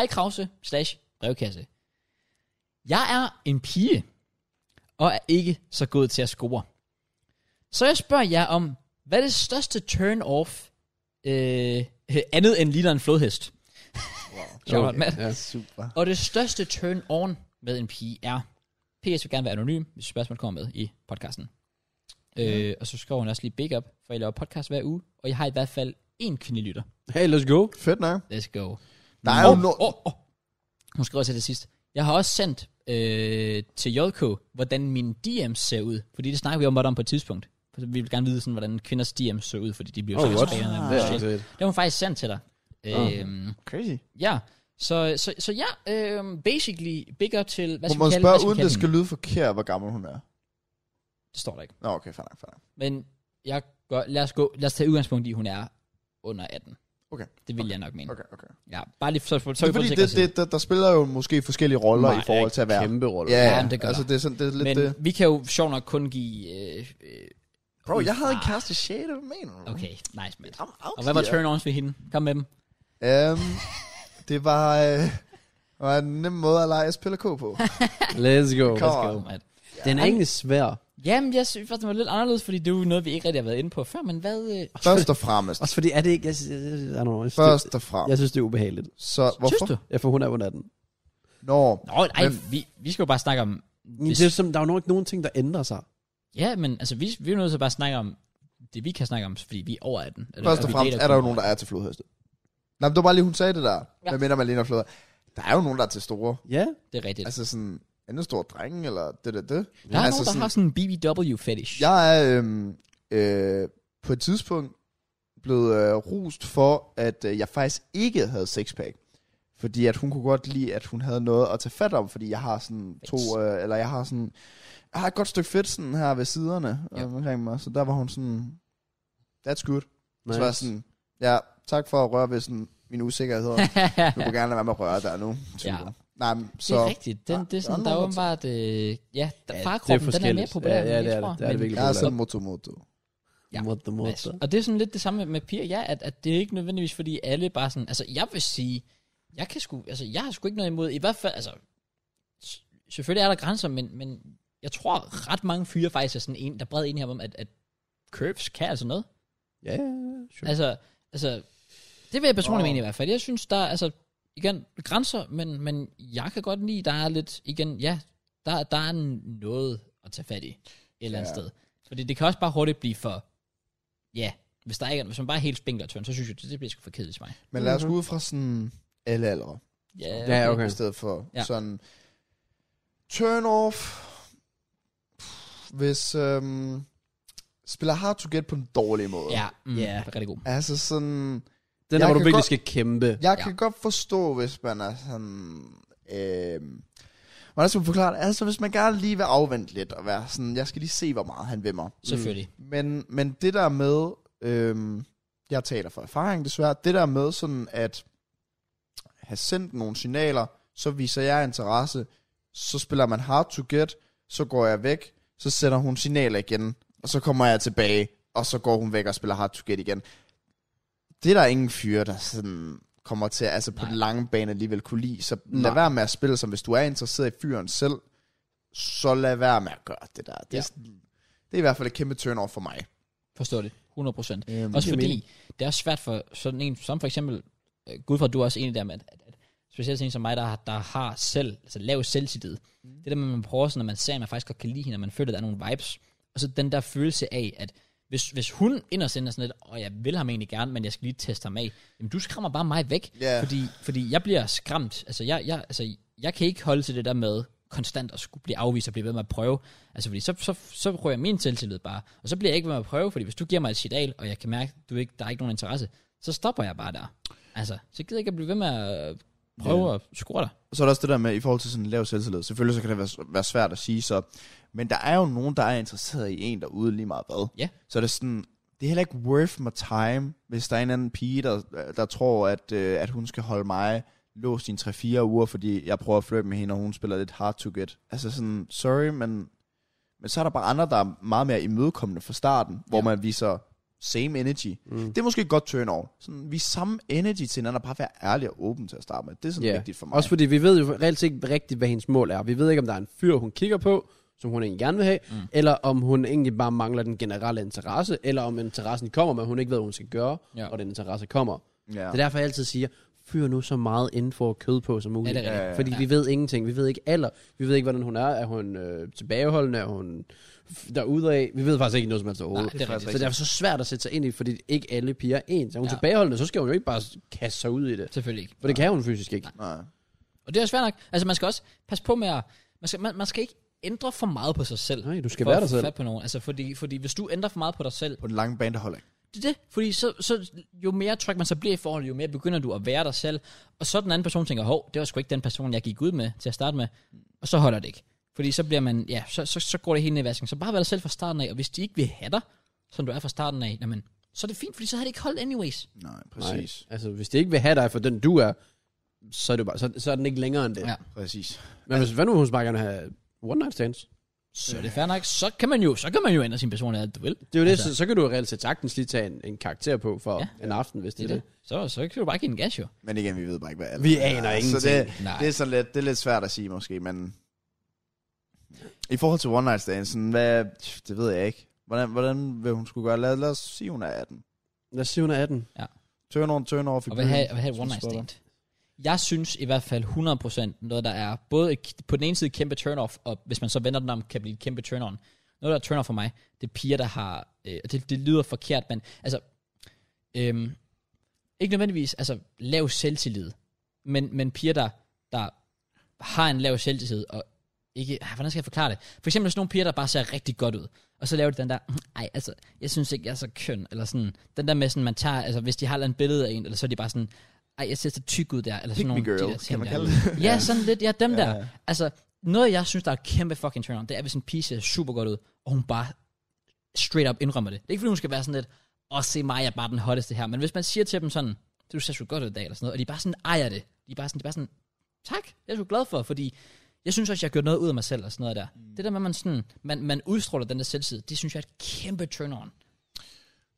Hej Krause slash brevkasse. Jeg er en pige, og er ikke så god til at score. Så jeg spørger jer om, hvad er det største turn-off, øh, andet end ligner en flodhest? Wow. okay. Ja. Super. Og det største turn-on med en pige er, PS vil gerne være anonym, hvis spørgsmålet kommer med i podcasten. Øh, og så skriver hun også lige big up, for I laver podcast hver uge, og jeg har i hvert fald én kvindelig lytter. Hey, let's go. Fedt nok. Let's go. Der er jo Åh, no- åh, åh. Hun skriver til det sidste. Jeg har også sendt øh, til JK, hvordan min DM's ser ud, fordi det snakker vi om, om på et tidspunkt. For Vi vil gerne vide, sådan, hvordan kvinders DM's så ud, fordi de bliver Oh, oh, så what? spændende. Ah, Det er også fedt. Det har hun faktisk sendt til dig. Øhm, Crazy. Ja, så, så, så ja, øhm, basically, big up til, hvad Må skal man vi kalde, spørge, hvad skal vi uden kalde det skal hende? lyde forkert, hvor gammel hun er? Det står der ikke. Nå, okay, fair nok, fair nok. Men jeg gør, lad, os gå, lad os tage udgangspunkt i, at hun er under 18. Okay. Det vil jeg nok mene. Okay. Okay, okay. Ja, bare lige så, så, så Det vi får er fordi, det, det, sikkerhed. det, der, der spiller jo måske forskellige roller i forhold til at være. Kæmpe rolle. Ja, Ja, men det gør altså der. det er, sådan, det er lidt Men det. vi kan jo sjovt nok kun give... Øh, øh, Bro, jeg havde en Ah, kæreste i 6. Hvad mener du? Okay, nice, mate. I'm out Og hvad var here. turn-ons ved hende? Kom med dem. Øhm, Det var, øh, var en nem måde at lege spiller K på. Let's go. Kom. Let's go, mand. Den er ikke svær. Jamen, jeg synes faktisk, det var lidt anderledes, fordi det er jo noget, vi ikke rigtig har været inde på før, men hvad... Øh, Først og fremmest. Også fordi, er det ikke... Jeg, synes- jeg, jeg, jeg, jeg, jeg, jeg, Først og fremmest. jeg synes, det er ubehageligt. Så synes hvorfor? du? Ja, for hun er under den. Nå, Nå, nej, Hvad vi, vi skal jo bare snakke om... Men Hvis- det er som, der er jo nok ikke nogen ting, der ændrer sig. Ja, men altså, vi, vi er jo nødt til at bare snakke om det, vi kan snakke om, fordi vi er over 18. Eller, først og vi fremmest er der jo nogen, der er til flodheste. Nej, men det var bare lige, hun sagde det der. Ja. Ja. Hvad minder man lige, når flodheste? Der er jo nogen, der er til store. Ja. Det er rigtigt. Altså, Altså sådan, anden stor drenge, eller det, det, det. der er altså nogen, der sådan- har sådan en BBW-fetish. Jeg er øhm, øh, på et tidspunkt blevet øh, rust for, at øh, jeg faktisk ikke havde sexpack. Fordi at hun kunne godt lide, at hun havde noget at tage fat om, fordi jeg har sådan to, øh, eller jeg har sådan, jeg har et godt stykke fedt sådan her ved siderne Ja. ja. omkring mig. Så der var hun sådan, that's good. Nice. Så var jeg Nice. sådan, ja, tak for at røre ved sådan mine usikkerheder. Du må gerne lade være med at røre der nu. Ja. typen. Nej, men, det så, er rigtigt. Den, Ja, det er sådan, der der er er nogen, åbenbart... Øh, ja, der, farkroppen, den er mere forskelligt. populær, Ja, ja, end vi det er tror. det. Det er det men- virkelig jeg er populært. sådan motomoto. Ja. What the Mads. what Og det er sådan lidt det samme med piger, ja, at, at det er ikke nødvendigvis, fordi alle bare sådan, altså jeg vil sige, jeg kan sgu, altså jeg har sgu ikke noget imod, i hvert fald, altså, s- selvfølgelig er der grænser, men, men jeg tror ret mange fyre faktisk er sådan en, der er bred enighed om, at, at curves kan altså noget. Ja, ja, ja, sure. Altså, altså, det vil jeg personligt Wow. wow. mene i hvert fald. Jeg synes, der er, altså, igen, grænser, men, men jeg kan godt lide, der er lidt, igen, ja, der, der er en- noget at tage fat i et eller andet Ja. sted. Fordi det kan også bare hurtigt blive for, ja, hvis, der ikke er, hvis man bare er helt spinkel og tynd, så synes jeg, det, det bliver sgu for kedeligt for mig. Men lad os gå Mhm. ud fra sådan alle aldre. Ja, Ja, okay. okay. i stedet for Ja. ja. sådan turn off hvis øhm, spiller hard to get på en dårlig måde. Ja, mm, Ja. yeah. rigtig god. Altså sådan, Den Jeg der, hvor kan du virkelig godt- skal kæmpe. jeg Ja. ja. kan godt forstå, hvis man er sådan, øhm, hvordan skal man forklare det? Altså hvis man gerne lige vil afvente lidt og være sådan, jeg skal lige se, hvor meget han vil mig. Selvfølgelig. Men, men det der med, øhm, jeg taler fra erfaring desværre, det der med sådan at have sendt nogle signaler, så viser jeg interesse, så spiller man hard to get, så går jeg væk, så sender hun signaler igen, og så kommer jeg tilbage, og så går hun væk og spiller hard to get igen. Det er der ingen fyre, der sådan kommer til, at- altså på Nej. den lange bane alligevel kunne lide, så lad Nej. være med at spille, som hvis du er interesseret i fyren selv, så lad være med at gøre det der. Det, Ja. ja. det er i hvert fald et kæmpe turn-off for mig. Forstår det. 100 procent. Øhm, Også giver fordi, mening. Mm. det er også svært for sådan en, som for eksempel, øh, gud for, at du er også enig der med, at, at, at specielt sådan en som mig, der, har- der har selv, altså lav selvtillid. Mm. Det der med, at man prøver sådan, at man ser, at man faktisk godt kan lide hende, og man føler, at der er nogle vibes. Og så den der følelse af, at hvis, hvis hun inderst inde er sådan lidt, og jeg vil ham egentlig gerne, men jeg skal lige teste ham af, jamen du skræmmer bare mig væk, Ja. fordi, fordi jeg bliver skræmt. Altså jeg, jeg, altså jeg kan ikke holde til det der med konstant at skulle blive afvist og blive ved med at prøve. Altså fordi så, så, så rører min selvtillid bare, og så bliver jeg ikke ved med at prøve, fordi hvis du giver mig et signal, og jeg kan mærke, at du ikke, der er ikke nogen interesse, så stopper jeg bare der. Altså, så gider jeg ikke at blive ved med at prøve at score dig. Og så er der også det der med, i forhold til sådan lav selvtillid, selvfølgelig så kan det være, være svært at sige så, men der er jo nogen, der er interesseret i en derude lige meget hvad. Ja. Så er det sådan, det er heller ikke worth my time, hvis der er en anden pige, der, der tror, at, øh, at hun skal holde mig låst i en 3-4 uger, fordi jeg prøver at flytte med hende, og hun spiller lidt hard to get. Altså sådan, sorry, men, men så er der bare andre, der er meget mere imødekommende fra starten, hvor Ja. man viser same energy. Mm. Det er måske et godt turn over. Sådan, vi samme energy til hinanden, og bare være ærlig og åben til at starte med. Det er sådan Ja. yeah. vigtigt for mig. Også fordi vi ved jo reelt ikke rigtigt, hvad hendes mål er. Vi ved ikke, om der er en fyr, hun kigger på, som hun egentlig gerne vil have, mm. eller om hun egentlig bare mangler den generelle interesse, eller om interessen kommer, men hun ikke ved, hvad hun skal gøre, Ja. ja. og den interesse kommer. Ja. ja. Det er derfor, jeg altid siger, fyr nu så meget inden for kød på som muligt. Ja, det er rigtigt. Ja, ja, ja. Fordi vi ved ingenting. Vi ved ikke alder. Vi ved ikke, hvordan hun er. Er hun øh, tilbageholdende? Er hun f- derudaf? Vi ved faktisk ikke noget som helst Nej, overhovedet. det er faktisk rigtigt. så det er så svært at sætte sig ind i, fordi ikke alle piger er ens. Er hun Ja. ja. tilbageholdende, så skal hun jo ikke bare kaste sig ud i det. Selvfølgelig ikke. For det kan hun fysisk ikke. Nej. Og det er også svært nok. Altså, man skal også passe på med at... Man skal, man, man skal ikke ændre for meget på sig selv. Nej, du skal for være at dig få selv. Fat på nogen. Altså, fordi, fordi hvis du ændrer for meget på dig selv, På den lange bane, der holder ikke. det er det. Fordi så, så, jo mere tryg man så bliver i forholdet, jo mere begynder du at være dig selv. Og så den anden person tænker, hov, det var sgu ikke den person, jeg gik ud med til at starte med. Og så holder det ikke. Fordi så bliver man, ja, så, så, så går det hele ned i vasken. Så bare vær dig selv fra starten af, og hvis de ikke vil have dig, som du er fra starten af, jamen, så er det fint, fordi så har det ikke holdt anyways. Nej, præcis. Nej. Altså, hvis det ikke vil have dig for den, du er, så er, det bare, så, så er den ikke længere end det. Ja. Ja. Præcis. Men hvis, hvad nu, hvis hun bare gerne vil have one night stands? så er det fair nok. Så kan man jo, så kan man jo ændre sin personlighed alt du vil. Det er jo det, Altså- altså, så, så kan du jo reelt set sagtens lige tage en, en karakter på for Ja. ja. en aften, hvis Det det er er det. det. Så, så kan du bare give en gas jo. Men igen, vi ved bare ikke, hvad alt Vi det er. aner Så det, Nej. det er sådan lidt, det er lidt svært at sige måske, men... I forhold til One Night Stand, sådan, hvad, det ved jeg ikke. Hvordan, hvordan vil hun skulle gøre? Lad, lad os sige, hun er 18. Lad os sige, hun er 18. Turn on, turn off i Og hvad have, byen. hvad have et one night Sådan. stand? Jeg synes i hvert fald 100% noget, der er både et- på den ene side et kæmpe turn-off, og hvis man så vender den om, kan blive et kæmpe turn-on. Noget, der er turn-off for mig, det er piger, der har... Øh, og det, det lyder forkert, men altså... Øhm, ikke nødvendigvis altså, lav selvtillid, men, men piger, der, der har en lav selvtillid, og ikke, ah, hvordan skal jeg forklare det? For eksempel sådan nogle piger, der bare ser rigtig godt ud, og så laver de den der, nej, altså, jeg synes ikke, jeg er så køn, eller sådan, den der med sådan, man tager, altså, hvis de har et eller andet billede af en, eller så er de bare sådan, ej, jeg ser så tyk ud der, eller sådan Pick nogle me de der girl, ting kan man der. kalde det. Ja, sådan lidt. Ja, dem Ja, der. ja. Altså, noget jeg synes, der er et kæmpe fucking turn on, det er, hvis en pige ser super godt ud, og hun bare straight up indrømmer det. Det er ikke, fordi hun skal være sådan lidt, åh, se mig, jeg er bare den hotteste her. Men hvis man siger til dem sådan, du ser så godt ud i dag, eller sådan noget, og de bare sådan ejer det. De er bare sådan, de er bare sådan tak, jeg er så glad for, fordi jeg synes også, jeg har gjort noget ud af mig selv, og sådan noget der. Mm. Det der med, at man, sådan, man, man udstråler den der selvtid, det synes jeg er et kæmpe turn on.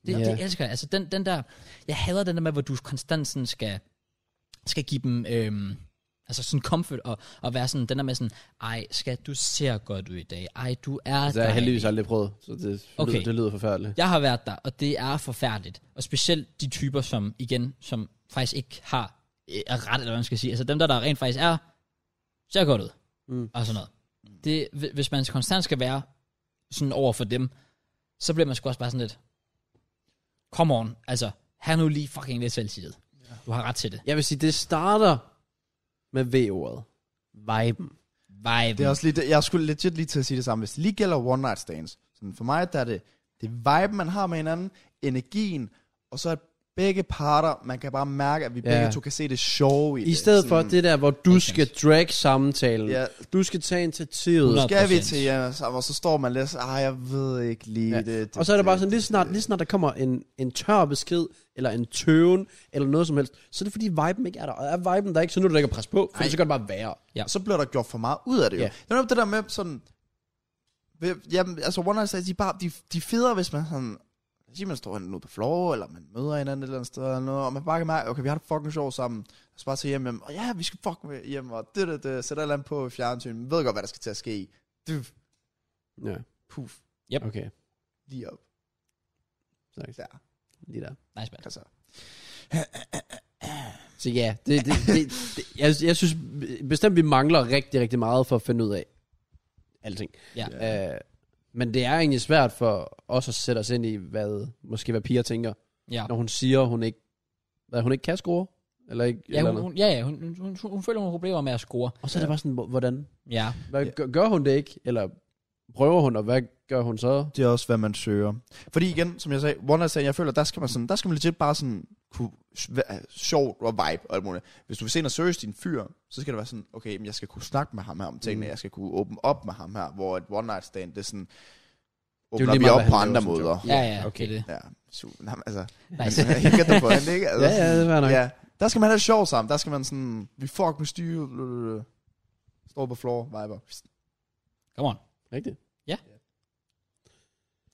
Det, Ja. yeah. det elsker jeg. Altså, den, den der, jeg hader den der med, hvor du konstant sådan skal, skal give dem, øhm, altså sådan comfort, og, og være sådan, den der med sådan, ej, skat, du ser godt ud i dag. Ej, du er Det har Altså, jeg dejlig." heldigvis aldrig prøvet, så det, okay. Altså, Okay. lyder, det lyder forfærdeligt. Jeg har været der, og det er forfærdeligt. Og specielt de typer, som igen, som faktisk ikke har øh, er ret, eller hvad man skal sige. Altså dem, der, der rent faktisk er, ser godt ud. Mm. Og sådan noget. Det, hvi- hvis man konstant skal være sådan over for dem, så bliver man sgu også bare sådan lidt, come on, altså, have nu lige fucking lidt selvtillid. Du har ret til det. Jeg vil sige, det starter med V-ordet. Viben. Vibe. Det er også lige, det- jeg skulle legit lige til at sige det samme. Hvis det lige gælder one night stands, sådan for mig der er det, det er vibe, man har med hinanden, energien, og så at begge parter, man kan bare mærke, at vi Ja. begge to kan se det sjove i det. I stedet Sådan, for det der, hvor du Makes skal drag samtalen. Ja. Du skal tage initiativet. 100%. Skal vi til jer, så, og så står man lidt, ah, jeg ved ikke lige Ja. det, det. Og så er det bare sådan, lige snart, lige snart der kommer en, en tør besked, eller en tøven, eller noget som helst, så er det fordi viben ikke er der. Og er viben der ikke, så nu er det ikke at presse på, for så kan det bare være. Ja. Og så bliver der gjort for meget ud af det jo. Ja. Det er netop det der med sådan... ved- Jamen, altså One Night Stands, de er bare de, de er federe, hvis man sådan... Sige, man står henne ude på floor, eller man møder hinanden et eller andet sted, eller noget, og man bare kan mærke, okay, vi har det fucking sjovt sammen. Så bare tage hjem, hjem, og ja, vi skal fucking hjem, og det, det, det, sætter et eller andet på i fjernsyn. Man ved godt, hvad der skal til at ske. Du, Ja, puff, okay. lige op. Nice. Der, Lige der. Nice, man. altså. Så ja, det, det, det, det, jeg, jeg synes bestemt, vi mangler rigtig, rigtig meget for at finde ud af alting. Ja. Øh, men det er egentlig svært for os at sætte os ind i, hvad, måske hvad piger tænker, Ja. når hun siger, hun ikke, hvad, hun ikke kan score, eller ikke, Ja, eller hun, noget. hun, ja, ja hun, hun, hun, hun føler, hun har problemer med at score. Og så er det bare sådan, hvor- hvordan? Ja. Hvad, gør, gør hun det ikke? Eller prøver hun, og hvad gør hun så? Det er også, hvad man søger. Fordi igen, som jeg sagde, One Night Stand, jeg føler, der skal man sådan, der skal man legit bare sådan kunne s- være øh, sjovt og vibe og alt muligt. Hvis du vil se en seriøst din fyr, så skal det være sådan, okay, men jeg skal kunne snakke med ham her om tingene, Mm. jeg skal kunne åbne op med ham her, hvor et One Night Stand, det er sådan, Det er jo åbner lige vi meget, op hvad på han andre laver som måder. job. Ja, ja, okay. okay. Det. er Ja, su- nej, men altså, det. jeg Nice. kan da på den, ikke? Ja, Altså, ja, det var nok. Ja. ja. Der skal man have det sjovt sammen, der skal man sådan, vi fuck med styre, blablabla. står på floor, viber. Come on. Rigtigt.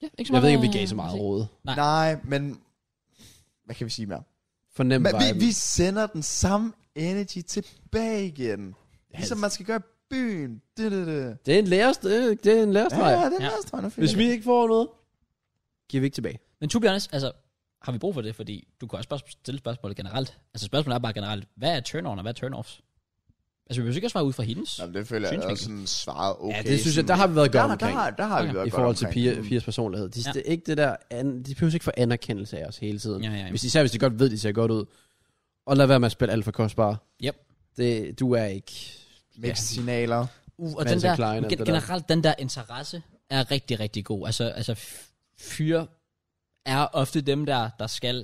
Ja, ikke så Jeg meget, ved ikke, om vi gav så meget råd. Nej. Nej, men, hvad kan vi sige mere? Fornem Men viben. vi, vi sender den samme energy tilbage igen. Ligesom man skal gøre i byen. Det, det, det. Det er en lærerst, det, det er en Ja, lærerstreg. ja, det Ja. er ja. Hvis vi ikke får noget, giver vi ikke tilbage. Men to be honest, altså, har vi brug for det? Fordi du kan også bare stille spørgsmålet generelt. Altså spørgsmålet er bare generelt, hvad er turn-on og hvad er turn-offs? Altså vi behøver ikke at svare ud fra hendes. Jamen, det føler Synes jeg vi også sådan svaret okay. Ja, det synes jeg, der har vi været der, godt der, der, omkring. har, der har vi I været I forhold godt til omkring. piger, pigers personlighed. De, Ja. ja. det er ikke det der, an, de behøver ikke få anerkendelse af os hele tiden. Ja, ja, ja. Hvis, især hvis de godt ved, de ser godt ud. Og lad være med at spille alt for kostbare. Yep. Det, du er ikke... Mixed signaler. Uh, og den Vanessa der, Klein gen- og det der. generelt, den der interesse er rigtig, rigtig god. Altså, altså f- fyre er ofte dem, der, der skal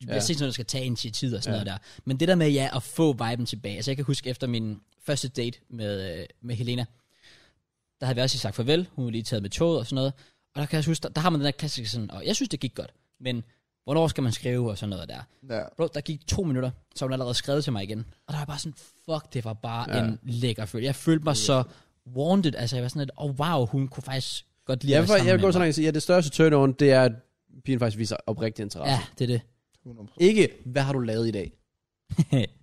jeg Ja. ja. set sådan, der skal tage initiativet og sådan Ja. ja. noget der. Men det der med, ja, at få viben tilbage. Altså, jeg kan huske efter min første date med, øh, med Helena, der havde vi også lige sagt farvel. Hun var lige taget med toget og sådan noget. Og der kan jeg også huske, der, der har man den der klassiske sådan, og jeg synes, det gik godt. Men hvornår skal man skrive og sådan noget der? Ja. Bro, der gik to minutter, så var hun allerede skrevet til mig igen. Og der var jeg bare sådan, fuck, det var bare Ja. ja. en lækker følelse. Jeg følte mig så Wanted, altså jeg var sådan lidt, oh wow, hun kunne faktisk godt lide Jeg at vil, være fa- jeg sammen vil gå med så mig. langt at sige, at det største turn det er, at pigen faktisk viser oprigtig interesse. Ja, det er det. 100%. Ja. Ikke, hvad har du lavet i dag?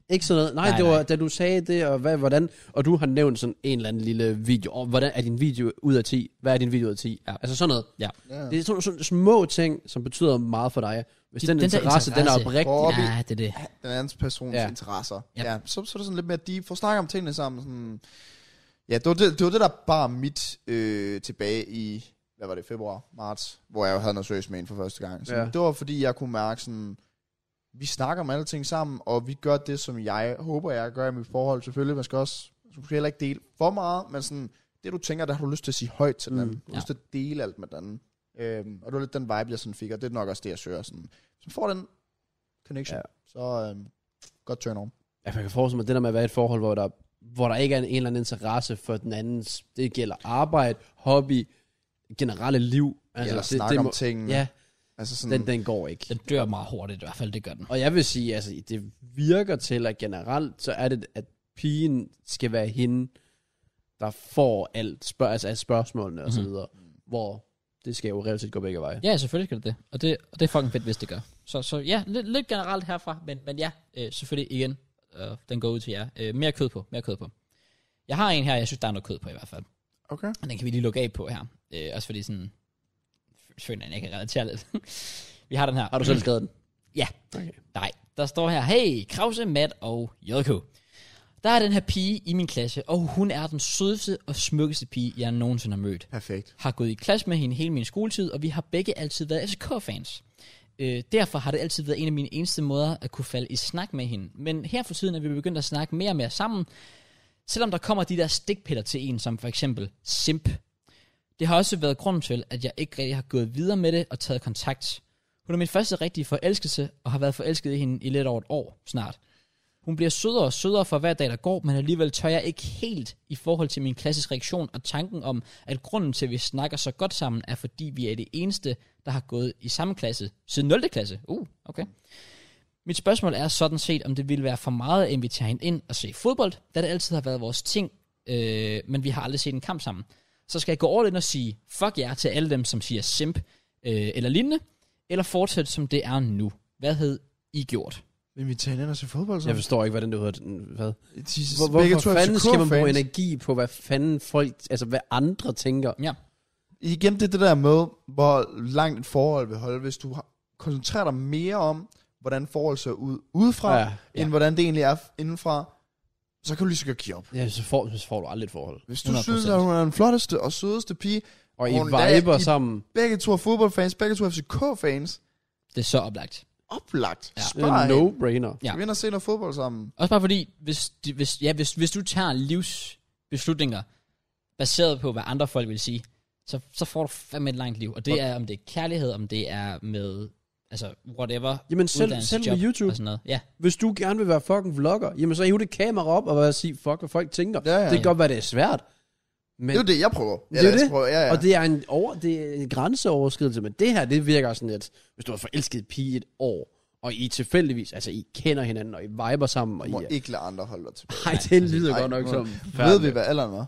Ikke sådan noget. Nej, Nej, nej det var, nej. da du sagde det, og hvad, hvordan, og du har nævnt sådan en eller anden lille video, og hvordan er din video ud af 10? Hvad er din video ud af 10? Ja. Altså sådan noget. Ja. Det er sådan sådan små ting, som betyder meget for dig. Hvis De- den, den den der interesse, den er interesse. oprigtig. Hvor- Bobby. Ja, det er det. den andens persons Ja. ja. interesser. Ja. Ja. ja. Så, så er det sådan lidt mere deep. Få snakket om tingene sammen. Sådan. Ja, det var det, det var det, der bar mit øh, tilbage i, hvad var det, februar, marts, hvor jeg jo havde noget seriøst med en for første gang. Så Ja. ja. det var fordi, jeg kunne mærke sådan, vi snakker om alle ting sammen, og vi gør det, som jeg håber, jeg gør i mit forhold. Selvfølgelig, man skal også, man skal måske heller ikke dele for meget, men sådan, det du tænker, der har du lyst til at sige højt til den Mm. anden. Du har Ja. lyst til at dele alt med den anden. Øhm, og det var lidt den vibe, jeg sådan fik, og det er nok også det, jeg søger. Sådan. Så man får den connection, Ja. ja. så øhm, godt turn on. Ja, for jeg kan forestille mig, det der med at være i et forhold, hvor der, hvor der ikke er en, en eller anden interesse for den andens. Det gælder arbejde, hobby, generelle liv. Altså, Eller snakke om ting. Ja, Altså sådan, den, den går ikke. Den dør meget hurtigt, i hvert fald det gør den. Og jeg vil sige, altså, det virker til, at generelt, så er det, at pigen skal være hende, der får alt, spørg- altså alt spørgsmålene og så Mhm. videre, hvor det skal jo relativt gå begge veje. Ja, selvfølgelig skal det det. Og det, og det er fucking fedt, hvis det gør. Så, så ja, lidt, lidt generelt herfra, men, men ja, øh, selvfølgelig igen, øh, den går ud til jer. Øh, mere kød på, mere kød på. Jeg har en her, jeg synes, der er noget kød på i hvert fald. Okay. Og den kan vi lige lukke af på her. Øh, også fordi sådan, føler jeg, jeg kan relatere lidt. vi har den her. Har du selv skrevet den? Ja. Okay. Nej, der står her, hey, Krause, Matt og JK. Der er den her pige i min klasse, og hun er den sødeste og smukkeste pige, jeg nogensinde har mødt Perfekt. har gået i klasse med hende hele min skoletid, og vi har begge altid været FCK-fans. Øh, derfor har det altid været en af mine eneste måder at kunne falde i snak med hende. Men her for tiden er vi begyndt at snakke mere og mere sammen, selvom der kommer de der stikpiller til en, som for eksempel simp. Det har også været grunden til, at jeg ikke rigtig har gået videre med det og taget kontakt. Hun er min første rigtige forelskelse, og har været forelsket i hende i lidt over et år snart. Hun bliver sødere og sødere for hver dag, der går, men alligevel tør jeg ikke helt i forhold til min klasses reaktion og tanken om, at grunden til, at vi snakker så godt sammen, er fordi vi er det eneste, der har gået i samme klasse siden 0. klasse. Uh, okay. Mit spørgsmål er sådan set, om det ville være for meget at invitere hende ind og se fodbold, da det altid har været vores ting, øh, men vi har aldrig set en kamp sammen. Så skal jeg gå over den og sige, fuck jer til alle dem, som siger simp øh, eller lignende, eller fortsætte som det er nu. Hvad hed I gjort? Men vi tager hinanden og ser fodbold så. Jeg forstår ikke, hvordan du hedder den. Hvad? Jesus, Hvor, begge hvorfor to er fanden skal man bruge FCK-fans. energi på, hvad fanden folk, altså hvad andre tænker? Ja, Igen, det er det der med, hvor langt et forhold vil holde, hvis du har- koncentrerer dig mere om, hvordan forhold ser ud udefra, ja, ja. ja. end hvordan det egentlig er f- indenfra, så kan du lige så godt give op. ja så, får, så får du aldrig et forhold. Hvis du 100%. synes, at hun er den flotteste og sødeste pige, Og I Og en dag viber i- sammen. begge to er fodboldfans, begge to er FCK-fans, det er så oplagt. oplagt. Ja. Ja. Det er Spar en no. no-brainer. Ja. ja. Vi ind og se noget fodbold sammen. Også bare fordi, hvis, de- hvis, ja, hvis, hvis du tager livsbeslutninger baseret på, hvad andre folk vil sige, så, så får du fandme et langt liv. Og det er, om det er kærlighed, om det er med, altså, whatever, Jamen selv, uddannelse, selv job altså. med YouTube, og sådan noget. Ja, hvis du gerne vil være fucking vlogger, jamen så hiv det kamera op og bare sige, fuck hvad folk tænker. Ja, ja. Det kan godt være, det er svært. Men, Det er jo det, jeg prøver. Det er jo jeg det. Prøver. Ja, ja. ja. Og det er, en over, det er en grænseoverskridelse, men det her, det virker sådan lidt, hvis du har forelsket en pige i et år, og I tilfældigvis, altså I kender hinanden, og I viber sammen, og Du I må er... ikke lade andre holde dig tilbage. Nej, det lyder Ej, godt nok må- som... Ved vi, hvad alderen var?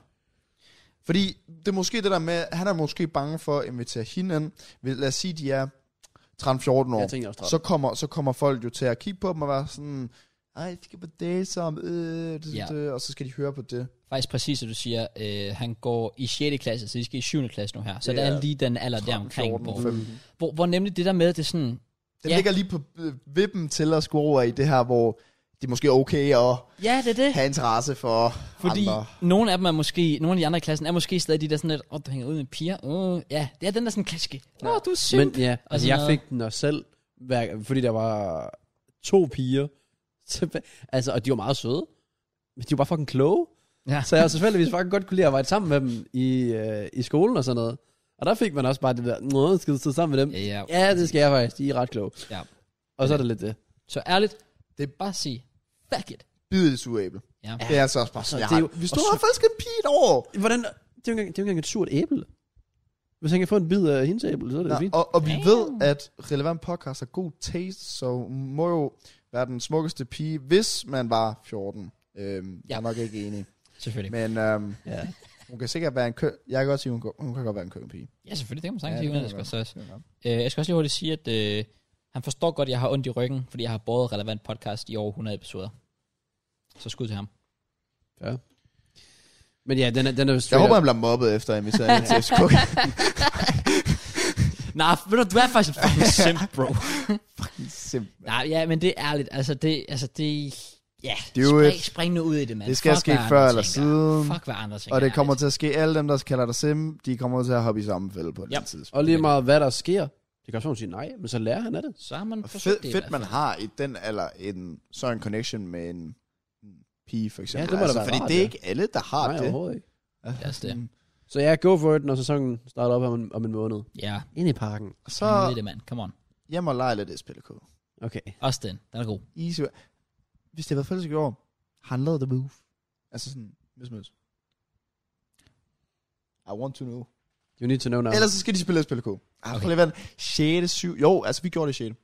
Fordi det er måske det der med, han er måske bange for at invitere hende ind. Hvis- Lad os sige, de er 13-14 år. Jeg tænker også Så kommer, så kommer folk jo til at kigge på dem og være sådan, ej, vi skal på date sammen, øh, det, Ja. ja. det, og så skal de høre på det. faktisk præcis, at du siger, øh, han går i 6. klasse, så de skal i 7. klasse nu her. Så Det der er er lige den alder der 13, omkring, 14, hvor, 15. hvor, hvor nemlig det der med, at det er sådan, Ja. Det ja. ligger lige på øh, vippen til at score over i det her, hvor det er måske okay at ja, det er det. have interesse for Fordi andre. nogle af dem er måske, nogle af de andre i klassen er måske stadig de der sådan lidt, åh, oh, du hænger ud med piger, uh, ja, det er den der sådan klassiske, åh, oh, du er syg. Men ja, Og altså sådan jeg noget. fik den også selv, hver- fordi der var to piger, tilba- altså, og de var meget søde, men de var bare fucking kloge. Ja. Så jeg har selvfølgelig fucking godt kunne lide at være sammen med dem i, øh, i skolen og sådan noget. Og der fik man også bare det der, nå, skal du sidde sammen med dem? Ja, ja. Ja, det skal jeg faktisk, de er ret kloge. Ja. Og så er det lidt det. Så ærligt, det Det er bare at sige, fuck it. Bid i det sure æble. Ja. Det er altså også bare Så sådan, det er jeg jo- har, hvis og du så- har faktisk en pige et år, Hvordan, det er jo ikke engang, det er jo ikke engang et surt æble. Hvis han kan få en bid af hendes æble, så er det Nå, ja, fint. og, og vi Damn. ved, at relevant podcast har god taste, så hun må jo være den smukkeste pige, hvis man var 14. Øhm, ja. Jeg Ja. er nok ikke enig. Selvfølgelig. Men øhm, Ja. Hun kan sikkert være en kø... Jeg kan godt sige, hun kan, hun kan godt være en køkkenpige. Ja, selvfølgelig, det kan man sagtens Ja, sige, det uden at kan det man skal Det er nok. Øh, jeg skal også lige hurtigt sige, at øh, han forstår godt, at jeg har ondt i ryggen, fordi jeg har båret relevant podcast i over 100 episoder. Så skud til ham. Men ja, den er, den er jo Jeg straight håber, up- han bliver mobbet efter, at vi sad til FCK. Nej, nah, du, du er faktisk en fucking simp, bro. Simpelthen. Nej, ja, men det er ærligt. Altså, det, altså, det, ja, Det er jo spring, et- spring nu ud i det, mand. det skal Fuck, ske hvad andre før eller tænker. siden. Fuck, hvad andre tænker. Og det kommer ærligt. til at ske. Alle dem, der kalder dig Sim, de kommer til at hoppe i samme fælde på et Ja. yep. tidspunkt. Og lige meget, hvad der sker. Det kan sådan sige nej, men så lærer han af det. Så har man Og forsøgt fedt, det i fedt hvert man fald. har i den alder en sådan connection med en pige, for eksempel. Altså, det må da være fordi rart, det er ja. ikke alle, der har Nej, det. overhovedet ikke. Det er også det. Så ja, go for it, når sæsonen starter op om en, om en måned. Ja, Ind i parken. Og så... man ved så det, mand. Come on. hjem og lege lidt SPLK. Okay. Også den. Den er god. Easy. Hvis det var fællesskab i år, har han lavet The Move. Altså sådan, hvis mødes. I want to know. You need to know now. Ja. Ellers så skal de spille SPLK. Ah, okay. Okay. Prøv lige at være 6. 7. Jo, altså vi gjorde det 6.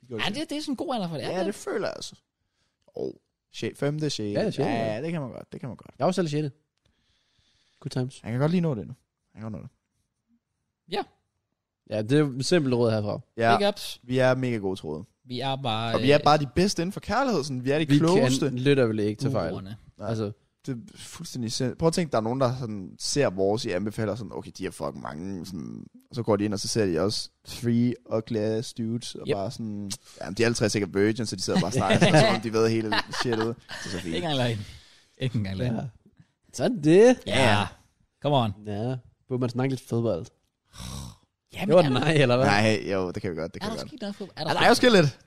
Vi gjorde Ja, det, det er sådan en god alder for det. Ja, det, føler jeg altså. Åh, oh, 5. 6. Ja, det er sjældent, ja, ja. ja, det kan man godt, det kan man godt. Jeg er jo selv i sjette. Good times. Han kan godt lige nå det nu. Han kan godt nå det. Ja, det er jo et simpelt råd herfra. Ja, Big ups. vi er mega gode troede. Vi er bare... øh, Og vi er bare de bedste inden for kærlighed, sådan. vi er de Vi vi klogeste. kan literally ikke tage fejl. urerne. Nej. Altså, Det er fuldstændig sind. Prøv at tænke, der er nogen, der sådan, ser vores i anbefaler, sådan, okay, de har fucking mange, sådan, og så går de ind, og så ser de også three ugly ass dudes, og Yep. yep. bare sådan, jamen, de er alle tre sikkert virgin, så de sidder bare og snakker, sådan, som om de ved hele shit ud. Det er så Ikke fint. engang løgn. Ikke engang løgn. ja. Sådan det. Ja. Yeah. Come on. Ja, burde man snakke lidt fodbold. Jamen, Det var er den der- nej, eller hvad? Nej, jo, det kan vi godt, det Er kan vi der godt. sket noget fodbold? Er Ja, der, Der er jo sket lidt.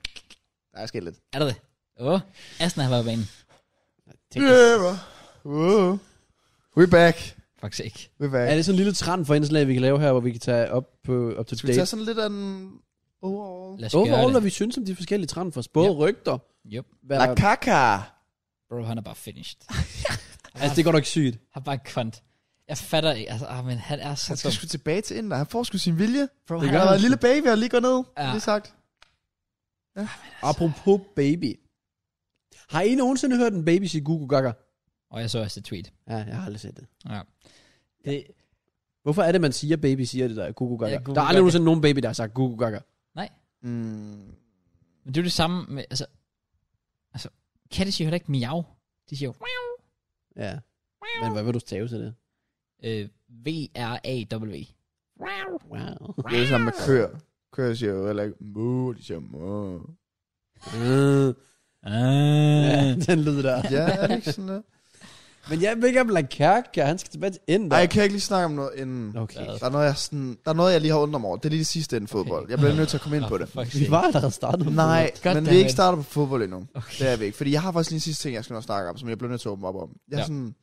Der er sket lidt. er der det? Åh, oh, Asna har været på banen. Tænk- Yeah, Whoa. We back. Faktisk ikke. We back. Er det sådan en lille trend for indslag, vi kan lave her, hvor vi kan tage op på op til Skal vi tage date? sådan lidt af den overall? Lad os gøre Overall, det. hvad vi synes om de forskellige trend for både rygter. Yep. Hvad, La caca. Bro, han er bare finished. altså, det går nok sygt. Han er bare kvant. Jeg fatter ikke. Altså, ah, men han er så Han skal dum. sgu tilbage til Indien. Han får sgu sin vilje. Bro, Han han har er, været en lille baby og lige går ned. Ja. Ja. Lige sagt. Apropos baby. Har I nogensinde hørt en baby sige gugu gaga? Og jeg så også et tweet. Ja, jeg har aldrig set det. Ja. Det, Hvorfor er det, man siger, baby siger det der, gugu gaga? Ja, Ja, gugu der er gaga. aldrig nogensinde nogen baby, der har sagt gugu gaga. Mm. men det er jo det samme med, altså... Altså, katte siger heller ikke miau. De siger jo... meow. Ja. Men hvad vil du stave til det? Øh, V-R-A-W. Wow. Wow. Det er jo sammen med køer. Køer siger jo heller ikke moo, de siger moo. Mm. ja, Ah. den lyd der. Ja, er det ikke sådan der? Men jeg vil ikke om Lakaka, han skal tilbage til Indien. Nej, jeg kan ikke lige snakke om noget inden. Okay. Der er, noget, jeg sådan, der er noget, jeg lige har undret mig over. Det er lige det sidste inden fodbold. Jeg bliver nødt til at komme ind på det. Vi var allerede startet. med Nej, God men damn vi er ikke it. startet på fodbold endnu. Okay. Det er vi ikke. Fordi jeg har faktisk lige en sidste ting, jeg skal nå snakke om, som jeg bliver nødt til at åbne op om. Jeg Ja. ja. sådan,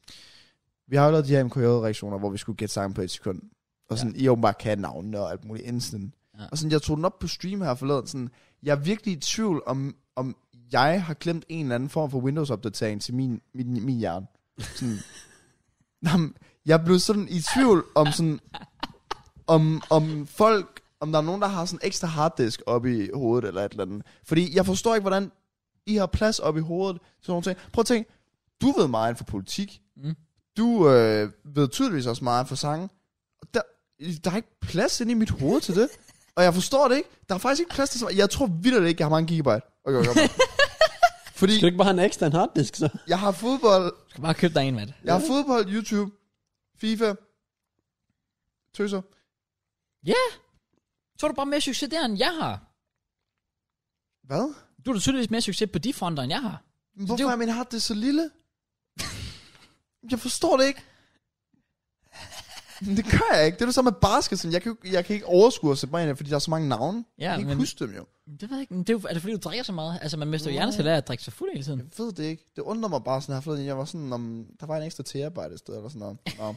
vi har jo lavet de her MKJ-reaktioner, hvor vi skulle gætte sangen på et sekund. Og sådan, ja. I åbenbart kan navnene og alt muligt instant. Ja. Ja. Og sådan, jeg tog den op på stream her forleden. Sådan, jeg er virkelig i tvivl om, om jeg har glemt en eller anden form for Windows-opdatering til min, min, min hjerne. Sådan, jamen, jeg blev sådan i tvivl om sådan, om, om folk, om der er nogen, der har sådan en ekstra harddisk oppe i hovedet eller et eller andet. Fordi jeg forstår ikke, hvordan I har plads oppe i hovedet til nogle ting. Prøv at tænke, du ved meget inden for politik. Mm. Du øh, ved tydeligvis også meget inden for sange. Og Der, der er ikke plads inde i mit hoved til det. Og jeg forstår det ikke. Der er faktisk ikke plads til så meget. Jeg tror vildt ikke, jeg har mange gigabyte. Okay, okay, okay. Fordi Skal du ikke bare have en ekstra en harddisk, så? jeg har fodbold, Du skal bare købe dig en, mand. jeg har fodbold, YouTube, FIFA, tøser. Tror du bare mere succes der, end jeg har? Hvad? Du har tydeligvis mere succes på de fronter, end jeg har. Men Hvorfor det er det jo- er min harddisk så lille? jeg forstår det ikke. Men Det gør jeg ikke. Det er det samme med basket. sådan. Jeg kan, jo- jeg kan ikke overskue at sætte mig ind, i det, fordi der er så mange navne. Ja, jeg kan ikke men- huske dem jo. Det ved jeg ikke. men Det er, jo, er det fordi, du drikker så meget? Altså, man mister jo Nej. hjerneceller af at drikke sig fuld hele tiden. Jeg ved det ikke. Det undrer mig bare sådan her forleden. Jeg var sådan, om der var en ekstra terabyte et sted, eller sådan noget. Nå.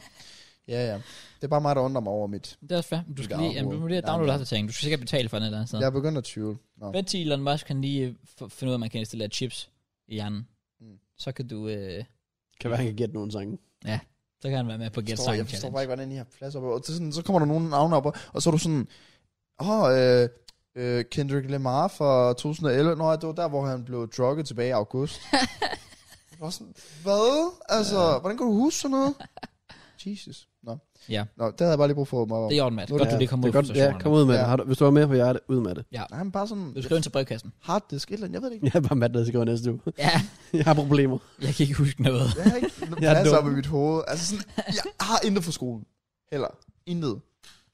Ja, ja. Det er bare mig, der undrer mig over mit. Det er også fair. Du skal lige, jamen, du må lige Nej, downloade men- opdateringen. Du skal sikkert betale for den et eller andet sted. Jeg er begyndt at tvivle. Nå. Vent til Elon Musk kan lige øh, f- finde ud af, at man kan installere chips i hjernen. Mm. Så kan du... Øh, Kan være, han kan gætte nogen sange. så kan han være med på Get forstår- Song Jeg forstår Challenge. bare ikke, hvordan I har plads op. Og så, sådan, så kommer der nogle navne op, og så er du sådan, åh, oh, øh, øh, Kendrick Lamar fra 2011. Nå, det var der, hvor han blev drugget tilbage i august. Jeg var sådan, hvad? Altså, hvordan kan du huske sådan noget? Jesus. Nå. Ja. Nå, det havde jeg bare lige brug for mig. Det er i orden, Matt. Nu er Godt, det du her. lige kom Det ud fra er godt, ja, kom ud med det. Ja. Har du, hvis du er med på hjertet, ud med det. Nej, men bare sådan... Du skriver ind til brevkassen. Harddisk, et eller andet, jeg ved det ikke. Jeg er bare mad, der skriver næste uge. Ja, Jeg har problemer. jeg kan ikke huske noget. Jeg har ikke Jeg er plads op i dum. mit hoved. Altså sådan, jeg har intet for skolen. Heller. Intet. Og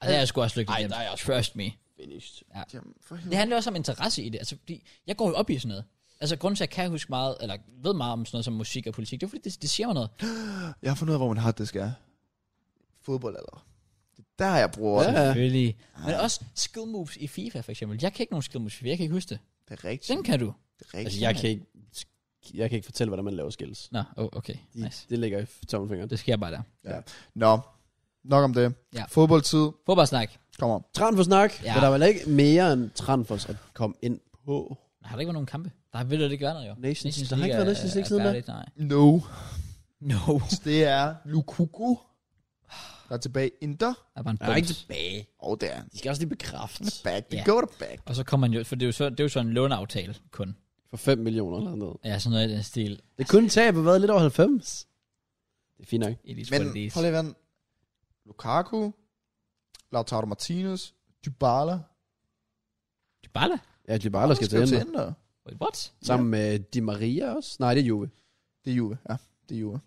det er jeg sgu også lykkelig. Ej, Ej, der der er Trust me. Finished. Jamen, for Det helvede. handler også om interesse i det. Altså, fordi jeg går jo op i sådan noget. Altså, grunden til, at jeg kan huske meget, eller ved meget om sådan noget som musik og politik, det er fordi, det, det siger mig noget. Jeg har fundet ud af, hvor min harddisk er. Fodbold eller. Det er der, jeg bruger Ja, den. ja. Selvfølgelig. Men også skill moves i FIFA, for eksempel. Jeg kan ikke nogen skill moves i FIFA, jeg kan ikke huske det. Det er rigtigt. Den kan du. Det er rigtigt. Altså, jeg kan ikke, jeg kan ikke fortælle, hvordan man laver skills. Nå, oh, okay. De, Nice. Det ligger i tommelfingeren. Det sker bare der. Nå, nok om det. Ja. Fodboldtid Fodboldsnak. kommer. Trand for snak. Ja. Ja. Men der var ikke mere end trand for at komme ind på. Har der ikke været nogen kampe? Der vil det ikke være noget, jo. Nations- der har ikke League er- været Nations League er siden da? færdigt, Nej. No. No. Det er Lukuku, der er tilbage. Inter. Der er bare en Jeg er ikke bums. tilbage. Og oh, det er han. De skal også lige bekræfte. Back. Det Ja. yeah. går der back. Og så kommer man jo, for det er jo så, det er jo så en låneaftale kun. For 5 millioner eller noget. Ja, sådan noget i den stil. Det kunne tage på hvad? Lidt over 90? Det er fint nok. It is Men what it is. prøv lige at vende. Lukaku, Lautaro Martinez, Dybala. Dybala? Ja, Dybala skal til jo Inter. Inter. Wait, what? Sammen med Di Maria også. Nej, det er Juve. Det er Juve, ja. Det er Juve.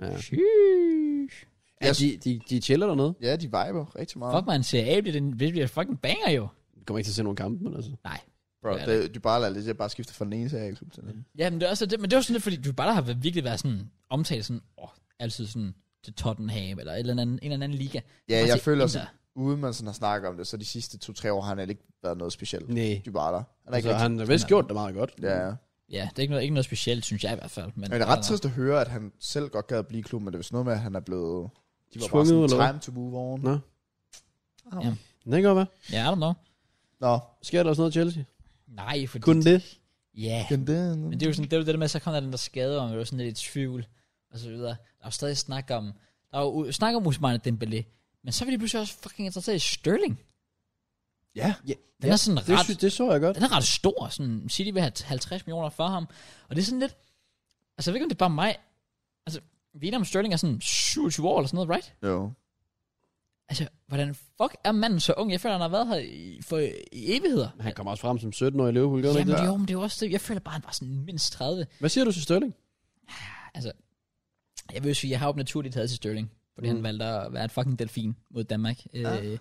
Ja. Sheesh. Ja, Jeg- de, de, de chiller dernede. Ja, de viber rigtig meget. Fuck man, Serie A bliver, den, det bliver fucking banger jo. De kommer ikke til at se nogen kampe, men altså. Nej. Bro, Ja, det, Dybala er lidt, jeg bare skifter fra den ene serie klub til den anden. Ja, men det er også det, men det er jo sådan lidt, fordi Dybala har været- virkelig været sådan omtalt sådan, åh, altid sådan til Tottenham eller et eller andet, en eller anden liga. Ja, Bare jeg til føler Altså, Inter. sådan, uden man sådan har snakket om det, så de sidste to-tre år har han ikke været noget specielt. Nej. Dybala. Han er ikke Mm. Altså, rigtig, han har vist gjort det meget godt. ja, ja. Ja, det er ikke noget, ikke noget specielt, synes jeg i hvert fald. Men, Men det er ret trist at høre, at han selv godt gad at blive i klubben, men det er vist noget med, at han er blevet... De var Tvunget, bare eller sådan, hvad? time to move on. Nå. Ja. Det kan godt være. Ja, I don't know. Nå. Sker der også noget i Chelsea? Nej, fordi... Kun det? Ja, Kan det... men det er jo sådan, det, er jo det der med, så kom der den der skade, og man var sådan lidt i tvivl, og så videre. Der er jo stadig snak om... Der er jo u- snak om Usmane Dembélé, men så vil de pludselig også fucking interesseret i Sterling. Ja. Den Ja, er sådan Det, ret... sy- det så jeg godt. den er ret stor. Sådan, City vil have 50 millioner for ham. Og det er sådan lidt... Altså, jeg ved ikke, om det er bare mig. Altså, vi er enige om Sterling er sådan 27 år eller sådan noget, right? Jo. Altså, hvordan fuck er manden så ung? Jeg føler, han har været her i, for i evigheder. Han kommer også frem som 17 år i Liverpool, gør han ikke Jamen, det? jo, men det er jo også det. Jeg føler bare, han var sådan mindst 30. Hvad siger du til Sterling? Altså, jeg vil jo sige, jeg har jo naturligt taget til Sterling. Fordi mm. han valgte at være en fucking delfin mod Danmark øh,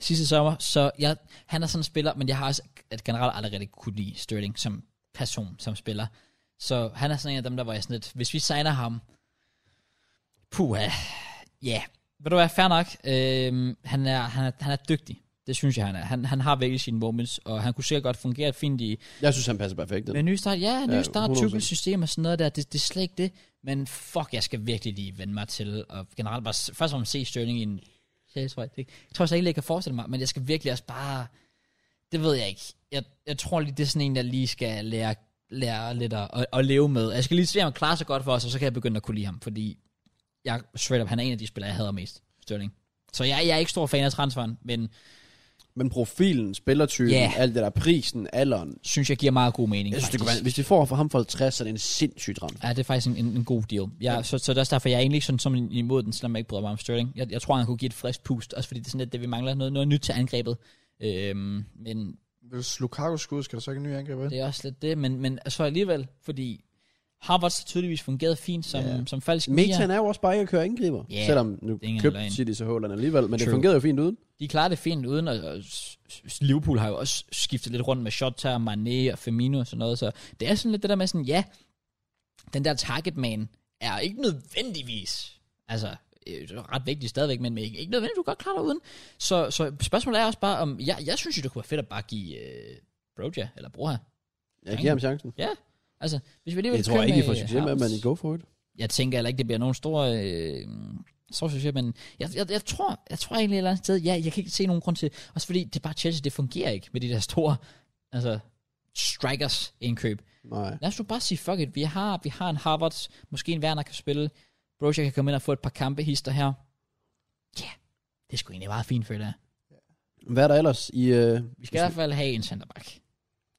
sidste sommer. Så jeg, han er sådan en spiller, men jeg har også at generelt aldrig rigtig kunne lide Sterling som person, som spiller. Så han er sådan en af dem, der var jeg sådan lidt, hvis vi signer ham, puha, ja, yeah. ved du hvad, fair nok, øh, han, er, han, er, han er dygtig. Det synes jeg, han er. Han, han har virkelig sine moments, og han kunne sikkert godt fungere fint i, Jeg synes, han passer perfekt. ind. med ny start, ja, ny Ja, start, 100%. ja, system og sådan noget der, det, det er slet ikke det. Men fuck, jeg skal virkelig lige vende mig til, og generelt bare, s- først og fremmest se Sterling i en, ja, jeg tror, jeg, jeg tror jeg ikke, jeg kan forestille mig, men jeg skal virkelig også bare, det ved jeg ikke. Jeg, jeg tror lige, det er sådan en, jeg lige skal lære, lære lidt at, at, at leve med. Jeg skal lige se, om han klarer sig godt for os, og så kan jeg begynde at kunne lide ham, fordi jeg, straight up, han er en af de spillere, jeg hader mest, Sterling. Så jeg, jeg er ikke stor fan af transferen, men Men profilen, spillertypen, Ja. alt det der, prisen, alderen. synes, jeg giver meget god mening. Jeg synes, faktisk. det kunne være, hvis de får for ham for 50, så er det en sindssyg dram. Ja, det er faktisk en, en, en god deal. Jeg, ja. så, så det er også derfor, jeg er egentlig ikke sådan, sådan imod den, selvom jeg ikke bryder mig om Sterling. Jeg, jeg tror, han kunne give et frisk pust, også fordi det er sådan lidt det, vi mangler. Noget, noget nyt til angrebet. Øhm, men Hvis Lukaku skud, skal der så ikke en ny angriber ind? det er også lidt det. Men, men så alligevel, fordi Harvard så tydeligvis fungerede fint som, ja. som falsk nier. Metan er jo også bare ikke at køre angriber. Ja, Selvom nu er ingen løgn. købte City så Håland alligevel, men det True. fungerede jo fint uden. De klarer det fint uden, og, og s- s- Liverpool har jo også skiftet lidt rundt med Shota, Mané og Firmino og sådan noget, så det er sådan lidt det der med sådan, ja, den der target man er ikke nødvendigvis, altså, øh, det er ret vigtigt stadigvæk, men ikke, ikke nødvendigvis, du kan godt klare dig uden. Så, så spørgsmålet er også bare, om jeg, jeg synes jo, det kunne være fedt at bare give øh, Broja, eller Broja. Jeg giver ham chancen. Altså, hvis vi alligevel Jeg tror kører ikke, I med får succes med, Havertz- men I go for it. jeg tænker heller ikke, det bliver nogen store, øh, store succes, men jeg, jeg, jeg, tror, jeg tror egentlig et eller andet sted, ja, jeg kan ikke se nogen grund til, også fordi det er bare Chelsea, det fungerer ikke med de der store, altså, strikers indkøb. Nej. Lad os nu bare sige, fuck it, vi har, vi har en Harvard, måske en Werner kan spille, Broja kan komme ind og få et par kampe hister her. Ja, yeah, det skulle egentlig meget fint, føler jeg. Hvad er der ellers i... Øh, Vi skal i hvert fald have en centerback.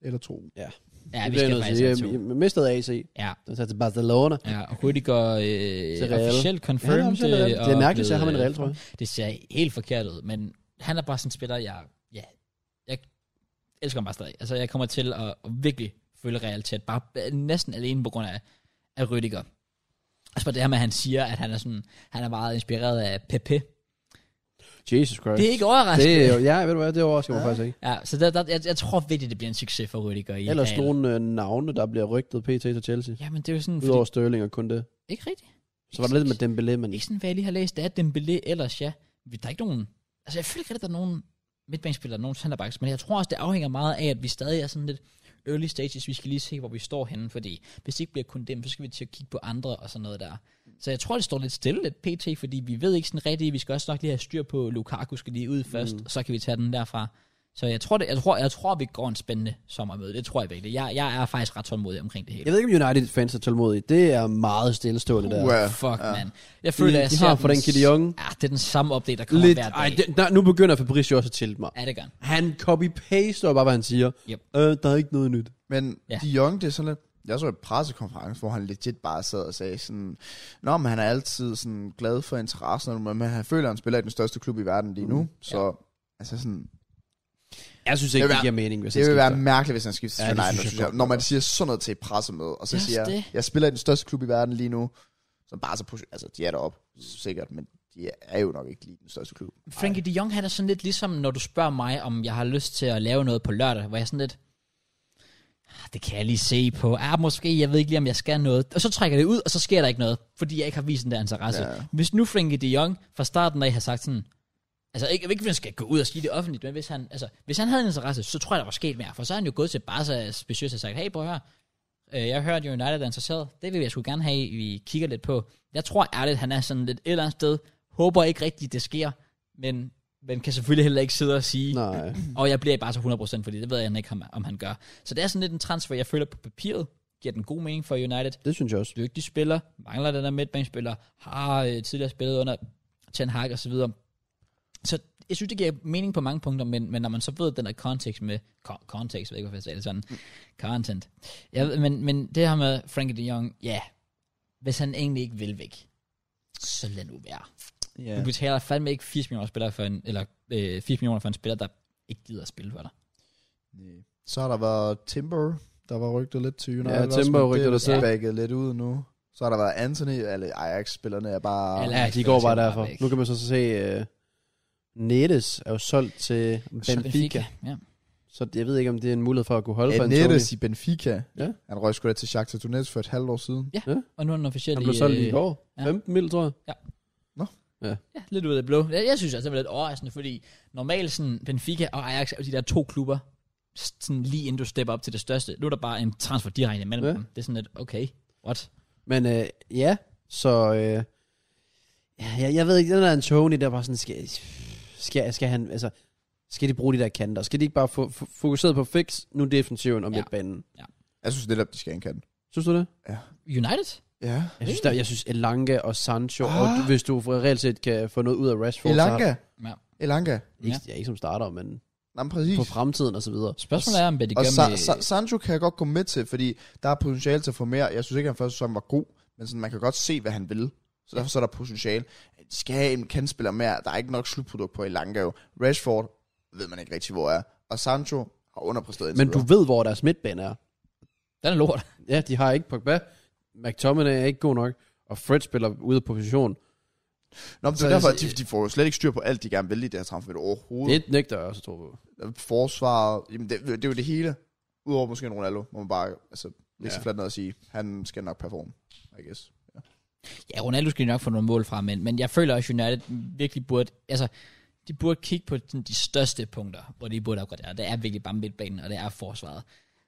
Eller to. Ja, Det vi bliver jeg skal nødt til. faktisk have to. Jeg, jeg mistede AC. Ja, Den tager til Barcelona. ja og Rüdiger Til øh, Real. officielt Ja, han confirmed. er officielt Real. øh, Det er og mærkeligt, så blevet, har man en øh, Real, tror jeg. Det ser helt forkert ud, men han er bare sådan en spiller, jeg, ja, jeg elsker ham bare stadig. Altså, jeg kommer til at, at virkelig følge Real tæt, bare øh, næsten alene på grund af, af Rüdiger. Altså bare det her med, at han siger, at han er, sådan, han er meget inspireret af Pepe. Jesus Christ. Det er ikke overraskende. det er jo, ja, ved du hvad, det overrasker mig faktisk ikke. Ja, så der, der, jeg, jeg tror virkelig, det bliver en succes for Rüdiger i Ellers Real. nogle øh, navne, der bliver rygtet PT til Chelsea. Jamen, det er jo sådan, fordi, Udover Sterling og kun det. ikke rigtigt. Så var der lidt med Dembélé, men Ikke sådan, hvad jeg lige har læst, det er Dembélé ellers, ja. Vi- Der er ikke nogen... Altså, jeg føler ikke, at der er nogen midtbanespillere, nogen centerbacks, men jeg tror også, det afhænger meget af, at vi stadig er sådan lidt early stages. Vi skal lige se, hvor vi står henne, fordi hvis det ikke bliver kun dem, så skal vi til at kigge på andre og sådan noget der. Så jeg tror, det står lidt stille lidt pt, fordi vi ved ikke sådan rigtigt, vi skal også nok lige have styr på Lukaku skal lige ud først, Mm. mm. og så kan vi tage den derfra. Så jeg tror, det, jeg tror, jeg tror, vi går en spændende sommermøde. Det tror jeg virkelig. Jeg, jeg er faktisk ret tålmodig omkring det hele. jeg ved ikke, om United fans er tålmodige. Det er meget stillestående der. Uha. Ja, Ja, fuck, ja. ja. mand. Jeg De, føler, jeg de ser har for den Kitty Young. Ja, det er den samme update, der kommer Lidt, hver dag. ej, det, nej, nu begynder Fabrice jo også at tilte mig. Ja, det gør han. Han copy-paster bare, hvad han siger. Yep. Øh, der er ikke noget nyt. Men Ja. ja. de Jong, det er sådan lidt... Jeg så en pressekonference, hvor han legit bare sad og sagde sådan... Nå, men han er altid sådan glad for interessen, men han føler, at han spiller i den største klub i verden lige nu. Mm. Så ja. altså sådan, Jeg synes ikke, Det vil det giver mening, hvis det han ville være skifter. mærkeligt, hvis han skifter Ja, til det United, synes jeg synes jeg, godt. når man siger sådan noget til et pressemøde, og så Just siger det. jeg, jeg spiller i den største klub i verden lige nu, som bare så push- altså de er deroppe, sikkert, men de er jo nok ikke lige den største klub. Frankie de Jong, han er sådan lidt ligesom, når du spørger mig, om jeg har lyst til at lave noget på lørdag, hvor jeg er sådan lidt, "Ah, det kan jeg lige se på. Ah, måske, jeg ved ikke lige, om jeg skal noget. Og så trækker det ud, og så sker der ikke noget, fordi jeg ikke har vist den der interesse. Ja. Ja. Hvis nu Frankie de Jong fra starten af har sagt sådan, altså ikke, ikke, hvis han skal gå ud og sige det offentligt, men hvis han, altså, hvis han havde en interesse, så tror jeg, der var sket mere. For så er han jo gået til Barca specielt og sagt, hey, prøv at høre, Øh, jeg hørte jo United er interesseret. Det vil jeg sgu gerne have, vi kigger lidt på. Jeg tror ærligt, han er sådan lidt et eller andet sted. Håber ikke rigtigt, det sker. Men, men kan selvfølgelig heller ikke sidde og sige, Nej. Nej. og jeg bliver bare så 100%, fordi det ved jeg ikke, om, om han gør. Så det er sådan lidt en transfer, jeg føler på papiret. Giver den god mening for United. Det synes jeg også. Dygtig spiller. Mangler den der midtbanespiller. Har øh, tidligere spillet under Ten Hag og Så, videre. så jeg synes, det giver mening på mange punkter, men, men når man så ved den der kontekst med... Ko- kontekst, jeg ved ikke, hvorfor jeg sagde det sådan. Content. Jeg, ved- men, men det her med Frankie de Jong, ja, yeah, hvis han egentlig ikke vil væk, så lad nu være. Yeah. Du betaler fandme ikke 80 millioner, spiller for en, eller, øh, 80 millioner for en spiller, der ikke gider at spille for dig. Så har der været Timber, der var rygtet lidt til United. Ja, også, Timber men det rygter er der selv. bagget lidt ud nu. Så har der været Anthony, eller Ajax-spillerne er bare... Eller- Ja, Ja, de går bare Timber er derfor. væk. Nu kan man så se, uh, Nettes er jo solgt til Benfica. Ja. Så jeg ved ikke, om det er en mulighed for at kunne holde for Ja, Antonio. Nettes i Benfica. Ja. Han røg sgu da til Shakhtar Donetsk for et halvt år siden. Og nu er den officielt Han blev i, solgt øh, i går. ja. 15 mil, tror jeg. Ja, lidt ud af det blå. Jeg, jeg synes altså, det var lidt overraskende, fordi normalt sådan Benfica og Ajax er jo de der to klubber, s- sådan lige inden du stepper op til det største. Nu er der bare en transfer direkte imellem Ja. ja. dem. Det er sådan lidt, okay, what? Men øh, ja, så... Øh, ja, jeg, jeg ved ikke, den der Antoni, der bare sådan, skal, skal, skal han, altså, skal de bruge de der kanter? Skal de ikke bare få, få fokuseret på fix, nu defensiven og Ja. midtbanen? Jeg synes netop, de skal indkalde. Synes du det? United? Ja. Jeg synes, der, jeg synes Elanga og Sancho, ah. og Ah. du- hvis du reelt set kan få noget ud af Rashford, så Elanga. Ja. Elanga. har, ikke, ja, ikke som starter, men Nej, men præcis. på fremtiden og så videre. Spørgsmålet er, om hvad de Og gør Sa- med... Sa- Sancho kan jeg godt gå med til, fordi der er potentiale til at få mere. Jeg synes ikke, at han første sæson var god, men sådan, man kan godt se, hvad han vil. Så derfor så er der potentiale. De skal have en kandspiller mere. Der er ikke nok slutprodukt på Elanga jo. Rashford ved man ikke rigtig, hvor er. Og Sancho har underpræsteret indtil Altså, Men du videre. ved, hvor deres midtbane er. Den er lort. Ja, de har ikke Pogba. McTominay er ikke god nok. Og Fred spiller ude på position. Nå, men det så- er derfor, at de, de får jo slet ikke styr på alt, de gerne vil i det her transfer overhovedet. Det nægter jeg også at tro på. forsvaret, jamen det, det er jo det hele. Udover måske en Ronaldo, må man bare altså, lægge Ja. sig fladt ned og sige, han skal nok performe, I guess. Ja, Ronaldo skal de nok få nogle mål fra, men, men jeg føler også, at United virkelig burde... Altså, de burde kigge på sådan, de største punkter, hvor de burde opgradere. Det er virkelig bare midtbanen, og det er forsvaret.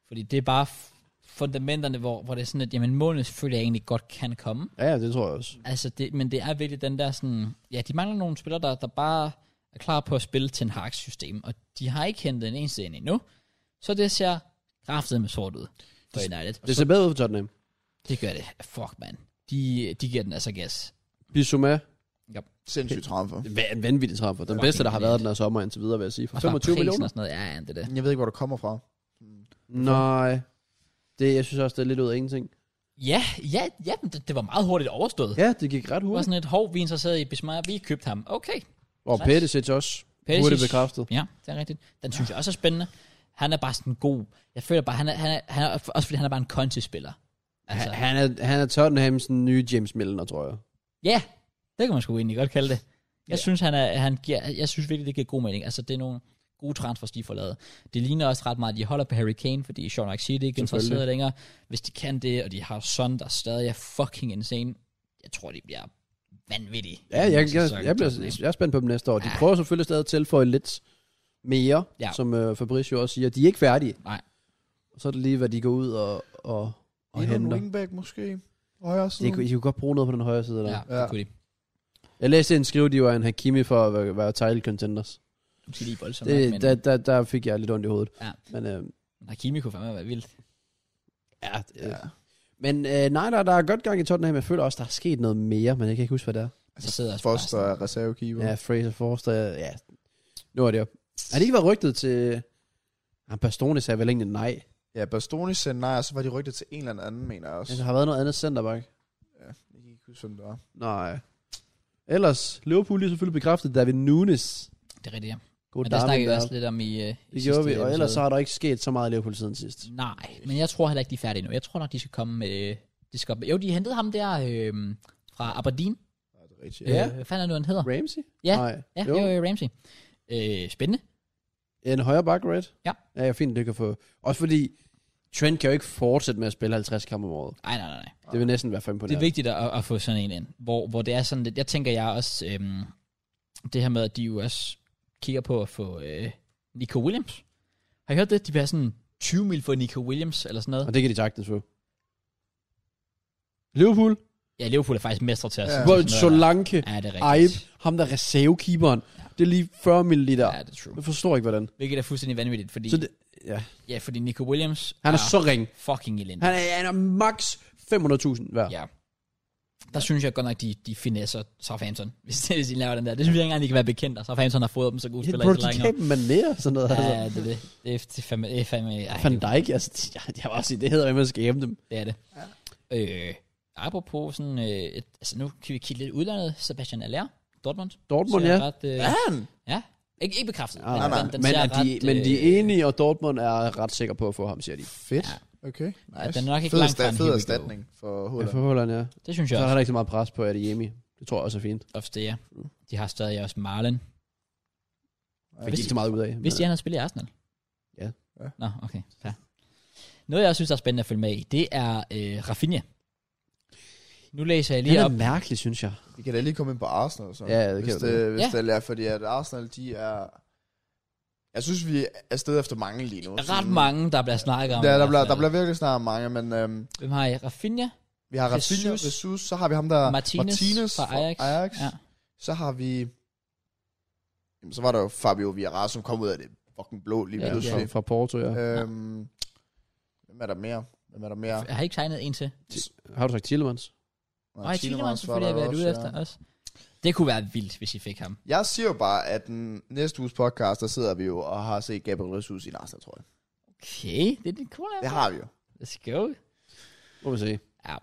Fordi det er bare f- fundamenterne, hvor, hvor det er sådan, at jamen, målene selvfølgelig egentlig godt kan komme. Ja, ja, det tror jeg også. Altså, det, men det er virkelig den der sådan... Ja, de mangler nogle spillere, der, der bare er klar på at spille til en Hag's system, og de har ikke hentet en eneste ind endnu. Så det ser kraftet med sort ud for United. Det ser bedre ud for Tottenham. Det gør det. Fuck, mand. De, de giver den altså gas. Bissouma, Sindssygt transfer. hvad en vanvittig transfer. Den Fucking bedste, der har været vildt. den her sommer indtil videre, vil jeg sige. For Og så er 25 prisen millioner. Og sådan noget. Ja, ja, det er det. Jeg ved ikke, hvor det kommer fra. Nej. Det, jeg synes også, det er lidt ud af ingenting. Ja, ja, ja, men det, det var meget hurtigt overstået. Ja. Ja, det gik ret Det var hurtigt. sådan et hov, vi er interesseret i Bismarck, vi købte ham. Okay. Og Pettisic også. Perisic. Hurtigt bekræftet. Ja, det er rigtigt. Den synes jeg også er spændende. Han er bare sådan god. Jeg føler bare, han er, han er, han er også fordi han er bare en kontispiller. Altså, Han, han, er, han er Tottenhams nye James Milner, tror jeg. ja, det kan man sgu egentlig godt kalde det. Jeg synes, han er, han giver, jeg synes virkelig, det giver god mening. Altså, det er nogle gode transfers, de får lavet. Det ligner også ret meget, at de holder på Harry Kane, fordi Sean nok City ikke er interesseret længere. Hvis de kan det, og de har Son, der stadig er fucking insane. Jeg tror, de bliver vanvittige. Ja, jeg, jeg, Sæson. jeg, jeg, bliver, jeg er spændt på dem næste år. De prøver selvfølgelig stadig at tilføje lidt mere, Ja. ja. som øh, Fabricio også siger. De er ikke færdige. Nej. Så er det lige, hvad de går ud og, og, og Endnu en henter. wingback måske. Højre De, side. kunne- de kunne godt bruge noget på den højre side. Der. Ja. Ja, det kunne de. Jeg læste en skrive, de var en Hakimi for at være, være title contenders. Nu skal de lige voldsomt. nok, men- Det, der, der, der fik jeg lidt ondt i hovedet. Ja. Men, øh, Hakimi kunne fandme være vildt. ja, ja. men øh, nej, der, der er godt gang i Tottenham. Jeg føler også, der er sket noget mere, men jeg kan ikke huske, hvad det er. Altså, sidder også Foster bare er reservekeeper. Ja, Fraser Forster, ja. Nu er det op. Har det ikke været rygtet til... Ja, Pastone sagde vel egentlig nej. Ja, Bastoni sendte nej, og så var de rygtet til en eller anden, mener jeg også. Men der har været noget andet centerback. Jeg kan ikke huske, hvem det var. Nej. Ellers, Liverpool lige selvfølgelig bekræftet David Nunes. sådan. Det er rigtigt, ja. God Men det snakkede vi der. også lidt om i, øh, i Det gjorde vi, og episode. ellers så har der ikke sket så meget i Liverpool siden sidst. Nej, men jeg tror heller ikke, de er færdige nu. Jeg tror nok, de skal komme med... Øh, de skal... Jo, de hentede ham der øh, fra Aberdeen. Nej, det er rigtigt. Ja. Ja. Øh, hvad fanden er det nu, han hedder? Ramsey? Ja. Nej. Ja, Jo. jo, jo Ramsey. Øh, spændende. En højre bak, Red? Ja. Ja, jeg fint, det kan få. Også fordi, Trent kan jo ikke fortsætte med at spille 50 kampe om året. Ej, nej, nej, nej. Det vil næsten være for Det er imponerende. vigtigt at, at få sådan en ind, hvor, hvor det er sådan lidt... Jeg tænker, jeg også... Øh, det her med, at de jo også kigger på at få øh, Nico Williams. Har I hørt det? De vil have sådan 20 mil for Nico Williams, eller sådan noget. Og det kan de sagtens få. Liverpool? Ja, Liverpool er faktisk mestre til os. Ja. Ja. Hvor Solanke? Ja, det er Ibe, rigtigt. ham der reservekeeperen. Det er lige 40 milliliter. Ja, det er true. Jeg forstår ikke, hvordan. Hvilket er fuldstændig vanvittigt, fordi, Så det, ja. ja, fordi Nico Williams Han er er så ring. fucking elendig. Han er, han er max 500.000 værd. Ja. Der synes jeg godt nok, de, de finesser Southampton, hvis det er, de laver den der. Det synes jeg ikke engang, de kan være bekendt, og Southampton har fået dem så gode Det spillere burde i så de lange år. gav dem manerer sådan noget. altså. Ja, det er det. Det er, det er fandme... Det er, fandme ej, Van Dijk, altså, de- ja, jeg var også sige, det hedder, at man skal hjemme dem. det, er det. Ja. Øh, apropos sådan... Øh, et, altså nu kan vi kigge lidt udlandet. Sebastian Aller, Dortmund. Dortmund, Ser ja. Ret, øh, Er han? ja. Ikke, ikke bekræftet. Ah, nej, nej. den men, ser at de, ret, men de er øh, enige, og Dortmund er ret sikker på at få ham, siger de. Fedt. Okay, nice. den er nok ikke fed langt fra en ersta- fed Here We Go. erstatning for Ja, Huller. for Holland, ja. Det synes Så jeg er også. der ikke så meget pres på Adeyemi. Det tror jeg også er fint. Ofte, ja. De har stadig også Marlen. Det Hvis gik så meget ud af. Hvis de han havde spillet i Arsenal? Ja. Ja. Nå, okay. Fair. Noget, jeg også synes er spændende at følge med i, det er øh, Rafinha. Nu læser jeg Han lige er op. mærkelig, synes jeg. Vi kan da lige komme ind på Arsenal så. Ja, det hvis kan vi det, hvis Ja. det er, fordi at Arsenal, de er... Jeg synes, vi er afsted efter mange lige nu. Ret mange, der bliver snakket om. Ja, der Arsenal. bliver, der bliver virkelig snart mange, men øhm, Hvem har I? Rafinha? vi har Rafinha, Jesus. Jesus, så har vi ham der, Martinez, Martinez fra Ajax. Ajax. Ja. Ja. Så har vi... Jamen, så var der jo Fabio Vieira, som kom ud af det fucking blå lige Ja, pludselig. fra, fra Porto, ja. Ja. Øhm, hvem er der mere? Hvem er der mere? Jeg har ikke tegnet en til. Har du sagt Tillemans? Nej, Tielemans selvfølgelig har jeg været ude efter også. Det kunne være vildt, hvis I fik ham. Jeg siger jo bare, at den næste uges podcast, der sidder vi jo og har set Gabriel Jesus i en Arsenal, tror jeg. Okay, det er den cool. altså. Det har vi jo. Let's go. Må vi se. Ja.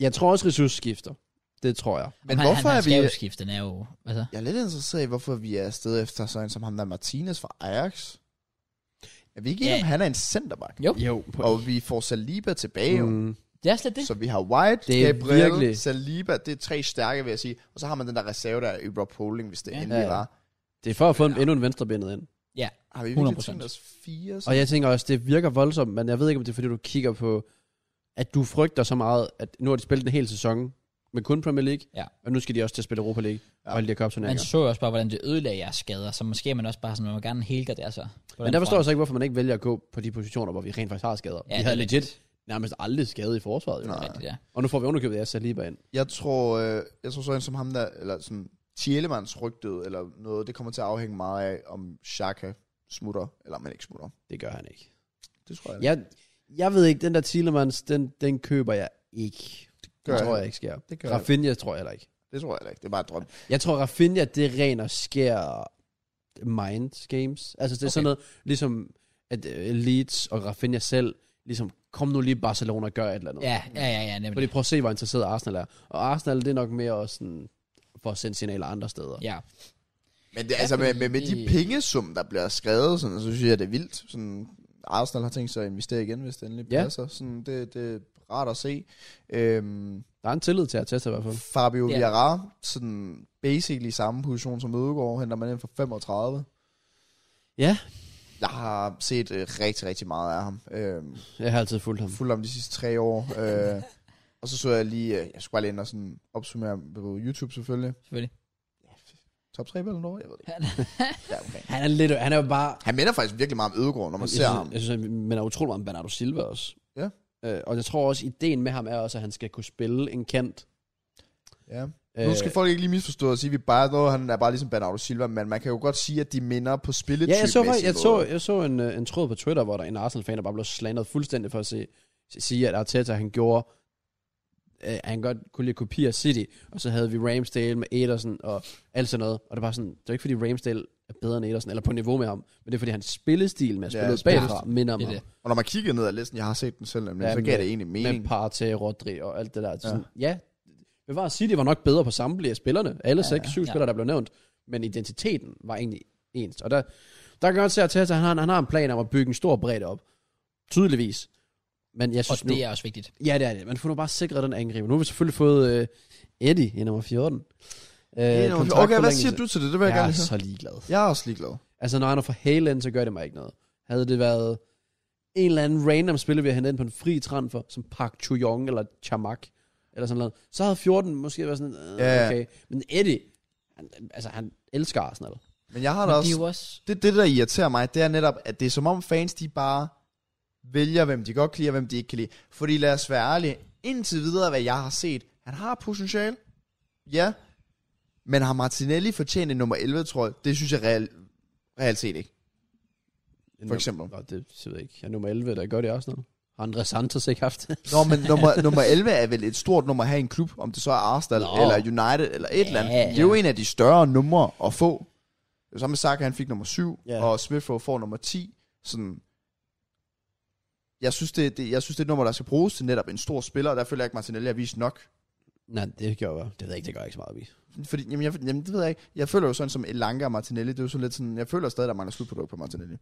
Jeg tror også, Ressus skifter. Det tror jeg. Men han, hvorfor han, er han skal vi- jo skifte, den er jo... Altså, Jeg er lidt interesseret i, hvorfor vi er afsted efter sådan en som ham der Martinez fra Ajax. Er vi ikke enige Ja. om, han er en centerback? jo, Jo. På, Og vi får Saliba tilbage mm. mm, det er slet det. Så vi har White, Det er Gabriel, virkelig- Saliba. Det er tre stærke, vil jeg sige. Og så har man den der reserve, der er Ibra Poling, hvis det Ja. ja. endelig Ja. var. det er for at få en, endnu en venstrebenet ind. Har vi virkelig 100%. tænkt os fire? Og jeg tænker også, det virker voldsomt, men jeg ved ikke, om det er, fordi du kigger på, at du frygter så meget, at nu har de spillet en hel sæson med kun Premier League, Ja. og nu skal de også til at spille Europa League ja. Ja. og holde de her Man kopturneringer. så jo også bare, hvordan det ødelagde jeres skader, så måske er man også bare sådan, man må gerne helge der så. Men, men der forstår jeg så ikke, hvorfor man ikke vælger at gå på de positioner, hvor vi rent faktisk har skader. Ja, Ja, vi det er havde legit nærmest aldrig skade i forsvaret. Jo. Nej. rigtigt, ja. Og nu får vi underkøbet af Saliba ind. Jeg tror, øh, jeg tror sådan en som ham der, eller sådan Tielemans rygtet, eller noget, det kommer til at afhænge meget af, om Xhaka smutter, eller om han ikke smutter. Det gør han ikke. Det tror jeg. Jeg, jeg ved ikke, den der Tillemans, den, den køber jeg ikke. Det, gør det jeg tror jeg ikke. ikke sker. Det gør jeg ikke. Rafinha tror jeg heller ikke. Det tror jeg heller ikke. Det er bare et drøm. Jeg tror, Rafinha, det er ren og skær mind games. Altså, det er okay. sådan noget, ligesom at øh, Leeds og Rafinha selv ligesom, kom nu lige Barcelona og gør et eller andet. Ja, ja, ja, ja, nemlig. Fordi prøv at se, hvor interesseret Arsenal er. Og Arsenal, det er nok mere også sådan, for at sende signaler andre steder. Ja, Men det, altså, med, med, med de pengesum, der bliver skrevet, sådan, så synes jeg, det er vildt. Sådan, Arsenal har tænkt sig at investere igen, hvis det endelig Ja. passer. Sådan, det, det er rart at se. Øhm, Der er en tillid til Arteta i hvert fald. Fabio Ja. yeah. Vieira, sådan basically samme position som Ødegaard, henter man ind for 35. Ja. Jeg har set øh, rigtig, rigtig meget af ham. Øhm, Jeg har altid fulgt ham. fuld om de sidste tre år. øh, og så så jeg lige, øh, jeg skulle bare lige ind og sådan opsummere på YouTube selvfølgelig. selvfølgelig. Top 3 eller noget, jeg ved det ikke. Ja, okay. Han er lidt, han er jo bare... Han minder faktisk virkelig meget om Ødegaard, når man Jeg ser synes, ham. jeg synes, han minder utrolig meget om Bernardo Silva også. Ja. Øh, og jeg tror også, ideen med ham er også, at han skal kunne spille en kant. Ja. Øh. Nu skal folk ikke lige misforstå og sige, at vi bare, nå, han er bare ligesom Bernardo Silva, men man kan jo godt sige, at de minder på spillet. Ja, jeg så, faktisk- jeg så, jeg så en, øh, en tråd på Twitter, hvor der er en Arsenal-fan, der bare blev slandret fuldstændig for at se, sige, at Arteta, han gjorde, øh, at han godt kunne lide at kopiere City, og så havde vi Ramsdale med Ederson og alt sådan noget, og det var sådan, det er ikke fordi Ramsdale er bedre end Ederson, eller på niveau med ham, men det er fordi hans spillestil med at Ja, spille ud spillestil. bagfra minder om Det er ham. det. Og når man kigger ned ad listen, jeg har set den selv, men Ja, ja, så men- gav det egentlig mening. Med Partey, Rodri og alt det der. Sådan, ja. ja. var City var nok bedre på samtlige af spillerne. Alle seks, syv Ja. spillere, der blev nævnt. Men identiteten var egentlig ens. Og der, der kan jeg godt se, at Arteta, han, har, han har en plan om at bygge en stor bredde op. Tydeligvis. Men jeg Og synes det nu... er også vigtigt. Ja, det er det. Man får nu bare sikret den angriber. Nu har vi selvfølgelig fået øh, Eddie i nummer 14. Øh, Okay, hvad siger du til det? Det vil jeg ja, Jeg er gerne høre. så ligeglad. Jeg er også ligeglad. Altså, når han er fra Haaland, så gør det mig ikke noget. Havde det været en eller anden random spiller, vi havde hentet ind på en fri transfer, som Park Chuyong eller Chamak, eller sådan noget, så havde 14 måske været sådan, øh, Ja, ja. okay. Men Eddie, han, altså, han elsker Arsenal. Men jeg har Men da det er jo også... også... Det, det, der irriterer mig, det er netop, at det er som om fans, de bare vælger, hvem de godt kan lide, og hvem de ikke kan lide. Fordi lad os være ærlige, indtil videre, hvad jeg har set, han har potentiale. Ja. Men har Martinelli fortjent en nummer 11, tror jeg? Det synes jeg real, reelt set ikke. For eksempel. Nå, det så ved jeg ikke. Jeg er nummer 11, der gør det også noget. Har André Santos ikke haft det? Nå, men nummer, nummer 11 er vel et stort nummer at have i en klub, om det så er Arsenal Nå. Nå. eller United eller et eller andet. Ja, Det er jo en af de større numre at få. Det er samme med Saka, han fik nummer 7, Ja. ja. og Smith Rowe får nummer 10. Sådan, jeg synes, det, det, jeg synes, det er et nummer, der skal bruges til netop en stor spiller, og der føler jeg ikke, Martinelli har vist nok. Nej, det gør jeg. Det ved jeg ikke, det gør jeg ikke så meget op i. Fordi, jamen, jeg, jamen, det ved jeg ikke. Jeg føler jo sådan som Elanga og Martinelli, det er jo sådan lidt sådan, jeg føler stadig, der mangler slutprodukt på Martinelli.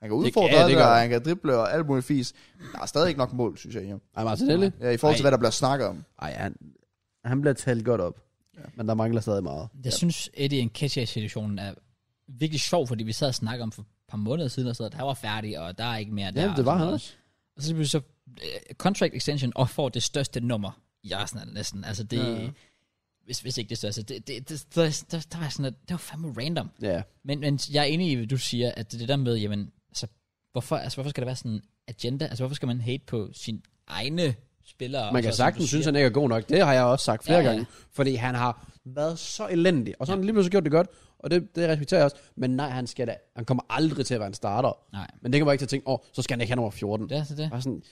Han kan udfordre ja, det det, det gør og han. han kan drible og alt muligt fis. Der er stadig ikke nok mål, synes jeg. Ej, Martinelli? Ja, I forhold til, Ej. hvad der bliver snakket om. Ej, han, han bliver talt godt op. Ja. Men der mangler stadig meget. Jeg synes, Eddie Nketiah-situationen er virkelig sjov, fordi vi sad og snakkede om for et par måneder siden, og sådan noget, at han var færdig, og der er ikke mere der. og Ja, det sådan var han noget. også. Og så bliver så øh, contract extension og får det største nummer i Arsenal næsten. Altså det, Ja. ja. hvis, hvis ikke det største. Det, det, det, der, der, der var sådan, at det var fandme random. Ja, Men, men jeg er enig i, hvad du siger, at det der med, jamen, altså, hvorfor, altså, hvorfor skal der være sådan en agenda? Altså, hvorfor skal man hate på sine egne spillere? Man kan Og så, som du sagtens synes, siger- han ikke er god nok. Det har jeg også sagt flere Ja, ja, ja. ja. gange. Fordi han har været så elendig. Og så har han lige pludselig gjort det godt. Og det, det respekterer jeg også. Men nej, han skal da. Han kommer aldrig til at være en starter. Nej, Men det kan man ikke til at tænke, åh, oh, så skal han ikke have nummer 14. det er så det. Bare sådan,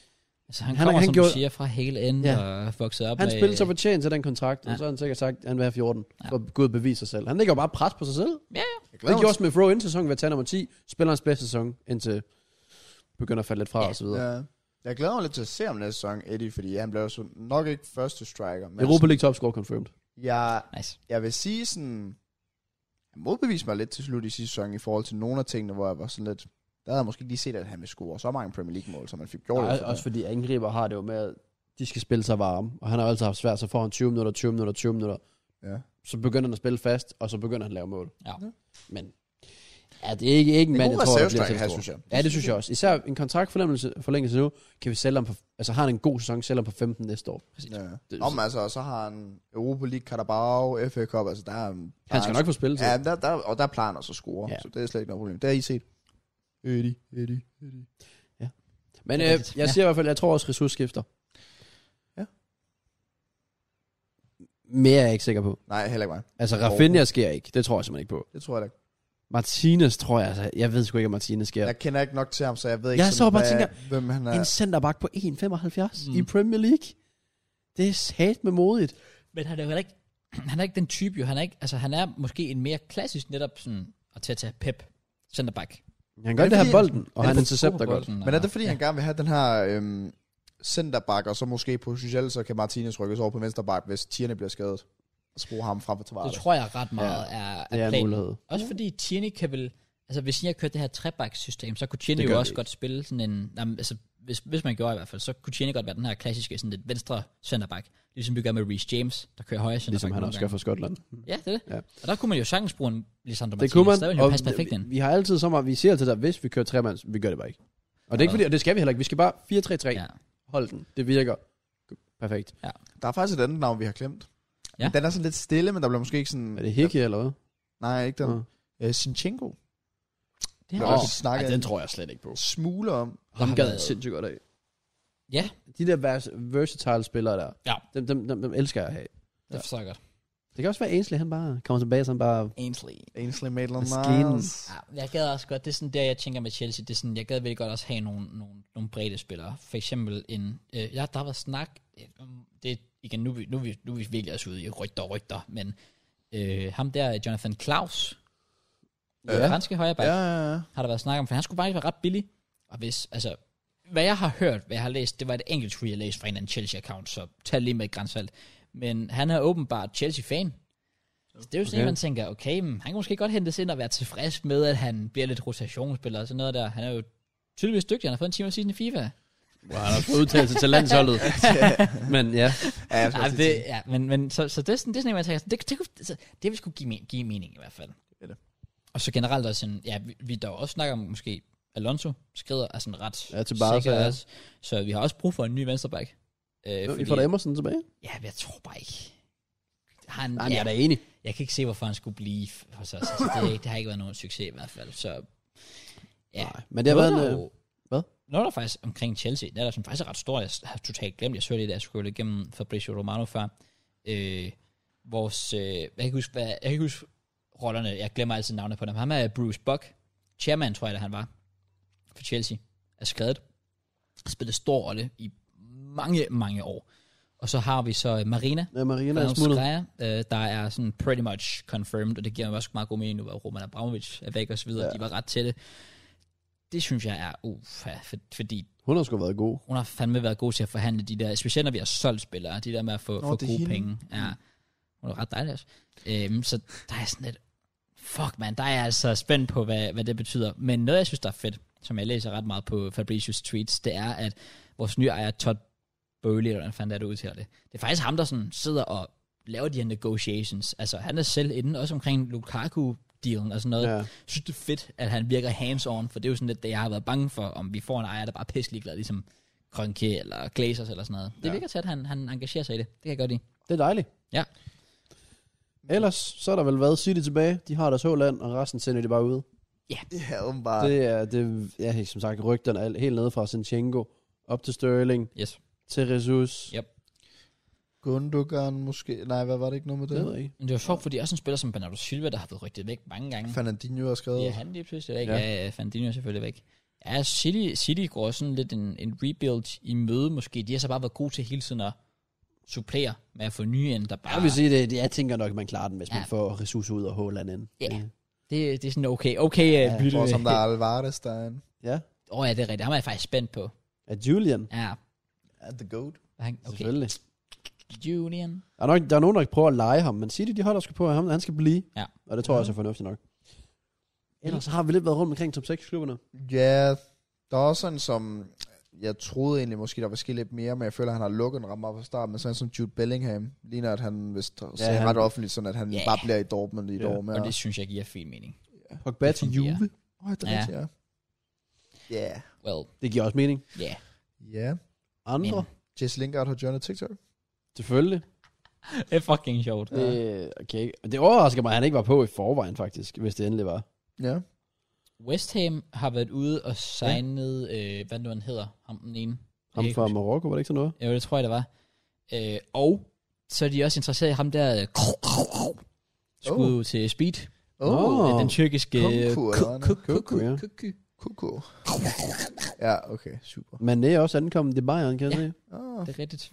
Altså, han, han Han- kommer, han han som gjorde- du siger, fra hele enden Ja. ja. og vokset op han med... spillede så fortjent til den kontrakt. Ja. Ja. Og så har han sikkert sagt, at han vil have 14. Ja. For Gud beviser sig selv. Han lægger jo bare pres på sig selv. Jeg Det gjorde også med Fro inden sæsonen ved at tage nummer 10. Spiller hans bedste sæson indtil begynder at falde lidt fra Ja. ja. og så videre. Ja. Ja. Jeg glæder mig lidt til at se om næste sæson, Eddie, fordi han blev så nok ikke første striker. Men Europa League topscore confirmed. jeg, Nice. jeg vil sige sådan, han modbeviste mig lidt til slut i sidste sæson i forhold til nogle af tingene, hvor jeg var sådan lidt, der havde jeg måske ikke lige set, at han ville score så mange Premier League-mål, som han fik gjort. Nej, efter også det. fordi angriber har det jo med, at de skal spille sig varme. Og han har jo altid haft svært, så får han 20 minutter, 20 minutter, 20 minutter. Ja. Så begynder han at spille fast, og så begynder han at lave mål. Ja. Men ja, det er ikke, ikke en Det er mand, en god jeg tror, der bliver reservestrike, til her, stor. synes jeg. Ja, det synes jeg også. Især en kontraktforlængelse forlængelse nu, kan vi sælge ham for, altså har han en god sæson, sælge ham på 15 næste år. Ja. Det- Nå, men altså, og så har han Europa League, Carabao, FA Cup, altså der er... der Han er- skal nok få spillet til. Ja, der, der, og der plejer han også at score, Ja. ja. så det er slet ikke noget problem. Det har I set. Eddie, Eddie, Eddie. det Men øh, er jeg rigtigt. siger Ja. i hvert fald, jeg tror også, Ressus skifter. Ja. Mere er jeg ikke sikker på. Nej, heller ikke mig. Altså, Rafinha sker ikke. Det tror jeg simpelthen ikke på. Det tror jeg da ikke. Martinez tror jeg, altså, jeg ved sgu ikke, om Martinez sker. Jeg kender ikke nok til ham, så jeg ved ikke, Jeg sådan, så bare hvad, tænker, hvem han er. En centerback på 1,75 mm. Mm. i Premier League. Det er sat med modigt. Men han er jo heller ikke, han er ikke den type jo. Han er, ikke, altså, han er måske en mere klassisk netop sådan at tage til Pep centerback. Han gør Men det her fordi- bolden, og Men han for- intercepter godt. Men er det fordi, han gerne vil have den her øhm, centerback, og så måske potentielt, så kan Martinez rykkes over på vensterback, hvis Tierney bliver skadet? Og så bruger ham frem for Det Tavares. tror jeg ret meget ja, er, Det er er en planen. mulighed. Også fordi Tierney kan vel... Altså, hvis jeg kørte det her treback-system, så kunne Det Tierney gør jo også det godt spille sådan en... Jamen, altså, hvis, hvis man gjorde i hvert fald, så kunne Tierney godt være den her klassiske sådan lidt venstre centerback. Ligesom vi gør med Reece James, der kører højre centerback. Ligesom han nogle også gør gange. for Skotland. Ja, det er det. Ja. Ja. Og der kunne man jo sagtens bruge en Lisandro Det Martinez. kunne man. Der ville jo passe perfekt vi, ind. vi har altid så meget, vi siger altid der, hvis vi kører tremands, vi gør det bare ikke. Og det er ikke fordi, og det skal vi heller ikke. Vi skal bare 4-3-3. Ja. Ja. Hold den. Det virker. Perfekt. Der er faktisk et andet navn, vi har glemt. Ja. Ja. Den er sådan lidt stille, men der bliver måske ikke sådan... Er det Hickey eller hvad? Nej, ikke den. Nå. Øh, Sinchenko. Det Nå, har der også. er snakket Ej, den tror jeg slet ikke på. smugler om. Ham har gad været- jeg sindssygt godt af. Ja. De der vers- versatile spillere der, Ja. dem, dem, dem, dem elsker jeg at have. Det forstår jeg godt. Det kan også være Ainsley, han bare kommer tilbage, så han bare... Ainsley. Ainsley Maitland Maskinen. Niles. Ja, jeg gad også godt, det er sådan der, jeg tænker med Chelsea, det er sådan, jeg gad vel godt også have nogle, nogle, nogle brede spillere. For eksempel en, øh, ja, der var snak, øh, om- det er- igen, nu, er vi- nu, er vi- nu er vi virkelig også ude i rygter og rygter, men øh, ham der, Jonathan Klaus, ja. Ja. franske højreback, Ja, ja. ja, ja. har der været snak om, for han skulle faktisk være ret billig. Og hvis, altså, hvad jeg har hørt, hvad jeg har læst, det var et enkelt tweet, jeg læste fra en eller anden Chelsea-account, så tag lige med et grænsalt. Men han er åbenbart Chelsea-fan. Så det er jo sådan, Okay. okay. man tænker, okay, men han kan måske godt hentes ind og være tilfreds med, at han bliver lidt rotationsspiller og sådan noget der. Han er jo tydeligvis dygtig, han har fået en time af season i FIFA. Wow, han har fået udtalelse til landsholdet. Men ja, ja jeg skulle Ja, Altså, også lige det, ja men, men så, så det, er sådan, det er sådan, en, man tænker, sådan, det, det, kunne, altså, det ville sgu give, men, give mening i hvert fald. Det er det. Og så generelt også en, ja, vi, vi der jo også snakker om måske, Alonso skrider er sådan ret Ja, til Barca, sikker ja. også. Så vi har også brug for en ny venstreback. Øh, vi får da Emerson tilbage. ja, men jeg tror bare ikke. Han, Nej, ja, jeg er da enig. jeg kan ikke se, hvorfor han skulle blive f- hos os. Altså, det, er ikke- det har ikke været nogen succes i hvert fald. Så ja. Nej, men det har været en... øh, hvad? Noget der faktisk omkring Chelsea, det er der som faktisk er ret stort, jeg har totalt glemt, jeg så det, da jeg skulle igennem Fabrizio Romano før. Øh, vores, øh, jeg kan ikke huske, hvad, jeg kan ikke huske rollerne, jeg glemmer altid navnet på dem. Han er Bruce Buck, chairman tror jeg, det han var, for Chelsea, er skadet. Har spillet stor rolle i mange, mange år. Og så har vi så øh, Marina, Ja, Marina er Fernando smuttet. Skreja, øh, der er sådan pretty much confirmed, og det giver mig også meget god mening nu, hvor Roman Abramovic er væk og så videre, Ja. ja. de var ret tætte. Det synes jeg er ufa, for, fordi Hun har sgu været god. hun har fandme været god til at forhandle de der, specielt når vi har solgt spillere, de der med at få, Nå, få det er gode hende. penge. Ja. Hun er ret dejlig også. Øhm, så der er sådan lidt, fuck man, der er jeg altså spændt på, hvad, hvad det betyder. Men noget, jeg synes, der er fedt, som jeg læser ret meget på Fabricius tweets, det er, at vores nye ejer, Todd Bowley, eller hvordan fanden det er, du udtaler det. Det er faktisk ham, der sådan sidder og laver de her negotiations. Altså, han er selv inde, også omkring Lukaku-dealen og sådan noget. Ja. Ja. Jeg synes, det er fedt, at han virker hands-on, for det er jo sådan lidt det, jeg har været bange for, om vi får en ejer, der bare er pisselig glad, ligesom Grønke eller Glazers eller sådan noget. Det Ja. virker til, at han, han engagerer sig i det. Det kan jeg godt lide. Det er dejligt. Ja. Ellers, så er der vel været City tilbage. De har deres håland, og resten sender de bare ud. Ja, åbenbart. Det, Det er, det, ja, som sagt, rygterne er alt- helt nede fra Sinchenko, op til Sterling, Yes. til Jesus. Ja. Gundogan måske. Nej, hvad var det ikke noget med Det ved det? jeg ikke. Men det er jo sjovt, fordi også en spiller som Bernardo Silva, der har blevet rygtet væk mange gange. Fernandinho er skrevet. Ja, Ja. han lige pludselig væk. Ja, ja Fandinho er selvfølgelig væk. Ja, City, City går sådan lidt en, en rebuild i møde måske. De har så bare været gode til hele tiden at supplere med at få nye ind, der bare... Jeg vil sige det, det- jeg tænker nok, at man klarer den, hvis man Ja. får Jesus ud og Håland ind. Ja. det, det er sådan okay, okay ja, bytte. Og som der er Alvarez derinde. Ja. Åh oh, ja, det er rigtigt. Ham er jeg faktisk spændt på. At Julian, Ja, At the goat. han, okay. selvfølgelig. Julian. Der er, nok, der er nogen, der prøver at lege ham, men City, de holder sgu på, at ham, han skal blive. Ja. Og det tror jeg også er fornuftigt nok. Ellers så har vi lidt været rundt omkring top 6-klubberne. Ja, der er også sådan som... Jeg troede egentlig måske, der var sket lidt mere, men jeg føler, at han har lukket en ramme op fra starten. Men sådan som Jude Bellingham, ligner, at han vist ja, sagde han- han... ret offentligt, sådan at han Ja. yeah. bare bliver i Dortmund i et Ja, år Ja. Og mere. det synes jeg giver fin mening. Pogba til fungerer. Juve. Åh, det er Ja. rigtigt, ja. Ja. Well, Det giver også mening. ja. Yeah. Ja. Andre? Men- Jess Lingard har joinet TikTok. Selvfølgelig. Det er fucking sjovt. Ja. Det, okay. Og det overrasker mig, at han ikke var på i forvejen, faktisk, hvis det endelig var. Ja. West Ham har været ude og signet, øh, hvad nu han hedder, ham den ene. Ham Jeg kan fra ikke Marokko, var det ikke sådan noget? huske. Jo, det tror jeg, det var. Øh, og så er de også interesseret i ham der, øh, skud oh. til Speed. Oh. Oh. Den tyrkiske... øh, Kunku, eller hvad Ku- Ku- Kunku, ja. Ku- Kuku. Kuku. Ja, okay, super. Men det er også ankommet i Bayern, kan jeg ja. se. Oh. Det er rigtigt.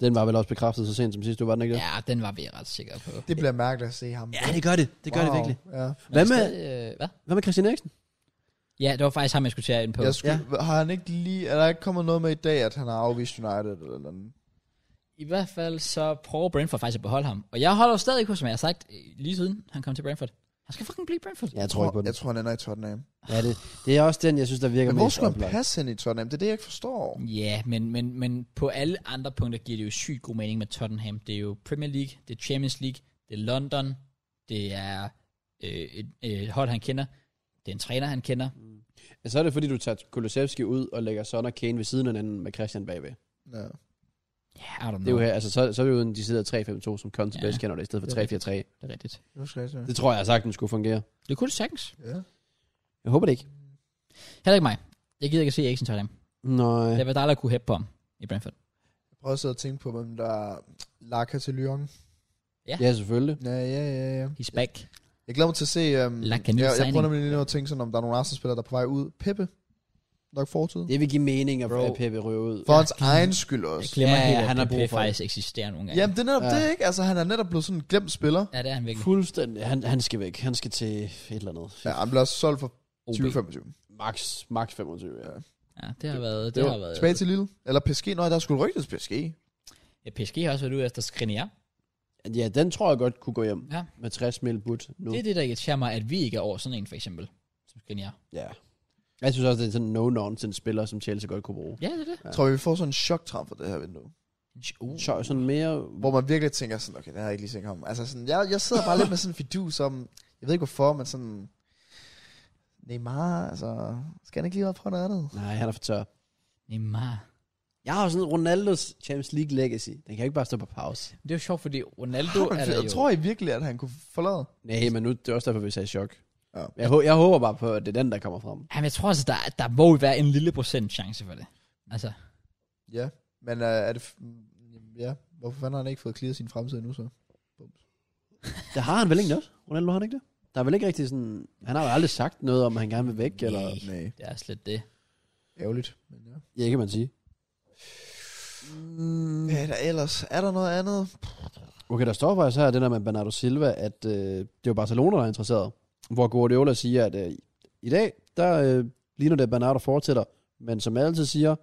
Den var vel også bekræftet så sent som sidst, du var den ikke det? Ja, den var vi ret sikre på. Det bliver mærkeligt at se ham. det gør det. Det Ja. Men Hvad det er med- stadig, øh, hvad? Hvad med Christian Eriksen? Ja, det var faktisk ham, jeg skulle tage ind på. Jeg skulle, ja. Har han ikke lige... Er der ikke kommet noget med i dag, at han har afvist United eller noget? I hvert fald så prøver Brentford faktisk at beholde ham. Og jeg holder jo stadig hos ham, jeg har sagt øh, lige siden han kom til Brentford. Han skal fucking blive i Brentford. Ja, jeg tror ikke på den. Jeg tror, han ender i Tottenham. Ja, det, det er også den, jeg synes, der virker Men hvor mest skulle han oplagt. passe hen i Tottenham? Det er det, jeg ikke forstår. Ja, men, men, men på alle andre punkter giver det jo sygt god mening med Tottenham. Det er jo Premier League, det er Champions League, det er London, det er øh, et, et hold, han kender, det er en træner, han kender. Ja, Mm. så er det, fordi du tager Kulusevski ud og lægger Son og Kane ved siden af hinanden med Christian bagved. Ja. Ja, I don't know. Det er jo her, altså, så, så er vi uden de sidder 3-5-2, som Conte Ja. ja. bedst kender det, i stedet for Det er 3-4-3. Det er rigtigt. Det var slet ikke. Det tror jeg sagtens skulle fungere. Det kunne det sagtens. Ja. Jeg håber det ikke. Heller ikke mig. Jeg gider ikke at se Eriksen Tottenham. Nej. Det var dejligt at kunne hæppe på ham i Brentford. Jeg prøver også at tænke på, hvem der lakker til Lyon. Ja, selvfølgelig. Ja, ja, ja, ja. He's back. Jeg glæder mig til at se... Um, La jeg, Canille jeg prøver signing. nemlig lige nu at tænke sådan, om der er nogle Arsenal-spillere, der er på vej ud. Peppe. Nok fortid. Det vil give mening at Bro. at Pepe ryger ud. For hans egen skyld Jeg også. glemmer Ja, ja, helt, ja, at han han har brug PP for det. faktisk eksisterer nogle gange. Jamen, det er netop Ja. det, ikke? Altså, han er netop blevet sådan en glemt spiller. Ja, det er han virkelig. Fuldstændig. Han, han skal væk. Han skal til et eller andet. Ja, han blev også solgt for OB. 2025. Max, max 25, ja. Ja, det har været... Det, Det har var været tilbage til Lille. Eller PSG. Nå, der skulle rygtes PSG. Ja, PSG har også været ude efter Skriniar. Ja, den tror jeg godt kunne gå hjem. Ja. Med 60 mil but nu. Det er det, der irriterer mig, at vi ikke er over sådan en, for eksempel. Som Skriniar. Ja. Jeg synes også, det er sådan en no-nonsense spiller, som Chelsea godt kunne bruge. Ja, det er det. Tror vi, vi får sådan en choktram for det her vindue. Uh. Så sådan mere... Hvor man virkelig tænker sådan, okay, det har jeg ikke lige tænkt om. Altså sådan, jeg, jeg sidder bare lidt med sådan en fidu, som, jeg ved ikke hvorfor, men sådan, Neymar, altså, skal han ikke lige op på noget andet? Nej, han er for tør. Neymar. Jeg har sådan Ronaldos Champions League legacy. Den kan jo ikke bare stå på pause. Det er jo sjovt, fordi Ronaldo Du, er han, der jo... jeg tror I virkelig, at han kunne forlade? Nej, men nu det er også derfor, vi sagde chok. Ja. Jeg, hå- jeg håber bare på, at det er den, der kommer frem. Jamen, jeg tror altså, der, der må jo være en lille procent chance for det. Altså, Ja, men øh, er det, f- ja, hvorfor fanden har han ikke fået clearet sin fremtid endnu så? Det har han vel ikke noget? Ronaldo har han ikke det? Der er vel ikke rigtig sådan... Han har jo aldrig sagt noget om, at han gerne vil væk, eller... Nej. Nej, det er også lidt det. ærgerligt. Men ja. Ja, det kan man sige. Mm. Hvad er der ellers? Er der noget andet? Okay, der står faktisk her det der med Bernardo Silva, at øh, det var Barcelona, der er interesseret. Hvor Guardiola siger, at øh, i dag, der øh, ligner det, at Bernardo fortsætter. Men som jeg altid siger,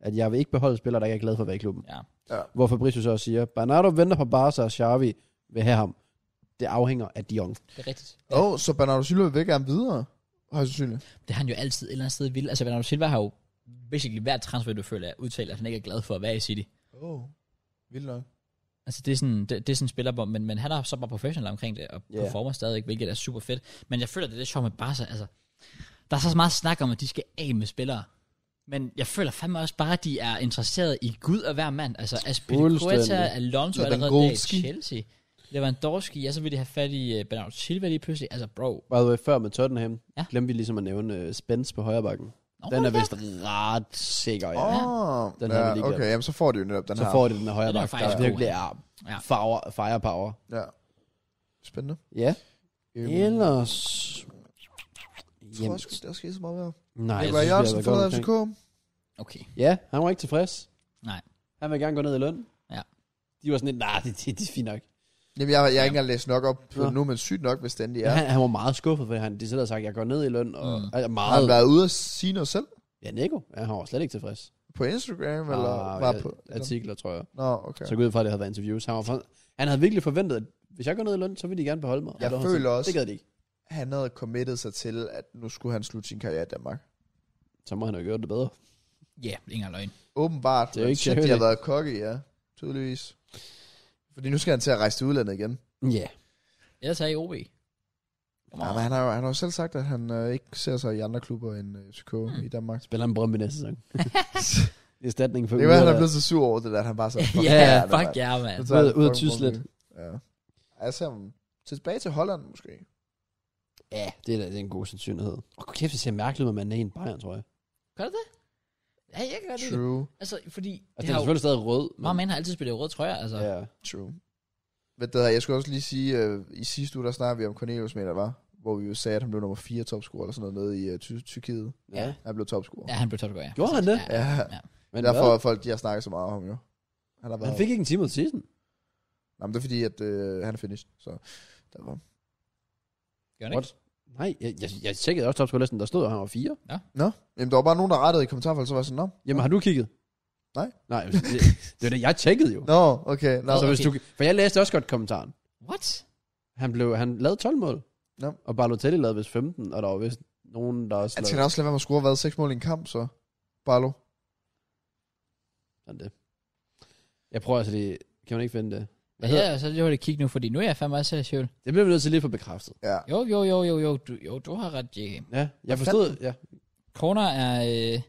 at jeg vil ikke beholde spillere, der ikke er glad for at være i klubben. Ja. Ja. Hvor Fabricio så siger, Bernardo venter på Barca og Xavi vil have ham. Det afhænger af de unge. Det er rigtigt. Åh, ja. oh, så Bernardo Silva vil gerne videre, højst sandsynligt. Det har han jo altid et eller andet sted vil. Altså, Bernardo Silva har jo basically hvert transfer, du føler, er udtalt, at han ikke er glad for at være i City. Åh, oh, vildt nok. Altså, det er sådan, det, det er sådan en spiller, hvor- men, men han er så bare professionel omkring det, og Ja. yeah. performer stadig, hvilket er super fedt. Men jeg føler, det er lidt sjovt med Barca, altså. Der er så meget snak om, at de skal af med spillere. Men jeg føler fandme også bare, at de er interesseret i Gud og hver mand. Altså, Aspilicueta, Fuldstændig. Alonso er allerede der i Lewandowski. Chelsea. Lewandowski, ja, så vil de have fat i uh, Bernardo Silva lige pludselig. Altså, bro. By the way, før med Tottenham, Ja. ja. glemte vi ligesom at nævne øh, Spence på højre bakken. Nå, Den er ja. vist ret sikker, ja. Åh, oh, Den den har vi ja, lige glemt. okay, jamen, så får de jo netop den Så her. får det den her højre Den er bakke, faktisk der god, virkelig ja. er Ja. farver, firepower. Ja. Spændende. Ja. Øhm, Ellers... Jeg tror også, der skete så meget værd. Nikolaj nej, synes, vi har Jørgensen været godt forlader omkring. FCK. Okay. Ja, han var ikke tilfreds. Nej. Han vil gerne gå ned i løn. Ja. De var sådan lidt, nej, det, det, det er fint nok. Jamen, jeg, jeg har ikke engang læst nok op på Nå. ja. nu, men sygt nok, hvis den de Ja. er. Han, han, var meget skuffet, fordi han de selv havde sagt, jeg går ned i løn, og Mm. mm. altså, Har han meget... været ude at sige noget selv? Ja, Nico, ja, han var slet ikke tilfreds. På Instagram, eller Ah, bare ja, på... Artikler, tror jeg. Nå, okay. Ja. Så gå ud fra, at det havde været interviews. Han, var for, han havde virkelig forventet, at hvis jeg går ned i løn, så vil de gerne beholde mig. Jeg Og det var føler sådan, også- Det gad de ikke. Han havde committet sig til, at nu skulle han slutte sin karriere i Danmark. Så må han jo gøre det bedre. Ja, yeah, ingen løgn. Åbenbart. Det er jo men ikke shit, de har tydeligt. været kokke, ja. Tydeligvis. Fordi nu skal han til at rejse til udlandet igen. Ja. Ellers er I OB. Ja, men han har, jo- han har jo selv sagt, at han øh, ikke ser sig i andre klubber end øh, FCK i Danmark. Spiller en brømme næste sæson. I erstatning for Det var, Ulla. han er blevet så sur over det der, at han bare så... ja, yeah, fuck ja, yeah, mand. Så tager Ud- han ud af fucking Tyskland. Brøndby. Ja. Altså, um, tilbage til Holland måske. Ja, det er, da- det er en god sandsynlighed. Og oh, kæft, det ser mærkeligt ud, at man er i en Bayern, tror jeg. Gør det det? Ja, jeg kan godt lide det. True, Altså, fordi... Altså, det den har er jo- selvfølgelig stadig rød. Mange mænd har altid spillet i røde trøjer, altså. ja. true. Ved det her, jeg skulle også lige sige, øh, i sidste uge, der snakkede vi om Cornelius Mæler, var, hvor vi jo sagde, at han blev nummer 4 topscorer eller sådan noget nede i øh, Ty- Tyrkiet. Ja. Han blev topscorer. Ja, han blev topscorer, ja. Gjorde han det? Ja. Ja. ja. Men Men derfor... derfor er folk, de har snakket så meget om ham jo. Han har været... Han fik ikke en time ud af season. Jamen, det er fordi, at øh, han er finished, så derfor. Gjorde han What? ikke? Nej, jeg, jeg, jeg tjekkede også topscore-listen, der stod, at han var fire. Nå, jamen der var bare nogen, der rettede i kommentarfeltet, så var jeg sådan, nå. Jamen, har du kigget? Nej. Nej, det, det var det, jeg tjekkede jo. Nå, okay. Nå. så okay. hvis du, for jeg læste også godt kommentaren. What? Han, blev, han lavede 12 mål. Nå. Og Balotelli lavede vist 15, og der var vist nogen, der også Han skal da lavede også lade være med at score, hvad, seks mål i en kamp, så? Barlo. sådan det. Jeg prøver altså lige... Kan man ikke finde det? Hvad hedder? Ja, så det var det kigge nu, fordi nu er jeg fandme også selv i tvivl. Det bliver vi nødt til lige at få bekræftet. Ja. Jo, jo, jo, jo, jo, du, jo, du har ret, JK. Ja, jeg Hvad forstod... Ja. Corner er, øh,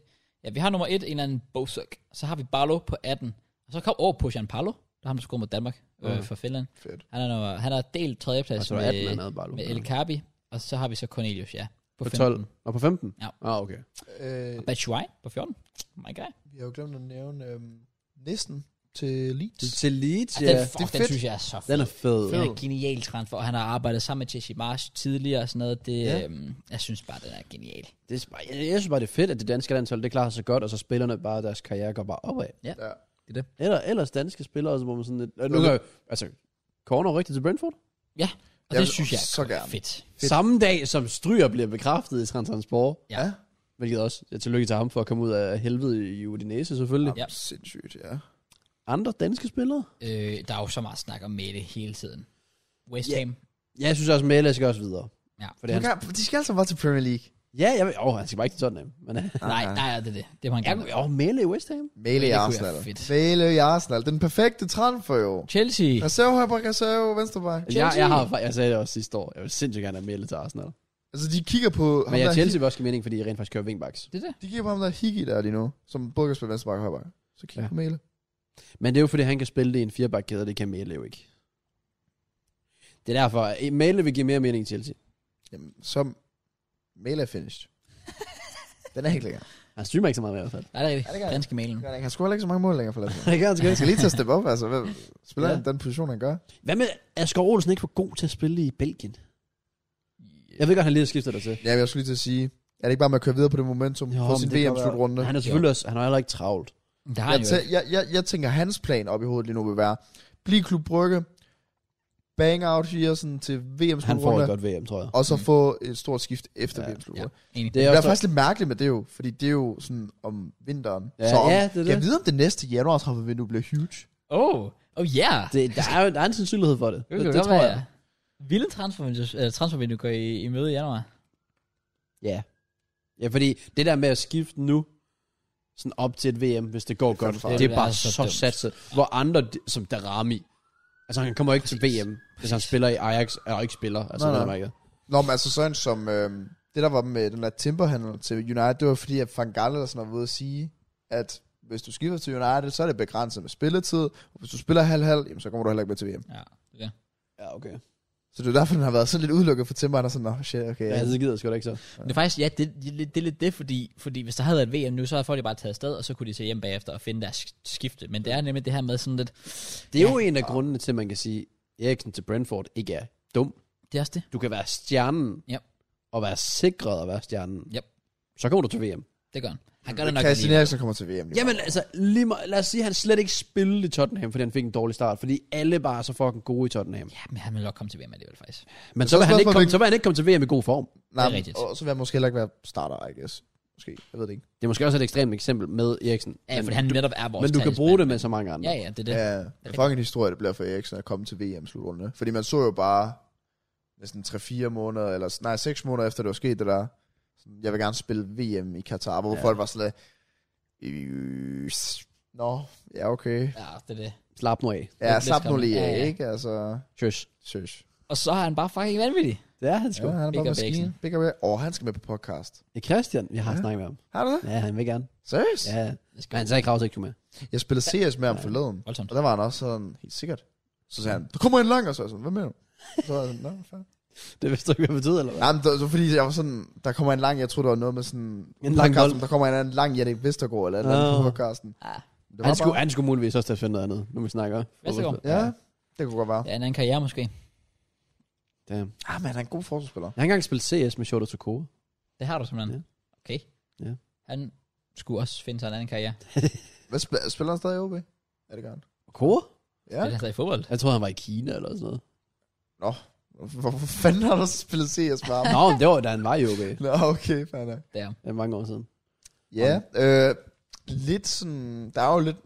ja, vi har nummer et, en eller anden Bosuk. Så har vi Barlo på 18. Og så kom over på Jean Parlo, der har han scoret mod Danmark øh, Mhm. for Finland. Fedt. Han er, nummer, han er delt Og tredjeplads så var 18, han med, havde bare med El Kabi. Og så har vi så Cornelius, ja. På 12. Og på 15? Ja. Ah, okay. Øh, Batshuayi på 14. Oh my god. vi har jo glemt at nævne øhm, næsten til Til, Leeds. til Leeds, Ja, ja. den, fuck, det det er den fedt. synes jeg er så fed. Den er fed. Det er en genial transfer, og han har arbejdet sammen med Jesse Marsh tidligere og sådan noget. Det, Ja. ja. øhm, jeg synes bare, den er genial. Det er, bare- jeg, jeg synes bare, det er fedt, at det danske landshold, det klarer sig så godt, og så spillerne bare, deres karriere går bare opad. Ja. Eller, ellers danske spillere, så må man sådan lidt... Øh, Nu, Okay. okay. Altså, Corner rigtig til Brentford? Og Jeg det vil synes jeg så er gerne. fedt. Fedt. Samme dag, som Stryger bliver bekræftet i Transport. Ja. Ja. Hvilket også er tillykke til ham for at komme ud af helvede i Udinese selvfølgelig. Ja. Ja. Sindssygt, ja. Andre danske spillere? Øh, der er jo så meget snak om Mette hele tiden. West Ja. Ham. Ja, jeg synes også, Mæle skal også videre. Ja. For det er Du hans... kan- De skal altså bare til Premier League. Ja, jeg ved... Åh, oh, han skal bare ikke til Tottenham. Men Nej, nej, det er det. Det var en ja, gang. åh, Mæle i West Ham. Mæle i Det kunne Arsenal. være fedt. Mæle i Arsenal. Den perfekte transfer jo. Chelsea. Reserve her på reserve, venstreback. Jeg, jeg, har, fa- jeg sagde det også sidste år. Jeg vil sindssygt gerne have Mæle til Arsenal. Altså, de kigger på ham Men jeg der, Chelsea vil også give mening, fordi jeg rent faktisk kører wingbacks. Det er det. de kigger på ham der Higgy der lige nu, som både kan spille venstreback og højreback. Så kigger Ja. ja. på Mæle. Men det er jo fordi, han kan spille det i en firebackkæde, og det kan Mæle jo ikke. Det er derfor, at Mæle vil give mere mening i Chelsea. Jamen, som Mæle er finished. Den er helt lækker. Han streamer ikke så meget i hvert fald. Nej, det er Ja, det gør rigtigt. jeg. Danske mailen. Han kan sgu heller ikke så mange mål længere for landet. Det kan han sgu Han skal lige til at steppe op, altså. Hvem spiller Ja. ja. den position, han gør? Hvad med, er Skov Olsen ikke for god til at spille i Belgien? Jeg ved godt, han lige har skiftet dig til. Ja, men jeg skulle lige til at sige, er det ikke bare med at køre videre på det momentum Jo, jo, på men sin det kan VM-slutrunde? Han er selvfølgelig også, han er heller ikke travlt. Det har han Jeg, jo. tæ- jeg, jeg, jeg tænker, hans plan op i hovedet lige nu vil være, bliv Klub Brygge, bang out here sådan til Han får et VM-slutrunde, godt VM, tror jeg. og så få et stort skift efter Ja, ja, VM-slutrunde. Ja. Enig. Det Det er, er også, faktisk lidt mærkeligt med det jo, fordi det er jo sådan om vinteren. Ja, så om, ja, det er det. Jeg ved, om det næste januar transfervindue bliver huge. Oh, oh yeah. det, der, er, jo- der er en sandsynlighed for det. Det, det, det, det tror jeg. Vilde transfervindue, øh, transfervindue går i, i møde i januar. Ja. Ja, fordi det der med at skifte nu, sådan op til et VM, hvis det går Det er godt, fandme det er farligt. bare Det er så, så så dumt. satset. Hvor andre, de- som Darami, altså han kommer ikke til VM, hvis han spiller i Ajax, og ikke spiller, altså Nej, nej, nej. nej. Nå, men altså sådan som øh, det, der var med den der timberhandel til United, det var fordi, at Frank Galle eller sådan noget var ude at sige, at hvis du skifter til United, så er det begrænset med spilletid, og hvis du spiller halv-halv, jamen, så kommer du heller ikke med til VM. Ja. Ja, okay. Så det er derfor, den har været sådan lidt udelukket for Timberhandel, og sådan, nå, shit, okay. Ja, det gider jeg sgu da ikke så. Men Det er faktisk, ja, det, det, er lidt- det er lidt det, fordi, fordi hvis der havde været VM nu, så havde folk jo bare taget afsted, og så kunne de tage hjem bagefter og finde deres sk- skifte. Men det er nemlig det her med sådan lidt, Det er jo en af grundene til, at man kan sige, Eriksen til Brentford ikke er dum. det er også det. Du kan være stjernen, Yep. og være sikret at være stjernen. Yep. Så kommer du til VM. Det gør han. Han gør det nok Christian alligevel. Eriksen kommer til VM. lige Jamen altså, lige må, lad os sige, at han slet ikke spillede i Tottenham, fordi han fik en dårlig start, fordi alle bare er så fucking gode i Tottenham. Ja, men han vil nok komme til VM alligevel, faktisk. Men så vil, også han godt ikke for, komme, hvilken- så vil han ikke komme til VM i god form. nu. Nej, det er rigtigt. Og så vil jeg måske heller ikke være starter, I guess. Måske, jeg ved det ikke. Det er måske også et ekstremt eksempel med Eriksen. Ja, men, fordi han netop er vores men du kan talisman. bruge det med så mange andre. Ja, ja, det er det. Ja, det er fucking historie, det bliver for Eriksen at komme til VM-slutrunde. Fordi man så jo bare næsten 3-4 måneder, eller nej, 6 måneder efter det var sket det der. Sådan, Jeg vil gerne spille VM i Katar, hvor Ja. ja. folk var sådan lidt, "Øh, s- Nå, ja okay. Ja, det er det. Slap nu af. Ja, lidt slap nu skræmmende. lige Ja, af, ja. ikke? Altså, Tjøs. søs. Og så er han bare fucking vanvittig. Det er han sgu. Ja, han er Big bare up maskine. Eriksen. Big up Eriksen. Åh, oh, han skal med på podcast. Ja. Christian, jeg har ja. Ja. snakket med ham. Har du det? Ja, han vil gerne. Seriøs? Ja, Det skal men han sagde Kraus ikke, du med. Jeg spillede CS med ham Ja. forleden. voldsomt. Og der var han også sådan, helt sikkert. Så sagde han, der kommer en lang, og så var jeg sådan, hvad mener du? Så var jeg sådan, nej, fair. Det vidste du ikke, hvad det betyder, eller hvad? Nej, men det var så fordi jeg var sådan, der kommer en lang, jeg troede, det var noget med sådan, En lang podcasten, bold. der kommer en anden lang Jannik Vestergaard, eller et eller Ah. andet på podcasten. Ah, Det var Han skulle, bare, han skulle muligvis også til at finde noget andet, nu vi snakker. Vestergaard. ja, det kunne godt være. det er en anden karriere måske. Damn. Ah, men han er en god forsvarsspiller. Jeg har engang spillet CS med Shota Tokore. Det har du simpelthen. Ja. Okay. Ja. Han skulle også finde sig en anden karriere. Hvad spiller, spiller han stadig i OB? Er det godt? Kore? Ja. Det er Ja. han stadig i fodbold. Jeg tror han var i Kina eller sådan noget. Nå, Hvorfor fanden har du spillet CS med ham? Nå, men det var da han var i okay. Nå, okay, fair nok. Der. Det er mange år siden. Ja, øh, lidt sådan, der er jo lidt,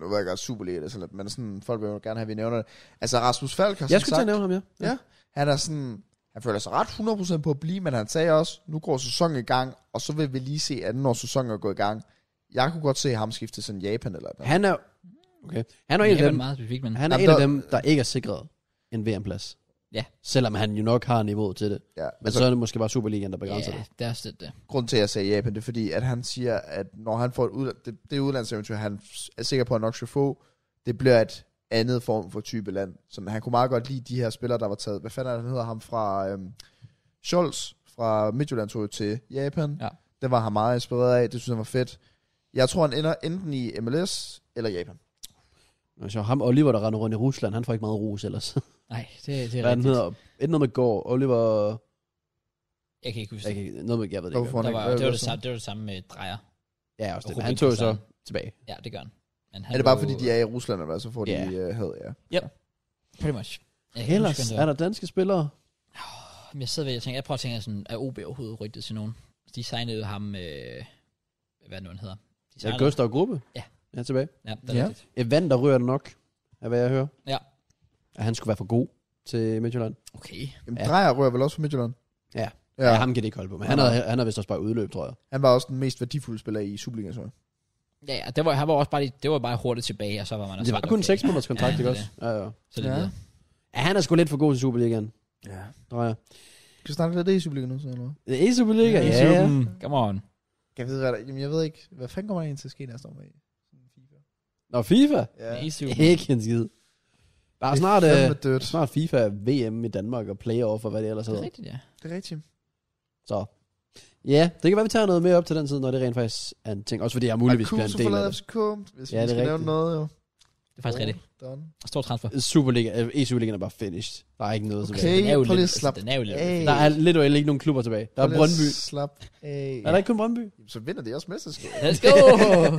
nu ved jeg godt, Superliga det er sådan lidt, men sådan, folk vil jo gerne have, at vi nævner det. Altså Rasmus Falk har som Jeg skulle til sagt, at nævne ham, ja. Ja. han er sådan, han føler sig ret 100% på at blive, men han sagde også, nu går sæsonen i gang, og så vil vi lige se, at når sæsonen er gået i gang, jeg kunne godt se ham skifte til sådan Japan eller noget. Han er... Okay. Han er Det en af er dem, meget specifikt, men han er Jamen, en af der- dem, der ikke er sikret en VM-plads. Ja. Altså- Selvom han jo nok har niveauet til det. Ja, altså, Men så er det måske bare Superligaen, der begrænser ja, det. det er også lidt det. grund til, at jeg sagde Japan, det er fordi, at han siger, at når han får et udland, det, det udlandseventyr, han er sikker på, at han nok skal få, det bliver et andet form for type land. Så han kunne meget godt lide de her spillere, der var taget. Hvad fanden er det, han hedder ham fra øhm, Scholz fra Midtjylland tog jo til Japan. Ja. Det var han meget inspireret af. Det synes han var fedt. Jeg tror, han ender enten i MLS eller Japan. Så ham Oliver, der render rundt i Rusland, han får ikke meget ros ellers. Nej, det, det er Hvad er den rigtigt. hedder? Et noget med går. Oliver... Jeg kan ikke huske Jeg det. kan, ikke- noget med, jeg ved det ikke. Hvorfor Der var, ikke? det, var det, Hvad- samme, det var det samme med Drejer. Ja, Altså, også det. Robin Han tog jo så Kazan. tilbage. Ja, det gør han. Men han Er det bare blev- fordi, de er i Rusland, eller hvad? Så får de Ja. yeah. had, ja. Pretty much. Jeg kan Ellers huske, hvem er det var. der danske spillere. Men jeg sidder ved, jeg tænker, jeg prøver at tænke, sådan, er OB overhovedet rygtet til nogen? De signede ham, øh, hvad er det nu, han hedder? De Ja, signede- Gustav Gruppe. Ja. Han er tilbage. Ja, det er Ja. rigtigt. Evan, der rører nok, er hvad jeg hører. Ja. At han skulle være for god til Midtjylland. Okay. Jamen, Ja. ja. Drejer rører vel også fra Midtjylland? Ja. Ja. ja. ja han... ham kan det ikke holde på, men Nej, han nej. havde, han havde vist også bare udløb, tror jeg. han var også den mest værdifulde spiller i Superligaen, så. Ja, ja, det var, han var også bare, lige- det var bare hurtigt tilbage, og så var man Men også det var sådan, kun okay, 6 måneders kontrakt, Ja, ikke det også? Ja, ja. Så det Ja. videre. ja, han er sgu lidt for god til Superligaen, Ja. tror jeg. Skal vi snakke lidt af det i Superligaen nu, så eller hvad? I Superligaen? Ja, ja. Mm, Come on. Jeg ved, hvad der, jamen, jeg ved ikke, hvad fanden kommer der egentlig til at ske næste år med FIFA? Nå, FIFA? Ja. I syv. Ikke en skid. Bare Det er snart, øh, fandme dødt. snart FIFA er VM i Danmark og playoff og hvad det ellers Det er hedder. rigtigt, ja. Det er rigtigt. Så ja, det kan være, vi tager noget mere op til den tid, når det rent faktisk er en ting. Også fordi jeg er muligvis bliver en del af det. FCK, hvis Ja, ja, vi det skal er nævne rigtigt. noget, jo. Det er faktisk rigtigt. Done. Stor transfer. Superliga, øh, E-Superligaen er bare finished. Der er ikke noget Okay. tilbage. Den er jo prøv lige lidt, at slappe altså, den er jo lidt. af. Der er lidt og ikke nogen klubber tilbage. Der Prøv er lige at Brøndby. Slap af. Er der ikke kun Brøndby? Jamen, Så vinder de også mesterskabet. Let's go!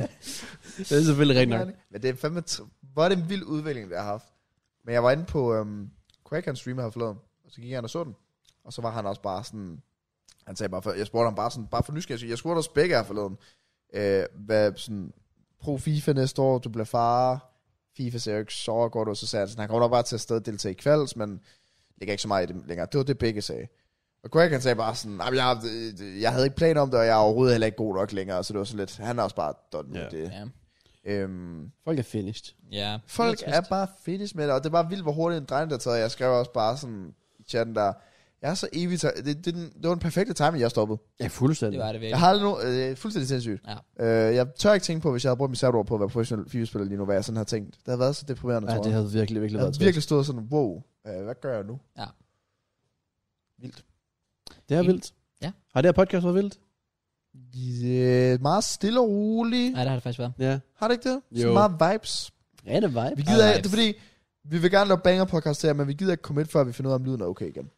Det er selvfølgelig rigtigt nok. Men det er fandme... T- hvor er det en vild udvikling, vi har haft. Men jeg var inde på... Øhm, Quake, han streamer her forleden. Og så gik han og så den. Og så var han også bare sådan... Han sagde bare for, jeg spurgte ham bare sådan, bare for nysgerrighed. Jeg spurgte også begge her forleden. Øh, hvad sådan, pro FIFA næste år, du bliver far, FIFA ser jo ikke så godt ud, så sagde han sådan, han kommer nok bare til at sted deltage i kvalds, men ligger ikke så meget i det længere. Det var det begge sagde. Og Greg han sagde bare sådan, "Nej, men jeg, øh, jeg havde ikke planer om det, og jeg er overhovedet heller ikke god nok længere, så det var sådan lidt, han er også bare done med Ja. det. ja. Øhm, Folk er finished. ja. Folk Det er trist. bare finish med det, og det er bare vildt, hvor hurtigt en dreng, der tager. Jeg skrev også bare sådan i chatten der, jeg er så evigt, det, det, er den- det var den perfekte timing, jeg stoppede. Ja, Det fuldstændig. var det Jeg virkelig. har aldrig nu, øh, fuldstændig sindssygt. Ja. Øh, jeg tør ikke tænke på, hvis jeg havde brugt mit sabbatår på at være professionel FIFA-spiller lige nu, hvad jeg sådan havde tænkt. Det havde været så deprimerende, Ja, tror det jeg. havde virkelig, virkelig Jeg været havde trist. virkelig stået sådan, wow, øh, hvad gør jeg nu? Det er vildt. Ja. Har det her podcast været vildt? Yeah, meget stille og roligt. Nej, det har det faktisk været. Ja. Har det ikke det? Så Jo. meget vibes. Rene vibe. Vi gider, Meget det er fordi, vi vil gerne lave banger podcast her, men vi gider ikke komme ind, før vi finder ud af, om lyden er okay igen.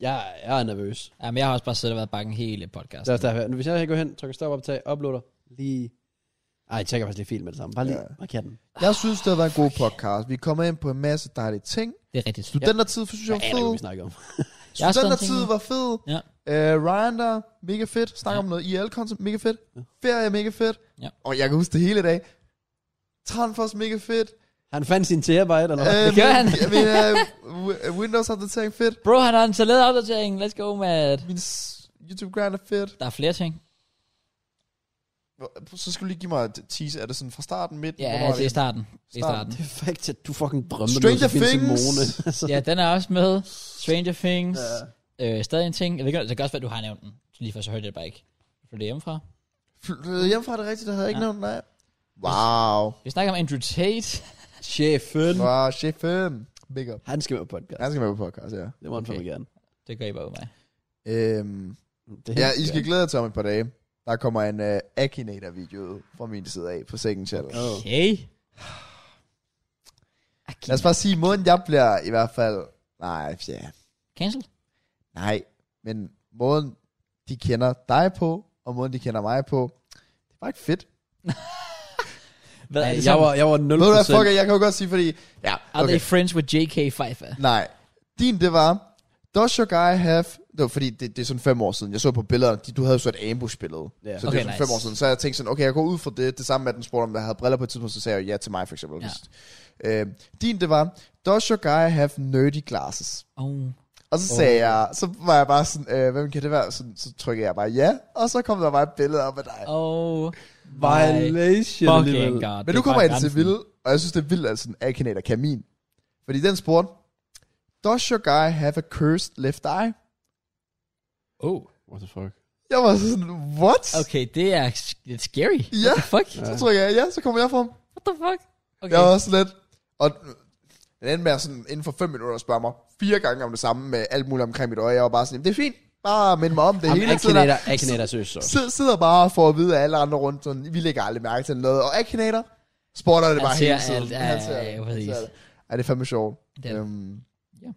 Jeg, jeg er nervøs. Ja, men jeg har også bare siddet og været bange hele Det er podcasten. også derfor. Nu, Hvis jeg går hen, trykker stop optag, uploader, lige... Ej, jeg tjekker faktisk lige fil med det samme. Bare lige Ja. ja. markér den. Jeg synes, det har været en god podcast. Vi kommer ind på en masse dejlige ting. Det er rigtigt. Studentertid, synes jeg Jeg var aner ikke, hvad vi fed. snakker om. Jeg har stadig Studentertid tænkt- var fed. Ja. Øh, Ryan der, mega fedt. Snakker Ja. om noget IL-content, mega fedt. Ja. Ferie, mega fedt. Ja. Og jeg kan huske det hele i dag. Transfers, mega fedt. Han fandt sin terabyte, eller hvad? Øh, det gør min- han. jeg mener, øh, Windows opdatering fedt. Bro, han har en salad opdatering. Let's go, Matt. Min s- YouTube grind er fedt. Der er flere ting. Så skal du lige give mig et tease. Er det sådan fra starten, midt? Ja, Hvornår er det er starten. Det er starten. Det er faktisk, at du fucking drømte Stranger noget, Things. Things. Simone. altså, Ja, den er også med. Stranger Things. Ja. Øh, stadig en ting. Jeg ved ikke, det kan også være, du har nævnt den. Lige for så hørte jeg det bare ikke. Du flyttede hjemmefra. Flyttede hjemmefra, det er rigtigt, der havde jeg ikke Ja. nævnt nej. Wow. Vi snakker om Andrew Tate. Chefen. Wow, chefen. Big up. Han skal være på podcast. Han skal med på podcast, ja. Det må han Okay. fandme gerne. Det gør I bare med mig. Øhm, Det er ja, helt I skal gerne. glæde jer til om et par dage. Der kommer en uh, Akinator-video ud fra min side af på Second Channel. Okay. Åh. Okay. Lad os bare sige, måden jeg bliver i hvert fald... Nej, ja. Cancel? Nej, men måden de kender dig på, og måden de kender mig på, det er bare ikke fedt. Hvad er Ej, det jeg, sådan? var, jeg var 0%. Ved du hvad, fuck, it, jeg kan jo godt sige, fordi... Ja, Are they okay. friends with J.K. Pfeiffer? Nej, din det var, Does your guy have... Det var fordi, det, det er sådan fem år siden. Jeg så på billederne, de, du havde jo så et ambush-billede. Ja. Okay, Så okay, det er sådan nice. nice. fem år siden. Så jeg tænkte sådan, okay, jeg går ud fra det. Det samme med, at den spurgte, om jeg havde briller på et tidspunkt, så sagde jeg jo ja til mig, for eksempel. Ja. Ja. Øh, din, det var, does your guy have nerdy glasses? Oh. Og så sagde oh. jeg, så var jeg bare sådan, øh, hvem kan det være? Så, så trykkede jeg bare ja, og så kom der bare et billede op af dig. Oh. Violation my Fucking alligevel. god. Men nu kommer jeg til vildt, og jeg synes, det er vildt, at sådan Akinator kan min. Fordi den spurgte, does your guy have a cursed left eye? Oh. What the fuck? Jeg var sådan, what? Okay, det er sk- lidt scary. Ja. What the fuck? Så trykker jeg, ja, så kommer jeg for ham. What the fuck? Okay. Jeg var også lidt... Og den endte med at sådan, inden for fem minutter spørge mig fire gange om det samme med alt muligt omkring mit øje. Jeg var bare sådan, det er fint, bare mind mig om det hele tiden. Akinator, Akinator, seriøst så. Sidder, sidder bare for at vide at alle andre rundt, sådan, vi lægger aldrig mærke til noget. Og Akinator spotter det Han bare ser hele tiden. alt, ja, ja, ja, det, præcis. han ser det. Ej, det er fandme sjovt. Det er det. Øhm, Ja.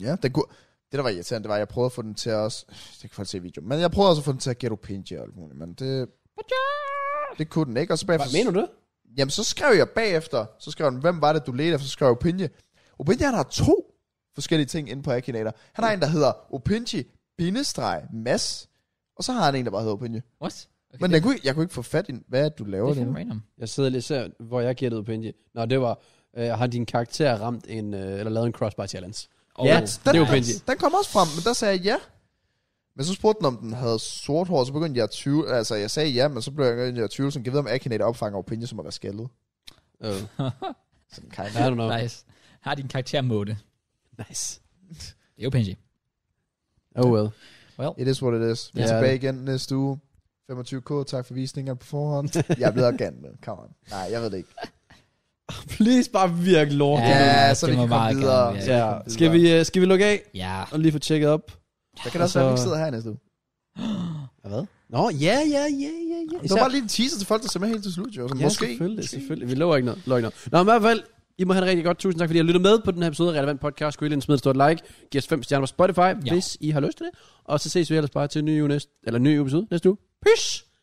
Ja, det, kunne, det der var irriterende, det var, at jeg prøvede at få den til at også... Det kan folk se i videoen. Men jeg prøvede også at få den til at ghetto pinche og alt muligt, men det... Det kunne den ikke, og så bagefter... Hvad mener du det? Jamen, så skrev jeg bagefter, så skrev han, hvem var det, du ledte efter? Så skrev jeg Opinje. Opinje, han har to forskellige ting inde på Akinator. Han har en, der hedder Opinje bindestreg mas, og så har han en, der bare hedder Opinje. What? Okay, Men det, den kunne, ikke- jeg kunne ikke få fat i, hvad er det, du det laver er fandme nu? random. Jeg sidder lige og ser, hvor jeg gættede på Indie. Nå, det var, øh, har din karakter ramt en, øh, eller lavet en crossbar challenge? Oh, Ja, nice. det er jo Nice. Benji. Den kom også frem, men der sagde jeg ja. Men så spurgte den, om den havde sort hår, så begyndte jeg at tvivle. Altså, jeg sagde ja, men så blev jeg begyndt at tvivle, så jeg ved, om Akinator opfanger Opinje, som at være skaldet. Oh. Sådan kind I don't know. nice. Har din karakter måte. nice. Det er jo Benji. Oh well. It is what it is. Vi er Ja. tilbage igen næste uge. 25k, tak for visninger på forhånd. jeg er blevet arrogant med. Come on. Nej, jeg ved det ikke. Please bare virke lort. Ja, Ja, så det vi må kan komme meget videre. gerne, Så Ja, kan komme skal vi, videre. øh, skal vi lukke af Ja. og lige få tjekket op? Der kan det også være, at vi ikke sidder her i næste uge. Hvad? Nå, ja, ja, ja, ja, ja. Det var bare lige en teaser til folk, der ser med helt til slut, jo. Så Ja, måske. selvfølgelig, selvfølgelig. Vi lover ikke noget. Lover ikke noget. Nå, men i hvert fald, I må have det rigtig godt. Tusind tak, fordi I har lyttet med på den her episode af Relevant Podcast. Gå lige ind og smid et stort like. Giv os fem stjerner på Spotify, ja. hvis I har lyst til det. Og så ses vi ellers bare til en ny, uge næste, eller en ny episode næste uge. Peace!